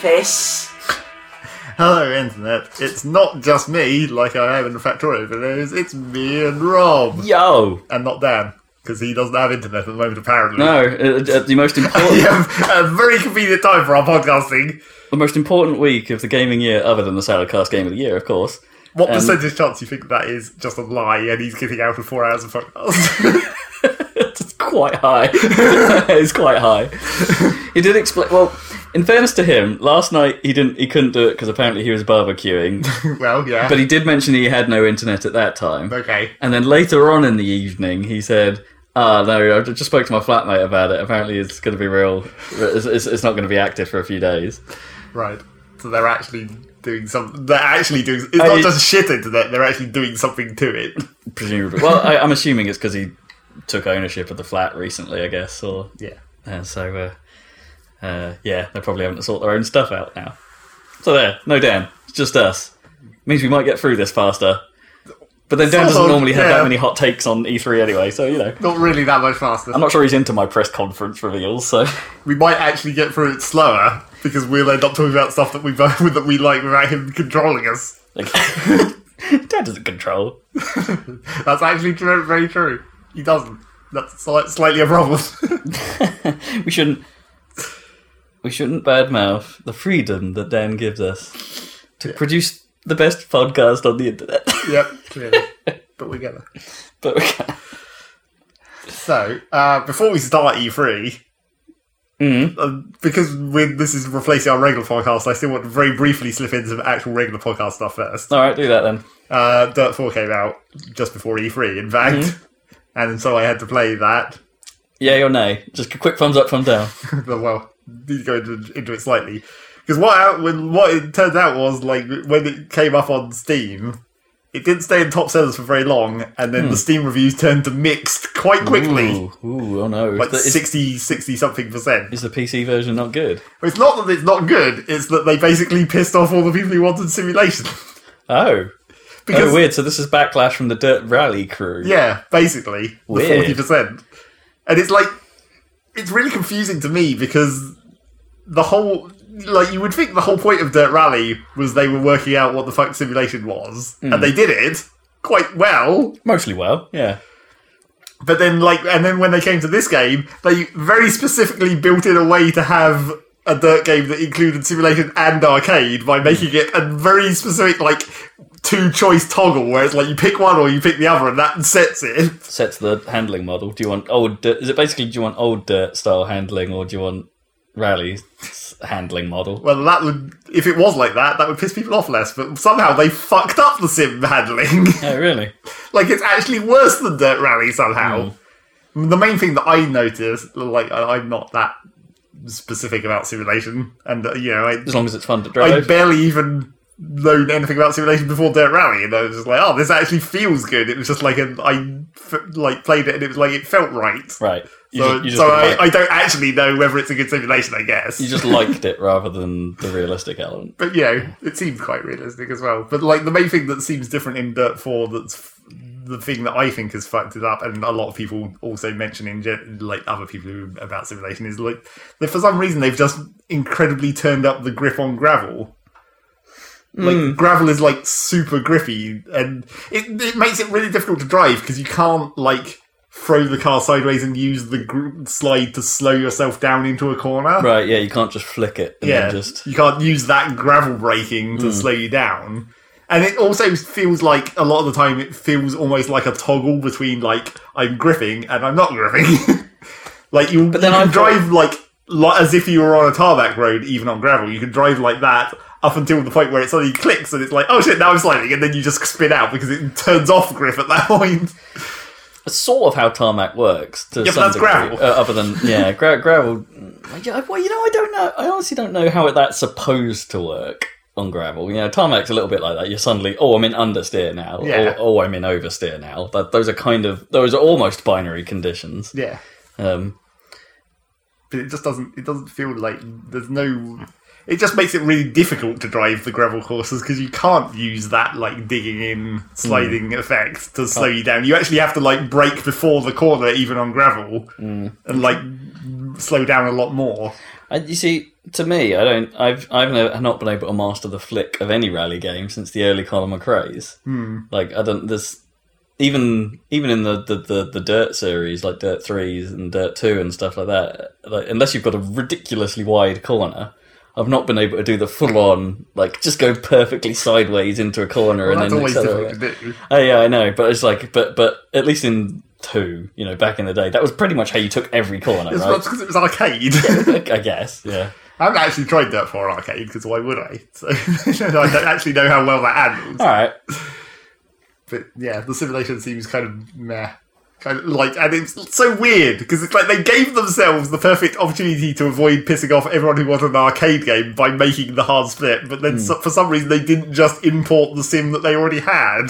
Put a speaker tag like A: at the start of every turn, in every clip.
A: piss.
B: Hello, internet. It's not just me, like I have in the Factorio videos. It's me and Rob,
C: Yo!
B: and not Dan, because he doesn't have internet at the moment. Apparently,
C: No, at, at the most important,
B: yeah, a very convenient time for our podcasting.
C: the most important week of the gaming year, other than the Saladcast Game of the Year, of course.
B: What
C: Um,
B: percentage chance do you think that is just a lie? And he's getting out of four hours of podcast.
C: it's quite high. it's quite high. He did explain. Well, in fairness to him, last night he didn't. He couldn't do it because apparently he was barbecuing.
B: well, yeah,
C: But he did mention he had no internet at that time.
B: okay.
C: And then later on in the evening, he said, "Ah, no, I just spoke to my flatmate about it. Apparently, it's going to be real. It's, it's, it's not going to be active for a few days."
B: Right. So they're actually doing some. They're actually doing. It's not
C: I-
B: just shit internet. They're actually doing something to it.
C: Presumably, well, I, I'm assuming it's because he took ownership of the flat recently, I guess, or
B: Yeah.
C: and so uh, uh, yeah, they're probably having to sort their own stuff out now. So there, no Dan, it's just us. Means we might get through this faster. But then Dan
B: Sort
C: doesn't
B: of,
C: normally have
B: yeah.
C: that many hot takes on E3 anyway, so you know.
B: Not really that much faster.
C: I'm not sure he's into my press conference reveals, so
B: we might actually get through it slower because we'll end up talking about stuff that we both that we like without him controlling us.
C: like, Dan doesn't control.
B: That's actually true, very true. He doesn't. That's slight, slightly a problem.
C: We shouldn't. We shouldn't badmouth the freedom that Dan gives us to produce the best podcast on the internet.
B: yep, clearly. But we get there.
C: but we can.
B: So, uh, before we start E3, um, because we this is replacing our regular podcast, I still want to very briefly slip in some actual regular podcast stuff first.
C: All right, do that then.
B: Uh, Dirt 4 came out just before E3, in fact. And so I had to play that.
C: Yay or nay? Just a quick thumbs up, thumbs down.
B: well, need to go into, into it slightly. Because what out- when what it turned out was like when it came up on Steam, it didn't stay in top sellers for very long, and then the Steam reviews turned to mixed quite quickly,
C: Ooh, ooh, oh no.
B: like
C: is, the, is-
B: 60, 60 something percent.
C: is the PC version not good?
B: It's not that it's not good; it's that they basically pissed off all the people who wanted simulation.
C: Oh.
B: because
C: oh, weird. So this is backlash from the Dirt Rally crew.
B: yeah, basically the
C: Weird.
B: forty percent, and it's like it's really confusing to me because the whole like you would think the whole point of Dirt Rally was they were working out what the fuck simulation was, and they did it quite well.
C: Mostly well, yeah.
B: But then like and then when they came to this game, they very specifically built in a way to have a dirt game that included simulation and arcade by making it a very specific like two choice toggle where it's like you pick one or you pick the other and that sets it.
C: Sets the handling model. Do you want old Dirt? Is it basically do you want old Dirt style handling or do you want Rally s- handling model?
B: Well, that would if it was like that, that would piss people off less. But somehow they fucked up the sim handling.
C: Oh, really?
B: like it's actually worse than Dirt Rally somehow.
C: Hmm.
B: The main thing that I noticed, like I- I'm not that specific about simulation, and uh, you know, I,
C: As long as it's fun to
B: I
C: drive.
B: barely even known anything about simulation before Dirt Rally, and I was just like, oh, this actually feels good. It was just like an, I f- like played it, and it was like it felt right.
C: Right. You
B: So,
C: ju- you
B: so
C: like-
B: I, I don't actually know whether it's a good simulation, I guess.
C: you just liked it rather than the realistic element.
B: but you know, it seems quite realistic as well. But like the main thing that seems different in Dirt Four, that's f- the thing that I think has fucked it up, and a lot of people also mention in gen- like other people who, about simulation is like that for some reason they've just incredibly turned up the grip on gravel. Like gravel is like super grippy, and it it makes it really difficult to drive because you can't like throw the car sideways and use the gr- slide to slow yourself down into a corner.
C: Right, yeah, you can't just flick it and
B: Yeah,
C: then just Hmm.
B: you can't use that gravel braking to slow you down. And it also feels like a lot of the time it feels almost like a toggle between like I'm gripping and I'm not gripping. like you,
C: then
B: you
C: I
B: can
C: thought-
B: drive like, like as if you were on a tarmac road, even on gravel. You can drive like that up until the point where it suddenly clicks and it's like, oh shit, now I'm sliding, and then you just spin out because it turns off grip at that point.
C: That's sort of how tarmac works. To
B: but
C: some
B: that's
C: degree,
B: gravel.
C: Uh, other than yeah, gra- gravel. mm, Yeah, well, you know, I don't know. I honestly don't know how that's supposed to work on gravel. You know, tarmac's a little bit like that. You're suddenly, oh, I'm in understeer now,
B: Yeah.
C: or oh, I'm in oversteer now. That those are kind of those are almost binary conditions.
B: Yeah.
C: Um,
B: but it just doesn't it doesn't feel like there's no it just makes it really difficult to drive the gravel courses because you can't use that like digging in sliding
C: Mm.
B: effect to slow you down you actually have to like brake before the
C: Mm.
B: corner even on gravel and like slow down a lot more
C: and you see, to me, I don't. I've I've never, not been able to master the flick of any rally game since the early Colin McRae's.
B: Hmm.
C: Like I don't. There's even even in the, the, the, the Dirt series, like Dirt threes and Dirt two and stuff like that. Like unless you've got a ridiculously wide corner, I've not been able to do the full on like just go perfectly sideways into a corner
B: Well,
C: and
B: that's
C: then
B: always
C: accelerate.
B: difficult to do.
C: Oh yeah, I know, but it's like, but but at least in two, you know, back in the day, that was pretty much how you took every corner,
B: It's
C: right?
B: because it was arcade.
C: I guess, yeah.
B: I haven't actually tried Dirt 4 arcade because why would I? So I don't actually know how well that handles.
C: All right,
B: But yeah, the simulation seems kind of meh. Kind of like, and it's so weird because it's like they gave themselves the perfect opportunity to avoid pissing off everyone who wanted an arcade game by making the hard split, but
C: Hmm.
B: then so, for some reason they didn't just import the sim that they already had.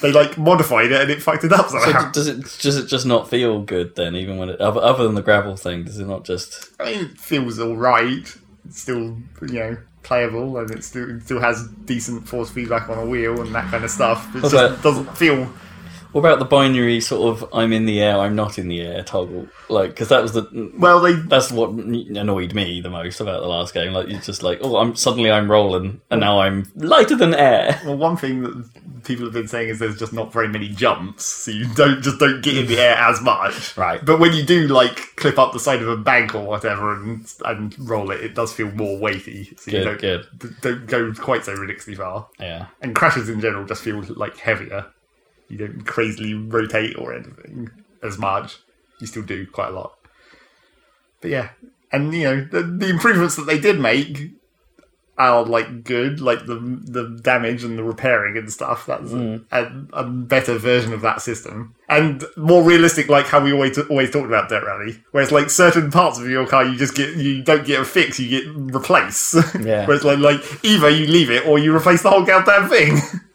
B: They like modified it and it fucked it up
C: so
B: somehow.
C: d- does it does it just not feel good then? Even when it other, other than the gravel thing, does it not just?
B: I mean, it feels alright. It's still, you know, playable and it still, it still has decent force feedback on a wheel and that kind of stuff. It
C: Well,
B: just
C: but-
B: doesn't feel.
C: What about the binary sort of I'm in the air, I'm not in the air toggle? Like, because that was the
B: Well, they.
C: that's what annoyed me the most about the last game. Like, you're just like, oh, I'm suddenly I'm rolling, and now I'm lighter than air.
B: Well, one thing that people have been saying is there's just not very many jumps, so you don't just don't get in the air as much.
C: Right.
B: But when you do like clip up the side of a bank or whatever and and roll it, it does feel more weighty. So you
C: Good,
B: don't
C: good,
B: d- don't go quite so ridiculously far.
C: yeah.
B: And crashes in general just feel like heavier. You don't crazily rotate or anything as much. You still do quite a lot. But yeah, and you know the, the improvements that they did make are like good, like the the damage and the repairing and stuff. That's a, a better version of that system and more realistic, like how we always always talked about Dirt Rally. Whereas like certain parts of your car, you just get you don't get a fix, you get replace.
C: Yeah.
B: Whereas like like either you leave it or you replace the whole goddamn thing.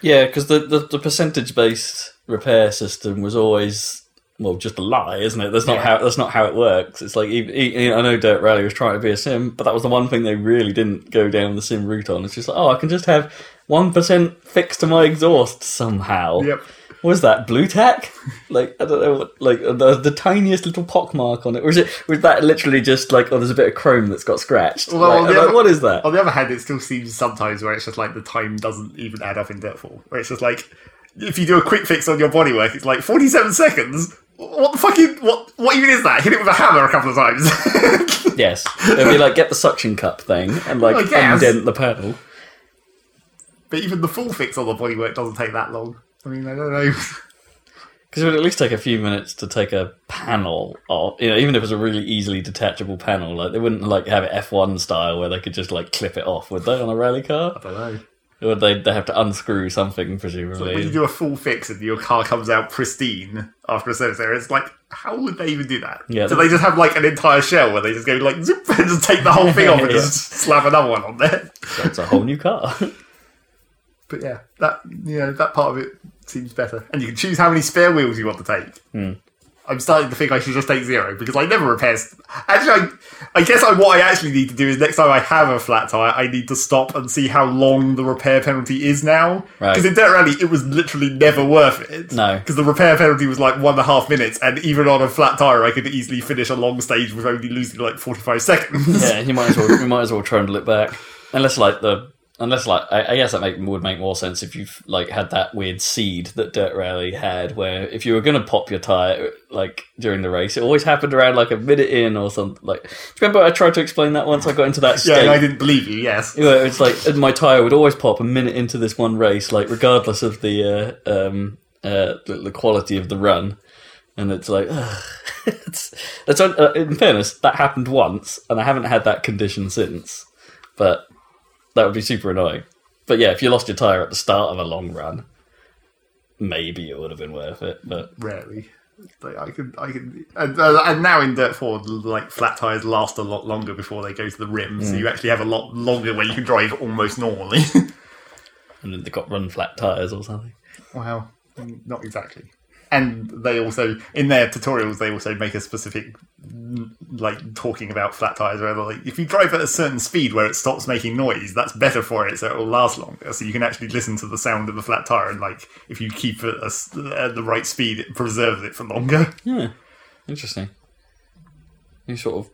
C: Yeah, because the, the, the percentage based repair system was always well just a lie, isn't it? That's not
B: Yeah.
C: how that's not how it works. It's like even, e- I know Dirt Rally was trying to be a sim, but that was the one thing they really didn't go down the sim route on. It's just like oh, I can just have one percent fixed to my exhaust somehow.
B: Yep.
C: Was that blue tack? Like I don't know, what, like uh, the, the tiniest little pock mark on it, or is it was that literally just like oh, there's a bit of chrome that's got scratched?
B: Well,
C: Like,
B: the
C: I'm like,
B: other-
C: what is that?
B: On the other hand, it still seems sometimes where it's just like the time doesn't even add up in Dirtfall, where it's just like if you do a quick fix on your bodywork, it's like forty-seven seconds. What the fucking what? What even is that? Hit it with a hammer a couple of times.
C: Yes, it'd be like get the suction cup thing and like
B: I guess.
C: indent the pedal.
B: but even the full fix on the bodywork doesn't take that long. I mean, I don't know.
C: Because it would at least take a few minutes to take a panel off. You know, even if it's a really easily detachable panel, like they wouldn't like have it F one style where they could just like clip it off, would they, on a rally car?
B: I don't know.
C: Or they they have to unscrew something presumably.
B: When you do a full fix and your car comes out pristine after a service area, it's like how would they even do that?
C: Yeah.
B: Do they just have like an entire shell where they just go like zoop and just take the whole thing off and
C: Yeah.
B: just slap another one on there?
C: That's a whole new car.
B: but yeah, that you know that part of it seems better, and you can choose how many spare wheels you want to take.
C: Hmm.
B: I'm starting to think I should just take zero because I never repair. St- actually, I, I guess I, what I actually need to do is next time I have a flat tire, I need to stop and see how long the repair penalty is now.
C: Right.
B: Because in Dirt Rally, it was literally never worth it.
C: No.
B: Because the repair penalty was like one and a half minutes, and even on a flat tire, I could easily finish a long stage with only losing like 45 seconds.
C: yeah, you might as well you might as well trundle it back. Unless like the unless like I, I guess that make, would make more sense if you've like had that weird seed that Dirt Rally had, where if you were going to pop your tire like during the race, it always happened around like a minute in or something. Like, do you remember I tried to explain that once? I got into that state.
B: yeah, and I didn't believe you. Yes.
C: You know, it's like and my tire would always pop a minute into this one race, like regardless of the uh, um, uh, the, the quality of the run. And it's like, ugh. it's, it's un- uh, in fairness, that happened once, and I haven't had that condition since. But that would be super annoying. But yeah, if you lost your tire at the start of a long run, maybe it would have been worth it. But
B: rarely. Like, I could, I could, and, uh, and now in Dirt Four, like flat tires last a lot longer before they go to the rim, so you actually have a lot longer where you can drive almost normally.
C: and then they got run flat tires or something.
B: well, not exactly. And they also, in their tutorials, they also make a specific, mm, like, talking about flat tires. Where they're like, if you drive at a certain speed where it stops making noise, that's better for it, so it will last longer. So you can actually listen to the sound of the flat tire, and like, if you keep it a s- at the right speed, it preserves it for longer.
C: Yeah, interesting. You sort of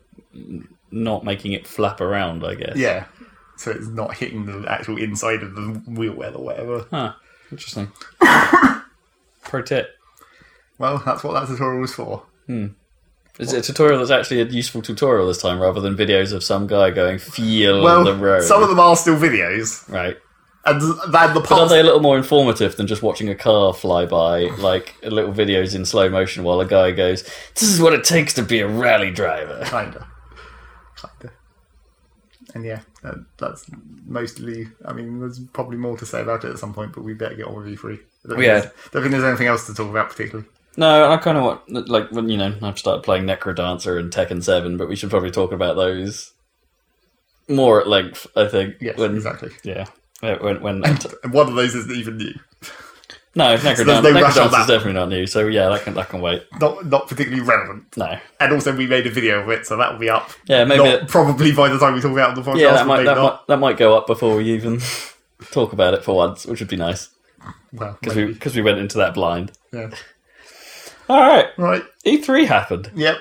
C: not making it flap around, I guess.
B: Yeah. So it's not hitting the actual inside of the wheel well or whatever.
C: Huh. Interesting. Pro tip.
B: Well, that's what that tutorial was for.
C: Is it a tutorial that's actually a useful tutorial this time rather than videos of some guy going feel
B: Well,
C: the road?
B: some of them are still videos,
C: right.
B: and then the
C: But are
B: parts.
C: they a little more informative than just watching a car fly by, like little videos in slow motion while a guy goes, This is what it takes to be a rally driver?
B: kinda, kinda. And yeah, that, that's mostly. I mean, there's probably more to say about it at some point, but we better get on with E three.
C: Yeah.
B: Don't think there's anything else to talk about particularly.
C: No, and I kind of want, like, when, you know, I've started playing Necrodancer and Tekken 7, but we should probably talk about those more at length, I think.
B: Yes,
C: when,
B: exactly.
C: Yeah. Uh, When, when,
B: And one of those isn't even new.
C: no, Necrodancer,
B: there's no rush on
C: Necrodancer's
B: that.
C: definitely not new, so yeah, that can, that can wait.
B: Not not particularly relevant.
C: No.
B: And also, we made a video of it, so that'll be up.
C: Yeah, maybe
B: Not
C: it-
B: probably by the time we talk about the podcast.
C: Yeah, that
B: but
C: might
B: maybe
C: that,
B: not.
C: might that might go up before we even talk about it for once, which would be nice
B: Well,
C: because we
B: maybe.
C: because we went into that blind.
B: yeah.
C: All right,
B: Right.
C: E three happened
B: Yep.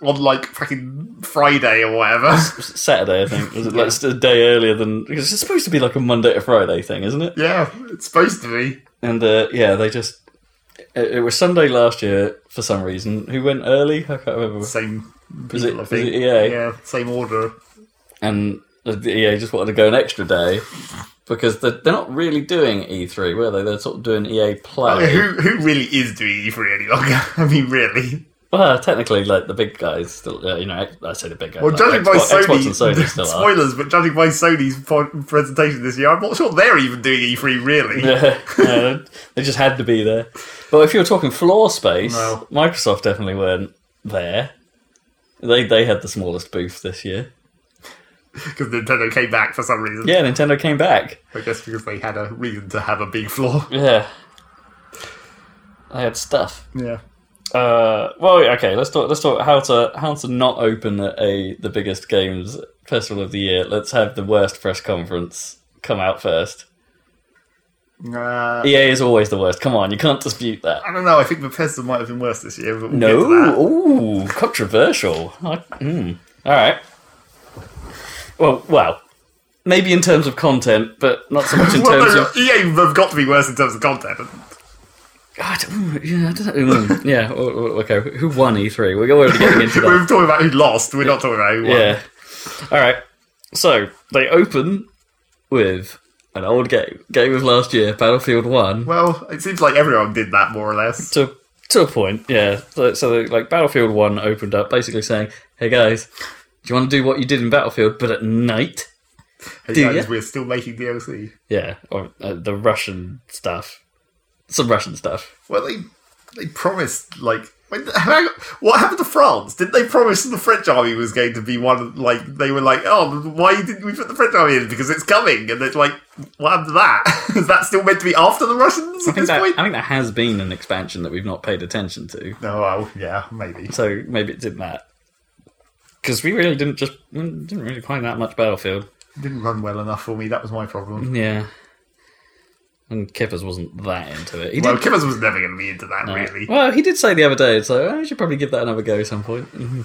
B: On like fucking Friday or whatever.
C: S- Saturday, I think. Was it like just a day earlier than because it's supposed to be like a Monday to Friday thing, isn't it?
B: yeah, it's supposed to be.
C: And uh, yeah, they just it, it was Sunday last year for some reason. Who went early? I can't remember.
B: Same people,
C: Was it- E
B: I
C: was
B: think.
C: it EA?
B: Yeah, same order.
C: And uh, the EA just wanted to go an extra day because they're, they're not really doing E three, were they? They're sort of doing EA Play.
B: I mean, who who really is doing E3 any longer? I mean, really.
C: Well, technically, like the big guys, still, uh, you know, I say the big guys.
B: Well,
C: like,
B: judging
C: Uh, Xbox,
B: by Sony,
C: Xbox and Sony still are.
B: spoilers, but judging by Sony's po- presentation this year, I'm not sure they're even doing E3 really.
C: Yeah, yeah, they just had to be there. But if you were talking floor space,
B: No.
C: Microsoft definitely weren't there. They they had the smallest booth this year.
B: because Nintendo came back for some reason.
C: Yeah, Nintendo came back.
B: I guess because they had a reason to have a big floor.
C: Yeah, they had stuff.
B: Yeah.
C: Uh, well, okay, let's talk. Let's talk how to how to not open a the biggest games festival of the year. Let's have the worst press conference come out first.
B: Uh,
C: EA is always the worst. Come on, you can't dispute that.
B: I don't know. I think Bethesda might have been worse this year. But we'll get to that.
C: No, ooh, controversial. I- mm. All right. Well, well, maybe in terms of content, but not so much in
B: well,
C: terms
B: no,
C: of.
B: EA have got to be worse in terms of content.
C: I don't, yeah, I don't, mm, yeah. o- o- Okay, who won E three? We're already getting into that.
B: We're talking about who lost. We're not talking about who won.
C: yeah. All right. So they open with an old game, game of last year, Battlefield One.
B: Well, it seems like everyone did that more or less.
C: to to a point, yeah. So, so like Battlefield One opened up, basically saying, "Hey guys, do you want to do what you did in Battlefild, but at night?"
B: Hey
C: Do
B: guys,
C: ya?
B: we're still making DLC.
C: Yeah, or uh, the Russian stuff, some Russian stuff.
B: Well, they they promised like. When, how, what happened to France? Didn't they promise the French army was going to be one? of- Like they were like, oh, why didn't we put the French army in? Because it's coming. And it's like, what happened to that? Is that still meant to be after the Russians
C: I
B: at
C: think,
B: this
C: that,
B: point?
C: I think that has been an expansion that we've not paid attention to.
B: No, well, yeah, maybe.
C: So maybe it did that because we really didn't just we didn't really play that much Battlefield.
B: Didn't run well enough for me. That was my problem.
C: Yeah, and Kippers wasn't that into it. He
B: Well,
C: did.
B: Kimmers was never going to be into that, really.
C: Well, he did say the other day, so I should probably give that another go at some point. Mhm.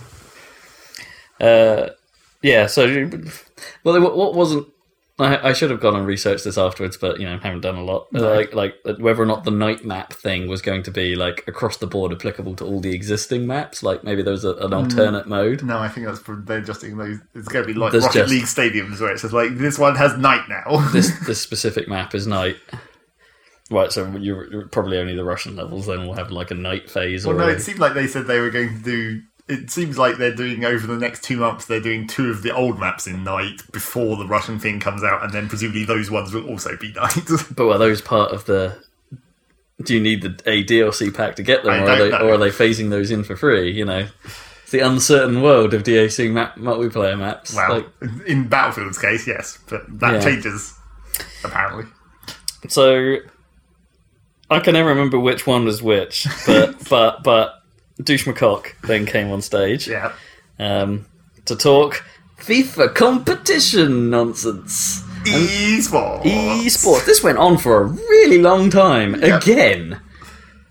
C: uh, yeah, so well, what- what wasn't I, I should have gone and researched this afterwards, but you know, haven't done a lot. Like, like whether or not the night map thing was going to be like across the board applicable to all the existing maps. Like maybe there was a,
B: Hmm.
C: an alternate mode.
B: No, I think that's prob- they're just doing those. It's going to be like
C: There's
B: Rocket
C: just-
B: League stadiums where it's just like this one has night now.
C: This this specific map is night. Right, so you're, you're probably only the Russian levels. Then we'll have like a night phase.
B: well,
C: or
B: no,
C: a-
B: it seemed like they said they were going to do. It seems like they're doing over the next two months. They're doing two of the old maps in night before the Russian thing comes out, and then presumably those ones will also be night.
C: But are those part of the? Do you need the a DLC pack to get them,
B: I
C: or are, they,
B: don't know.
C: or are they phasing those in for free? You know, it's the uncertain world of DAC map, multiplayer maps.
B: well,
C: Like,
B: in Battlefield's case, yes, but that
C: Yeah.
B: changes apparently.
C: so I can never remember which one was which, but but but Douche McCock then came on stage
B: Yeah,
C: um, to talk FIFA competition nonsense.
B: esports.
C: esports. This went on for a really long time. Again,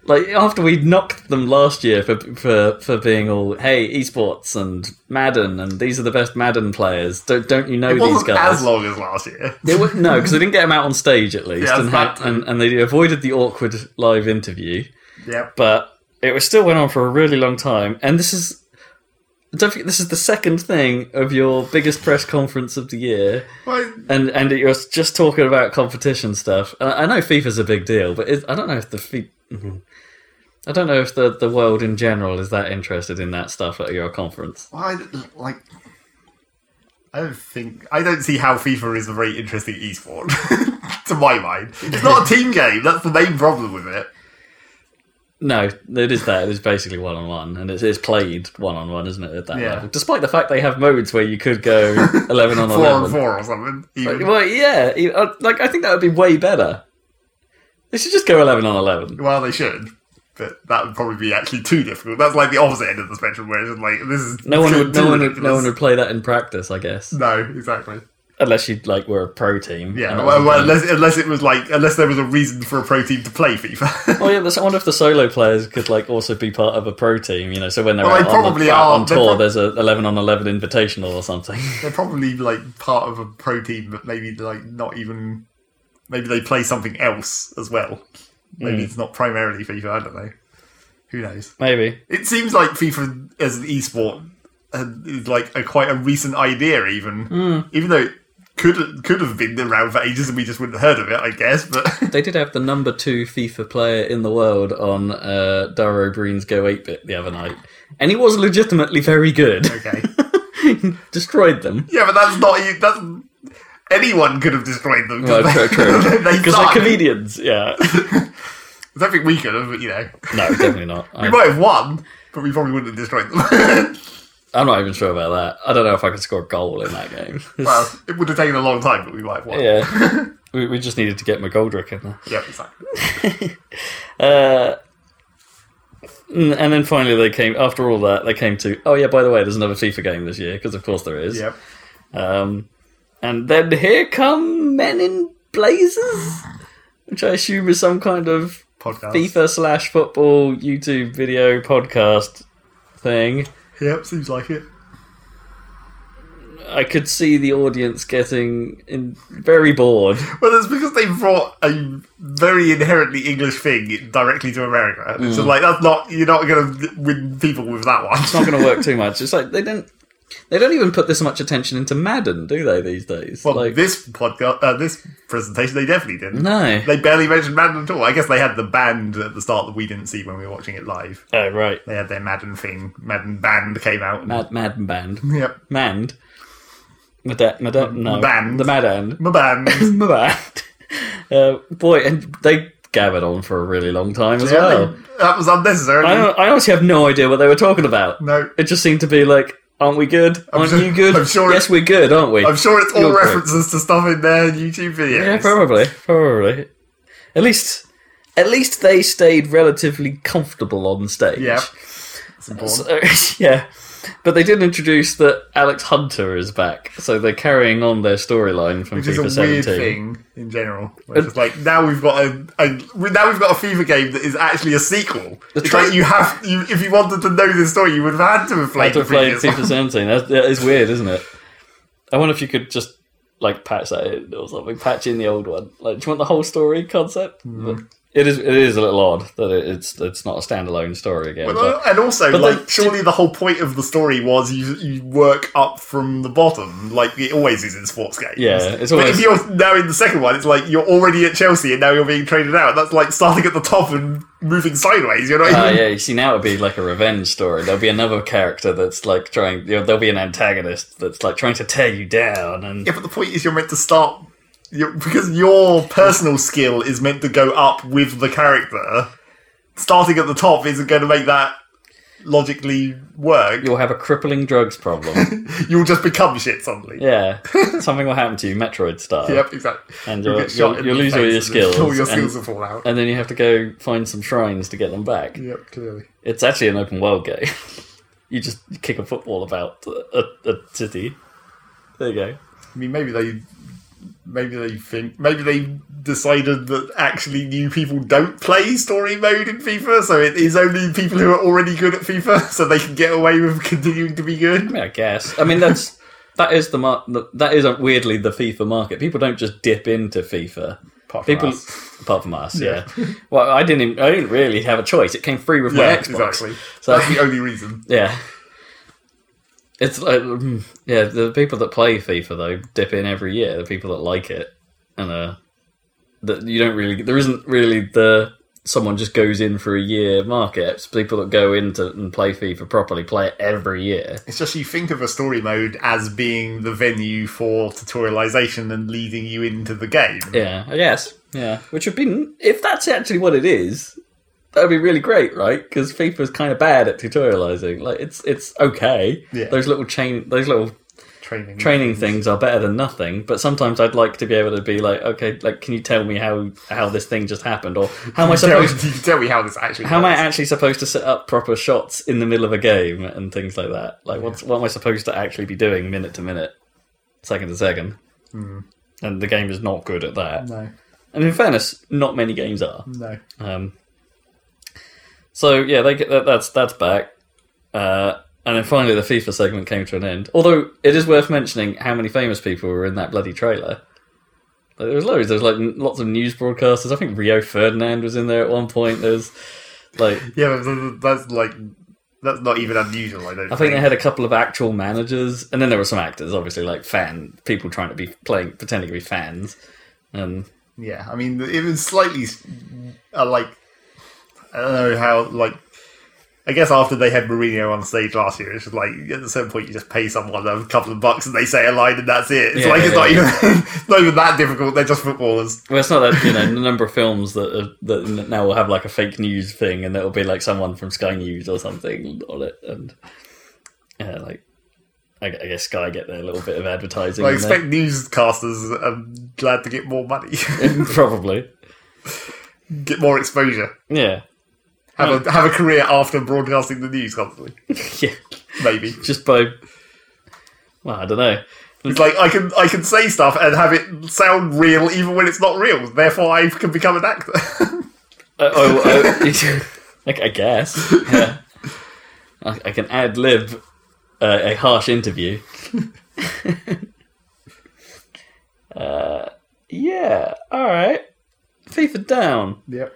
C: Like after we knocked them last year for for for being all hey esports and Madden and these are the best Madden players. Don't don't you know
B: It
C: these
B: wasn't
C: guys?
B: as long as last year.
C: They were, no, because they didn't get him out on stage at least,
B: Yeah,
C: and,
B: that's
C: had,
B: bad.
C: and and they avoided the awkward live interview.
B: Yep.
C: But it was still went on for a really long time, and this is don't forget this is the second thing of your biggest press conference of the year,
B: Well,
C: and and you're just talking about competition stuff. And I I know FIFA's a big deal, but it, I don't know if the Fi- I don't know if the, the world in general is that interested in that stuff at your conference.
B: I like. I don't think I don't see how FIFA is a very interesting esport to my mind. It's not a team game. That's the main problem with it.
C: No, it is that. It is basically one on one, and it's, it's played one on one, isn't it? At that
B: Yeah.
C: level, despite the fact they have modes where you could go eleven on
B: Four
C: eleven.
B: on four or something. Even.
C: Well, yeah, e- uh, like I think that would be way better. They should just go eleven on eleven.
B: Well, they should, but that would probably be actually too difficult. That's like the opposite end of the spectrum, where it's just like this is
C: No one would,
B: too
C: no one would,
B: ridiculous.
C: no one would play that in practice, I guess,
B: No, exactly.
C: unless you like were a pro team.
B: Yeah,
C: and that
B: well,
C: wasn't
B: well, unless
C: done.
B: unless it was like unless there was a reason for a pro team to play FIFA.
C: Oh yeah, but I wonder if the solo players could like also be part of a pro team. You know, so when they're
B: Well,
C: out
B: Oh, they
C: on,
B: probably
C: the, out
B: are.
C: on
B: They're
C: tour,
B: prob-
C: there's a eleven on eleven invitational or something.
B: They're probably like part of a pro team, but maybe like not even. Maybe they play something else as well.
C: Hmm.
B: Maybe it's not primarily FIFA. I don't know. Who knows?
C: Maybe.
B: It seems like FIFA as an esport uh, is like a quite a recent idea, even
C: Hmm.
B: even though it could could have been around for ages and we just wouldn't have heard of it, I guess. But
C: They did have the number two FIFA player in the world on uh, Daro Breen's Go 8 bit the other night. And he was legitimately very good.
B: okay,
C: Destroyed them.
B: yeah, but that's not you. That's anyone could have destroyed them. 'cause
C: Well, Oh, true, true.
B: they- they
C: Because
B: suck.
C: they're comedians, yeah.
B: I don't think we could have, but you know,
C: No, definitely not.
B: we
C: I,
B: might have won, but we probably wouldn't have destroyed them.
C: I'm not even sure about that. I don't know if I could score a goal in that game.
B: well, it would have taken a long time, but we might have won.
C: yeah. We, we just needed to get McGoldrick in there.
B: Yeah, exactly.
C: Uh, n- and then finally, they came. After all that, they came to. Oh yeah, by the way, there's another FIFA game this year because of course there is.
B: Yep.
C: Um, and then here come Men in Blazers, which I assume is some kind of
B: Podcast.
C: FIFA slash football YouTube video podcast thing.
B: Yep, seems like it.
C: I could see the audience getting in, very bored.
B: Well, it's because they brought a very inherently English thing directly to America. And
C: Mm.
B: It's just like that's not you're not going to win people with that one.
C: It's not going to work too much. It's like they don't. They don't even put this much attention into Madden, do they these days?
B: well,
C: like,
B: this podcast, uh, this presentation, they definitely didn't.
C: no.
B: They barely mentioned Madden at all. I guess they had the band at the start that we didn't see when we were watching it live.
C: Oh right.
B: They had their Madden thing. Madden band came out. And,
C: Mad Madden Band.
B: yep,
C: Mand. Mad Mad no.
B: Band.
C: The Mad End.
B: my band. yeah,
C: Mad. Uh, boy, and they gathered on for a really long time as well.
B: they- that was unnecessary.
C: Oh. I, I honestly have no idea what they were talking about.
B: no,
C: It just seemed to be like, aren't we good? Aren't
B: sure-
C: you good?
B: I'm sure
C: yes, we're good, aren't we?
B: I'm sure it's all
C: You're correct.
B: references to stuff in their YouTube videos.
C: Yeah, probably, probably. At least, at least they stayed relatively comfortable on stage.
B: Yeah. It's important.
C: So, yeah. But they did introduce that Alex Hunter is back, so they're carrying on their storyline from
B: which
C: FIFA
B: is a weird
C: 17.
B: thing in general. where It's just like now we've got a, a now we've got a FIFA game that is actually a sequel.
C: The
B: It's
C: tra-
B: like you have you, if you wanted to know this story, you would have had to have played
C: After
B: the
C: playing
B: previous
C: FIFA
B: one.
C: 17, that, that is weird, isn't it? I wonder if you could just like patch that in or something, patch in the old one. Like, do you want the whole story concept?
B: Hmm.
C: But It is. It is a little odd that it, it's it's not a standalone story again. but-
B: Well, And also,
C: But
B: like,
C: the-
B: surely the whole point of the story was you you work up from the bottom, like it always is in sports games.
C: Yeah, it's
B: But if
C: always-
B: you're now in the second one, it's like you're already at Chelsea and now you're being traded out. That's like starting at the top and moving sideways. You're not
C: Ah,
B: even
C: yeah. You see, now it'd be like a revenge story. There'll be another character that's like trying. You know, there'll be an antagonist that's like trying to tear you down, and
B: Yeah, but the point is, you're meant to start you because your personal skill is meant to go up with the character. Starting at the top isn't going to make that logically work.
C: you'll have a crippling drugs problem.
B: You'll just become shit suddenly.
C: yeah, something will happen to you, Metroid style.
B: Yep, exactly.
C: And
B: You'll
C: you'll-
B: get shot
C: you'll-
B: in
C: you'll
B: the
C: lose all
B: face
C: your
B: and then All your
C: skills and-
B: skills will fall out.
C: And then you have to go find some shrines to get them back.
B: Yep, clearly.
C: It's actually an open world game. you just kick a football about a, a city. There you go.
B: I mean, maybe they maybe they think maybe they decided that actually new people don't play story mode in FIFA, so it is only people who are already good at FIFA, so they can get away with continuing to be
C: I
B: good.
C: mean, I guess. I mean, that's that is the mar- that is weirdly the FIFA market. People don't just dip into FIFA.
B: Apart from
C: People,
B: us.
C: apart from us, yeah. Well, I didn't. Even, I didn't really have a choice. It came free with my
B: yeah,
C: Xbox.
B: exactly.
C: So-
B: That's the only reason.
C: Yeah. It's like, mm, yeah, the people that play FIFA though dip in every year. The people that like it, and uh, that you don't really, there isn't really the someone just goes in for a year market. It's people that go into and play FIFA properly play it every year.
B: It's just you think of a story mode as being the venue for tutorialization and leading you into the game.
C: Yeah, I guess. Yeah, which would be if that's actually what it is, that would be really great, right? Because FIFA's kind of bad at tutorializing. Like it's it's okay.
B: Yeah.
C: Those little chain, those little
B: Training.
C: training things are better than nothing. But sometimes I'd like to be able to be like, okay, like can you tell me how how this thing just happened, or how am I
B: Tell,
C: supposed?
B: you can tell me how this actually
C: How am I
B: works.
C: actually supposed to set up proper shots in the middle of a game and things like that? Like, what's, what am I supposed to actually be doing minute to minute, second to second? And the game is not good at that.
B: Hmm. No,
C: And in fairness, not many games are.
B: no.
C: Um, so yeah, they get, that, that's that's back, uh, and then finally the FIFA segment came to an end. Although it is worth mentioning how many famous people were in that bloody trailer. Like, there was loads. There's like n- lots of news broadcasters. I think Rio Ferdinand was in there at one point. There's like
B: Yeah, but th- that's like that's not even unusual. I don't.
C: I think they had a couple of actual managers, and then there were some actors, obviously like fan people trying to be playing pretending to be fans. Um, And
B: Yeah, I mean, it was slightly uh, like I don't know how like. I guess after they had Mourinho on stage last year, it's just like at a certain point you just pay someone a couple of bucks and they say a line and that's it. It's
C: Yeah,
B: like it's
C: yeah,
B: not even it's not even that difficult. They're just footballers.
C: Well, it's not that you know the number of films that are, that n- now will have like a fake news thing, and it'll be like someone from Sky News or something on it, and yeah, like I, I guess Sky get their little bit of advertising.
B: I
C: in there.
B: expect newscasters are glad to get more money,
C: probably,
B: get more exposure,
C: yeah,
B: have a have a career after broadcasting the news constantly.
C: yeah,
B: Maybe
C: just by. Well, I don't know.
B: It's like I can I can say stuff and have it sound real even when it's not real. Therefore, I can become an actor.
C: Oh, oh, oh, like I guess, yeah. I, I can ad lib uh, a harsh interview. uh, yeah, all right. FIFA down.
B: yep.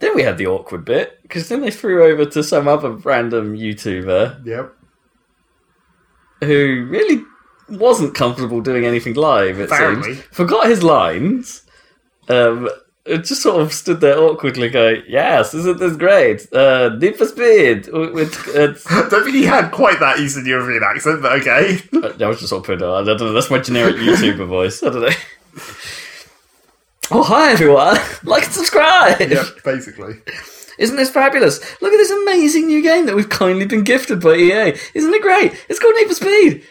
C: Then we had the awkward bit because then they threw over to some other random YouTuber
B: Yep.
C: who really wasn't comfortable doing anything live. It
B: Apparently.
C: seems forgot his lines. Um, it just sort of stood there awkwardly, going, "Yes, isn't this great? Uh, Need for Speed." w- With, it's,
B: Don't think he had quite that Eastern European accent, but okay.
C: I was just sort of putting, it on. I don't know. That's my generic YouTuber voice. I don't know. Oh hi everyone! Like and subscribe.
B: basically.
C: Isn't this fabulous? Look at this amazing new game that we've kindly been gifted by EA. Isn't it great? It's called Need for Speed.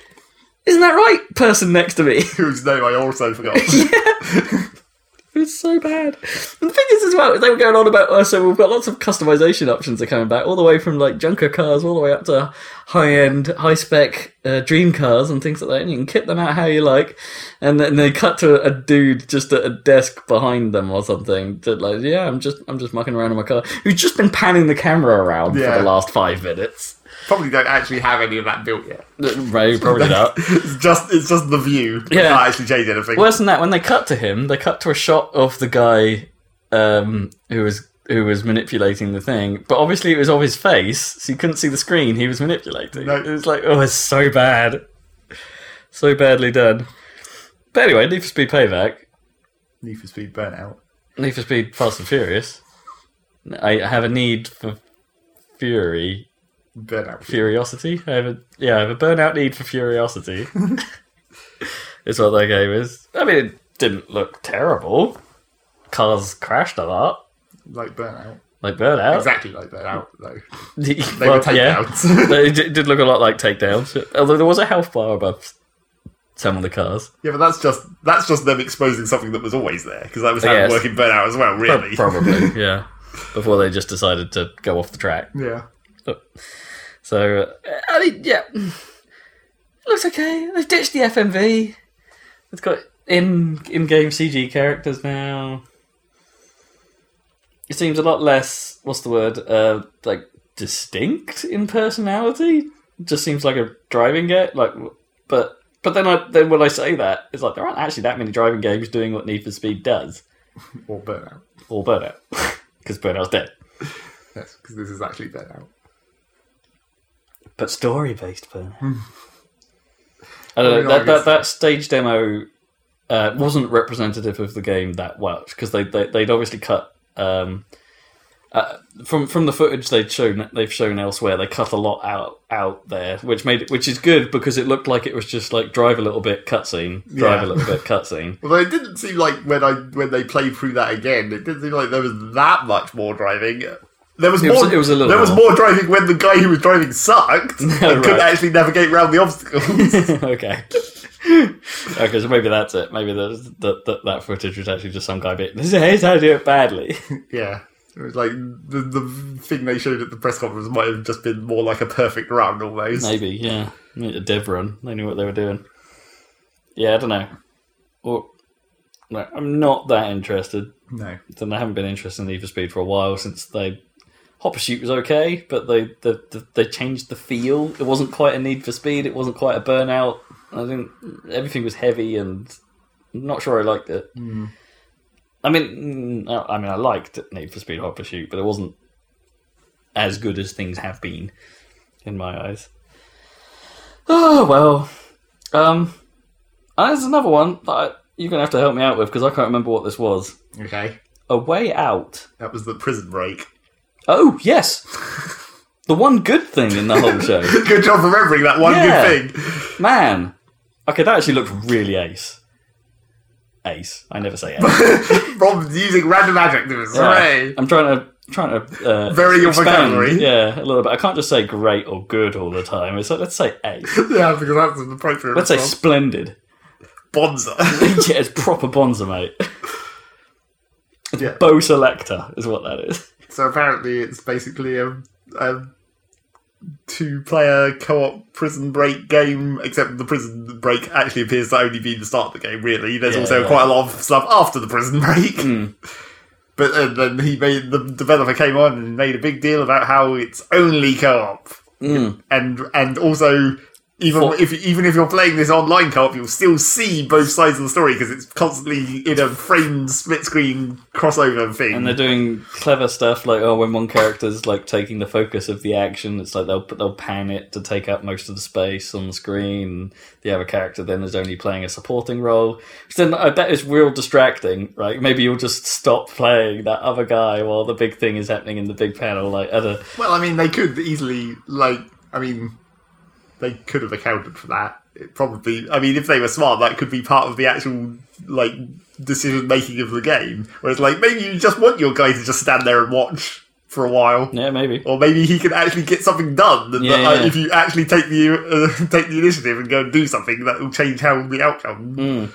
C: Isn't that right? Person next to me.
B: Whose name I also forgot.
C: It was so bad. And the thing is, as well, they were going on about. Uh, so we've got lots of customization options that are coming back, all the way from like junker cars, all the way up to high-end, high-spec uh, dream cars and things like that. And you can kit them out how you like. And then they cut to a dude just at a desk behind them or something. That like, yeah, I'm just, I'm just mucking around in my car. Who's just been panning the camera around
B: Yeah.
C: for the last five minutes.
B: Probably don't actually have any of that built yet.
C: Ray probably not.
B: It's just it's just the view. It
C: Yeah.
B: can't actually change anything.
C: Worse than that, when they cut to him, they cut to a shot of the guy um, who was who was manipulating the thing. But obviously, it was of his face, so you couldn't see the screen he was manipulating.
B: No.
C: It was like, oh, it's so bad, so badly done. But anyway, Need for Speed Payback,
B: Need for Speed Burnout.
C: Need for Speed Fast and Furious. I have a need for fury,
B: Burnout.
C: furiosity. I have a yeah, I have a burnout need for furiosity. is what that game is. I mean, it didn't look terrible. Cars crashed a lot,
B: Like Burnout.
C: like burnout.
B: Exactly like Burnout, though. They
C: Well,
B: were takedowns.
C: They did did look a lot like takedowns. Although there was a health bar above some of the cars.
B: yeah, but that's just that's just them exposing something that was always there, because that was how
C: Yes.
B: it worked in Burnout as well,
C: Pro-
B: really.
C: Probably, yeah. Before they just decided to go off the track.
B: yeah.
C: So uh, I mean, yeah, it looks okay. They've ditched the FMV. It's got in in game CG characters now. It seems a lot less. What's the word? Uh, like distinct in personality. Just seems like a driving game. Like, but but then I then when I say that, it's like there aren't actually that many driving games doing what Need for Speed does
B: or Burnout.
C: or Burnout because Burnout's dead.
B: Yes, because this is actually Burnout.
C: but story based burnout. I don't
B: Moving
C: know.
B: on,
C: Uh, That,
B: I guess-
C: that, that stage demo uh, wasn't representative of the game that much because they, they they'd obviously cut um, uh, from from the footage they'd shown they've shown elsewhere. They cut a lot out out there, which made it, which is good because it looked like it was just like drive a little bit cutscene, drive
B: Yeah.
C: a little bit cutscene.
B: Although it didn't seem like when I when they played through that again, it didn't seem like there was that much more driving. There was
C: It
B: more.
C: was- it was a little
B: there was
C: more.
B: more driving when the guy who was driving sucked and couldn't
C: right.
B: actually navigate around the obstacles.
C: okay. okay, so maybe that's it. Maybe that that that- that footage was actually just some guy bit. This is how to do it badly.
B: yeah, it was like the the thing they showed at the press conference might have just been more like a perfect round almost.
C: Maybe, yeah. A dev run. They knew what they were doing. Yeah, I don't know. Or, no, I'm not that interested.
B: No,
C: And I haven't been interested in Need for Speed for a while since they. Hot Pursuit was okay, but they, they they changed the feel. It wasn't quite a Need for Speed. It wasn't quite a Burnout. I think everything was heavy, and I'm not sure I liked it. I mean, mm, I I mean, I liked Need for Speed Hot Pursuit, but it wasn't as good as things have been in my eyes. Oh well. Um, and there's another one that I, you're gonna have to help me out with because I can't remember what this was.
B: okay,
C: A Way Out.
B: that was the prison break.
C: Oh yes, the one good thing in the whole show,
B: Good job remembering that one
C: Yeah.
B: good thing.
C: man. Okay, that actually looked really ace. Ace. I never say ace.
B: Rob's using random adjectives. Hooray!
C: I'm trying to trying to uh,
B: Vary your
C: expand,
B: vocabulary.
C: Yeah, a little bit. I can't just say great or good all the time. It's like let's say ace.
B: Yeah, because that's an appropriate
C: Let's say
B: response.
C: splendid.
B: Bonza.
C: yeah, it's proper Bonza, mate.
B: Yeah.
C: Bo Selector is what that is.
B: So apparently, it's basically a, a two-player co-op prison break game. Except the prison break actually appears to only be the start of the game. Really, there's
C: Yeah,
B: also
C: yeah. Hmm.
B: quite a lot of stuff after the prison break. But uh, then he made the developer came on and made a big deal about how it's only co-op, and and also. Even
C: Hmm. For-
B: if even if you're playing this online co-op, you'll still see both sides of the story because it's constantly in a framed split screen crossover thing.
C: And they're doing clever stuff like oh, when one character's like taking the focus of the action, it's like they'll they'll pan it to take up most of the space on the screen. The other character then is only playing a supporting role, which then I bet is real distracting, right? Maybe you'll just stop playing that other guy while the big thing is happening in the big panel. Like, I don't,
B: Well, I mean, they could easily, like, I mean, they could have accounted for that. It probably, I mean, if they were smart, that could be part of the actual, like, decision making of the game. Whereas, like, maybe you just want your guy to just stand there and watch for a while.
C: yeah, maybe.
B: Or maybe he can actually get something done. And
C: Yeah,
B: that, uh,
C: yeah.
B: If you actually take the uh, take the initiative and go and do something, that will change how the outcome.
C: Mm.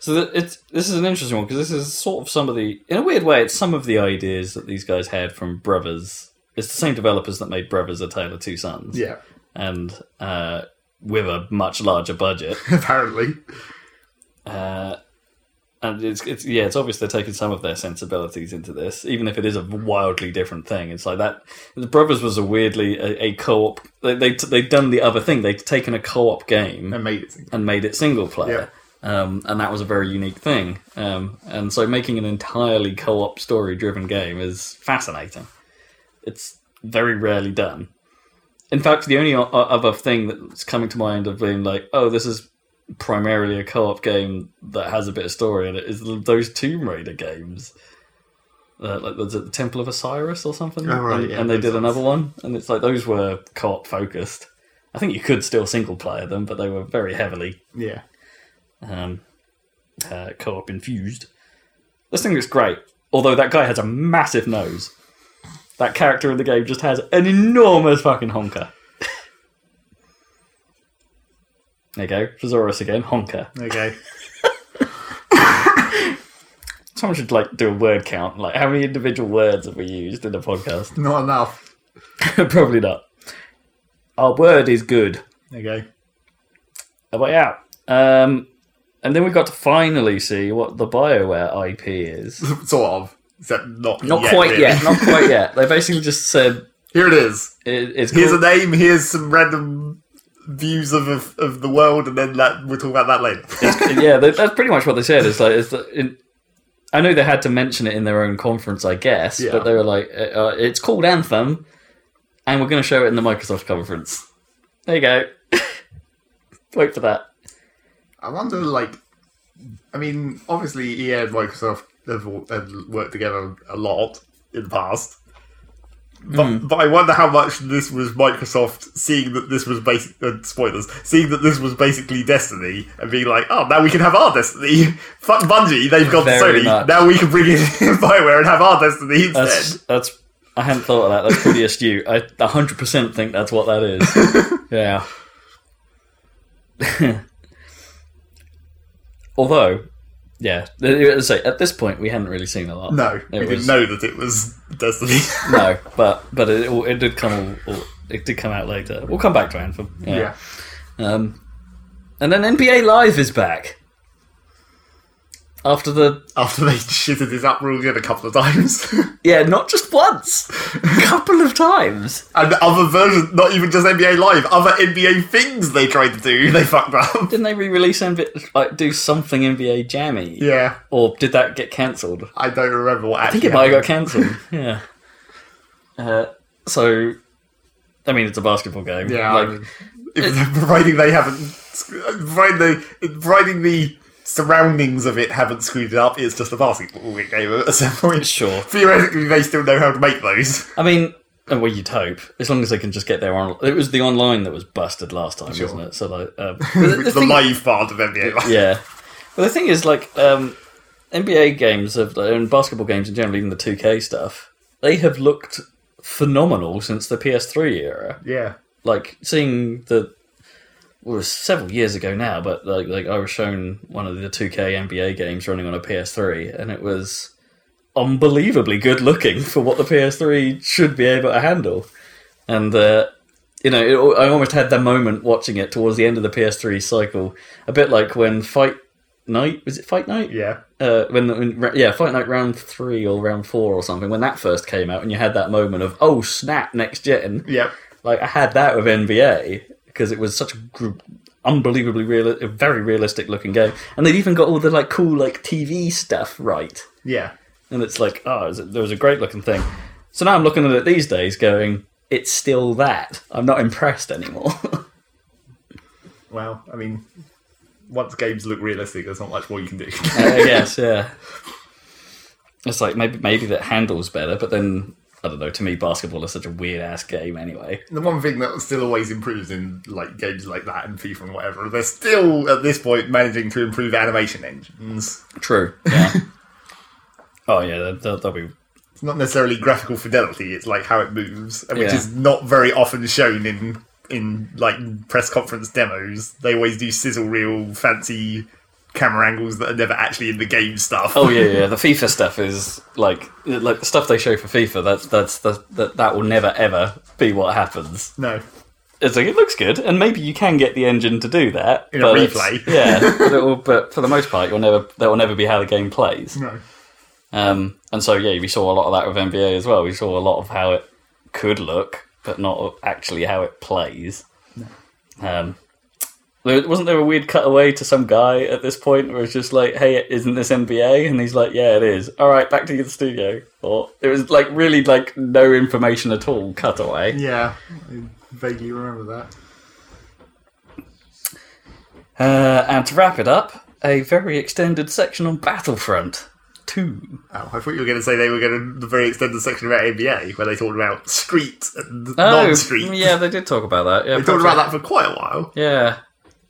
C: So th it's this is an interesting one because this is sort of some of the in a weird way it's some of the ideas that these guys had from Brothers. It's the same developers that made Brothers: A Tale of Two Sons,
B: Yeah,
C: and uh, with a much larger budget.
B: apparently.
C: uh, and it's, it's yeah, it's obvious they're taking some of their sensibilities into this, even if it is a wildly different thing. It's like that. The Brothers was a weirdly a, a co-op. They they they'd done the other thing. They'd taken a co-op game
B: Amazing.
C: and made it single player. Um, and that was a very unique thing. Um, and so making an entirely co op story driven game is fascinating. It's very rarely done. In fact, the only o- other thing that's coming to mind of being like, oh, this is primarily a co op game that has a bit of story in it is those Tomb Raider games. Uh, like was it the Temple of Osiris or something?
B: Oh, right,
C: and,
B: yeah,
C: and they
B: makes
C: did
B: sense.
C: another one, and it's like those were co op focused. I think you could still single player them, but they were very heavily
B: Yeah.
C: um, uh, co op infused. This thing looks great, although that guy has a massive nose. That character in the game just has an enormous fucking honker. there you go, Thesaurus again, honker.
B: Okay.
C: Someone should like do a word count, like how many individual words have we used in the podcast?
B: Not enough.
C: Probably not. Our word is good.
B: Okay.
C: Away out. Um, and then we got to finally see what the Bioware IP is.
B: sort of. Except not
C: Not
B: yet,
C: quite
B: really.
C: yet. Not quite yet. They basically just said
B: Here it is.
C: it, it's
B: Here's a
C: called-
B: name. Here's some random views of of, of the world, and then that we'll talk about that later.
C: yeah. That, that's pretty much what they said. It's like it's the, it, I know they had to mention it in their own conference, I guess,
B: Yeah.
C: but they were like, uh, uh, "It's called Anthem, and we're going to show it in the Microsoft conference." There you go. Wait for that.
B: I wonder, like, I mean, obviously, EA and Microsoft have, all- have worked together a lot in the past, but
C: Hmm.
B: but I wonder how much this was Microsoft seeing that this was basic uh, spoilers, seeing that this was basically Destiny, and being like, oh, now we can have our Destiny. Fuck Bungie, they've gone
C: Very
B: to Sony.
C: much.
B: Now we can bring in Bioware and have our Destiny instead.
C: That's that's. I hadn't thought of that. That's pretty astute. I 100% think that's what that is. yeah. Although, yeah, as I say, at this point we hadn't really seen a lot.
B: No, we
C: It
B: didn't
C: was-
B: know that it was Destiny.
C: no, but but it, all- it did come. all- all- It did come out later. We'll come back to Anthem. Yeah. Um, and then NBA Live is back after the
B: After they shitted his up real good a couple of times.
C: yeah, not just once, a couple of times.
B: and other versions, not even just NBA Live, other NBA things they tried to do, they fucked up.
C: Didn't they re-release NBA, like do something NBA Jammy?
B: Yeah,
C: Or did that get cancelled? I
B: I don't remember what actually
C: think it might have got
B: happened.
C: cancelled. yeah. Uh, so, I mean, it's a basketball game.
B: Yeah, I
C: Like,
B: mean, if, providing they haven't, providing the, providing the surroundings of it haven't screwed it up, it's just a basketball game at some point.
C: Sure.
B: Theoretically, they still know how to make those.
C: I mean, uh, well, you'd hope as long as they can just get their on. It was the online that was busted last time, wasn't it? So like, um, but the,
B: The,
C: the thing-
B: live part of NBA Live.
C: yeah. But the thing is, like, um, NBA games have, and basketball games in general, even the two K stuff, they have looked phenomenal since the PS3 era.
B: Yeah.
C: like seeing the well, it was several years ago now, but like like I was shown one of the 2K NBA games running on a PS3, and it was unbelievably good looking for what the PS3 should be able to handle. And uh, you know, it, al- I almost had that moment watching it towards the end of the PS3 cycle, a bit like when Fight Night was it Fight Night?
B: Yeah.
C: uh, when, when yeah, Fight Night round three or round four or something when that first came out, and you had that moment of oh snap, next gen
B: Yep.
C: like I had that with NBA because it was such a gr- unbelievably real, a very realistic looking game, and they'd even got all the like cool like TV stuff right,
B: Yeah.
C: and it's like oh, it was a, there was a great looking thing. So now I'm looking at it these days, going, it's still that. I'm not impressed anymore.
B: Well, I mean, once games look realistic, there's not much more you can do.
C: I guess, yeah. It's like maybe maybe that handles better, but then I don't know. To me, basketball is such a weird ass game anyway.
B: the one thing that still always improves in like games like that and FIFA and whatever, they're still at this point managing to improve animation engines.
C: True. Yeah. oh yeah, that- that- that'll be
B: It's not necessarily graphical fidelity; it's like how it moves, and which
C: Yeah.
B: is not very often shown in in like press conference demos. They always do sizzle reel, fancy camera angles that are never actually in the game stuff.
C: Oh yeah, yeah. The FIFA stuff is like like the stuff they show for FIFA. That's that's that that, that will never ever be what happens.
B: no.
C: It's like it looks good, and maybe you can get the engine to do that
B: In a
C: but it's-
B: replay.
C: yeah, but, it will, but for the most part, you'll never that will never be how the game plays.
B: No.
C: Um, and so yeah, we saw a lot of that with NBA as well. We saw a lot of how it could look, but not actually how it plays. Um, there, wasn't there a weird cutaway to some guy at this point where it's just like, "Hey, isn't this NBA?" And he's like, "Yeah, it is." All right, back to your studio. Or it was like really like no information at all cutaway.
B: Yeah, I vaguely remember that.
C: Uh, and to wrap it up, a very extended section on Battlefront Two.
B: Oh, I thought you were going to say they were going to the very extended section about ABA where they talked about street and non-street.
C: Oh, yeah, they did talk about that. Yeah,
B: They talked about that for quite a while,
C: Yeah,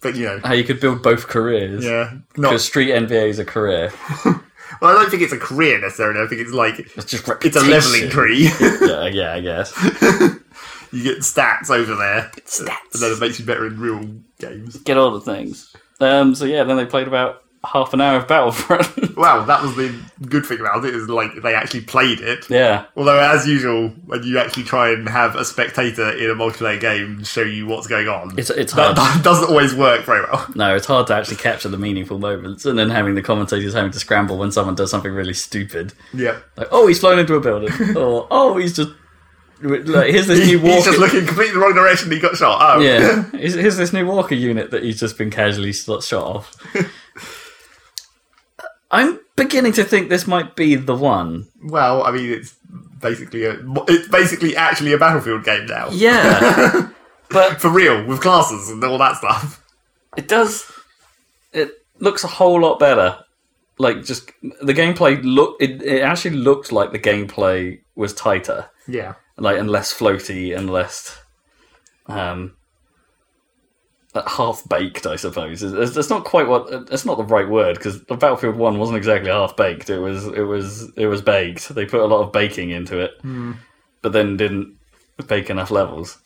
B: but you know,
C: how you could build both careers.
B: yeah,
C: Because
B: not.
C: street NBA is a career.
B: Well, I don't think it's a career necessarily. I think it's like
C: It's just
B: it's a
C: reputation.
B: leveling tree.
C: yeah, yeah, I guess.
B: you get stats over there,
C: stats.
B: and then it makes you better in real games.
C: Get all the things. Um, so yeah, then they played about half an hour of Battlefront.
B: Well, that was the good thing about it is like they actually played it.
C: yeah,
B: Although, as usual, when you actually try and have a spectator in a multiplayer game show you what's going on,
C: it's it's
B: that,
C: hard.
B: that doesn't always work very well.
C: No, it's hard to actually capture the meaningful moments, and then having the commentators having to scramble when someone does something really stupid,
B: Yeah,
C: like oh he's flown into a building, or oh he's just like here's this
B: he,
C: new walker.
B: he's just looking completely the wrong direction. He got shot. Oh,
C: yeah, here's, here's this new walker unit that he's just been casually sl- shot off. I'm beginning to think this might be the one.
B: Well, I mean, it's basically a, it's basically actually a battlefield game now.
C: Yeah, but
B: For real, with classes and all that stuff.
C: it does it looks a whole lot better like just the gameplay look it, it actually looked like the gameplay was tighter
B: Yeah.
C: like and less floaty and less um half baked i suppose it's, it's not quite what it's not the right word because the battlefield one wasn't exactly half baked it was it was it was baked they put a lot of baking into it but then didn't bake enough levels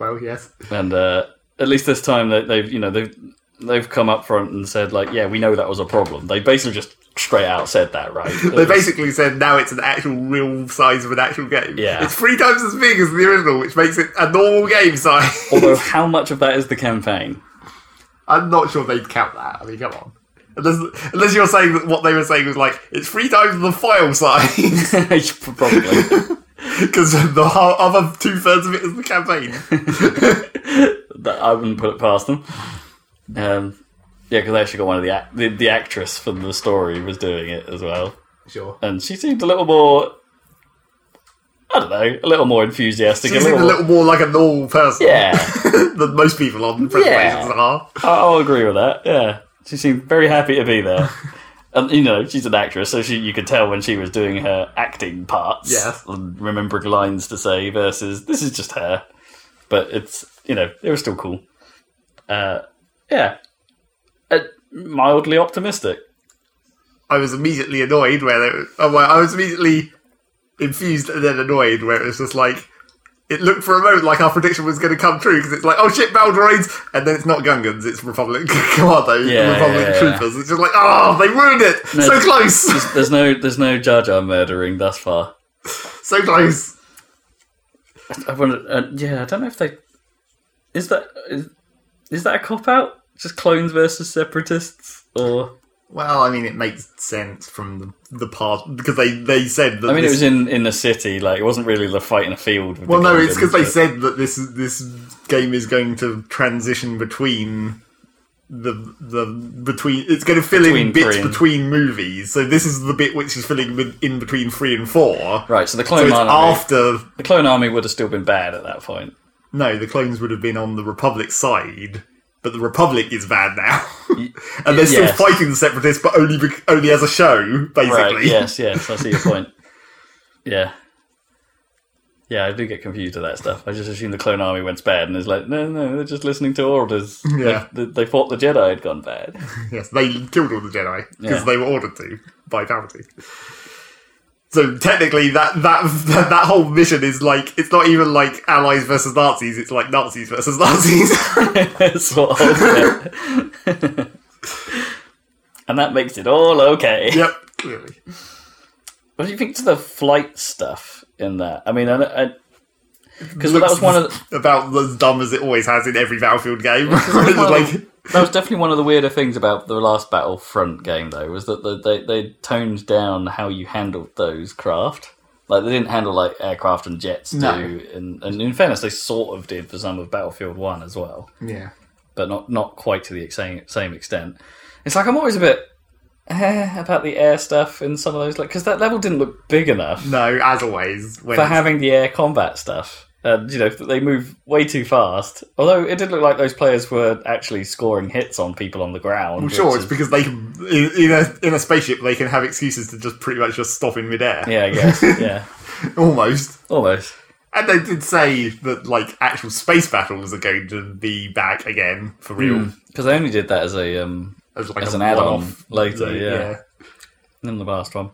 B: Well, yes.
C: and uh, at least this time they, they've you know they've they've come up front and said like yeah we know that was a problem they basically just straight out said that right
B: They basically said now it's an actual real size of an actual game.
C: Yeah.
B: It's three times as big as the original, which makes it a normal game size.
C: although Uh, how much of that is the campaign
B: I'm not sure they'd count that. I mean, come on. Unless, unless you're saying that what they were saying was like, it's three times the file size,
C: probably
B: because the ho- other two thirds of it is the campaign.
C: that I wouldn't put it past them um, yeah because they actually got one of the, act- the the actress from the story was doing it as well
B: Sure.
C: and she seemed a little more I don't know a little more enthusiastic
B: She
C: a little,
B: seemed a little more like a normal person
C: yeah
B: than most people on presentations are.
C: I- I'll agree with that. Yeah, she seemed very happy to be there, and you know she's an actress, so she you could tell when she was doing her acting parts,
B: Yes.
C: and remembering lines to say versus this is just her. But it's you know it was still cool. Uh, yeah, uh, mildly optimistic.
B: I was immediately annoyed where they, oh, well, I was immediately infused and then annoyed where it was just like it looked for a moment like our prediction was going to come true because it's like oh shit Baldroids and then it's not Gungans it's Republic Commando
C: Yeah,
B: Republic
C: yeah, yeah.
B: Troopers it's just like oh they ruined it
C: No,
B: so
C: it's-
B: close
C: There's no there's no Jar Jar murdering thus far.
B: so close
C: I wonder, uh, yeah, I don't know if they is that is, is that a cop out? Just clones versus separatists, or
B: well I mean it makes sense from the, the part because they they said that
C: I mean, it
B: this-
C: was in in the city. Like, it wasn't really the fight in a field. With
B: well
C: the
B: no it's
C: Gungans,
B: because they
C: but-
B: said that this this game is going to transition between the the between it's going to fill in
C: Between
B: bits
C: three and-
B: between movies so this is the bit which is filling with- in between three and four
C: right. So the
B: so
C: clone
B: it's
C: army,
B: after
C: the clone army would have still been bad at that point.
B: no the clones would have been on the republic side but the republic is bad now and they're
C: yes.
B: still fighting the separatists but only bec- only as a show basically
C: Right? Yes. Yes. I see your point. Yeah. Yeah, I do get confused with that stuff. I just assume the clone army went bad, and it's like, no, no, they're just listening to orders.
B: Yeah.
C: They, they, they thought the Jedi had gone bad.
B: Yes, they killed all the Jedi because
C: Yeah.
B: they were ordered to by Palpatine. So technically, that, that that that whole mission is like it's not even like allies versus Nazis; it's like Nazis versus Nazis.
C: sort of. yeah. and that makes it all okay.
B: yep, clearly.
C: What do you think to the flight stuff in that? I mean, I. Because that
B: Looks
C: was one of the,
B: about as dumb as it always has in every battlefield game. It's
C: Well,
B: like,
C: that was definitely one of the weirder things about the last Battlefront game, though, was that the, they they toned down how you handled those craft. Like they didn't handle like aircraft and jets do,
B: No.
C: and, and in fairness, they sort of did for some of Battlefield One as well,
B: yeah,
C: but not not quite to the ex- same same extent. It's like I'm always a bit eh, about the air stuff in some of those, like because that level didn't look big enough
B: no, as always. When
C: for
B: it's-
C: having the air combat stuff. And you know they move way too fast. Although it did look like those players were actually scoring hits on people on the ground.
B: well, sure,
C: which
B: it's
C: is-
B: because they can in, in a in a spaceship they can have excuses to just pretty much just stop in midair,
C: yeah, I guess yeah,
B: almost.
C: almost.
B: And they did say that like actual space battles are going to be back again for real
C: Because they only did that as a um
B: as like
C: Hmm. as
B: a
C: an add-on
B: one-off.
C: later. Yeah, in the last one.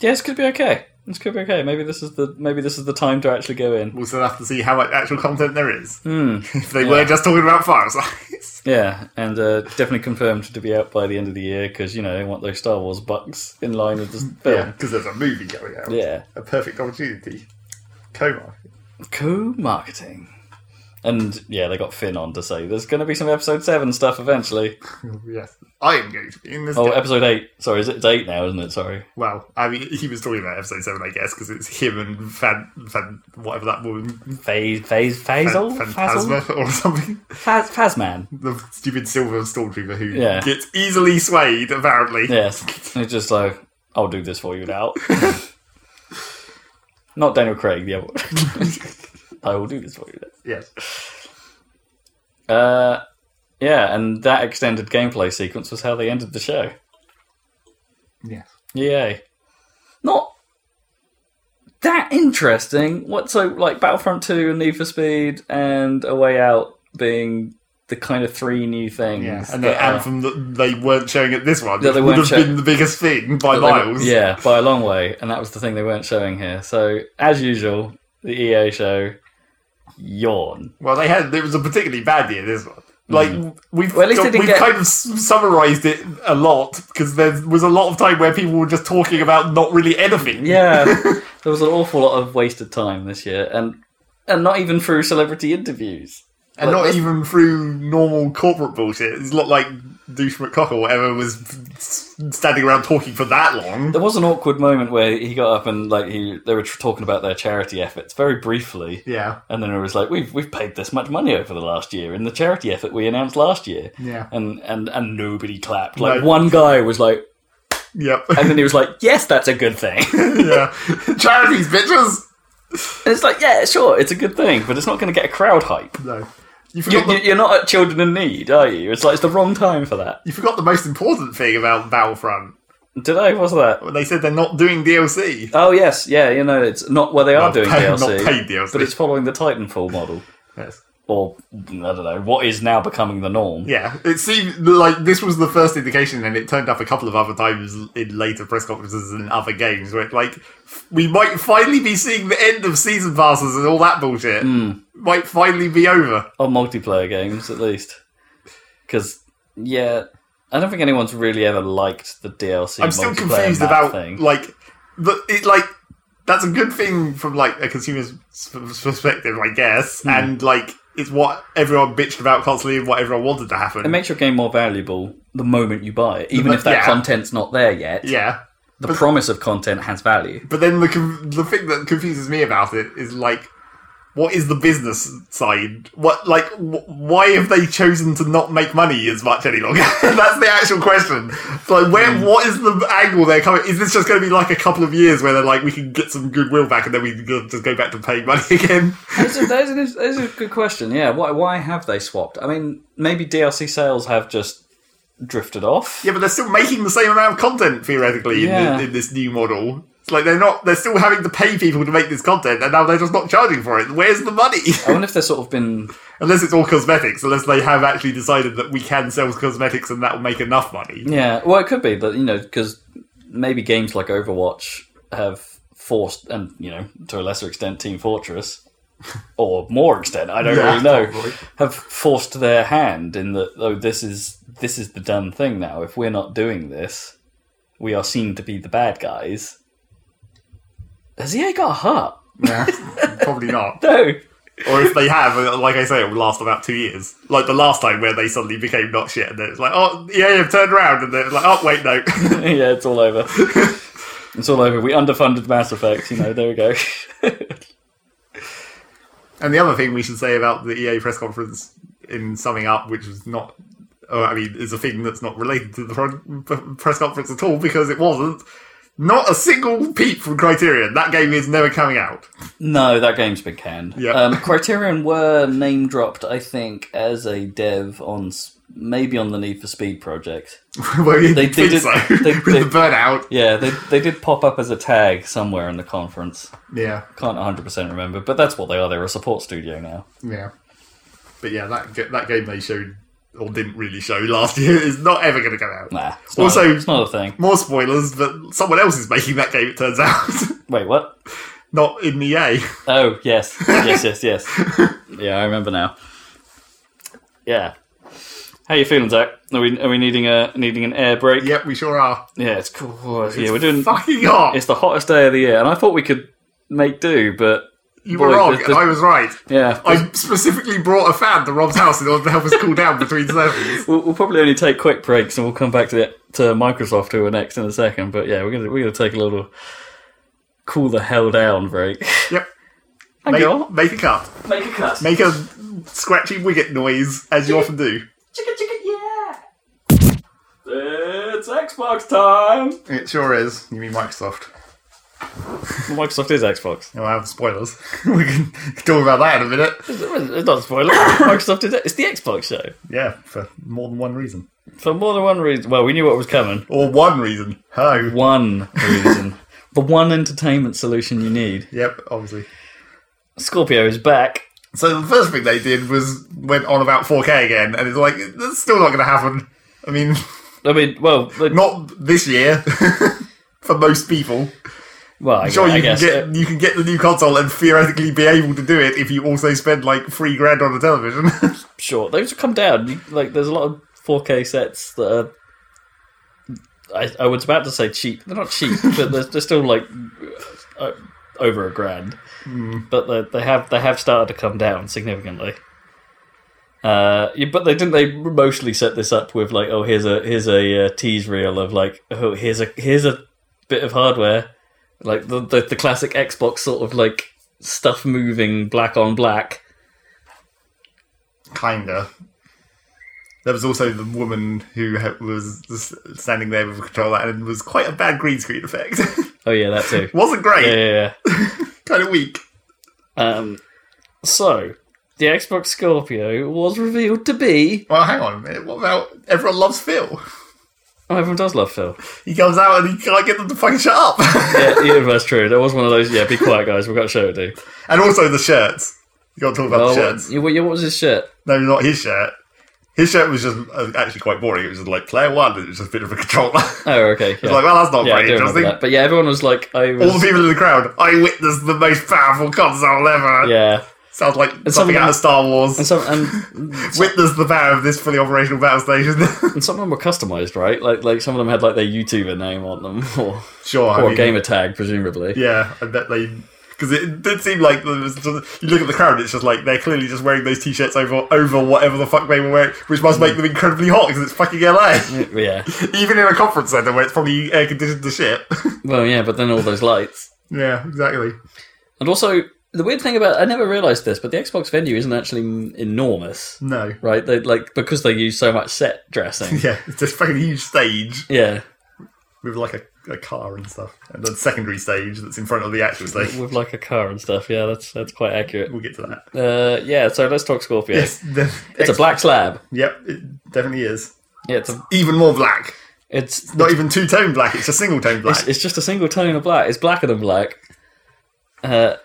C: Yeah, this could be okay. This could be okay. Maybe this is the maybe this is the time to actually go in.
B: We'll still have to see how much actual content there is.
C: Hmm.
B: If they were just talking about fire size.
A: release.
C: Yeah, and uh, definitely confirmed to be out by the end of the year because you know they want those Star Wars bucks in line with the
B: Yeah,
C: film.
B: because there's a movie going out.
C: Yeah,
B: A perfect opportunity. Coma.
C: co-marketing, and yeah, they got Finn on to say there's going to be some Episode Seven stuff eventually.
B: Yes. I am going to be in this.
C: Oh,
B: game.
C: Episode Eight. Sorry, is it it's eight now? Isn't it? Sorry.
B: well, I mean, he was talking about episode 7, I guess, because it's him and Fan, Fan, whatever that woman,
C: Phase, phase, phase,
B: Fan,
C: old
B: Phantasma or something.
C: Phaz, Phazman.
B: The stupid silver stormtrooper who
C: Yeah.
B: gets easily swayed, apparently.
C: Yes, and it's just like I'll do this for you now. Not Daniel Craig, the other one. I will do this for you. Now.
B: Yes.
C: Uh, yeah, and that extended gameplay sequence was how they ended the show.
B: Yes.
C: Yay! Not that interesting. What so like Battlefront Two and Need for Speed and A Way Out being the kind of three new things.
B: Yeah, and the
C: that are-
B: anthem that they weren't showing at this one
C: That Uh, they
B: would have
C: weren't showing-
B: been the biggest thing by
C: that they-
B: miles.
C: yeah, by a long way, and that was the thing they weren't showing here. So as usual, the EA show yawn.
B: Well, they had. It was a particularly bad year. This one. Like we've
C: Mm. Well, at least they didn't
B: we've
C: get-
B: kind of s- summarized it a lot because there was a lot of time where people were just talking about not really anything.
C: Yeah, there was an awful lot of wasted time this year, and and not even through celebrity interviews.
B: and
C: Like,
B: not
C: this-
B: even through normal corporate bullshit. It's not like douche McCock or whatever was s- standing around talking for that long.
C: There was an awkward moment where he got up and like he they were tr- talking about their charity efforts very briefly,
B: Yeah,
C: and then it was like we've we've paid this much money over the last year in the charity effort we announced last year,
B: yeah,
C: and and and nobody clapped. Like
B: No.
C: one guy was like,
B: yep,
C: and then he was like, yes, that's a good thing. and
B: yeah. Charities, bitches.
C: it's like, yeah, sure, it's a good thing, but it's not going to get a crowd hype.
B: No, you
C: You,
B: forgot.
C: you,
B: the,
C: you're not at children in need, are you? It's like it's the wrong time for that.
B: you forgot the most important thing about Battlefront.
C: Did I? Was that?
B: They said they're not doing DLC.
C: Oh yes, yeah, you know it's not well they are
B: Not
C: doing
B: paid-
C: DLC,
B: not paid DLC.
C: but it's following the Titanfall model,
B: Yes.
C: or I don't know what is now becoming the norm.
B: Yeah, it seemed like this was the first indication, and it turned up a couple of other times in later press conferences and other games where, it, like, f- we might finally be seeing the end of season passes and all that bullshit.
C: Hmm.
B: Might finally be over.
C: Or multiplayer games at least, because yeah, I don't think anyone's really ever liked the DLC.
B: I'm still
C: multiplayer
B: confused
C: map
B: about
C: thing.
B: like the it like that's a good thing from like a consumer's s- perspective, I
C: Hmm.
B: guess, and like it's what everyone bitched about constantly and what everyone wanted to happen.
C: it makes your game more valuable the moment you buy it, even
B: mo-
C: if that
B: yeah.
C: content's not there yet.
B: yeah,
C: the promise of content has value.
B: But then the com- the thing that confuses me about it is like, what is the business side? What like wh- why have they chosen to not make money as much any longer? That's the actual question. It's like, where what is the angle they're coming? Is this just going to be like a couple of years where they're like, we can get some goodwill back and then we can just go back to paying money again?
C: That's a, that's, a, that's a good question. Yeah, why why have they swapped? I mean, maybe DLC sales have just drifted off.
B: yeah, but they're still making the same amount of content theoretically in,
C: Yeah.
B: the, in this new model. It's like they're not they're still having to pay people to make this content, and now they're just not charging for it. Where's the money?
C: I wonder if they've sort of been.
B: Unless it's all cosmetics, unless they have actually decided that we can sell cosmetics and that will make enough money.
C: Yeah, well, it could be, but you know, because maybe games like Overwatch have forced, and you know, to a lesser extent, Team Fortress, or more extent, I don't
B: Yeah,
C: really know,
B: probably.
C: have forced their hand in that. Oh, this is this is the done thing now. If we're not doing this, we are seen to be the bad guys. Has EA got a heart?
B: Probably not.
C: No.
B: Or if they have, uh, like I say, it will last about two years. Like the last time where they suddenly became not shit and then it's like, oh, yeah, you've turned around. And then it's like, oh, wait, no.
C: yeah, it's all over. it's all over. We underfunded Mass Effect. You know, there we go.
B: and the other thing we should say about the EA press conference in summing up, which was not, oh, I mean, is a thing that's not related to the pro- p- press conference at all because it wasn't. Not a single peep from Criterion. That game is never coming out.
C: No, that game's been canned.
B: Yeah.
C: Um, Criterion were name dropped, I think, as a dev on s- maybe on the Need for Speed project.
B: well, you they,
C: They- they
B: think
C: did-
B: so.
C: they-
B: With
C: they-
B: the burnout.
C: Yeah, they they did pop up as a tag somewhere in the conference.
B: Yeah.
C: Can't one hundred percent remember, but that's what they are. They're a support studio now.
B: Yeah, but yeah, that ga- that game they showed or didn't really show last year is not ever going to come out.
C: Nah. It's not
B: Also-
C: a, it's not a thing.
B: More spoilers, but someone else is making that game. It turns out,
C: Wait, what?
B: not in EA.
C: Oh yes, yes, yes, yes. yeah, I remember now. Yeah. How you feeling, Zach? Are we are we needing a needing an air break?
B: Yep, we sure are.
C: Yeah, it's cool. Oh,
B: It's
C: yeah, we're doing.
B: fucking hot.
C: It's the hottest day of the year, and I thought we could make do, but
B: you were
C: boy,
B: wrong.
C: there's- there's-
B: I was right.
C: yeah,
B: I specifically brought a fan to Rob's house in order to help us cool down between sessions.
C: we'll, we'll probably only take quick breaks, and we'll come back to the, to Microsoft who are next in a second. But yeah, we're gonna we're gonna take a little cool the hell down break.
B: Yep.
C: Hang
B: Make,
C: on,
B: make a cut.
C: make a cut.
B: Make a scratchy wicket noise, as you often do.
C: Chicka chicka yeah. It's Xbox time.
B: It sure is. You mean Microsoft?
C: Microsoft is Xbox.
B: You'll have spoilers. we can talk about that in a minute.
C: It's not a spoiler. Microsoft is it's the Xbox show
B: Yeah, for more than one reason.
C: for more than one reason. Well, we knew what was coming.
B: Or one reason. Hello.
C: One reason. The one entertainment solution you need.
B: Yep, obviously.
C: Scorpio is back.
B: So the first thing they did was went on about 4K again, and it's like, that's still not going to happen. I mean,
C: I mean, well, but-
B: not this year. For most people,
C: well, I,
B: sure
C: I
B: you can
C: guess uh,
B: get you can get the new console and theoretically be able to do it if you also spend like three grand on a television.
C: uh, sure those have come down. You- Like, there's a lot of 4K sets that are. I, I was about to say cheap. They're not cheap, but they're, they're still like uh, over a grand. But they, they have they have started to come down significantly. Uh, yeah, but they didn't. They mostly set this up with like, oh, here's a here's a uh, tease reel of like, oh, here's a here's a bit of hardware, like the the, the classic Xbox sort of like stuff moving black on black.
B: Kinda. There was also the woman who ha- was s- standing there with a controller and was quite a bad green screen effect.
C: Oh yeah, that too.
B: Wasn't great.
C: yeah, yeah, yeah.
B: Kind of weak.
C: Um, so the Xbox Scorpio was revealed to be.
B: Well, hang on a minute. What about everyone loves Phil?
C: Oh, everyone does love Phil.
B: He comes out and he can't get them to fucking shut up.
C: Yeah, yeah, that's true. There was one of those. Yeah, be quiet, guys. We've got a show to do.
B: and also the shirts. You got to talk about
C: Oh,
B: the shirts.
C: yeah, what, yeah, what was his shirt?
B: No, not his shirt. His shirt was just uh, actually quite boring. It was just like player one. and It was just a bit of a controller. it's
C: Oh, okay. Yeah.
B: like, well, that's not
C: yeah, I
B: very
C: do remember
B: interesting.
C: that. But yeah, everyone was like, I was.
B: All the people in the crowd. I witnessed the most powerful console ever.
C: yeah,
B: Sounds like
C: of
B: something
C: them-
B: out of Star Wars.
C: and some and,
B: Witness the power of this fully operational battle station.
C: and some of them were customized, right? Like like some of them had like their YouTuber name on them or
B: sure, I
C: or
B: mean,
C: gamer tag, presumably.
B: yeah, I bet they because it did seem like there was just, you look at the crowd, it's just like they're clearly just wearing those t-shirts over over whatever the fuck they were wearing, which must make them incredibly hot because it's fucking LA,
C: yeah.
B: even in a conference center where it's probably air conditioned to shit.
C: Well, yeah, but then all those lights.
B: yeah, exactly.
C: And also, the weird thing about I never realized this, but the Xbox venue isn't actually m- enormous,
B: No,
C: right? They like because they use so much set dressing.
B: yeah, it's just fucking huge stage
C: yeah,
B: with like a, a car and stuff, and the secondary stage that's in front of the actual stage.
C: with like a car and stuff. Yeah, that's that's quite accurate.
B: We'll get to that.
C: Uh, yeah, so let's talk Scorpio.
B: Yes, the,
C: It's a black slab.
B: Yep, it definitely is.
C: Yeah, it's a,
B: Even more black.
C: it's
B: Not even two tone black. It's a single tone black.
C: it's, it's just a single tone of black. It's blacker than black. Uh,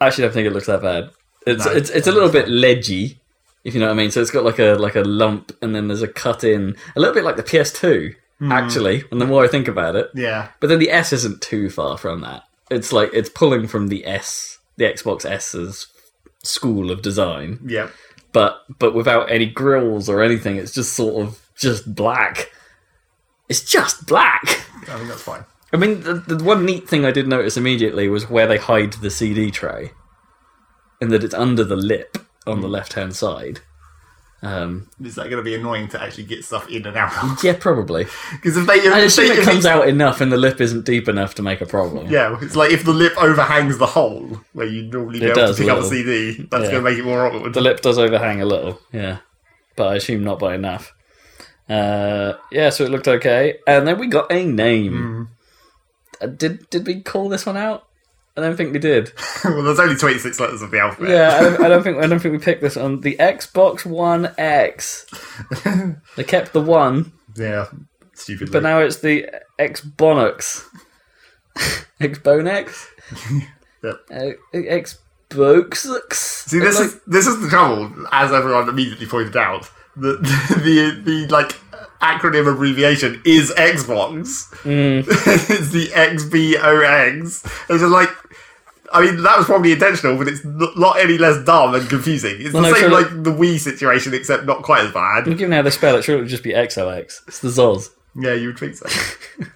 C: I actually don't think it looks that bad. It's
B: No,
C: it's it's a little bit ledgy, if you know what I mean. So it's got like a like a lump, and then there's a cut in, a little bit like the PS2
B: Hmm.
C: actually. And the more I think about it,
B: yeah,
C: but then the S isn't too far from that. It's like it's pulling from the S, the Xbox S's school of design,
B: yeah.
C: but but without any grills or anything. It's just sort of just black. It's just black.
B: I think that's fine.
C: I mean, the, the one neat thing I did notice immediately was where they hide the CD tray, and that it's under the lip on the left hand side. Um,
B: Is that going to be annoying to actually get stuff in and out?
C: yeah, probably.
B: Because if they, if
C: I
B: they-
C: assume
B: if
C: it
B: they-
C: comes out enough, and the lip isn't deep enough to make a problem.
B: yeah, it's like if the lip overhangs the hole where you normally be
C: It
B: able to
C: does a
B: pick up a
C: little.
B: CD, that's
C: Yeah.
B: going to make it more awkward.
C: The lip does overhang a little, yeah, but I assume not by enough. Uh, yeah, so it looked okay, and then we got a name.
B: Mm.
C: Uh, did did we call this one out? I don't think we did.
B: well, there's only 26 letters of the alphabet.
C: Yeah, I don't, I don't think I don't think we picked this on the Xbox One X. they kept the one,
B: yeah. Stupid.
C: but now it's the Xbonox. Xbonex.
B: Yep.
C: Uh, Xbox.
B: See, this is this is the trouble, as everyone immediately pointed out. The the the, like acronym abbreviation is
C: Mm.
B: Xbox. it's the X B O X. It's just like I mean, that was probably intentional, but it's n- not any less dumb and confusing. It's
C: Well,
B: the
C: no,
B: same
C: surely-
B: like the Wii situation, except not quite as bad.
C: Given how they spell it, surely it would just be XOX. It's the Zoz.
B: Yeah, you would think so.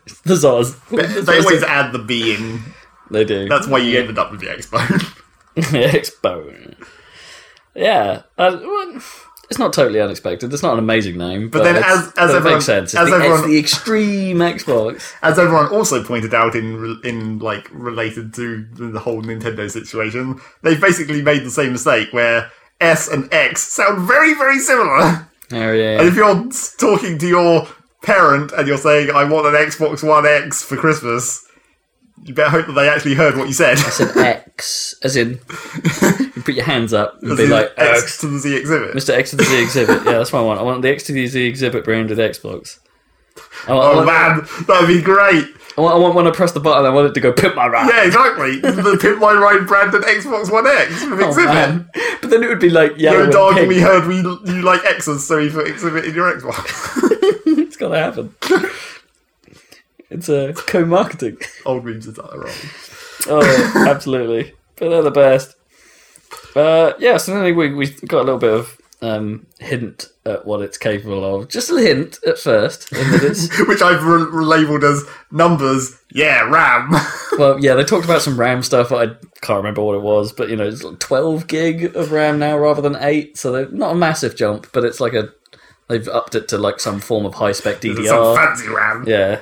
C: It's the Zoz.
B: But
C: The
B: they
C: Zoz.
B: always add the B in.
C: They do.
B: That's why you ended up with the X-Bone.
C: Expo. Yeah. Uh, well, it's not totally unexpected. It's not an amazing name, but,
B: then
C: it's-
B: as- as
C: but it
B: everyone-
C: makes sense. It's,
B: as
C: the, it's
B: everyone-
C: the extreme Xbox.
B: as everyone also pointed out in re- in like related to the whole Nintendo situation, they've basically made the same mistake where S and X sound very very similar.
C: Oh yeah.
B: And if you're s- talking to your parent and you're saying, "I want an Xbox One X for Christmas," you better hope that they actually heard what you said.
C: It's an X, as in you put your hands up and be
B: As in
C: like uh,
B: X to the Z exhibit.
C: Mr. X to the Z exhibit. Yeah, that's what I want. I want the X to the Z exhibit branded Xbox. I want, I,
B: Oh
C: want,
B: man, that'd be great.
C: I, want, I want when I press the button, I want it to go pimp my ride.
B: Yeah, exactly. the Pimp My Ride branded Xbox One X with
C: Oh,
B: exhibit.
C: man. But then it would be like yellow
B: Your
C: and
B: dog
C: pink.
B: and we heard we you like X's, so we put exhibit in your Xbox.
C: It's gotta happen. It's a uh, co-marketing.
B: Old memes is that wrong.
C: Oh, absolutely. But they're the best. Uh, yeah, so then we we got a little bit of um, hint at what it's capable of. Just a hint at first, in that it's
B: Which I've re- relabeled as numbers. Yeah, RAM.
C: Well, yeah, they talked about some RAM stuff. I can't remember what it was, but you know, it's like 12 gig of RAM now rather than eight, so they're not a massive jump, but it's like a they've upped it to like some form of high spec
B: It's Some
C: DDR.
B: fancy RAM.
C: Yeah,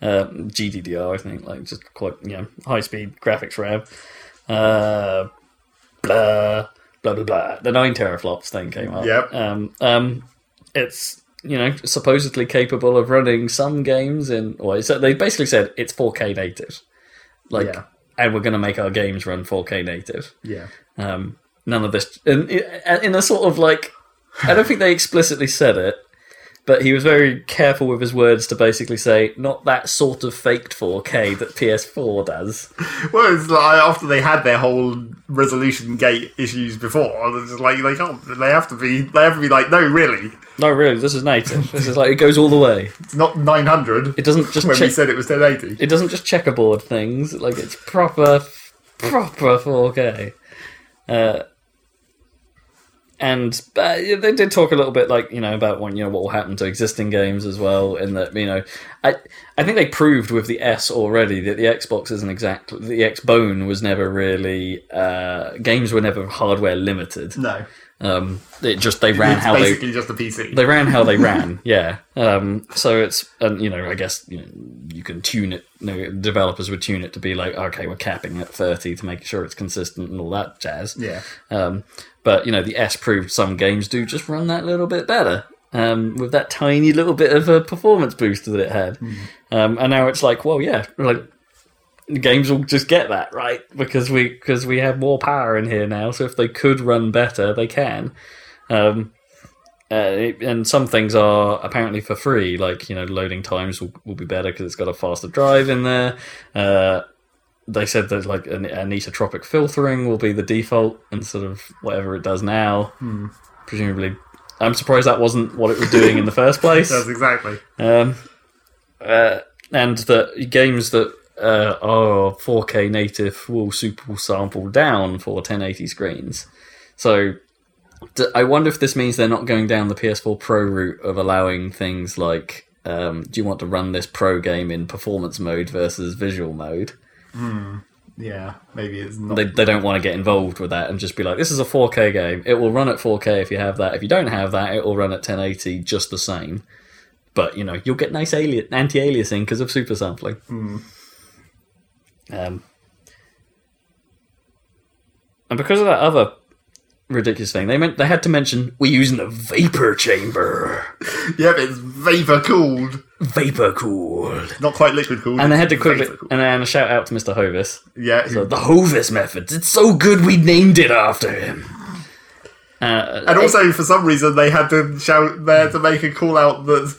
C: um, GDDR, I think, like just quite you know high speed graphics RAM. Uh, blah blah blah blah. The nine teraflops thing came up.
B: Yep.
C: Um, um, it's you know supposedly capable of running some games in. Well, so they basically said it's 4K native, like,
B: Yeah.
C: and we're going to make our games run 4K native.
B: Yeah.
C: Um, none of this, in, in a sort of like, I don't think they explicitly said it, but he was very careful with his words to basically say not that sort of faked 4K that PS4 does.
B: Well, it's like after they had their whole resolution gate issues before, it's just like they can't. They have to be. They have to be like, no, really,
C: No, really, this is native. This is like it goes all the way.
B: it's not 900
C: It doesn't just
B: when we
C: check.
B: said it was 1080.
C: It doesn't just checkerboard things. Like it's proper, proper 4K. Uh, and uh, yeah, they did talk a little bit, like you know, about when you know what will happen to existing games as well, and that you know, I I think they proved with the S already that the Xbox isn't exactly the Xbone was never really uh, games were never hardware limited.
B: No,
C: Um, it just they ran
B: it's
C: how they
B: basically just a PC.
C: they ran how they ran, yeah. Um, so it's and you know I guess you, know, you can tune it. You know, developers would tune it to be like, okay, we're capping at thirty to make sure it's consistent and all that jazz.
B: yeah,
C: Um, but you know the S proved some games do just run that little bit better um, with that tiny little bit of a performance boost that it had. Um, and now it's like, well, yeah, like the games will just get that right because we because we have more power in here now. So if they could run better, they can. Um, uh, it- and some things are apparently for free, like you know, loading times will, will be better because it's got a faster drive in there. Uh, they said that like an anisotropic filtering will be the default instead of whatever it does now. Presumably, I'm surprised that wasn't what it was doing in the first place.
B: that's exactly.
C: Um, uh, and that games that uh, are 4K native will super sample down for 1080 screens. So d- I wonder if this means they're not going down the PS4 Pro route of allowing things like, um, do you want to run this pro game in performance mode versus visual mode?
B: Yeah, maybe it's not.
C: They, they don't want to get involved with that and just be like, this is a 4K game. It will run at 4K if you have that. If you don't have that, it will run at 1080 just the same. But, you know, you'll get nice ali- anti-aliasing because of super sampling.
B: Hmm.
C: Um, and because of that other ridiculous thing, they meant they had to mention we're using the vapor chamber,
B: Yep, it's vapor cooled,
C: vapor cooled,
B: not quite liquid cooled.
C: and they had to
B: it's
C: quickly
B: vapor cooled.
C: and then a shout out to Mr. Hovis.
B: Yeah, who-
C: So the Hovis methods. It's so good we named it after him. Uh,
B: And also, for some reason, they had to shout there to make a call out that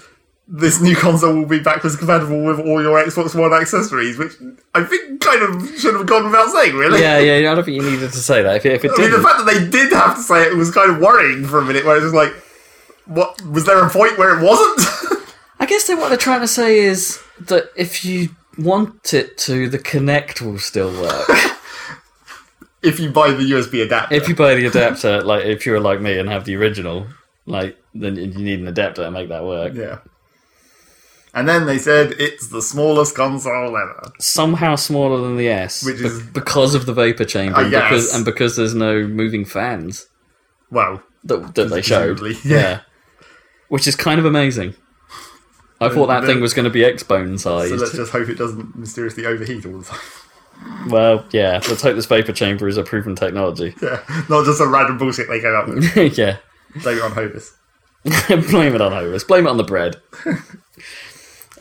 B: this new console will be backwards compatible with all your Xbox One accessories, which I think kind of should have gone without saying, really.
C: yeah, yeah, yeah, I don't think you needed to say that. If it, if it
B: I mean,
C: did,
B: the fact that they did have to say it was kind of worrying for a minute, where it was like, what? Was there a point where it wasn't?
C: I guess then what they're trying to say is that if you want it to, the Connect will still work.
B: if you buy the USB adapter.
C: If you buy the adapter, like if you're like me and have the original, like then you need an adapter to make that work.
B: yeah. And then they said it's the smallest console ever.
C: Somehow smaller than the S,
B: Which
C: be-
B: is-
C: because of the vapor chamber,
B: I
C: and because
B: guess.
C: and because there's no moving fans
B: Well,
C: that that they showed.
B: Presumably, yeah.
C: which is kind of amazing. I thought that
B: The-
C: thing was going to be Xbone
B: so
C: sized.
B: let's just hope it doesn't mysteriously overheat all the time.
C: well, yeah. Let's hope this vapor chamber is a proven technology.
B: yeah, not just some random bullshit they came up with.
C: yeah.
B: Blame it on Hobus.
C: Blame it on Hovis. Blame it on the bread.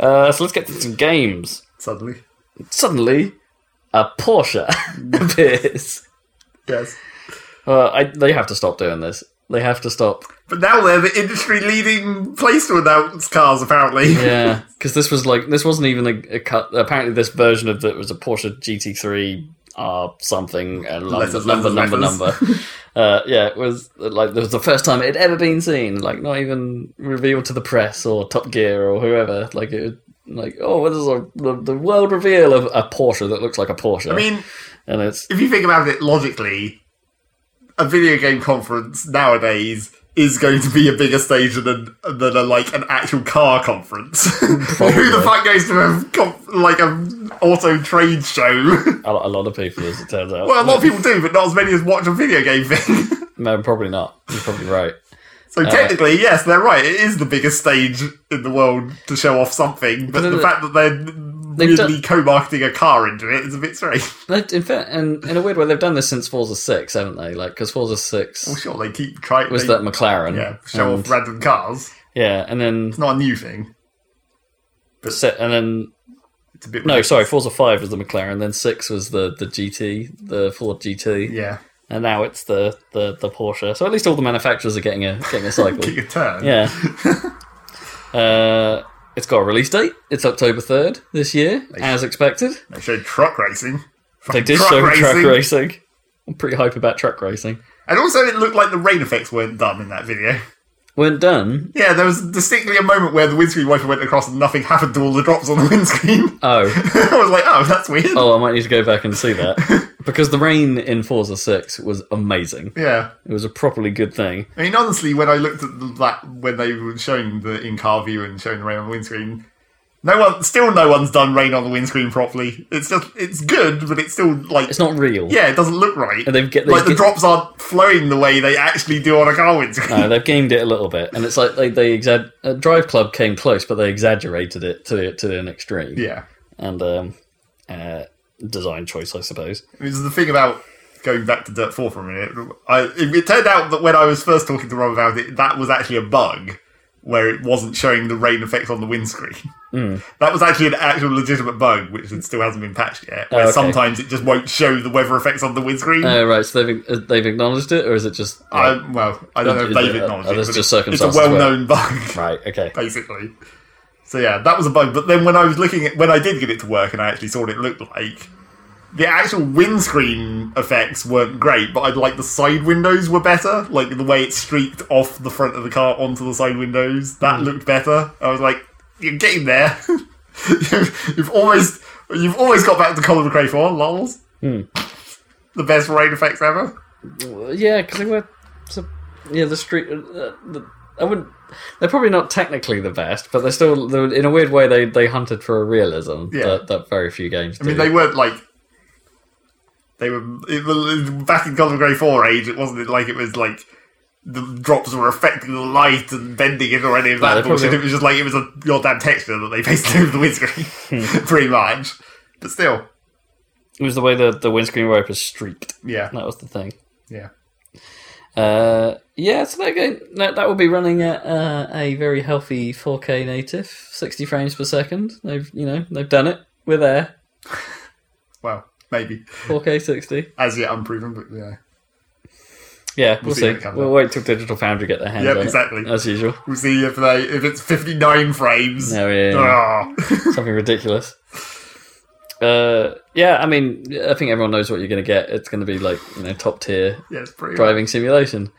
C: Uh, so let's get to some games.
B: Suddenly,
C: Suddenly, a Porsche appears.
B: yes.
C: Uh, I, they have to stop doing this. They have to stop.
B: But now they're the industry-leading place to announce cars, apparently.
C: Yeah, because this was like this wasn't even a, a cut. Apparently, this version of it was a Porsche GT3 R uh, something and number
B: Letters,
C: number
B: letters,
C: number number. uh, yeah, it was uh, like it was the first time it had ever been seen. Like not even revealed to the press or Top Gear or whoever. Like it. was Like oh, what is a, the, the world reveal of a Porsche that looks like a Porsche?
B: I mean,
C: and it's
B: if you think about it logically, a video game conference nowadays is going to be a bigger stage than than a, like an actual car conference. Who the fuck goes to a conf- like an auto trade show?
C: a, a lot of people, as it turns out.
B: well, a lot of people do, but not as many as watch a video game thing.
C: no, probably not. You're probably right.
B: so
C: Oh.
B: technically, yes, they're right. It is the biggest stage in the world to show off something, but
C: No,
B: the
C: no.
B: fact that they're
C: They've done-
B: weirdly co-marketing a car into it is a bit strange.
C: But In fact, and in a weird way, they've done this since Forza Six, haven't they? Like, because Forza
B: Well,
C: Six
B: sure, they keep trying.
C: was
B: they-
C: that McLaren,
B: yeah, show
C: and,
B: off random cars.
C: yeah, and then
B: It's not a new thing.
C: se- and then
B: It's a bit
C: no,
B: weird.
C: sorry, Forza Five was the McLaren, then Six was the the GT, the Ford GT,
B: Yeah.
C: and now it's the the the Porsche. So at least all the manufacturers are getting a getting a cycle.
B: Kick a turn.
C: yeah. Uh, it's got a release date. It's October third this year, as expected.
B: They showed truck racing.
C: They
B: Fucking
C: did show truck racing. I'm pretty hype about truck racing.
B: And also, it looked like the rain effects weren't done in that video.
C: Weren't done.
B: Yeah, there was distinctly a moment where the windscreen wiper went across and nothing happened to all the drops on the windscreen.
C: Oh.
B: I was like, oh, that's weird.
C: Oh, I might need to go back and see that because the rain in Forza Six was amazing.
B: Yeah.
C: It was a properly good thing.
B: I mean, honestly, when I looked at the, that, when they were showing the in car view and showing the rain on the windscreen, no one, still no one's done rain on the windscreen properly. It's just, it's good, but it's still like,
C: It's not real.
B: yeah, it doesn't look right.
C: And they've get they've,
B: like the
C: ga-
B: drops aren't flowing the way they actually do on a car windscreen.
C: no, Uh, they've gamed it a little bit, and it's like they they exa- uh, Drive Club came close, but they exaggerated it to to an extreme.
B: Yeah.
C: and um, uh, design choice, I suppose.
B: Which is the thing about going back to Dirt 4 for a minute. I, it, it turned out that when I was first talking to Rob about it, that was actually a bug where it wasn't showing the rain effect on the windscreen.
C: Hmm.
B: That was actually an actual legitimate bug, which it still hasn't been patched yet. Where
C: Oh, okay.
B: sometimes it just won't show the weather effects on the windscreen.
C: Oh, right. So they've uh, they've acknowledged it, or is it just uh,
B: I, well, I don't know if
C: Is
B: they've
C: it-
B: acknowledged
C: are
B: it.
C: those
B: but
C: just
B: it's- it's a
C: circumstances where-
B: well-known bug.
C: right? Okay.
B: basically. So yeah, that was a bug. But then when I was looking at when I did get it to work and I actually saw what it looked like, the actual windscreen effects weren't great, but I'd like the side windows were better. Like the way it streaked off the front of the car onto the side windows, that looked better. I was like, you're getting there. you've, you've almost you've always got back to Colin McRae for lols. The best rain effects ever.
C: Well, Yeah, because they were. So, yeah, the street. Uh, the, I wouldn't. They're probably not technically the best, but they're still they were- in a weird way. They they hunted for a realism
B: Yeah.
C: that, that very few games do.
B: I mean, they weren't like they were it, was- back in Colin Grey Four age. It wasn't like it was like the drops were affecting the light and bending it or any of
C: they
B: that
C: probably-
B: bullshit. It was just like it was a goddamn texture that they pasted over the windscreen,
C: Hmm.
B: pretty much. But still,
C: It was the way the the windscreen wipers streaked.
B: yeah,
C: That was the thing.
B: yeah.
C: Uh, yeah, so that game that, that will be running at uh, a very healthy 4K native, 60 frames per second. They've you know they've done it. We're there.
B: Well, maybe
C: 4K 60.
B: as yet unproven, but yeah,
C: Yeah, we'll,
B: see
C: see.
B: when it comes
C: We'll
B: out.
C: wait till Digital Foundry get their hands
B: Yep,
C: on it,
B: exactly.
C: as usual.
B: we'll see if they if it's fifty nine frames.
C: No, yeah.
B: Ah.
C: something ridiculous. Uh, yeah, I mean, I think everyone knows what you're going to get. It's going to be like you know top tier
B: yeah, it's pretty.
C: driving simulation.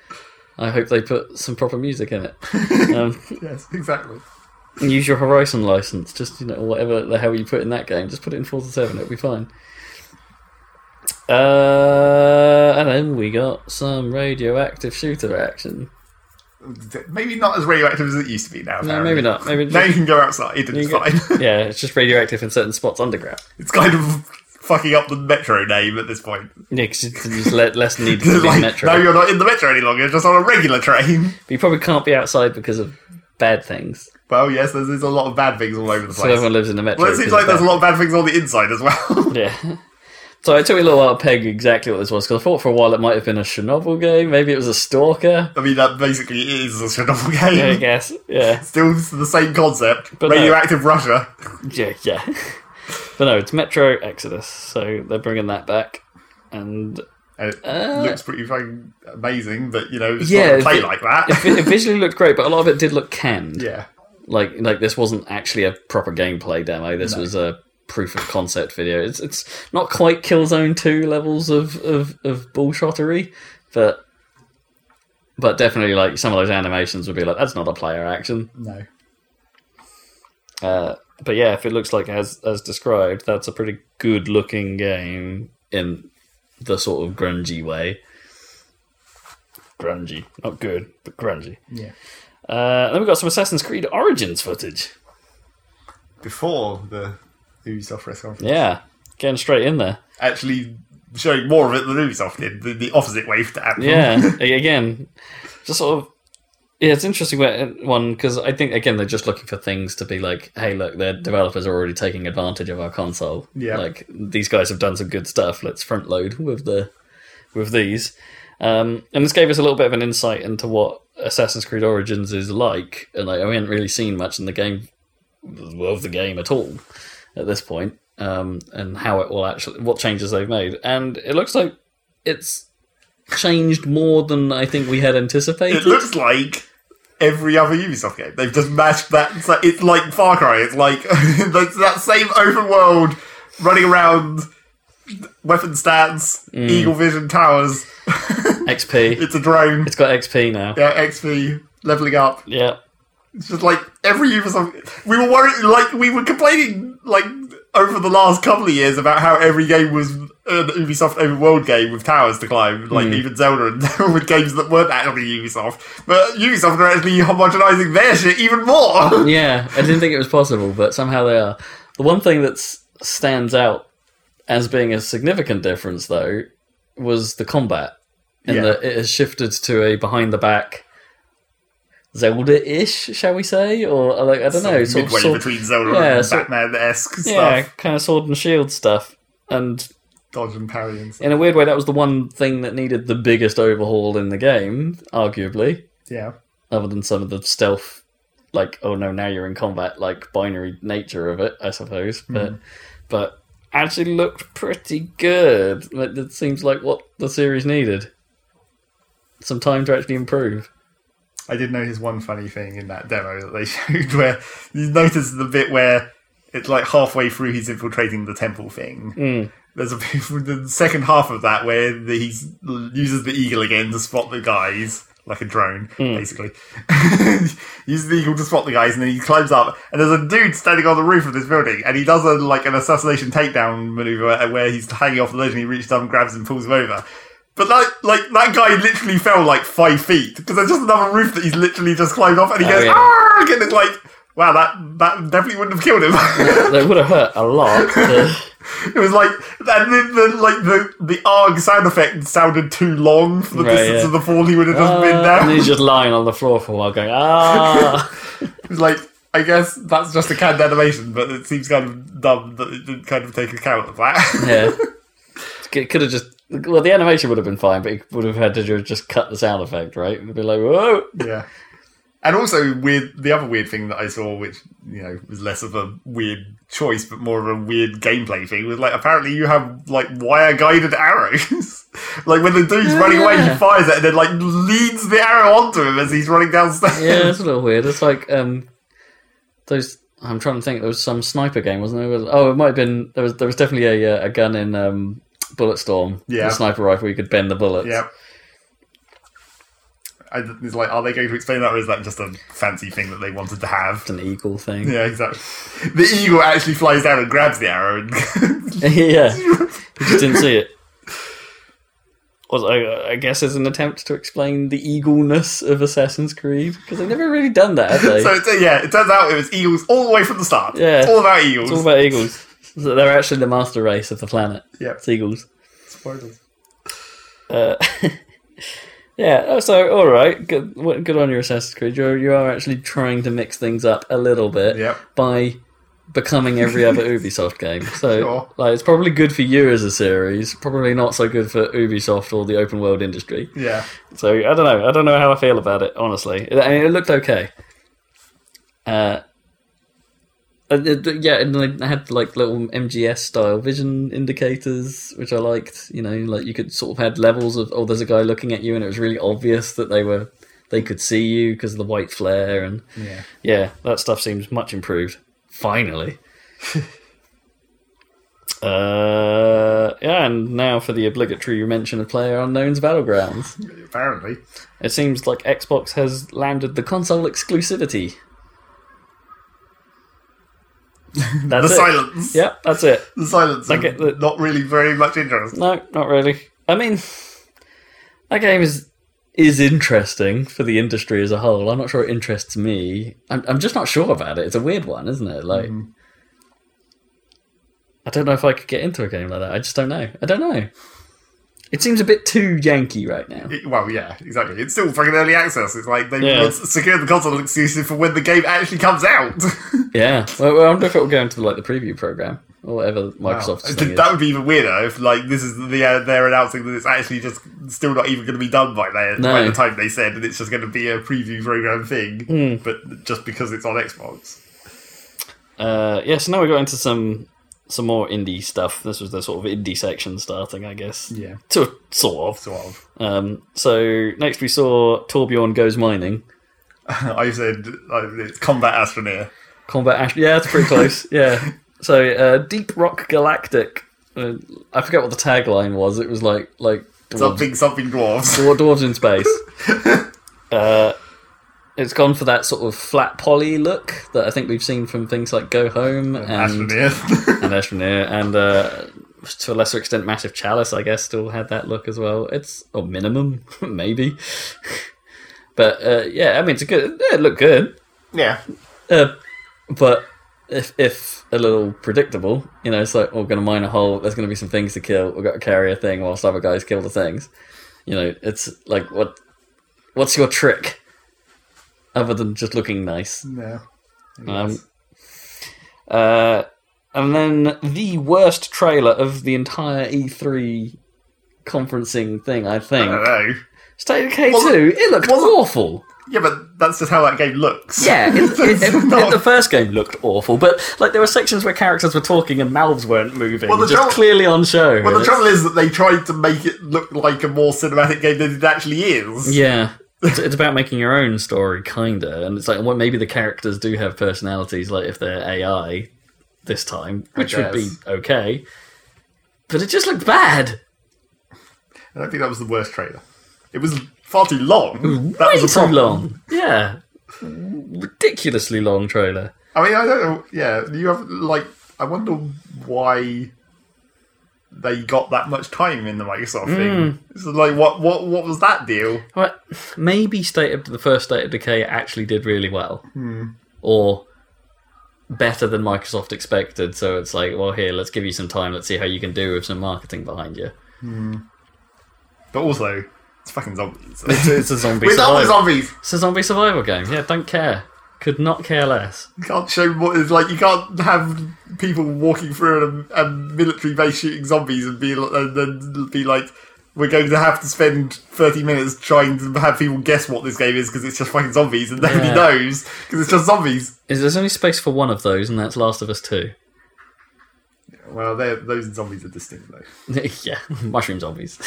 C: I hope they put some proper music in it. Um,
B: Yes, exactly.
C: use your Horizon license, just you know whatever the hell you put in that game, just put it in Forza Seven. It'll be fine. Uh, and then we got some radioactive shooter action.
B: Maybe not as radioactive as it used to be now.
C: No,
B: apparently.
C: Uh, maybe not. Maybe
B: Now you can go outside and
C: You
B: it's
C: go-
B: fine.
C: yeah, it's just radioactive in certain spots underground.
B: it's kind of fucking up the metro name at this point.
C: Yeah, 'cause it's just le- less needed to be
B: Like,
C: metro.
B: Now you're not in the metro any longer, you're just on a regular train.
C: But you probably can't be outside because of bad things.
B: Well, yes, there's, there's a lot of bad things all over the
C: So
B: place.
C: everyone lives in the metro.
B: well, it seems
C: because
B: like
C: of
B: there's
C: that.
B: a lot of bad things on the inside as well.
C: Yeah. So it took me a little while to peg exactly what this was because I thought for a while it might have been a Chernobyl game, maybe it was a Stalker.
B: I mean, that basically is a Chernobyl
C: Yeah, I
B: game.
C: guess. Yeah,
B: Still the same concept.
C: But no.
B: radioactive Russia.
C: yeah, yeah. but no, it's Metro Exodus, so they're bringing that back, and
B: And it
C: Uh,
B: looks pretty fucking amazing, but you know, it's
C: Yeah,
B: not gonna play
C: it-
B: like that.
C: it, it visually looked great, but a lot of it did look canned.
B: yeah.
C: Like, like this wasn't actually a proper gameplay demo. This was a proof of concept video. It's it's not quite Killzone Two levels of of of bullshottery, but. But definitely, like some of those animations would be like, "That's not a player action."
B: No.
C: Uh, but yeah, if it looks like as as described, that's a pretty good looking game in the sort of grungy way. Grungy, not good, but grungy.
B: Yeah.
C: Uh, then we got some Assassin's Creed Origins footage.
B: Before the Ubisoft press conference.
C: Yeah, getting straight in there.
B: Actually showing more of it than Ubisoft did, the, the opposite way to Apple.
C: Yeah, a- again, just sort of. Yeah, it's interesting where- one because I think again they're just looking for things to be like, hey, look, their developers are already taking advantage of our console.
B: Yeah.
C: like these guys have done some good stuff. Let's front load with the with these. Um, and this gave us a little bit of an insight into what Assassin's Creed Origins is like, and like, we hadn't really seen much in the game of the game at all at this point, um, and how it will actually what changes they've made. And it looks like it's changed more than I think we had
B: It
C: anticipated.
B: looks like every other Ubisoft game. They've just mashed that. It's like, it's like Far Cry. It's like that's that same open world running around, weapon stats, eagle vision towers.
C: XP.
B: It's a drone.
C: It's got XP now.
B: Yeah, XP leveling up.
C: Yeah.
B: It's just like every Ubisoft. We were worried, like we were complaining, like over the last couple of years about how every game was an Ubisoft open world game with towers to climb,
C: Mm.
B: like even Zelda and with games that weren't actually Ubisoft. But Ubisoft are actually homogenizing their shit even more.
C: Yeah. I didn't think it was possible, but somehow they are. The one thing that stands out as being a significant difference, though, was the combat. And
B: Yeah.
C: that it has shifted to a behind the back Zelda ish, shall we say? Or, uh, like, I don't know. Sort of
B: midway
C: sword-
B: between Zelda
C: yeah,
B: and
C: sort-
B: Batman esque
C: yeah,
B: stuff,
C: kind of sword and shield stuff. And
B: dodge and parry and stuff.
C: in a weird way, that was the one thing that needed the biggest overhaul in the game, arguably,
B: Yeah,
C: other than some of the stealth, like oh no, now you're in combat, like binary nature of it, I suppose. But but actually looked pretty good. Like, that seems like what the series needed. Some time to actually improve.
B: I did notice one funny thing in that demo that they showed where you notice the bit where it's like halfway through he's infiltrating the temple thing.
C: Mm.
B: There's a bit from the second half of that where the, he uses the eagle again to spot the guys, like a drone,
C: Hmm.
B: basically. uses the eagle to spot the guys, and then he climbs up. And there's a dude standing on the roof of this building, and he does a like an assassination takedown maneuver where he's hanging off the ledge, and he reaches up and grabs him, pulls him over. But that, like that guy literally fell like five feet because there's just another roof that he's literally just climbed off, and he
C: Oh,
B: goes
C: yeah.
B: ah, and it's like. Wow, that, that definitely wouldn't have killed him.
C: that would have hurt a lot. but-
B: It was like and then the like the the arg sound effect sounded too long for the
C: Right,
B: distance
C: yeah.
B: of the fall he would have just been
C: Ah, and
B: there.
C: he's just lying on the floor for a while, going ah.
B: It was like I guess that's just a canned animation, but it seems kind of dumb that it didn't kind of take account of that.
C: Yeah. It could have just. Well, the animation would have been fine, but it would have had to ju- just cut the sound effect, right? It would be like, whoa!
B: yeah. And also weird the other weird thing that I saw, which, you know, was less of a weird choice but more of a weird gameplay thing, was like apparently you have like wire guided arrows. like when the dude's running away, he
C: Oh, Yeah.
B: fires it and then like leads the arrow onto him as he's running downstairs.
C: Yeah, it's a little weird. It's like, um, those. I'm trying to think, there was some sniper game, wasn't there? Oh, it might have been. There was There was definitely a, uh, a gun in um, Bulletstorm.
B: Yeah.
C: A sniper rifle, you could bend the bullets.
B: Yep. I, it's like, are they going to explain that, or is that just a fancy thing that they wanted to have?
C: It's an eagle thing.
B: Yeah, exactly. The eagle actually flies down and grabs the arrow. And
C: Yeah. you just didn't see it. was I, I guess is an attempt to explain the eagleness of Assassin's Creed because they've never really done that, have they?
B: So it's, yeah, it turns out it was eagles all the way from the start.
C: Yeah.
B: it's all about eagles.
C: it's all about eagles. So they're actually the master race of the planet.
B: Yeah.
C: It's eagles.
B: Spoilers.
C: Uh, yeah. oh, So all right, good, well, good on your Assassin's Creed. You're, you are actually trying to mix things up a little bit
B: Yep.
C: by becoming every other Ubisoft game. So
B: Sure.
C: like, it's probably good for you as a series. Probably not so good for Ubisoft or the open world industry.
B: Yeah,
C: So I don't know. I don't know how I feel about it. Honestly, I mean, it looked okay. Uh, uh, th- th- yeah, and like, I had like little MGS style vision indicators, which I liked. You know, like you could sort of had levels of oh, there's a guy looking at you, and it was really obvious that they were they could see you because of the white flare, and
B: yeah.
C: yeah, that stuff seems much improved. Finally. uh, yeah, and now for the obligatory mention of Player Unknown's Battlegrounds.
B: Apparently,
C: It seems like Xbox has landed the console exclusivity.
B: the
C: That's it.
B: silence.
C: Yeah, that's it.
B: the silence.
C: Like
B: Like
C: it- the-
B: not really very much interest.
C: No, not really. I mean, that game is is interesting for the industry as a whole. I'm not sure it interests me. I'm, I'm just not sure about it. It's a weird one, isn't it? Like,
B: Mm-hmm.
C: I don't know if I could get into a game like that. I just don't know. I don't know. It seems a bit too Yankee right now.
B: It- well, yeah, exactly. It's still fucking early access. It's like they
C: Yeah.
B: have secured the console exclusive for when the game actually comes out.
C: Yeah. Well, well, I wonder if it will go into like the preview program or whatever Microsoft's
B: Wow.
C: thing is.
B: Oh, That would be even weirder if like this is the uh, they're announcing that it's actually just still not even going to be done by the, by
C: No.
B: the time they said, and it's just going to be a preview program thing.
C: Hmm.
B: But just because it's on Xbox,
C: Uh, yeah, so now we got into some some more indie stuff. This was the sort of indie section starting, I guess.
B: yeah,
C: To, sort of.
B: sort of.
C: Um, so next we saw Torbjorn goes mining.
B: I said uh, it's combat astroneer.
C: Combat Ash. Yeah, that's pretty close. yeah. So uh, Deep Rock Galactic. Uh, I forget what the tagline was. It was like like dwarves,
B: Something, something dwarves.
C: dwar- dwarves in space. uh, it's gone for that sort of flat poly look that I think we've seen from things like Go Home and
B: Astroneer.
C: and Ashmere, and uh, to a lesser extent, Massive Chalice, I guess, still had that look as well. It's or minimum, maybe. but uh, yeah, I mean, it's a good. It looked good,
B: yeah,
C: uh, but if if a little predictable, you know, it's like oh, we're going to mine a hole. There's going to be some things to kill. We've got to carry a thing whilst other guys kill the things. You know, it's like what what's your trick other than just looking nice?
B: no.
C: Um, Uh, and then the worst trailer of the entire E3 conferencing thing, I
B: I
C: think.
B: don't know.
C: State of K2,
B: Well,
C: it looked
B: well-
C: awful.
B: Yeah, but that's just how that game looks.
C: Yeah, it, it,
B: That's
C: it- it-
B: not-
C: the first game looked awful, but like there were sections where characters were talking and mouths weren't moving,
B: Well, the
C: just
B: trouble-
C: clearly on show.
B: well,
C: and
B: the
C: it's-
B: trouble is that they tried to make it look like a more cinematic game than it actually is.
C: Yeah. It's, it's about making your own story, kinda, and it's like, well, maybe the characters do have personalities, like if they're AI this time, which would be
B: guess.
C: okay. But it just looked bad.
B: I don't think that was the worst trailer. It was far too long. that
C: way
B: was a
C: too
B: problem.
C: long. Yeah, ridiculously long trailer.
B: I mean, I don't know. Yeah, you have like. I wonder why they got that much time in the Microsoft
C: Hmm.
B: thing. It's like, what, what, what was that deal?
C: Well, maybe State of the first State of Decay actually did really well, or better than Microsoft expected. So it's like, well, here, let's give you some time. Let's see how you can do with some marketing behind you.
B: But also, it's fucking zombies.
C: It's, it's a zombie
B: With all the
C: survival.
B: zombies,
C: It's a zombie survival game. Yeah, don't care. Could not care less.
B: you can't show more. It's like you can't have people walking through a, a military base shooting zombies and be li- and then be like. We're going to have to spend 30 minutes trying to have people guess what this game is because it's just fucking zombies and nobody
C: Yeah.
B: knows because it's just zombies.
C: Is there's only space for one of those, and that's Last of Us Two.
B: Well, they're- those zombies are distinct though.
C: yeah, mushroom zombies.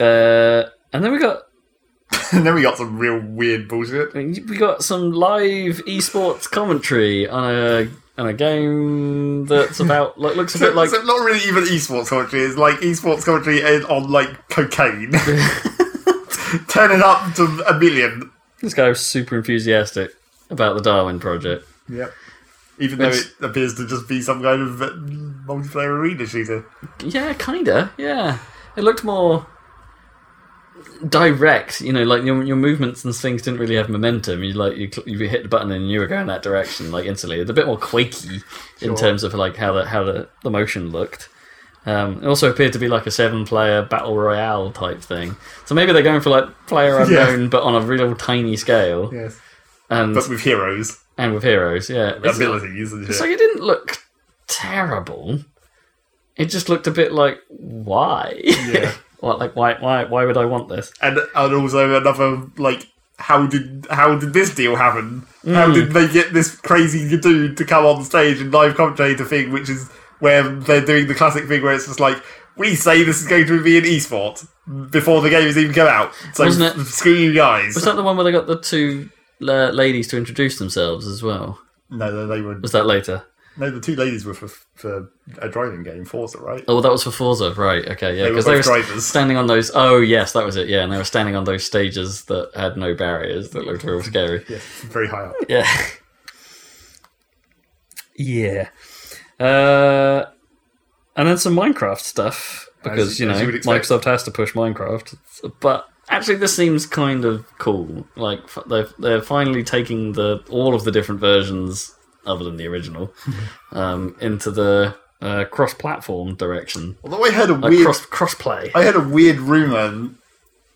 C: uh, and then we got
B: and then we got some real weird bullshit.
C: I mean, we got some live esports commentary on a on a game that's about like looks a
B: So,
C: bit like
B: so not really even esports commentary. It's like esports commentary is on like cocaine. Turn it up to a million.
C: this guy was super enthusiastic about the Darwin project.
B: Yep. Even though
C: It's-
B: it appears to just be some kind of uh, multiplayer arena shooter.
C: Yeah, kinda. Yeah, It looked more direct. You know, like your your movements and things didn't really have momentum. You like you cl- you hit the button and you were going that direction like instantly. It's a bit more quaky in
B: Sure.
C: terms of like how the how the, the motion looked. Um, it also appeared to be like a seven-player battle royale type thing. So maybe they're going for like player
B: Yeah.
C: unknown, but on a real tiny scale,
B: Yes.
C: and
B: But with heroes,
C: and with heroes. Yeah, It's-
B: abilities and shit.
C: so it didn't look terrible. It just looked a bit like why?
B: Yeah.
C: what like why why why would I want this?
B: and and also another like how did how did this deal happen?
C: Hmm.
B: How did they get this crazy dude to come on stage and live commentate a thing, which is where they're doing the classic thing where it's just like we say this is going to be an esport before the game has even come out. So
C: Wasn't it-
B: screw you guys.
C: Was that the one where they got the two uh, ladies to introduce themselves as well?
B: no, no, they were
C: Was that later?
B: no. The two ladies were for, for a driving game, Forza, right?
C: Oh, that was for Forza, right? Okay, yeah,
B: They were
C: because they were
B: both drivers.
C: standing on those. Oh, yes, that was it. Yeah, and they were standing on those stages that had no barriers that looked real scary.
B: Yes, very high up.
C: Yeah. yeah. Uh, and then some Minecraft stuff because
B: As-
C: you know
B: as you would expect.
C: Microsoft has to push Minecraft. But actually, this seems kind of cool. Like f- they're they're finally taking the all of the different versions other than the original um, into the uh, cross-platform direction,
B: Although I heard a
C: like
B: weird
C: cross cross-play.
B: I heard a weird rumor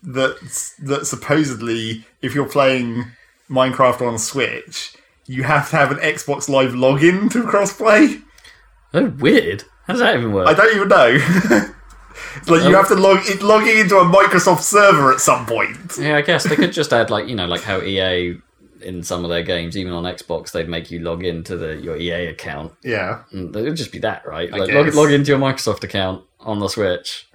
B: that that supposedly if you're playing Minecraft on Switch, you have to have an Xbox Live login to crossplay.
C: oh, weird. How does that even work?
B: I don't even know. it's like
C: Oh.
B: you have to log it, logging into a Microsoft server at some point.
C: Yeah, I guess they could just add like you know like how EA in some of their games, even on Xbox, they'd make you log into the your EA account.
B: Yeah,
C: And it would just be that, right? Like log,
B: guess.
C: log into your Microsoft account on the Switch.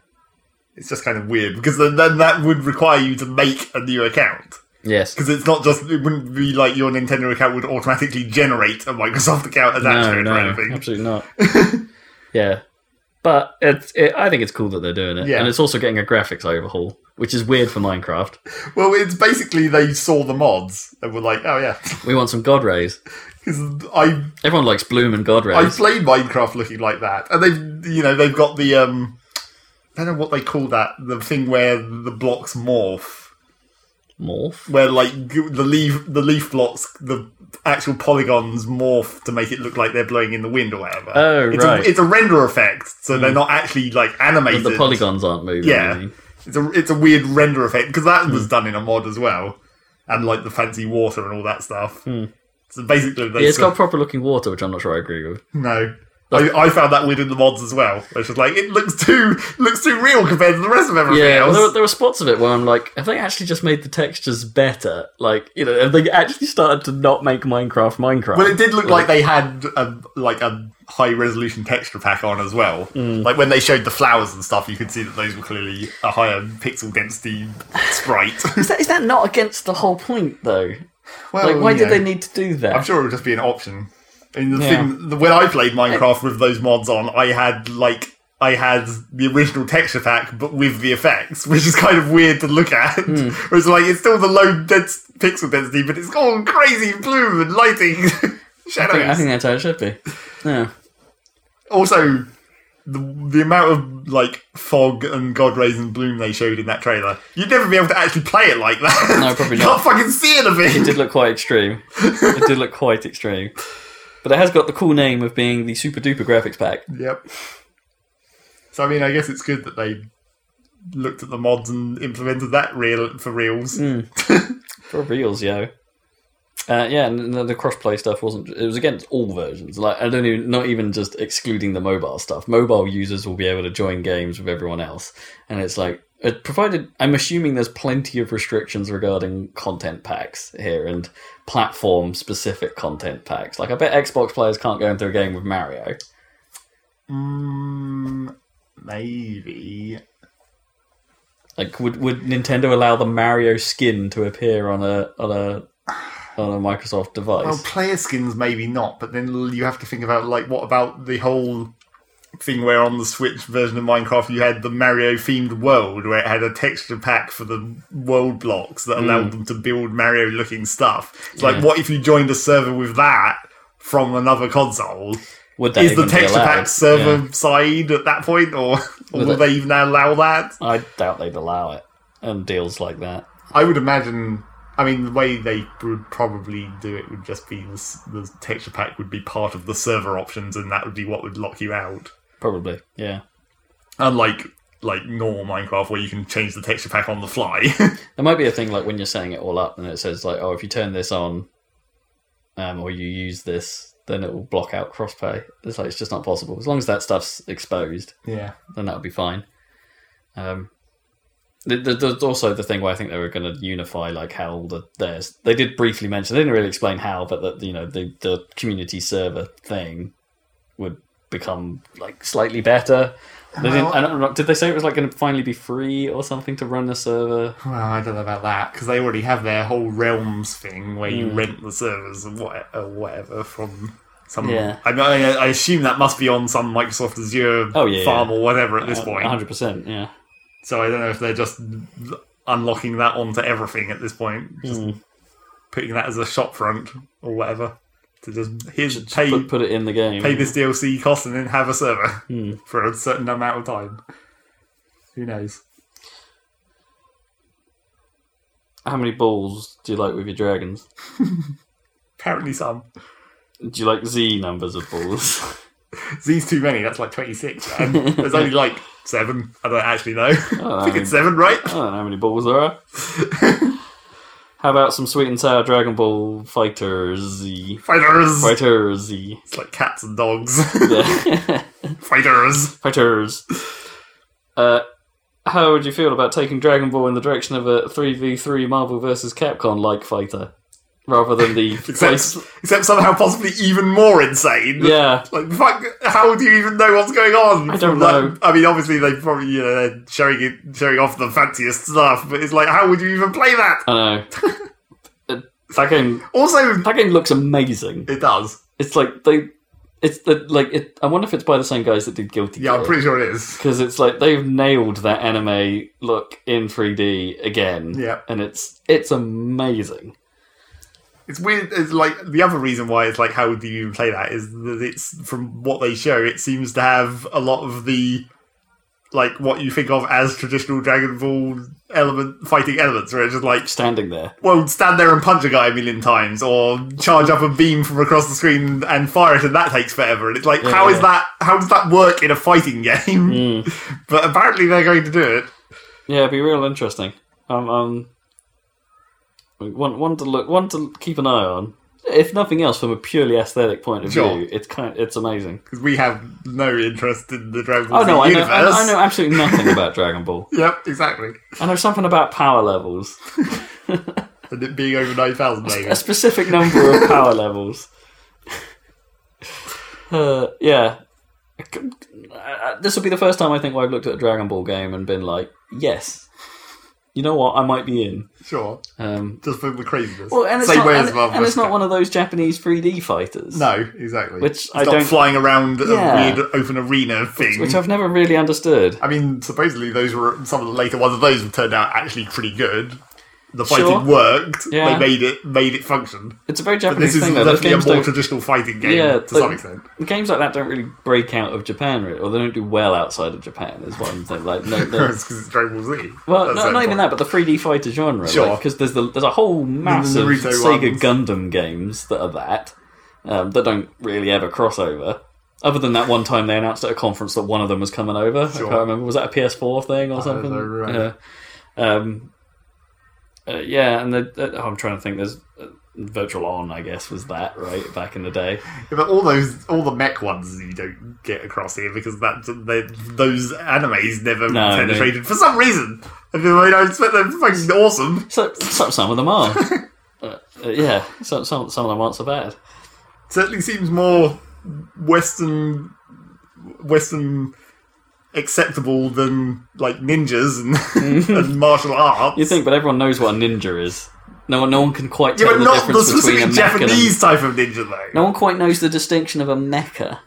B: it's just kind of weird because then, then that would require you to make a new account.
C: Yes.
B: Because it's not just it wouldn't be like your Nintendo account would automatically generate a Microsoft account attached to
C: No,
B: it
C: no,
B: or anything.
C: absolutely not. yeah, but it's it, I think it's cool that they're doing it,
B: Yeah.
C: and it's also getting a graphics overhaul, which is weird for Minecraft.
B: Well, it's basically they saw the mods and were like, "Oh yeah,
C: We want some God rays.
B: Because I
C: Everyone likes Bloom and God
B: I
C: rays.
B: played Minecraft looking like that, and they've you know they've got the um I don't know what they call that the thing where the blocks morph,
C: Morph.
B: where like g- the leaf the leaf blocks the actual polygons morph to make it look like they're blowing in the wind or whatever.
C: Oh,
B: it's
C: right.
B: A, it's a render effect, so they're not actually like
C: But
B: animated.
C: The polygons aren't moving.
B: Yeah.
C: I mean.
B: It's a it's a weird render effect because that was done in a mod as well, and like the fancy water and all that stuff. So basically, they
C: Yeah, it's
B: sort of-
C: got proper looking water, which I'm not sure I agree with.
B: No. I, I found that weird in the mods as well. Which is like it looks too looks too real compared to the rest of everything
C: Yeah, well,
B: else.
C: there, were, there were spots of it where I'm like, have they actually just made the textures better? Like, you know, have they actually started to not make Minecraft Minecraft?
B: Well, it did look like they had a, like a high resolution texture pack on as well. Like when they showed the flowers and stuff, you could see that those were clearly a higher pixel density sprite.
C: is, that, is that not against the whole point, though?
B: well,
C: Like, why
B: you
C: did they
B: know,
C: need to do that?
B: Oh, I'm sure it would just be an option. I mean, the
C: Yeah.
B: thing the, when I played Minecraft with those mods on, I had like I had the original texture pack, but with the effects, which is kind of weird to look at.
C: Hmm.
B: Whereas, like, it's still the low dens- pixel density, but it's all crazy blue and lighting,
C: I, think, I think
B: shadows.
C: that's how it should be. Yeah.
B: Also, the, the amount of like fog and god rays and bloom they showed in that trailer, you'd never be able to actually play it like that.
C: No, probably
B: you
C: not.
B: Can't fucking see
C: It
B: anything.
C: did look quite extreme. it did look quite extreme. But it has got the cool name of being the Super Duper Graphics Pack.
B: Yep. So I mean, I guess it's good that they looked at the mods and implemented that real for reals.
C: For reals, yo. Uh, yeah, and the, the crossplay stuff wasn't. It was against all versions. Like I don't even, not even just excluding the mobile stuff. Mobile users will be able to join games with everyone else, and it's like it provided. I'm assuming there's plenty of restrictions regarding content packs here and platform specific content packs. Like I bet Xbox players can't go into a game with Mario.
B: Mm, maybe.
C: Like would would Nintendo allow the Mario skin to appear on a on a on a Microsoft device?
B: Well, player skins maybe not, but then you have to think about like what about the whole thing where on the Switch version of Minecraft you had the Mario themed world where it had a texture pack for the world blocks that allowed them to build Mario looking stuff. It's like
C: Yeah.
B: what if you joined a server with that from another console?
C: would that
B: Is the
C: even be
B: texture
C: allowed?
B: pack server side at that point, or Or will they even allow that?
C: I doubt they'd allow it on deals like that.
B: I would imagine. I mean, the way they would probably do it would just be the, s- the texture pack would be part of the server options, and that would be what would lock you out.
C: Probably, yeah.
B: Unlike like normal Minecraft, where you can change the texture pack on the fly.
C: There might be a thing like when you're setting it all up and it says like, oh, if you turn this on, um, or you use this, then it will block out crossplay. It's like it's just not possible. As long as that stuff's exposed,
B: yeah,
C: then that'll be fine. Um, th- th- there's also the thing where I think they were going to unify like how the theirs. They did briefly mention. They didn't really explain how, but that you know the the community server thing would become like slightly better. They didn't, I don't know, did they say it was like going to finally be free or something to run a server?
B: Well, I don't know about that because they already have their whole realms thing where
C: Mm.
B: you rent the servers and what or whatever from some.
C: Yeah.
B: I, mean, I I assume that must be on some Microsoft Azure
C: Oh, yeah,
B: farm or whatever at this
C: Uh,
B: point.
C: 100%. Yeah.
B: So I don't know if they're just unlocking that onto everything at this point, just
C: Mm.
B: putting that as a shop front or whatever to just here's pay
C: Put, put it in the game.
B: pay this DLC cost and then have a server
C: Mm.
B: for a certain amount of time. Who knows?
C: How many balls do you like with your dragons?
B: Apparently, some
C: Do you like Z numbers of balls?
B: Z's too many. That's like twenty six. There's only like seven. I don't actually know.
C: Oh,
B: I
C: I
B: think
C: mean-
B: it's seven, right?
C: I don't know how many balls there are. how about some sweet and sour Dragon Ball Fighters Z?
B: Fighters.
C: Fighters Z.
B: It's like cats and dogs.
C: Yeah.
B: Fighters.
C: Fighters. Uh, how would you feel about taking Dragon Ball in the direction of a 3v3 Marvel vs. Capcom like fighter? Rather than the.
B: Except, except somehow possibly even more insane.
C: yeah.
B: Like, fuck, how do you even know what's going on?
C: I don't
B: Like,
C: know.
B: I mean, obviously, they probably, you know, they're showing, it, showing off the fanciest stuff, but it's like, how would you even play that?
C: I know. Uh, that, game,
B: Also,
C: that game looks amazing.
B: it does.
C: It's like they. It's the, like it, I wonder if it's by the same guys that did Guilty
B: Yeah,
C: Gear.
B: I'm pretty sure it is.
C: because it's like they've nailed that anime look in 3D again.
B: Yeah.
C: and it's it's amazing.
B: It's weird. It's like the other reason why it's like, how do you even play that? Is that it's from what they show, it seems to have a lot of the like what you think of as traditional Dragon Ball element fighting elements, where it's just like,
C: Standing there,
B: well, stand there and punch a guy a million times, or charge up a beam from across the screen and fire it, and that takes forever. And it's like,
C: Yeah,
B: how is
C: yeah. Hmm.
B: that? How does that work in a fighting game? But apparently, they're going to do it.
C: yeah, it'd be real interesting. Um, um, one one to look, one to keep an eye on. If nothing else, from a purely aesthetic point of
B: Sure.
C: view, it's kind, it's amazing.
B: 'Cause we have no interest in the Dragon Ball
C: Oh no,
B: Z
C: I know,
B: universe.
C: I, I know absolutely nothing about Dragon Ball.
B: Yep, exactly.
C: I know something about power levels,
B: And it being over nine thousand, maybe.
C: a specific number of power levels. Uh, yeah. Uh, This will be the first time I think where I've looked at a Dragon Ball game and been like, yes, you know what, I might be in.
B: Sure,
C: Um,
B: just for the craziness.
C: well, and it's,
B: Same
C: not,
B: way
C: and,
B: as Marvel
C: and it's
B: vs.
C: not one of those Japanese 3D fighters.
B: No, exactly.
C: Which
B: It's
C: I
B: not
C: don't-
B: flying around
C: Yeah.
B: a weird open arena thing.
C: Which I've never really understood.
B: I mean, supposedly those were some of the later ones of those have turned out actually pretty good. The fighting
C: Sure.
B: worked.
C: Yeah.
B: They made it made it function.
C: It's a very
B: But this
C: Japanese
B: is
C: thing, though. Those
B: definitely a
C: games
B: more
C: don't,
B: traditional fighting game
C: Yeah,
B: to
C: like-
B: some extent.
C: games like that don't really break out of Japan, really, or they don't do well outside of Japan, is what I'm saying. Like, no, no-
B: Because it's Dragon Ball Z.
C: Well,
B: That's
C: no,
B: the
C: not even
B: point.
C: that, but the 3D fighter genre. Because
B: Sure.
C: there's the, there's a whole mass of
B: Naruto
C: Sega
B: ones.
C: Gundam games that are that um, that don't really ever cross over. Other than that one time they announced at a conference that one of them was coming over. I
B: Sure.
C: can't remember. Was that a PS4 thing or something?
B: don't remember.
C: Yeah. Um, uh, yeah, and the, uh, oh, I'm trying to think. There's uh, Virtual On, I guess, was that right back in the day.
B: Yeah, But all those, all the mech ones you don't get across here because that they, those animes never
C: No, they-
B: penetrated for some reason. I mean, I expect they're fucking awesome.
C: So, so some of them are. Uh, uh, yeah, so, some some of them aren't so bad.
B: certainly seems more Western, Western acceptable than like ninjas and, and martial arts.
C: You think, but everyone knows what a ninja is. No one, no one can quite
B: yeah,
C: tell
B: but
C: the
B: not the
C: difference between a
B: specific
C: mecha
B: Japanese
C: and
B: type of ninja though.
C: a... No one quite knows the distinction of a mecha.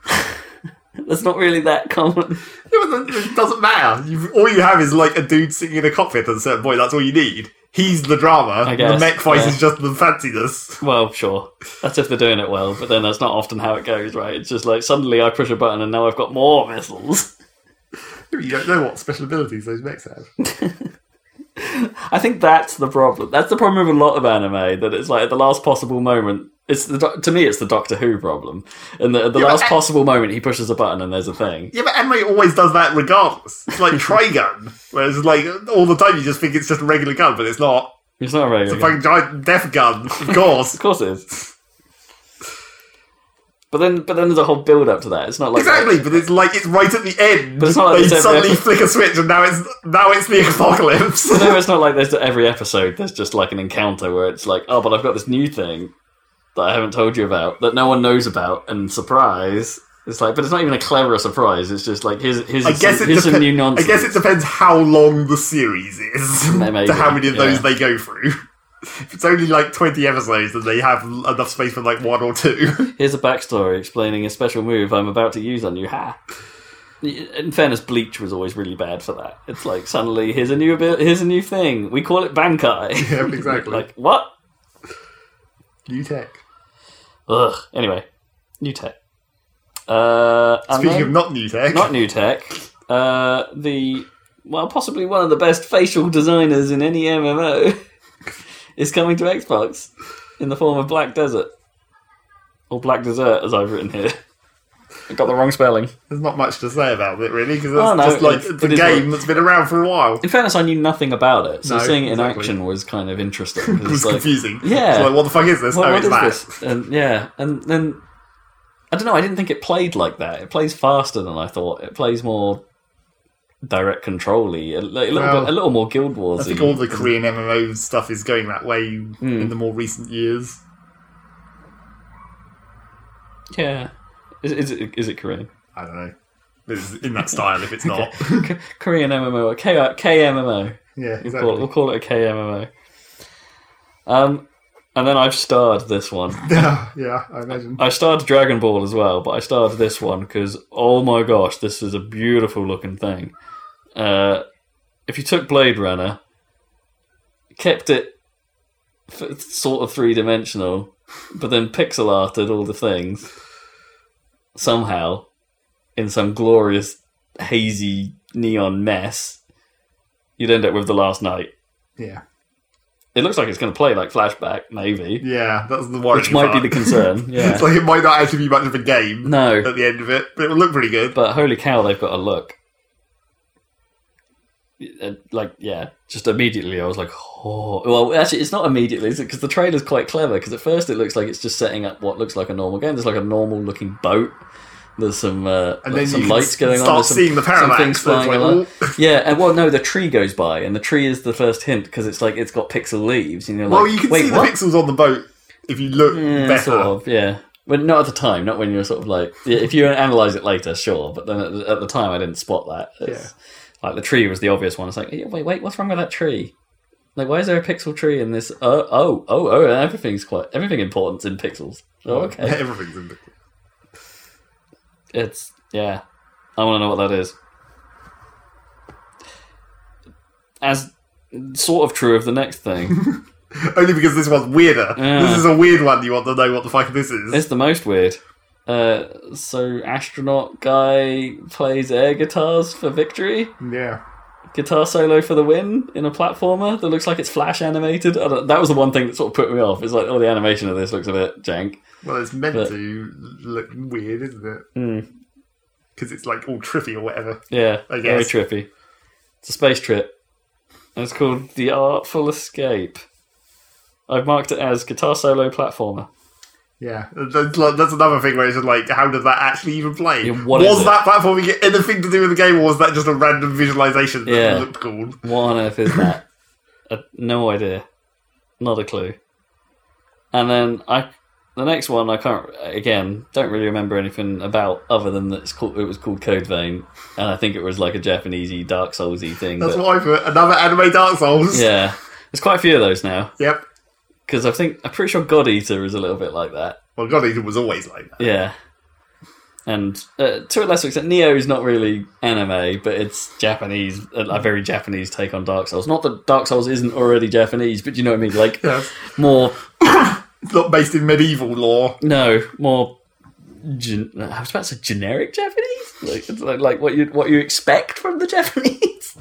C: That's not really that common.
B: Yeah, but it doesn't matter. you all you have is like a dude sitting in a cockpit at a certain point. That's all you need. He's the drama.
C: guess,
B: the mech fight
C: yeah.
B: is just the fanciness.
C: Well, sure, that's if they're doing it well, but then that's not often how it goes, right? It's just like suddenly I push a button and now I've got more missiles.
B: You don't know what special abilities those mechs have.
C: I think that's the problem. That's the problem with a lot of anime that it's like at the last possible moment. It's the doc- to me, it's the Doctor Who problem. And the, at the
B: Yeah, but
C: last
B: I-
C: possible moment, he pushes a button and there's a thing.
B: Yeah, but anime always does that regardless. It's like Trigun, whereas like all the time you just think it's just a regular gun, but it's not.
C: It's not a very.
B: It's a
C: good-
B: fucking giant death gun, of course.
C: Of course, it is. But then, but then there's a whole build up to that. It's not like
B: Exactly, but it's like it's right at the end.
C: But it's not like
B: they
C: it's every
B: suddenly
C: episode.
B: flick a switch, and now it's now it's the apocalypse.
C: No, it's not like there's every episode. There's just like an encounter where it's like, oh, but I've got this new thing that I haven't told you about that no one knows about, and surprise. It's like, but it's not even a clever surprise. It's just like here's here's,
B: I
C: some,
B: guess it
C: here's some
B: depen-
C: new nonsense.
B: I guess it depends how long the series is
C: May- maybe,
B: to how many of
C: yeah.
B: those they go through. If it's only like twenty episodes, and they have enough space for like one or two.
C: Here's a backstory explaining a special move I'm about to use on you. Ha! In fairness, Bleach was always really bad for that. It's like suddenly here's a new abil- here's a new thing. We call it Bankai.
B: Yeah, exactly.
C: like what?
B: New tech.
C: Ugh. Anyway, new tech. Uh, and
B: Speaking
C: then-
B: of not new tech,
C: not new tech, uh, the well, possibly one of the best facial designers in any MMO is coming to Xbox in the form of Black Desert or Black Desert, as I've written here. I got the wrong spelling.
B: there's not much to say about it really because it's
C: Oh, no,
B: just like
C: it's-
B: it's,
C: it
B: a
C: is
B: game that's been around for a while.
C: In fairness, I knew nothing about it, so
B: No,
C: seeing it in
B: exactly.
C: action was kind of interesting. 'cause
B: It
C: it's
B: was
C: like,
B: confusing.
C: Yeah.
B: It's like what the fuck is this?
C: Well,
B: oh,
C: what
B: it's
C: is
B: that.
C: this? And yeah, and then I don't know. I didn't think it played like that. It plays faster than I thought. It plays more direct control-y, a, li- a little
B: Well,
C: bit, a little more Guild Wars.
B: I think all the Korean MMO stuff is going that way
C: Hmm.
B: in the more recent years.
C: yeah. Is, is it is it Korean?
B: I don't know. It's in that style if it's not.
C: K- Korean MMO, or K- KMMO.
B: yeah,
C: We'll,
B: exactly.
C: call it, we'll call it a KMMO. Um, and then I've starred this one.
B: yeah, I imagine.
C: I starred Dragon Ball as well, but I starred this one because oh my gosh, this is a beautiful looking thing. Uh, if you took Blade Runner, kept it f- sort of three dimensional, but then pixel arted all the things somehow in some glorious hazy neon mess, you'd end up with the last night.
B: Yeah,
C: It looks like it's going to play like flashback, maybe,
B: yeah, that's the worry.
C: which might be
B: part.
C: the concern. Yeah,
B: It's like it might not actually be much of a game
C: no.
B: at the end of it, but it will look pretty good.
C: But holy cow, they've got a look. Uh, Like, yeah, just immediately I was like, oh. Well, actually, it's not immediately, is it? Because the trailer's quite clever. Because at first it looks like it's just setting up what looks like a normal game. There's like a normal looking boat. There's some uh,
B: And
C: like
B: then
C: some
B: you
C: lights
B: can
C: going
B: start
C: on. There's some,
B: seeing the
C: some
B: parallax.
C: things
B: so it's
C: flying
B: like,
C: along.
B: oh,
C: Yeah, and well, no, the tree goes by, and the tree is the first hint because it's like it's got pixel leaves, and you're like,
B: well, you can
C: wait,
B: see
C: what?
B: the pixels on the boat if you look
C: Yeah,
B: better.
C: sort of, yeah. But not at the time, not when you're sort of like, yeah, if you analyze it later, sure. But then at the, at the time, I didn't spot that. It's- Like the tree was the obvious one. It's like, yeah, wait, wait, what's wrong with that tree? Like, why is there a pixel tree in this? Oh, oh, oh, oh, everything's quite everything important's in pixels.
B: Hmm.
C: Oh, okay.
B: Everything's in pixels.
C: It's yeah. I want to know what that is. As sort of true of the next thing.
B: Only because this one's weirder.
C: Yeah.
B: This is a weird one. You want to know what the fuck this is?
C: it's the most weird. Uh, so astronaut guy plays air guitars for victory.
B: yeah.
C: Guitar solo for the win in a platformer that looks like it's flash animated. I don't, that was the one thing that sort of put me off. It's like, oh, the animation of this looks a bit jank.
B: Well, it's meant
C: But-
B: to look weird, isn't it?
C: Hmm.
B: Because it's like all trippy or whatever.
C: Yeah,
B: I
C: very
B: guess.
C: trippy. It's a space trip. And it's called The Artful Escape. I've marked it as guitar solo platformer.
B: Yeah, that's, like, that's another thing where it's just like, how does that actually even play?
C: Yeah, what
B: was
C: is it?
B: that platforming anything to do with the game, or was that just a random visualization that
C: Yeah.
B: looked cool?
C: What on earth is that? uh, no idea. Not a clue. And then I, the next one I can't again don't really remember anything about other than that it's called it was called Code Vein, and I think it was like a Japanesey Dark Soulsy thing.
B: That's
C: but-
B: what I put. Another anime Dark Souls.
C: yeah, there's quite a few of those now
B: Yep.
C: because I think I'm pretty sure God Eater is a little bit like that.
B: Well, God Eater was always like that.
C: Yeah. And uh, to a lesser extent, Neo is not really anime, but it's Japanese, a a very Japanese take on Dark Souls. Not that Dark Souls isn't already Japanese, but you know what I mean? Like,
B: Yes.
C: more,
B: It's not based in medieval lore.
C: no, more, gen- I was about to say generic Japanese? Like it's like, like what you what you expect from the Japanese.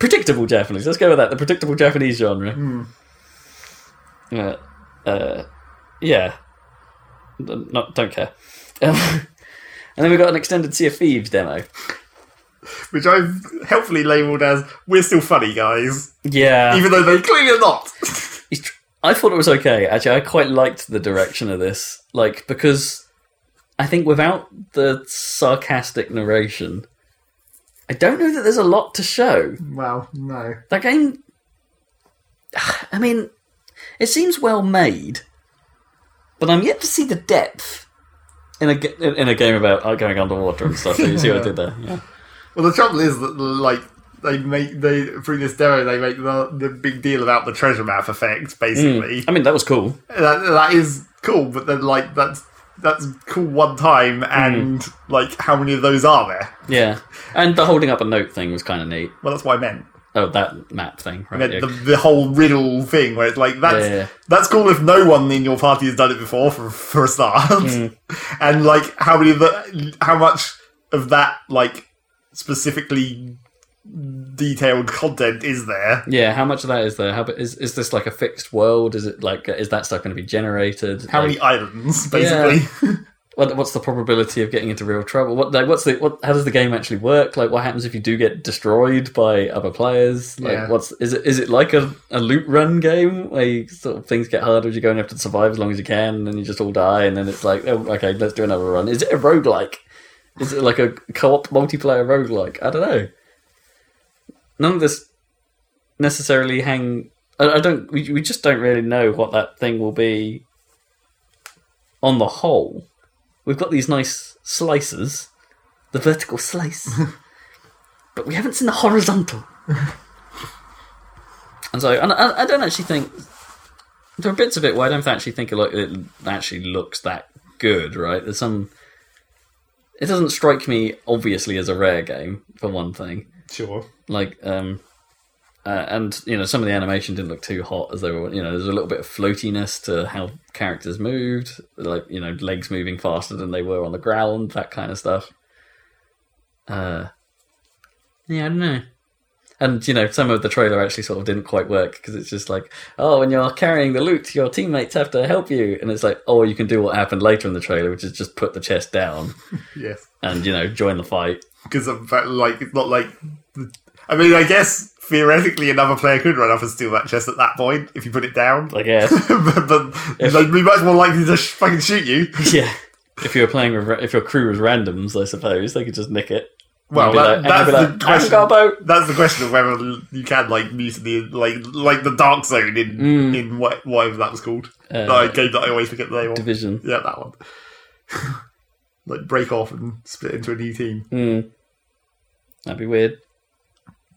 C: predictable Japanese. Let's go with that. The predictable Japanese genre. Uh, uh, yeah. N- Not, don't care. Um, and then we got an extended Sea of Thieves demo.
B: which I've helpfully labelled as "We're still funny, guys,"
C: Yeah.
B: even though they clearly are not.
C: He's tr- I thought it was okay. Actually, I quite liked the direction of this, like because I think without the sarcastic narration, I don't know that there's a lot to show.
B: well, no.
C: That game, I mean, it seems well made, but I'm yet to see the depth in a ga- in a game about uh, going underwater and stuff. You see what I did there? Yeah.
B: Well, the trouble is that like they make they through this demo they make the the big deal about the treasure map effect. Basically,
C: I mean, that was cool.
B: that, that is cool, but then like that's that's cool one time,
C: Mm.
B: and like how many of those are there?
C: Yeah, and the holding up a note thing was kind of neat.
B: Well, that's what I meant.
C: Oh, that map thing, right?
B: I meant
C: yeah.
B: the, the whole riddle thing where it's like that's
C: Yeah, yeah, yeah.
B: that's cool if no one in your party has done it before for for a start,
C: Mm.
B: and like how many of the how much of that like specifically detailed content is there?
C: Yeah, how much of that is there? How is is this like a fixed world? Is it like is that stuff going to be generated?
B: How
C: Like,
B: many islands basically?
C: What, what's the probability of getting into real trouble? What like, what's the what? How does the game actually work? Like, what happens if you do get destroyed by other players? Like,
B: Yeah.
C: what's is it is it like a, a loot run game where you, sort of things get harder as you go and you have to survive as long as you can, and then you just all die, and then it's like oh, okay, let's do another run. Is it a roguelike? Is it like a co-op multiplayer roguelike? I don't know. None of this necessarily hang. I, I don't. We, we just don't really know what that thing will be. On the whole, we've got these nice slices, the vertical slice, but we haven't seen the horizontal. and so, and I, I don't actually think there are bits of it where I don't actually think it, look, it actually looks that good. Right? There's some. It doesn't strike me obviously as a rare game for one thing
B: sure.
C: like um uh, and you know some of the animation didn't look too hot as they were you know there's a little bit of floatiness to how characters moved like you know legs moving faster than they were on the ground that kind of stuff uh yeah i don't know and you know some of the trailer actually sort of didn't quite work because it's just like oh when you're carrying the loot your teammates have to help you and it's like oh you can do what happened later in the trailer which is just put the chest down
B: Yes.
C: and you know join the fight
B: because of that, like it's not like I mean I guess theoretically another player could run up and steal that chest at that point if you put it down
C: i guess
B: but, but they'd be much more likely to sh- fucking shoot you
C: Yeah. If you were playing with, ra- if your crew was randoms, I suppose they could just nick it.
B: well
C: be like-
B: that,
C: and
B: that's
C: be
B: the
C: like, "I haven't
B: question
C: got a boat."
B: that's the question of whether you can like mutiny like like the dark zone in in what, whatever that was called
C: Mm. Uh,
B: that game that I always forget the name of
C: Division.
B: yeah that one like break off and split into a new team
C: Mm. That'd be weird.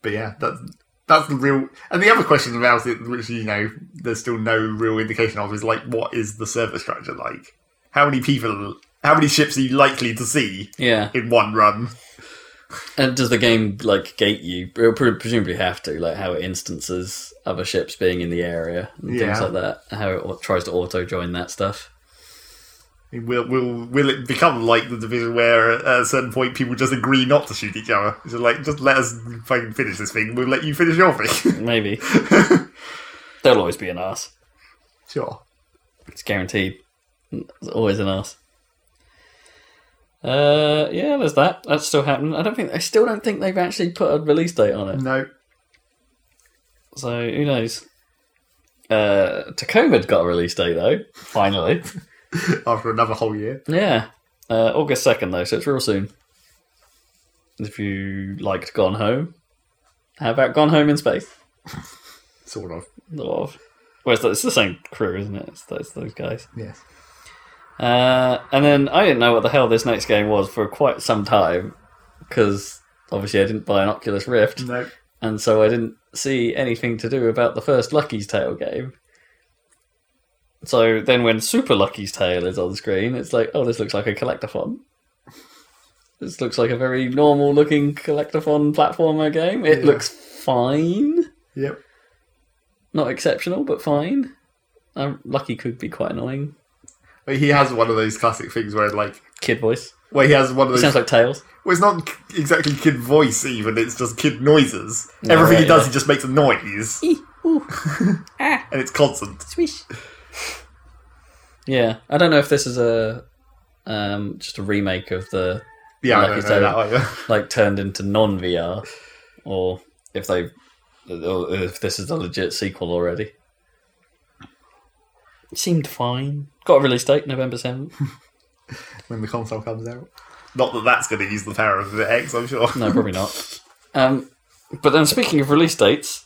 B: but yeah, that's that's the real. And the other question about it, which you know, there's still no real indication of, is like, what is the server structure like? How many people? How many ships are you likely to see
C: Yeah.
B: in one run?
C: And does the game like gate you? It'll pre- presumably have to, like how it instances other ships being in the area and things
B: Yeah.
C: like that. How it au- tries to auto join that stuff.
B: I mean, Will will will it become like the division where at a certain point people just agree not to shoot each other? It's just like, just let us fucking finish this thing. We'll let you finish your thing.
C: Maybe. There'll always be an ass.
B: sure.
C: It's guaranteed. There's always an ass. Uh, yeah, there's that. That's still happening. I don't think. I still don't think they've actually put a release date on it.
B: No.
C: So who knows? Uh, Tacoma got a release date though. Finally,
B: After another whole year.
C: yeah, uh, August second though, so it's real soon. If you liked Gone Home, how about Gone Home in Space?
B: Sort of.
C: The lot of- well, it's the, it's the same crew, isn't it? It's, those- those guys.
B: Yes.
C: Uh, and then I didn't know what the hell this next game was for quite some time because obviously I didn't buy an Oculus Rift.
B: No.
C: and so I didn't see anything to do about the first Lucky's Tale game. So then, when Super Lucky's Tale is on screen, it's like, oh, this looks like a collectathon. This looks like a very normal-looking collectathon platformer game. It
B: Yeah.
C: looks fine,
B: Yep.
C: not exceptional, but fine. Um, Lucky could be quite annoying.
B: But he has one of those classic things where like
C: Kid voice.
B: where he has one of
C: It
B: those.
C: sounds like Tails.
B: well, it's not k- exactly kid voice even. It's just kid noises.
C: Yeah,
B: Everything he
C: right,
B: does,
C: yeah.
B: he just makes a noise,
C: Ooh, Ah.
B: and it's constant.
C: swish. Yeah, I don't know if this is a um, just a remake of the
B: Yeah, I
C: Lucky
B: don't know that either.
C: like turned into non VR, or if they, or if this is a legit sequel already. It seemed fine. Got a release date November seventh.
B: when the console comes out. Not that that's going to use the power of the X, I'm sure.
C: No, probably not. Um, but then speaking of release dates,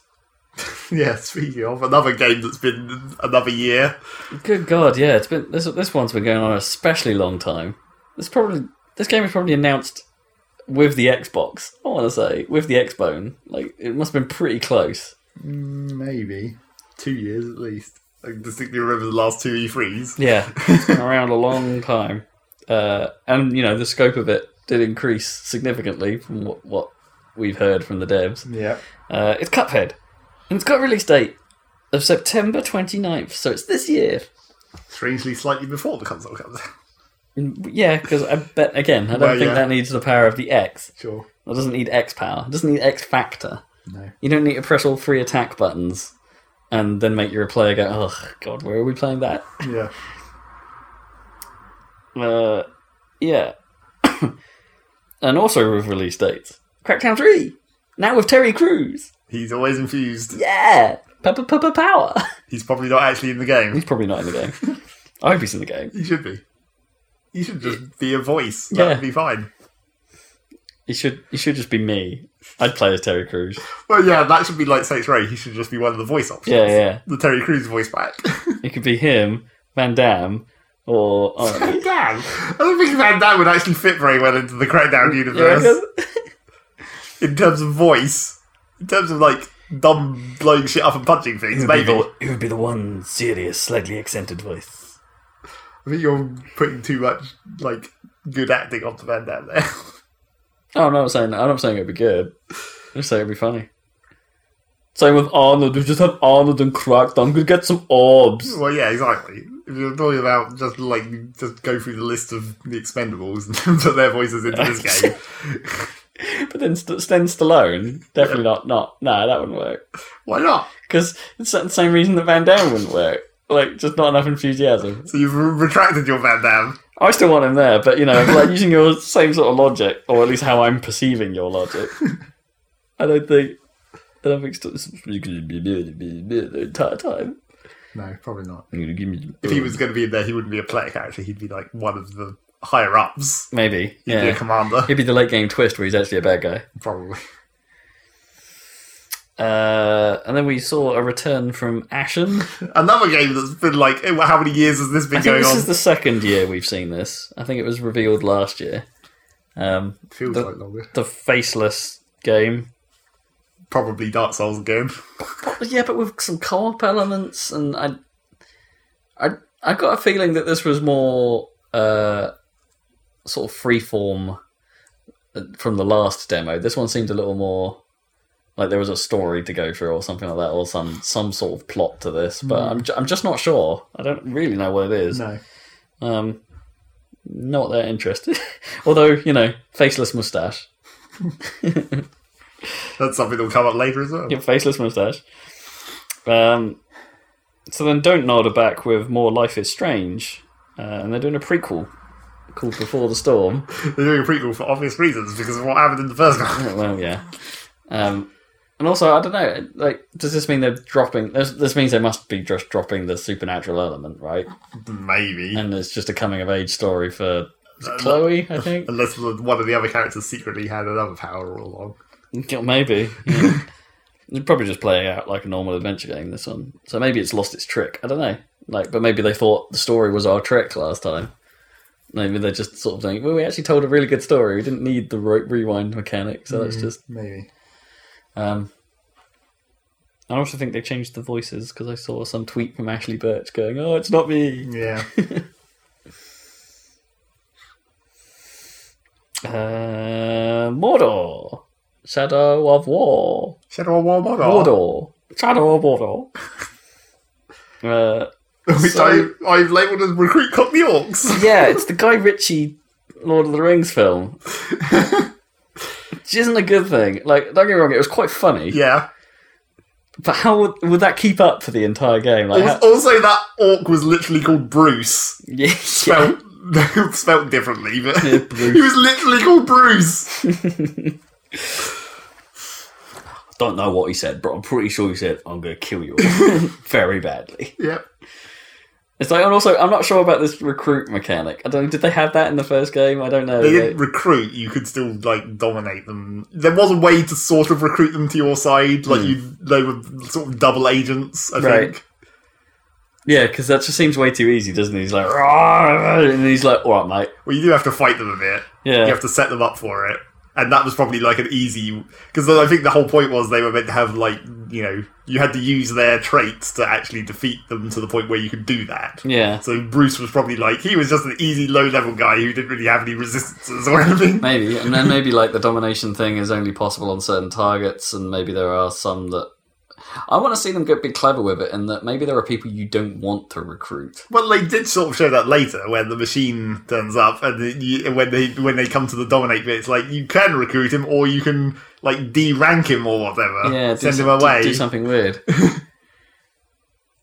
B: yeah, speaking of another game that's been another year.
C: good God, yeah, it's been this this one's been going on a especially long time. This probably this game was probably announced with the Xbox. I want to say with the Xbone. Like it must have been pretty close.
B: Maybe two years at least. I distinctly remember the last two E E3s.
C: Yeah, it's been around a long time, uh, and you know the scope of it did increase significantly from what, what we've heard from the devs.
B: Yeah,
C: Uh, it's Cuphead, and it's got a release date of September 29th, so it's this year.
B: strangely, slightly before the console comes out.
C: Mm, Yeah, because I bet again, I don't
B: Well,
C: think
B: yeah.
C: that needs the power of the X.
B: Sure.
C: That doesn't need X power. It doesn't need X factor.
B: No.
C: You don't need to press all three attack buttons and then make your player go, "Oh God, where are we playing that?"
B: Yeah.
C: Uh, yeah. and also with release dates. Crackdown 3! Now with Terry Crews!
B: He's always infused.
C: Yeah! Pepper Pepper Power!
B: He's probably not actually in the game.
C: he's probably not in the game. I hope he's in the game.
B: He should be. He should just be a voice.
C: Yeah.
B: That'd be fine.
C: He should he should just be me. I'd play as Terry Crews.
B: Well, yeah, that should be like Saints Ray. He should just be one of the voice options.
C: Yeah, yeah.
B: The Terry Crews voice back.
C: It could be him, Van Damme, or. Oh,
B: Van Damme. I don't think Van Damme would actually fit very well into the Crackdown
C: you reckon?
B: universe in terms of voice, in terms of like dumb blowing shit up and punching things.
C: It would be
B: Maybe
C: the- it would be the one serious, slightly accented voice.
B: I think you're putting too much like good acting onto Van Damme there.
C: Oh, I'm not saying that. I'm not saying it'd be good. I'm just saying it'd be funny. Same with Arnold. We just have Arnold and Crackdown. We'll get some orbs.
B: well, yeah, exactly. If you're talking about just like just go through the list of the Expendables and put their voices into this game.
C: But then St- Sten Stallone, definitely not. Not no, that wouldn't work.
B: Why not?
C: Because it's the same reason that Van Damme wouldn't work. Like just not enough enthusiasm.
B: So you've re- retracted your Van Damme.
C: I still want him there, but you know, like using your same sort of logic, or at least how I'm perceiving your logic. I don't think. I don't think. St- you could be the entire time.
B: No, probably not.
C: You're gonna give me-
B: If he was going to be in there, he wouldn't be a player character. He'd be like one of the higher ups.
C: maybe,
B: He'd be a
C: yeah.
B: commander,
C: It'd be the late game twist where he's actually a bad guy.
B: probably.
C: Uh, and then we saw a return from Ashen.
B: Another game that's been like, eh, well, how many years has this been
C: I think
B: going
C: this
B: on?
C: is the second year we've seen this. I think it was revealed last year. Um,
B: Feels
C: the-
B: like longer.
C: the faceless game.
B: Probably Dark Souls again.
C: But yeah, but with some co-op elements, and I, I, I got a feeling that this was more uh, sort of freeform uh, from the last demo. This one seemed a little more like there was a story to go through or something like that, or some some sort of plot to this. But I'm ju- I'm just not sure. I don't really know what it is.
B: No.
C: Um, not that interested. Although you know, faceless mustache,
B: That's something that'll come up later as well.
C: your faceless mustache. Um, so then don't nod are back with more Life is Strange, uh, and they're doing a prequel called Before the Storm.
B: They're doing a prequel for obvious reasons because of what happened in the first one.
C: well, yeah. Um, and also, I don't know. Like, does this mean they're dropping? This, this means they must be just dropping the supernatural element, right?
B: Maybe.
C: And it's just a coming of age story for is it Chloe, I think.
B: Unless one of the other characters secretly had another power all along.
C: Yeah, Maybe. Yeah. It'd probably just play out like a normal adventure game, this one. So maybe it's lost its trick. I don't know. Like, but maybe they thought the story was our trick last time. Maybe they're just sort of saying, well, we actually told a really good story. We didn't need the re- rewind mechanic. So that's just.
B: Maybe.
C: Um, I also think they changed the voices because I saw some tweet from Ashley Birch going, oh, it's not me.
B: Yeah.
C: Uh, Mordor. Shadow of War.
B: Shadow of War Mordor.
C: Mordor. Shadow of Uh, Mordor. Uh,
B: Which
C: So-
B: I, I've labelled as Recruit Cock the Orcs.
C: yeah, it's the Guy Ritchie Lord of the Rings film, which isn't a good thing. Like, don't get me wrong, it was quite funny,
B: Yeah.
C: but how would, would that keep up for the entire game? Like,
B: Al-
C: how,
B: Also, that orc was literally called Bruce,
C: yeah,
B: spelt spelt differently, but
C: Yeah, Bruce.
B: he was literally called Bruce.
C: don't know what he said, but I'm pretty sure he said, "I'm going to kill you all very badly."
B: Yep.
C: It's like, and also, I'm not sure about this recruit mechanic. I don't. Did they have that in the first game? I don't know.
B: They
C: They-
B: didn't recruit. You could still like dominate them. There was a way to sort of recruit them to your side. Like you, they were sort of double agents. I
C: Hmm. Right.
B: think.
C: Yeah, because that just seems way too easy, doesn't it? He's like, "Rawr," and he's like, all right, mate.
B: Well, you do have to fight them a bit.
C: Yeah.
B: You have to set them up for it. And that was probably like an easy because I think the whole point was they were meant to have like you know you had to use their traits to actually defeat them to the point where you could do that.
C: Yeah,
B: So Bruce was probably like he was just an easy low level guy who didn't really have any resistances or anything.
C: maybe. And then maybe, like, the domination thing is only possible on certain targets, and maybe there are some that. I want to see them get be clever with it, and that maybe there are people you don't want to recruit.
B: Well, they did sort of show that later when the machine turns up and the- you, when they when they come to the dominate bit, it's like you can recruit him or you can like de-rank him or whatever,
C: Yeah, do
B: send
C: some-
B: him away.
C: Do, do something weird.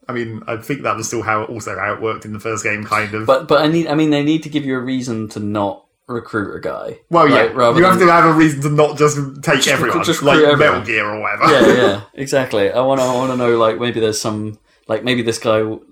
B: I mean, I think that was still how also how it worked in the first game, kind of.
C: But but I need. I mean, they need to give you a reason to not recruit a guy.
B: well, yeah,
C: Like, rather
B: you have
C: than-
B: to have a reason to not just take
C: Just recruit-
B: everyone,
C: just
B: like
C: recruit
B: Metal
C: everyone.
B: Gear or whatever.
C: yeah, yeah, exactly. I want to, I want to know, like, maybe there's some, like, maybe this guy, will-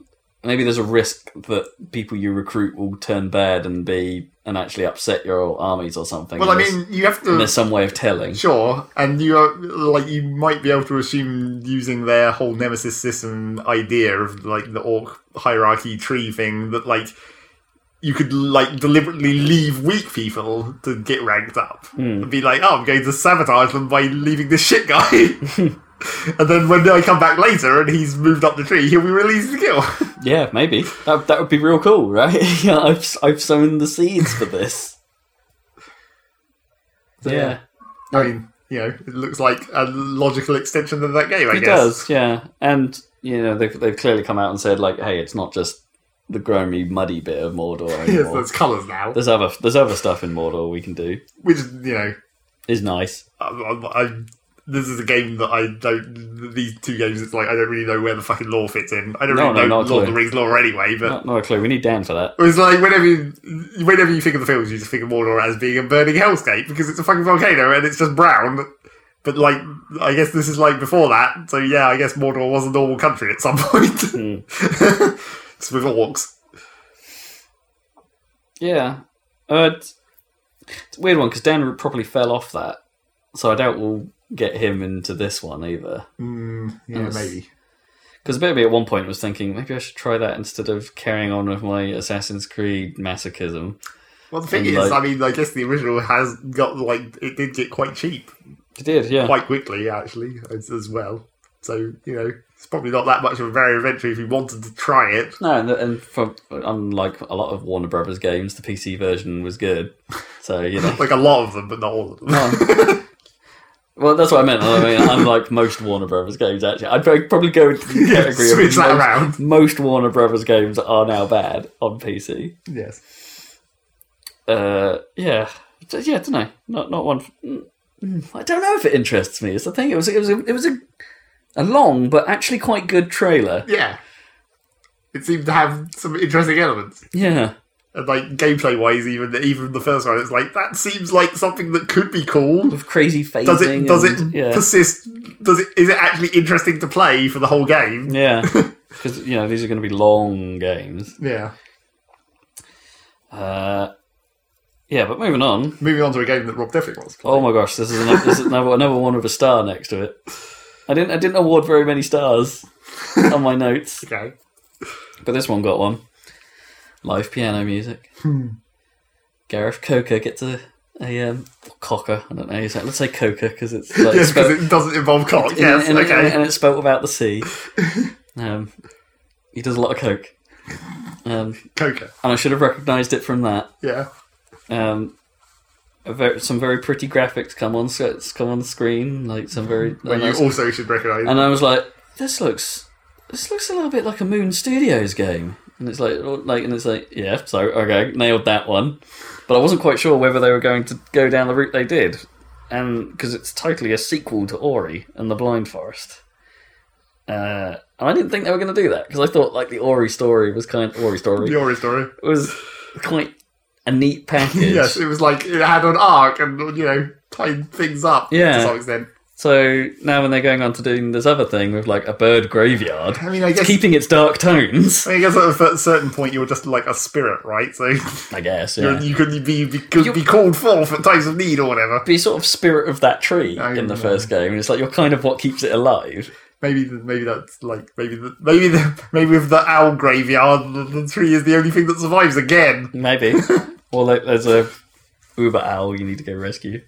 C: maybe there's a risk that people you recruit will turn bad and be and actually upset your armies or something.
B: Well, I
C: And there's-
B: mean, you have to.
C: and there's some way of telling.
B: Sure, and you are, like you might be able to assume using their whole nemesis system idea of like the orc hierarchy tree thing that like you could like deliberately leave weak people to get ranked up
C: Hmm.
B: and be like, oh, I'm going to sabotage them by leaving this shit guy, and then when I come back later and he's moved up the tree, he'll be released to kill.
C: Yeah, maybe that that would be real cool, right? yeah, I've I've sown the seeds for this.
B: So,
C: yeah,
B: yeah. I mean, you know, it looks like a logical extension of that game. I
C: it
B: guess.
C: does. Yeah, and you know they've they've clearly come out and said like, hey, it's not just the grimy, muddy bit of Mordor
B: Yes,
C: anymore.
B: there's colours now,
C: there's other there's other stuff in Mordor we can do.
B: which you know
C: is nice.
B: I, I, I, this is a game that I don't. These two games, it's like I don't really know where the fucking law fits in. I don't
C: No, no,
B: really know Lord
C: not at
B: of
C: all.
B: the Rings law anyway, but.
C: Not, not a clue. We need Dan for that.
B: It was like whenever you, whenever you think of the films, you just think of Mordor as being a burning hellscape because it's a fucking volcano and it's just brown. But like, I guess this is like before that, so yeah, I guess Mordor was a normal country at some point.
C: Hmm.
B: just with orcs.
C: Yeah, uh, it's, it's a weird one because Dan properly fell off that, so I doubt we'll get him into this one either.
B: Mm, yeah,
C: Yes.
B: maybe.
C: Because a bit of me at one point was thinking maybe I should try that instead of carrying on with my Assassin's Creed masochism.
B: Well, the thing
C: And,
B: is,
C: like-
B: I mean, I guess the original has got like it did get quite cheap.
C: I did, yeah.
B: quite quickly actually as, as well. So you know, it's probably not that much of a variant of entry if you wanted to try it.
C: No, and, and from unlike a lot of Warner Brothers games, the PC version was good. So you know.
B: Like a lot of them, but not all of them.
C: No. well, that's what I meant. I mean, unlike most Warner Brothers games, actually, I'd pro- probably go into the
B: yeah,
C: category of
B: switch that
C: most-
B: around.
C: most Warner Brothers games are now bad on PC.
B: Yes.
C: Uh, yeah, Just- yeah, I don't know. Not not one. mm, mm, I don't know if it interests me. It's the thing. It was it was a, it was a a long but actually quite good trailer.
B: Yeah. It seemed to have some interesting elements.
C: Yeah,
B: And like gameplay wise, even even the first one, it's like that seems like something that could be cool.
C: with crazy phasing.
B: Does it does it
C: and- Yeah,
B: persist does it is it actually interesting to play for the whole game?
C: yeah. Because you know these are going to be long games.
B: Yeah.
C: Uh, yeah, but moving on.
B: Moving on to a game that Rob definitely wants to play.
C: Oh my gosh, this is another, this is another, another one with a star next to it. I didn't I didn't award very many stars on my notes.
B: Okay.
C: But this one got one. Live piano music.
B: Hmm.
C: Gareth Coker gets a, a um, cocker. I don't know. He's like, let's say Coker because it's like
B: Yes,
C: spelt-
B: because it doesn't involve cock.
C: and-
B: Yes,
C: and,
B: okay.
C: and, and it's spelt without the C. um, he does a lot of coke, um,
B: Coca.
C: and I should have recognised it from that.
B: Yeah.
C: Um, a ver some very pretty graphics come on s- come on screen, like some very.
B: Well,
C: and I
B: you
C: was-
B: also should recognise.
C: and I was like, this looks this looks a little bit like a Moon Studios game. And it's like, oh, like, and it's like, yeah, so okay, nailed that one. But I wasn't quite sure whether they were going to go down the route they did, and because it's totally a sequel to Ori and the Blind Forest. Uh, and I didn't think they were going to do that because I thought like the Ori story was kind Ori story
B: The Ori story.
C: was quite a neat package.
B: Yes, it was like it had an arc and you know tied things up to
C: Yeah.
B: some extent.
C: So now when they're going on to doing this other thing with like a bird graveyard,
B: I mean, I guess.
C: keeping its dark tones,
B: I mean, I guess at a certain point you're just like a spirit, right? So
C: I guess.
B: you're
C: Yeah.
B: you could be be, could
C: You-
B: be called forth at times of need or whatever.
C: Be sort of spirit of that tree
B: I
C: in the
B: know.
C: first game, and it's like you're kind of what keeps it alive.
B: Maybe th- maybe that's like maybe the, maybe the, maybe with the owl graveyard, the, the tree is the only thing that survives again.
C: Maybe. or like there's a Uber owl you need to go rescue.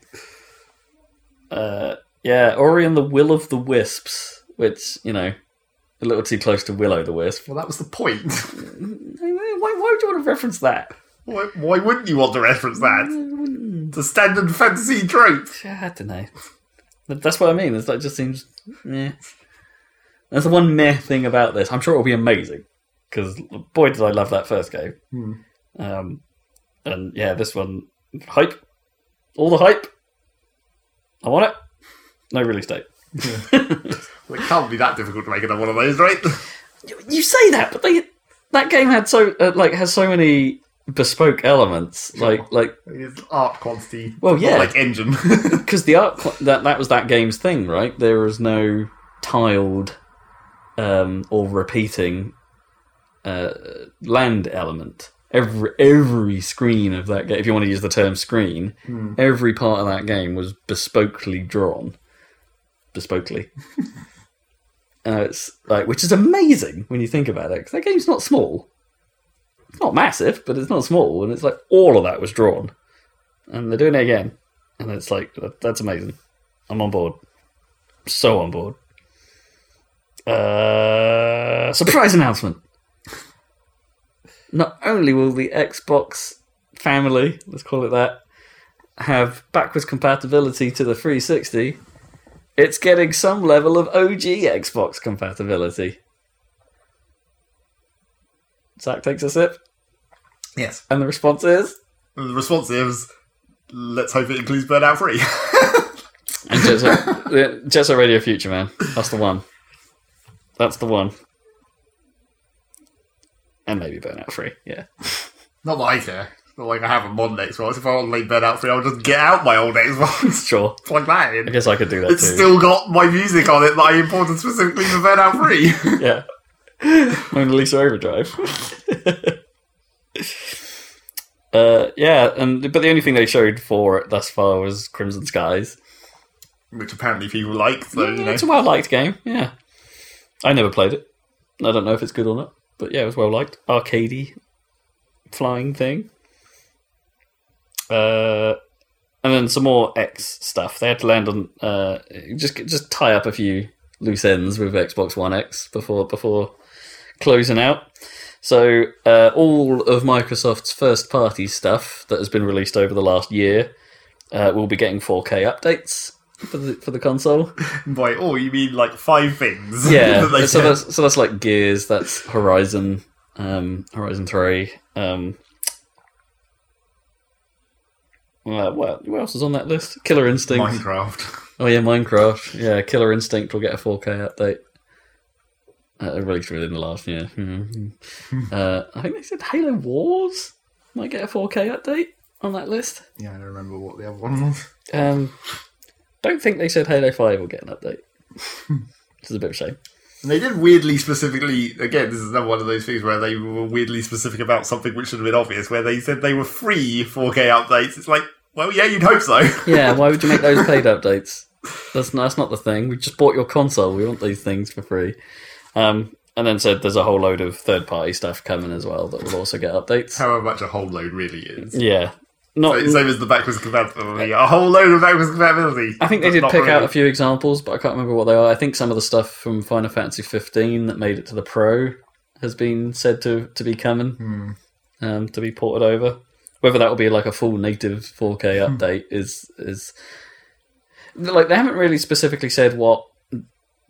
C: Uh, yeah, Ori and the Will of the Wisps, which you know, a little too close to Willow the Wisp.
B: Well, that was the point.
C: Why, why would you want to reference that?
B: why, why wouldn't you want to reference that?
C: Mm,
B: The standard fantasy trope.
C: I don't know. But That's what I mean. It's like, it just seems. Meh. That's the one meh thing about this. I'm sure it'll be amazing because boy did I love that first game.
B: Hmm.
C: Um, and yeah, this one hype, all the hype. I want it. No release date.
B: It can't be that difficult to make another one of those, right?
C: You, you say that, but they that game had so uh, like has so many bespoke elements. Like like
B: It's art quantity.
C: Well,
B: not
C: yeah.
B: like engine.
C: because the art cl- that that was that game's thing, right? There was no tiled um, or repeating uh, land element. Every every screen of that game, if you want to use the term screen,
B: Hmm.
C: every part of that game was bespokely drawn, bespokely. uh, it's like, which is amazing when you think about it, because that game's not small. It's not massive, but it's not small, and it's like all of that was drawn, and they're doing it again, and it's like that- that's amazing. I'm on board, so on board. Uh, surprise announcement! Not only will the Xbox family, let's call it that, have backwards compatibility to the 360, it's getting some level of OG Xbox compatibility. Zach takes a sip,
B: yes.
C: and the response is,
B: And the response is, let's hope it includes Burnout 3.
C: and Jet's yeah, Jet Set Radio Future, man. That's the one. That's the one. And maybe Burnout Free, yeah.
B: Not that I care. It's Not like I have a mod Xbox. If I want to play Burnout 3, I'll just get out my old Xbox.
C: Sure.
B: Plug that
C: I
B: in.
C: guess I could do that
B: It's
C: too.
B: still got my music on it that I imported specifically for Burnout 3.
C: yeah. Mona Lisa Overdrive. uh, yeah, and but the only thing they showed for it thus far was Crimson Skies.
B: Which apparently people like, so you
C: Yeah,
B: know.
C: It's a well liked game, yeah. I never played it. I don't know if it's good or not, but yeah, it was well liked. Arcadey flying thing. Uh, and then some more X stuff. They had to land on uh, just just tie up a few loose ends with Xbox One X before before closing out. So uh, all of Microsoft's first party stuff that has been released over the last year uh, will be getting 4K updates for the for the console.
B: By all, you mean like five things.
C: Yeah,
B: that they
C: so
B: said.
C: that's so that's like Gears, that's Horizon, um, Horizon Three. Um, uh, what what else is on that list? Killer Instinct.
B: Minecraft.
C: Oh yeah, Minecraft. Yeah, Killer Instinct will get a 4K update. Uh, released within the last year. Mhm. uh, I think they said Halo Wars might get a 4K update on that list.
B: Yeah, I don't remember what the other one was.
C: Um, don't think they said Halo Five will get an update. Which is a bit of a shame.
B: And they did weirdly specifically, again, this is another one of those things where they were weirdly specific about something which should have been obvious, where they said they were free 4K updates. It's like, well, yeah, you'd hope so.
C: Yeah, why would you make those paid updates? That's not, that's not the thing. We just bought your console. We want these things for free. Um, and then said there's a whole load of third party stuff coming as well that will also get updates.
B: However much a whole load really is.
C: Yeah, not.
B: Like, Same as the backwards compatibility. A whole load of backwards compatibility.
C: I think they
B: But
C: did
B: not
C: pick out
B: really.
C: a few examples, but I can't remember what they are. I think some of the stuff from Final Fantasy 15 that made it to the Pro has been said to to be coming,
B: Hmm.
C: um, to be ported over. Whether that will be like a full native
B: Hmm.
C: 4K update is is like they haven't really specifically said what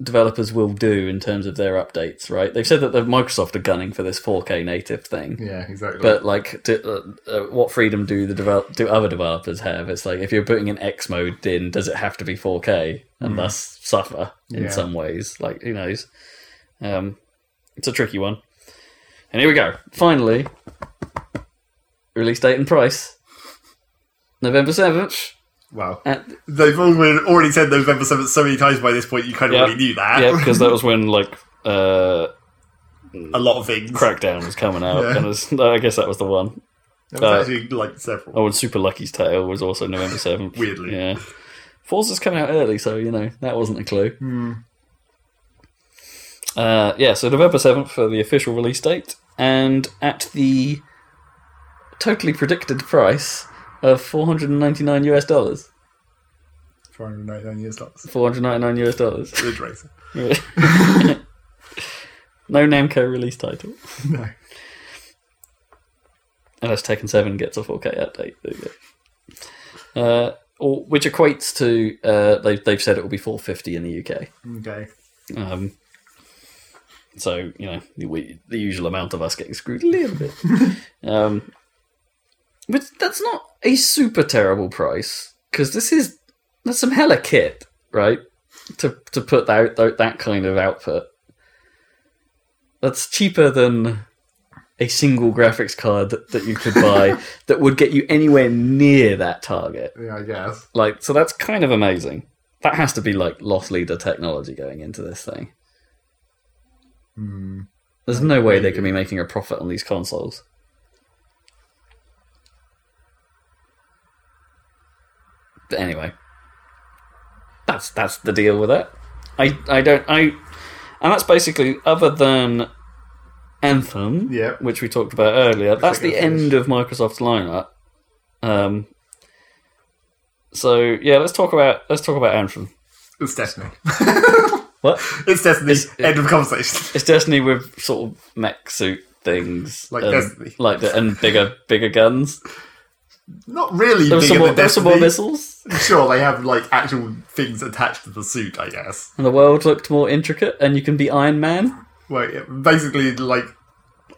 C: developers will do in terms of their updates, right? They've said that the Microsoft are gunning for this 4K native thing.
B: Yeah, exactly.
C: But like, do, uh, uh, what freedom do the develop do other developers have? It's like if you're putting an X mode in, does it have to be 4K and thus suffer in
B: Hmm. Yeah.
C: some ways? Like who knows? Um, it's a tricky one. And here we go. Finally, release date and price, November seventh.
B: wow,
C: At
B: they've already already said November seventh so many times by this point. You kind of
C: Yeah.
B: already knew that.
C: yeah, because that was when like uh,
B: a lot of things.
C: Crackdown was coming out,
B: Yeah.
C: and it's, I guess that was the one.
B: There
C: Uh,
B: was actually like several.
C: Oh, and Super Lucky's Tale was also November 7th.
B: Weirdly.
C: Yeah. Forza's coming out early, so, you know, that wasn't a clue. Uh, yeah, so November 7th for the official release date, and at the totally predicted price of 499 US dollars.
B: 499 years lots.
C: 499 US dollars.
B: Ridge Racer.
C: no Namco release title.
B: No.
C: unless Tekken Seven gets a 4K update. There you go. Uh, or, which equates to uh, they've they've said it will be 450 in the UK.
B: Okay.
C: Um, so you know we, the usual amount of us getting screwed a little bit. um, but that's not a super terrible price because this is that's some hella kit, right? To to put that that, that kind of output. That's cheaper than a single graphics card that, that you could buy that would get you anywhere near that target.
B: Yeah, I guess.
C: Like, so that's kind of amazing. That has to be like loss leader technology going into this thing.
B: Hmm.
C: There's no way they can be making a profit on these consoles. But anyway, that's that's the deal with it. I I don't I, and that's basically other than Anthem,
B: Yeah.
C: which we talked about earlier. That's
B: think
C: the
B: that's
C: end of Microsoft's lineup. Um. So yeah, let's talk about let's talk about Anthem.
B: It's Destiny.
C: What?
B: it's Destiny.
C: It's-
B: End of conversation.
C: It's Destiny with sort of mech suit things,
B: Like
C: and,
B: Destiny.
C: like the, and bigger, bigger guns.
B: Not really bigger
C: There was some more,
B: than
C: there was some more
B: Destiny.
C: missiles,
B: sure, they have like actual things attached to the suit, I guess.
C: and the world looked more intricate. And you can be Iron Man.
B: Well, yeah, basically, like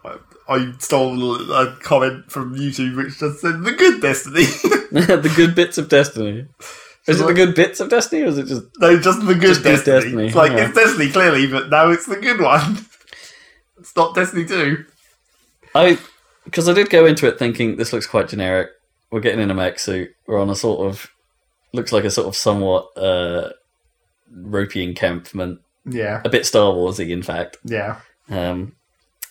B: I- I stole a comment from YouTube which just said the good Destiny.
C: the good bits of Destiny. Is it the
B: like-
C: good bits of Destiny, or is it just
B: no, just the good
C: Just good
B: Destiny.
C: Destiny,
B: It's like
C: yeah.
B: it's Destiny clearly, but now it's the good one. It's not Destiny two.
C: I because I did go into it thinking this looks quite generic. We're getting in a mech suit. We're on a sort of looks like a sort of somewhat uh, ropey encampment,
B: Yeah,
C: a bit Star Warsy, in fact.
B: yeah.
C: Um,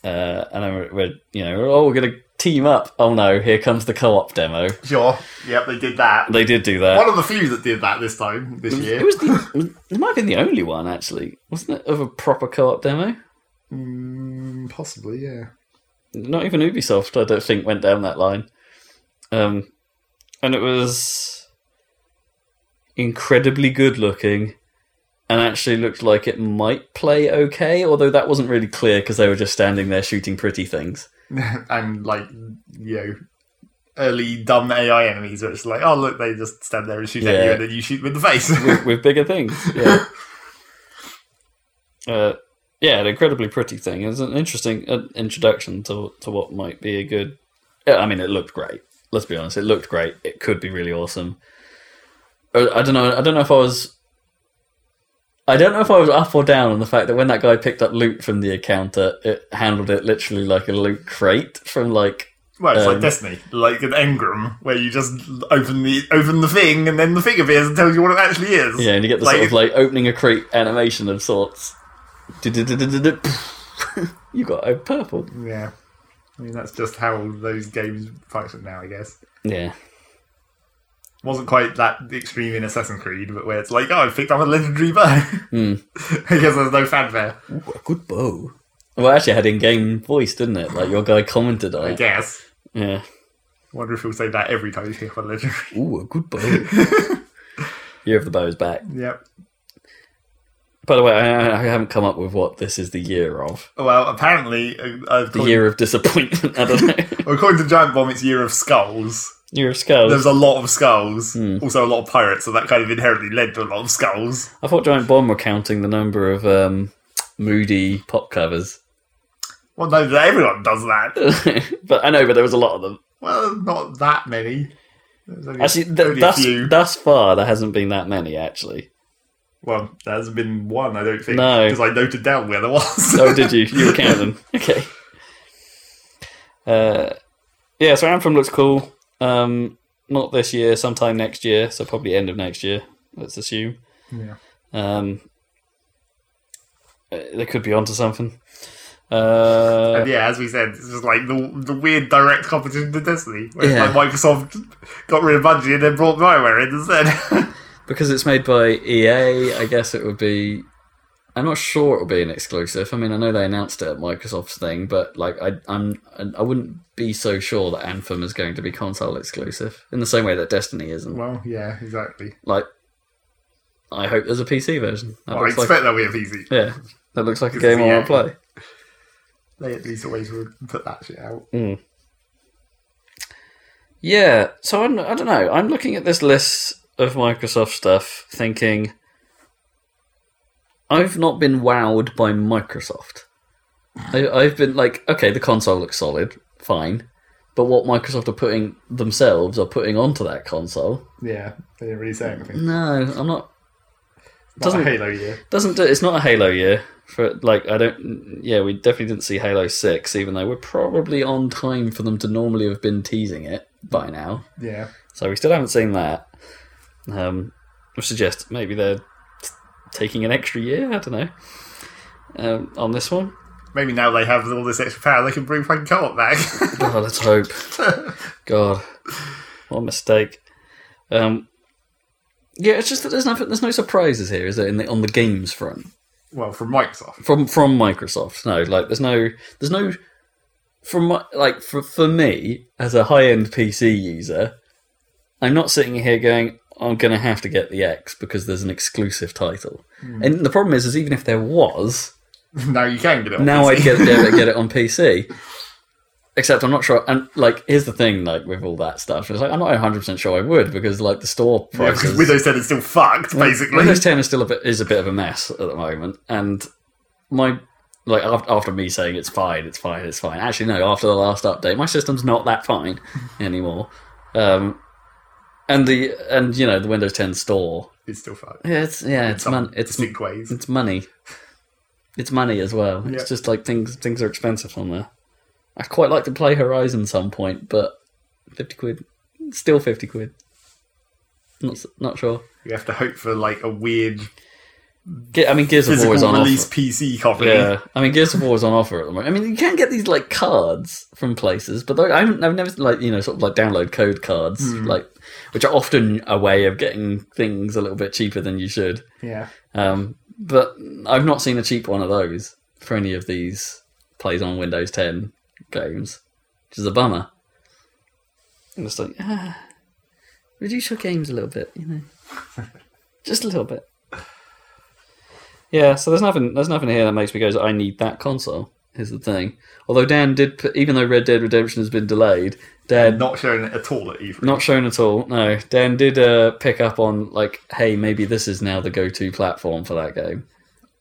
C: uh, and then we're, we're you know oh we're gonna team up. Oh no, here comes the co-op demo.
B: Sure. Yep, they did that.
C: They did do that.
B: One of the few that did that this time, this year.
C: It was the it might have been the only one actually, wasn't it? Of a proper co-op demo.
B: Mm, possibly, yeah.
C: Not even Ubisoft, I don't think, went down that line. Um, and it was incredibly good looking, and actually looked like it might play okay. Although that wasn't really clear because they were just standing there shooting pretty things.
B: and like, you know, early dumb AI enemies, which is like, oh, look, they just stand there and shoot at
C: Yeah.
B: you, and then you shoot with the face.
C: with, with bigger things. Yeah. uh, yeah, an incredibly pretty thing. It's an interesting uh, introduction to to what might be a good. Yeah, I mean, it looked great. Let's be honest, it looked great. It could be really awesome. Uh, I don't know. I don't know if I was. I don't know if I was up or down on the fact that when that guy picked up loot from the encounter, it handled it literally like a loot crate from like
B: well, it's
C: Um,
B: like Destiny, like an engram, where you just open the open the thing, and then the thing appears and tells you what it actually is.
C: Yeah, and you get the sort of like opening a crate animation of sorts. Du-du-du-du-du-du. you got a purple.
B: Yeah. I mean, that's just how those games function now, I guess.
C: Yeah.
B: Wasn't quite that extreme in Assassin's Creed, but where it's like, oh, I picked up a legendary bow.
C: Hmm.
B: because there's no fanfare,
C: a good bow. Well, it actually, had in-game voice, didn't it? Like your guy commented on
B: I
C: it.
B: guess.
C: Yeah.
B: wonder if he'll say that every time he pick up a legendary.
C: Ooh, a good bow. Year of the Bow is back.
B: Yep.
C: By the way, I, I haven't come up with what this is the year of.
B: Well, apparently, uh,
C: The
B: according,
C: year of disappointment. I don't know.
B: according to Giant Bomb, it's Year of Skulls.
C: Year of Skulls.
B: There was a lot of skulls,
C: Hmm.
B: also a lot of pirates, so that kind of inherently led to a lot of skulls.
C: I thought Giant Bomb were counting the number of um, moody pop covers.
B: Well, no, that everyone does that.
C: but I know, but there was a lot of them.
B: Well, not that many. There's only,
C: Actually, th-
B: only a
C: thus,
B: few.
C: thus far, there hasn't been that many, actually.
B: Well, there hasn't been one, I don't think,
C: No.
B: because I noted down where there was.
C: Oh, did you? You were counting. Okay. Uh, yeah, so Anthem looks cool. Um, not this year, sometime next year, so probably end of next year, let's assume.
B: Yeah.
C: Um, uh, they could be onto something. Uh,
B: And yeah, as we said, this was like the, the weird direct competition to Destiny, where
C: Yeah.
B: like Microsoft got rid of Bungie and then brought Bioware in instead.
C: because it's made by EA, I guess it would be. I'm not sure it will be an exclusive. I mean, I know they announced it at Microsoft's thing, but like, I, I'm, I wouldn't be so sure that Anthem is going to be console exclusive in the same way that Destiny isn't.
B: well, yeah, exactly.
C: Like, I hope there's a PC version. That
B: Well, I
C: looks
B: expect
C: like,
B: that we have easy.
C: yeah, that looks like a
B: It's
C: game I
B: EA.
C: want to play.
B: They at least always would put that shit out.
C: Yeah, so I'm, I don't know. I'm looking at this list of Microsoft stuff, thinking I've not been wowed by Microsoft. I, I've been like, okay, the console looks solid, fine, but what Microsoft are putting themselves are putting onto that console,
B: Yeah, they didn't really say anything.
C: no, I'm
B: Not
C: not.
B: a
C: Mm, Doesn't-
B: Halo year.
C: Doesn't do, it's not a Halo year for like I don't. Yeah, we definitely didn't see Halo Six, even though we're probably on time for them to normally have been teasing it by now.
B: Yeah.
C: So we still haven't seen that. Um, which suggests maybe they're t- taking an extra year. I don't know. Um, on this one,
B: Maybe now they have all this extra power, they can bring fucking co-op back.
C: oh, let's hope. God, what a mistake. Um, yeah, it's just that there's nothing. There's no surprises here, is there? In the, on the games front,
B: well, from Microsoft.
C: from from Microsoft, no. Like, there's no. There's no. From my, like for for me as a high end PC user, I'm not sitting here going, I'm going to have to get the X because there's an exclusive title. And the problem is, is even if there was,
B: Now you can get it. on
C: now I'd
B: PC.
C: get, get, it- get it on PC. Except I'm not sure. And like, here's the thing, like with all that stuff, it's like I'm not 100 percent sure I would because like the store
B: Yeah, because
C: prices.
B: Windows 10 is still fucked, basically.
C: Windows 10 is still a bit is a bit of a mess at the moment, and my like after, after me saying it's fine, it's fine, it's fine. Actually, no. After the last update, my system's not that fine anymore. Um, and the and you know the Windows 10 store,
B: It's still fucked.
C: yeah, it's yeah, it's
B: Some
C: mon- it's
B: distinct ways.
C: it's money. It's money as well.
B: Yeah.
C: It's just like things things are expensive on there. I'd quite like to play Horizon some point, but fifty quid, still fifty quid. Not s- not sure.
B: You have to hope for like a weird
C: Ge- I mean, Gears of War
B: physical
C: is on
B: release
C: offer.
B: PC copy.
C: Yeah, I mean, Gears of War is on offer at the moment. I mean, you can get these like cards from places, but though I haven't, I've never like you know sort of like download code cards, like which are often a way of getting things a little bit cheaper than you should.
B: Yeah.
C: Um, but I've not seen a cheap one of those for any of these plays on Windows 10 games, which is a bummer. I'm just like, ah, reduce your games a little bit, you know, just a little bit. Yeah, so there's nothing, there's nothing here that makes me go, I need that console. Is the thing. Although Dan did, put, even though Red Dead Redemption has been delayed, Dan
B: Not showing it at all at E E3.
C: Uh, not shown at all. No, Dan did uh, pick up on like, hey, maybe this is now the go-to platform for that game.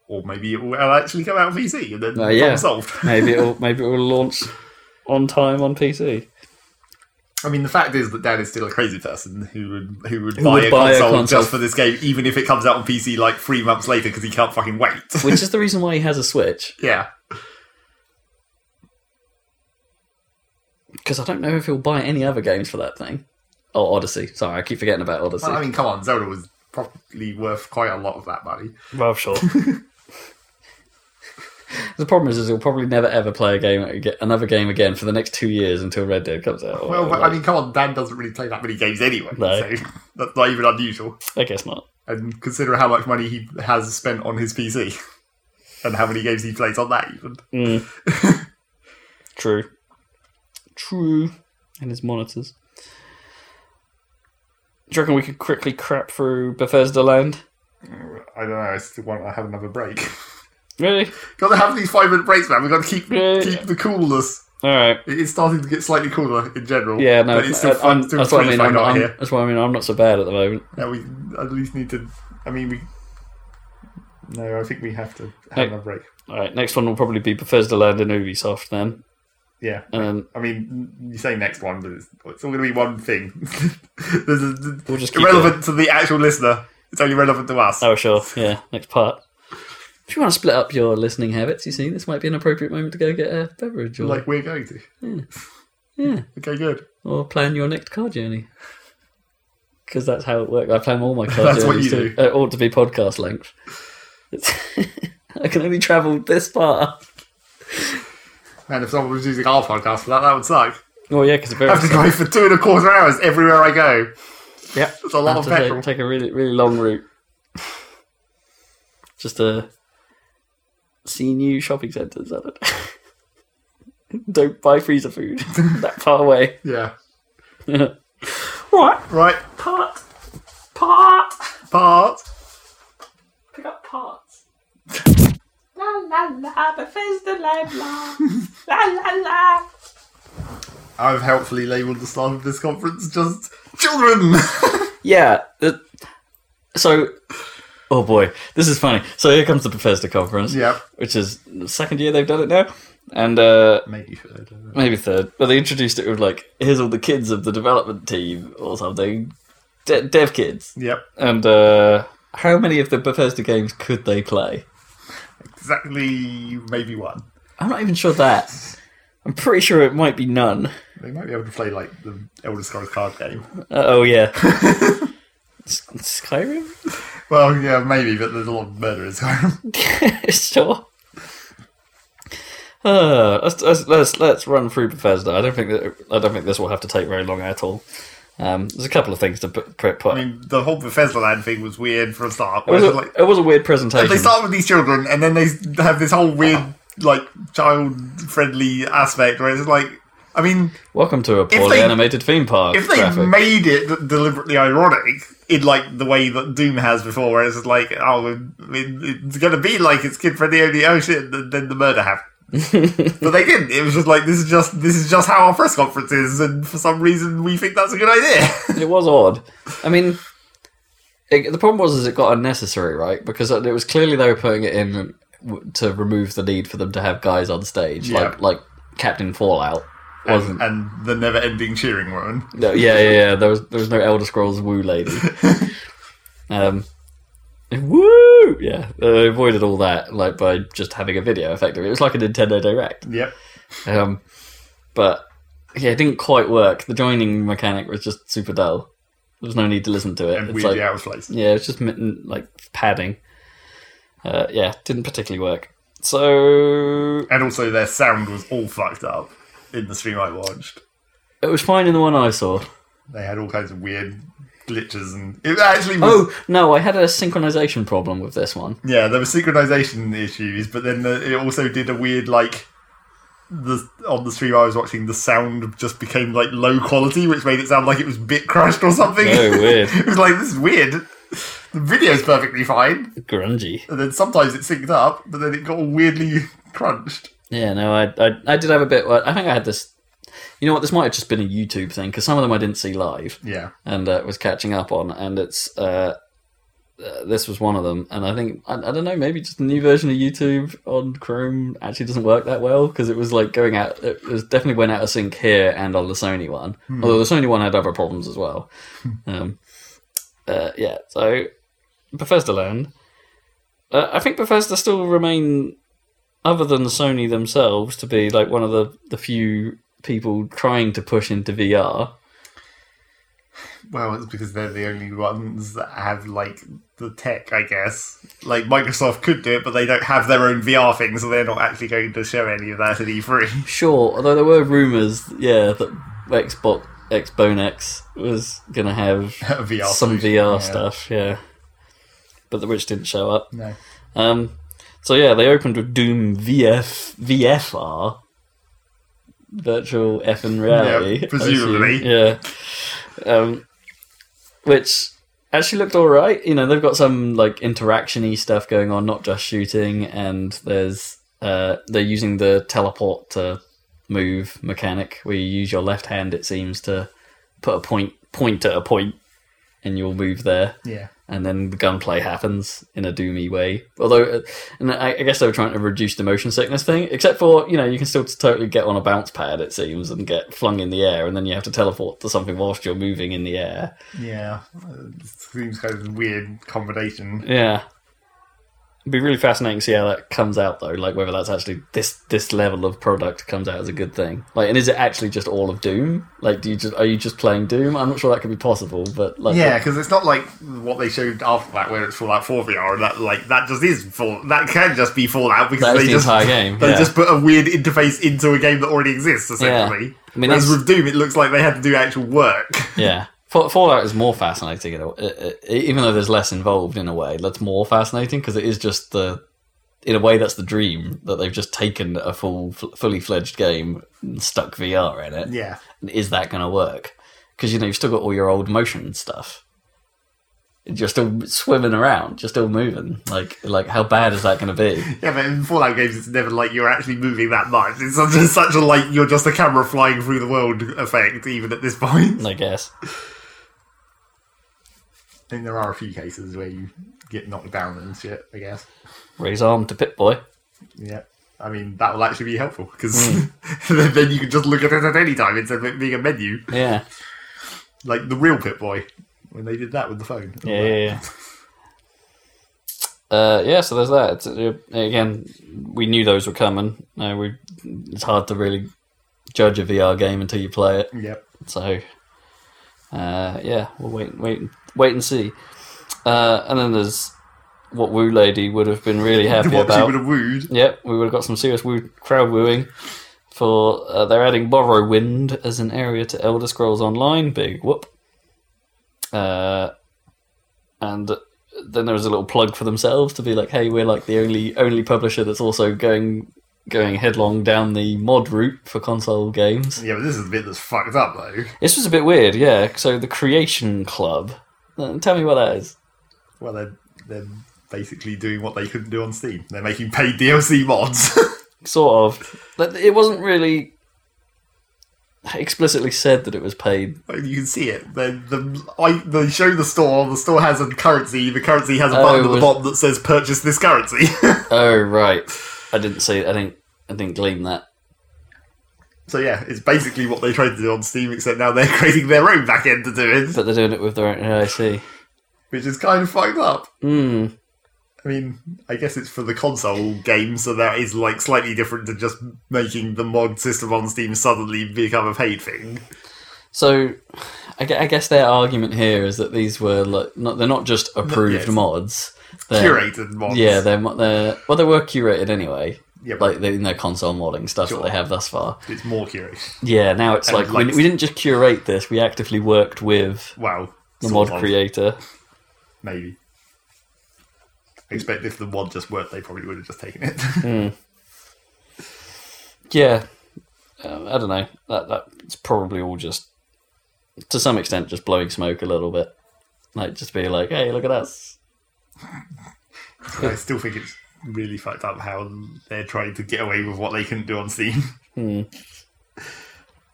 B: Or maybe it will actually come out on PC and then
C: Uh, yeah.
B: problem solved.
C: Maybe it'll maybe it will launch on time on PC.
B: I mean, the fact is that Dan is still a crazy person who would who would,
C: Who
B: buy,
C: would
B: a,
C: buy a
B: console
C: console.
B: just for this game, even if it comes out on PC like three months later because he can't fucking wait.
C: Which is the reason why he has a Switch.
B: yeah.
C: Because I don't know if he'll buy any other games for that thing. Oh, Odyssey. Sorry, I keep forgetting about Odyssey.
B: Well, I mean, come on, Zelda was probably worth quite a lot of that money.
C: Well, sure. the problem is, is he'll probably never ever play a game aga- another game again for the next two years until Red Dead comes out.
B: Well,
C: Like,
B: I mean, come on, Dan doesn't really play that many games anyway,
C: No.
B: so that's not even unusual.
C: I guess not.
B: And consider how much money he has spent on his PC and how many games he plays on that, even.
C: True. True. And his monitors. Do you reckon we could quickly crap through Bethesda Land?
B: I don't know. I still want to have another break.
C: Really?
B: Got to have these five minute breaks, man. We've got to keep
C: Yeah.
B: keep the coolness.
C: All right.
B: It- It's starting to get slightly cooler in general.
C: Yeah, no,
B: but it's still
C: I-
B: fun,
C: I'm-
B: still
C: that's what
B: fun to
C: I mean.
B: find
C: I'm,
B: out
C: I'm-
B: here.
C: that's what I mean. I'm not so bad at the moment.
B: Now we at least need to. I mean, we. No, I think we have to have
C: Hey.
B: another break.
C: All right, next one will probably be Bethesda Land and Ubisoft then.
B: Yeah,
C: Um,
B: I mean, you say next one, but it's, it's all going to be one thing. There's a,
C: We'll just keep
B: irrelevant to the actual listener. It's only relevant to us.
C: oh, sure. Yeah, next part. If you want to split up your listening habits, you see, this might be an appropriate moment to go get a beverage or,
B: Like we're going to.
C: yeah,
B: Okay, good.
C: or plan your next car journey. Because that's how it works. I plan all my car
B: That's what
C: journeys
B: you
C: to, uh, ought to be podcast length. It's- I can only travel this far.
B: And if someone was using our podcast for that, that would suck.
C: Oh, yeah, because
B: I have to drive for two and a quarter hours everywhere I go.
C: Yeah.
B: It's a lot of
C: have to take-
B: petrol.
C: Take, a really, really long route. Just to see new shopping centres. I don't know. don't buy freezer food that far away.
B: Yeah.
C: Right,
B: Right.
C: part, part,
B: Part.
C: pick up parts. la la la, Bethesda la la, la la la.
B: I've helpfully labelled the start of this conference just children.
C: Yeah. uh, So, oh boy, this is funny. So here comes the Bethesda conference,
B: yeah.
C: which is the second year they've done it now, and uh,
B: Maybe for that.
C: maybe third, but they introduced it with like, here's all the kids of the development team or something, De- dev kids,
B: Yep.
C: and uh, how many of the Bethesda games could they play?
B: Exactly. Maybe one.
C: I'm not even sure that. I'm pretty sure it might be none.
B: They might be able to play like the Elder Scrolls card game.
C: Uh, oh yeah, S- Skyrim.
B: Well, yeah, maybe, but there's a lot of murder in Skyrim.
C: sure. Uh, let's, let's let's let's run through Bethesda. I don't think that I don't think this will have to take very long at all. Um, there's a couple of things to put. put put-
B: I mean, the whole Bethesda Land thing was weird for a start.
C: it, was
B: whereas,
C: a,
B: like,
C: it was a weird presentation.
B: they start with these children, and then they have this whole weird, like, child-friendly aspect where it's like, I mean,
C: Welcome to a poorly
B: they-
C: animated theme park.
B: if they
C: graphic.
B: made it deliberately ironic in like the way that Doom has before, where it's like, oh, I mean, it's gonna be like it's kid friendly only. Oh shit! And then the murder happened. but they didn't. It was just like this is just this is just how our press conference is, and for some reason we think that's a good idea.
C: it was odd. I mean, it, the problem was is it got unnecessary, right? Because it was clearly they were putting it in w- to remove the need for them to have guys on stage,
B: Yeah.
C: like like Captain Fallout wasn't.
B: and, and the never-ending cheering woman.
C: No, yeah, yeah, yeah. There was there was no Elder Scrolls woo lady. um, woo. Yeah, they avoided all that like by just having a video. Effectively, it was like a Nintendo Direct.
B: Yep.
C: Um, but yeah, it didn't quite work. The joining mechanic was just super dull. There was no need to listen to it.
B: And
C: it's
B: weirdly
C: like,
B: out of place.
C: yeah, it's just mitten, like padding. Uh, yeah, didn't particularly work. So
B: And also their sound was all fucked up in the stream I watched.
C: it was fine in the one I saw.
B: They had all kinds of weird glitches, and it actually was
C: Oh no, I had a synchronization problem with this one.
B: Yeah, there were synchronization issues, but then the, it also did a weird like the on the stream I was watching, the sound just became like low quality, which made it sound like it was bit crushed or something.
C: Oh, weird.
B: it was like this is weird. The video's perfectly fine,
C: Grungy.
B: and then sometimes it synced up, but then it got all weirdly crunched.
C: Yeah, no, I, I I did have a bit. I think I had this. You know what? This might have just been a YouTube thing because some of them I didn't see live
B: Yeah,
C: and uh, was catching up on, and it's. Uh, uh, this was one of them, and I think I, I don't know. Maybe just the new version of YouTube on Chrome actually doesn't work that well because it was like going out. It was definitely went out of sync here and on the Sony one. Although the Sony one had other problems as well. um, uh, yeah, so Bethesda Land. Uh, I think Bethesda still remain, other than Sony themselves, to be like one of the the few people trying to push into VR.
B: well, it's because they're the only ones that have like the tech, I guess. Like Microsoft could do it, but they don't have their own VR thing, so they're not actually going to show any of that E at E3.
C: Sure, although there were rumors, yeah, that Xbox Xbone X was gonna have
B: A VR
C: some
B: solution,
C: VR
B: yeah.
C: stuff, yeah, but the which didn't show up.
B: No.
C: Um, so yeah, they opened with Doom VF VFR, virtual F and
B: Yeah,
C: reality, I assume.
B: presumably.
C: yeah. Um, which actually looked all right. You know, they've got some like interactiony stuff going on, not just shooting. And there's uh, they're using the teleport to move mechanic where you use your left hand. It seems to put a point point at a point, and you'll move there.
B: Yeah.
C: And then the gunplay happens in a doomy way. Although, uh, and I, I guess they were trying to reduce the motion sickness thing. Except for you know you can still totally get on a bounce pad it seems and get flung in the air, and then you have to teleport to something whilst you're moving in the air.
B: Yeah. It seems kind of a weird combination.
C: Yeah. It'd be really fascinating to see how that comes out though, like whether that's actually this this level of product comes out as a good thing. Like and is it actually just all of Doom? Like do you just are you just playing Doom? I'm not sure that could be possible, but like
B: Yeah, because it's not like what they showed after that, where it's Fallout 4 VR, and that like that just is Fallout. That can just be Fallout because
C: that is
B: they
C: the
B: just
C: entire game.
B: they
C: yeah.
B: just put a weird interface into a game that already exists. Essentially,
C: I mean,
B: whereas with
C: that's-
B: Doom, it looks like they had to do actual work.
C: yeah. Fa- Fallout is more fascinating, in a, i- i- even though there's less involved in a way. That's more fascinating because it is just the, in a way, that's the dream that they've just taken a full, f- fully fledged game and stuck VR in it.
B: yeah,
C: is that going to work? Because you know you've still got all your old motion and stuff. You're still swimming around. You're still moving. Like like how bad is that going to be?
B: yeah, but in Fallout games, it's never like you're actually moving that much. It's such a, such a like you're just a camera flying through the world effect. Even at this point,
C: I guess.
B: I think there are a few cases where you get knocked down and shit. I guess.
C: Raise arm to Pit Boy.
B: Yeah. I mean, that will actually be helpful because
C: Hmm.
B: then you can just look at it at any time instead of it being a menu.
C: Yeah.
B: Like the real Pit Boy when they did that with the phone.
C: Yeah. Yeah. yeah. Uh, yeah, so there's that. It's, uh, again, we knew those were coming. Uh, we, it's hard to really judge a VR game until you play it.
B: Yep.
C: So, uh, yeah, we'll wait, wait, wait and see. Uh, and then there's what Woo Lady would have been really happy
B: What she would
C: about.
B: have wooed.
C: Yep, we would have got some serious woo, crowd wooing. For uh, they're adding Morrowind as an area to Elder Scrolls Online. Big whoop. Uh, and then there was a little plug for themselves to be like, "Hey, we're like the only only publisher that's also going going headlong down the mod route for console games."
B: Yeah, but this is the bit that's fucked up though.
C: This was a bit weird, yeah. So the Creation Club. Uh, Tell me what that is.
B: Well, they're, they're basically doing what they couldn't do on Steam. They're making paid DLC mods.
C: Sort of. But It wasn't really explicitly said that it was paid.
B: you can see it. They, the, I, they show the store. The store has a currency. The currency has a
C: Oh,
B: button at the
C: was-
B: bottom that says "Purchase this currency."
C: Oh right, I didn't see. I didn't. I didn't glean that.
B: so yeah, it's basically what they tried to do on Steam, except now they're creating their own backend to do it,
C: But they're doing it with their own. Yeah, I see.
B: which is kind of fucked up.
C: Mm,
B: I mean, I guess it's for the console game, so that is like slightly different to just making the mod system on Steam suddenly become a paid thing.
C: So, I, gue- I guess their argument here is that these were like not. They're not just approved
B: yes.
C: mods. They're,
B: Curated mods.
C: Yeah, they're, mo- they're well, they were curated anyway.
B: yeah, but
C: Like they- in their console modding stuff that they have thus far.
B: it's more curated.
C: Yeah, now it's
B: And
C: like we,
B: likes.
C: we didn't just curate this; we actively worked with
B: Wow.
C: the
B: sort
C: mod
B: of.
C: creator.
B: Maybe. I expect if the mod just worked, they probably would have just taken it.
C: Yeah, um, I don't know. That that's probably all just to some extent just blowing smoke a little bit, like just be like, "Hey, look at us."
B: I still think it's really fucked up how they're trying to get away with what they couldn't do on Steam.
C: Hmm.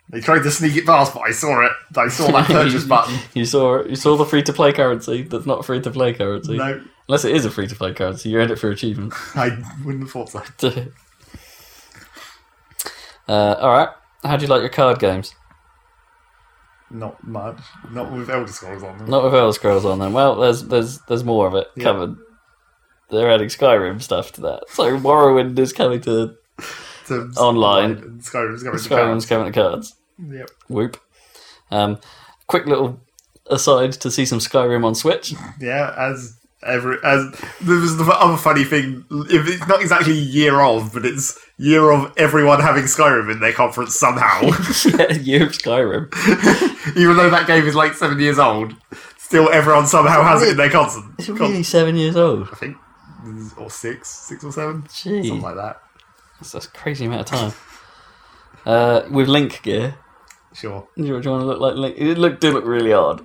B: They tried to sneak it past, but I saw it. I saw that purchase button.
C: You saw you saw the free to play currency that's not free to play currency,
B: No,
C: unless it is a free to play currency. You earn it for achievement.
B: I wouldn't have thought so.
C: uh, all right. How do you like your card games?
B: Not much. Not with Elder Scrolls on them.
C: Not with Elder Scrolls on them. Well, there's there's there's more of it
B: Yeah.
C: covered. They're adding Skyrim stuff to that. So Morrowind is coming to
B: So-
C: Online.
B: Skyrim's going to
C: Skyrim's coming to cards.
B: Yep.
C: Whoop. Um, quick little aside to see some Skyrim on Switch.
B: Yeah, as every as there was the other funny thing. If it's not exactly year of, but it's year of everyone having Skyrim in their conference somehow,
C: yeah, year of Skyrim.
B: even though that game is like seven years old. Still, everyone somehow has it in their console.
C: It's really seven years old.
B: I think, or six, six or seven, something
C: Gee,
B: like that.
C: that's, that's a crazy amount of time. Uh, with Link gear,
B: Sure.
C: do you, do you want to look like Link? It looked did look really odd.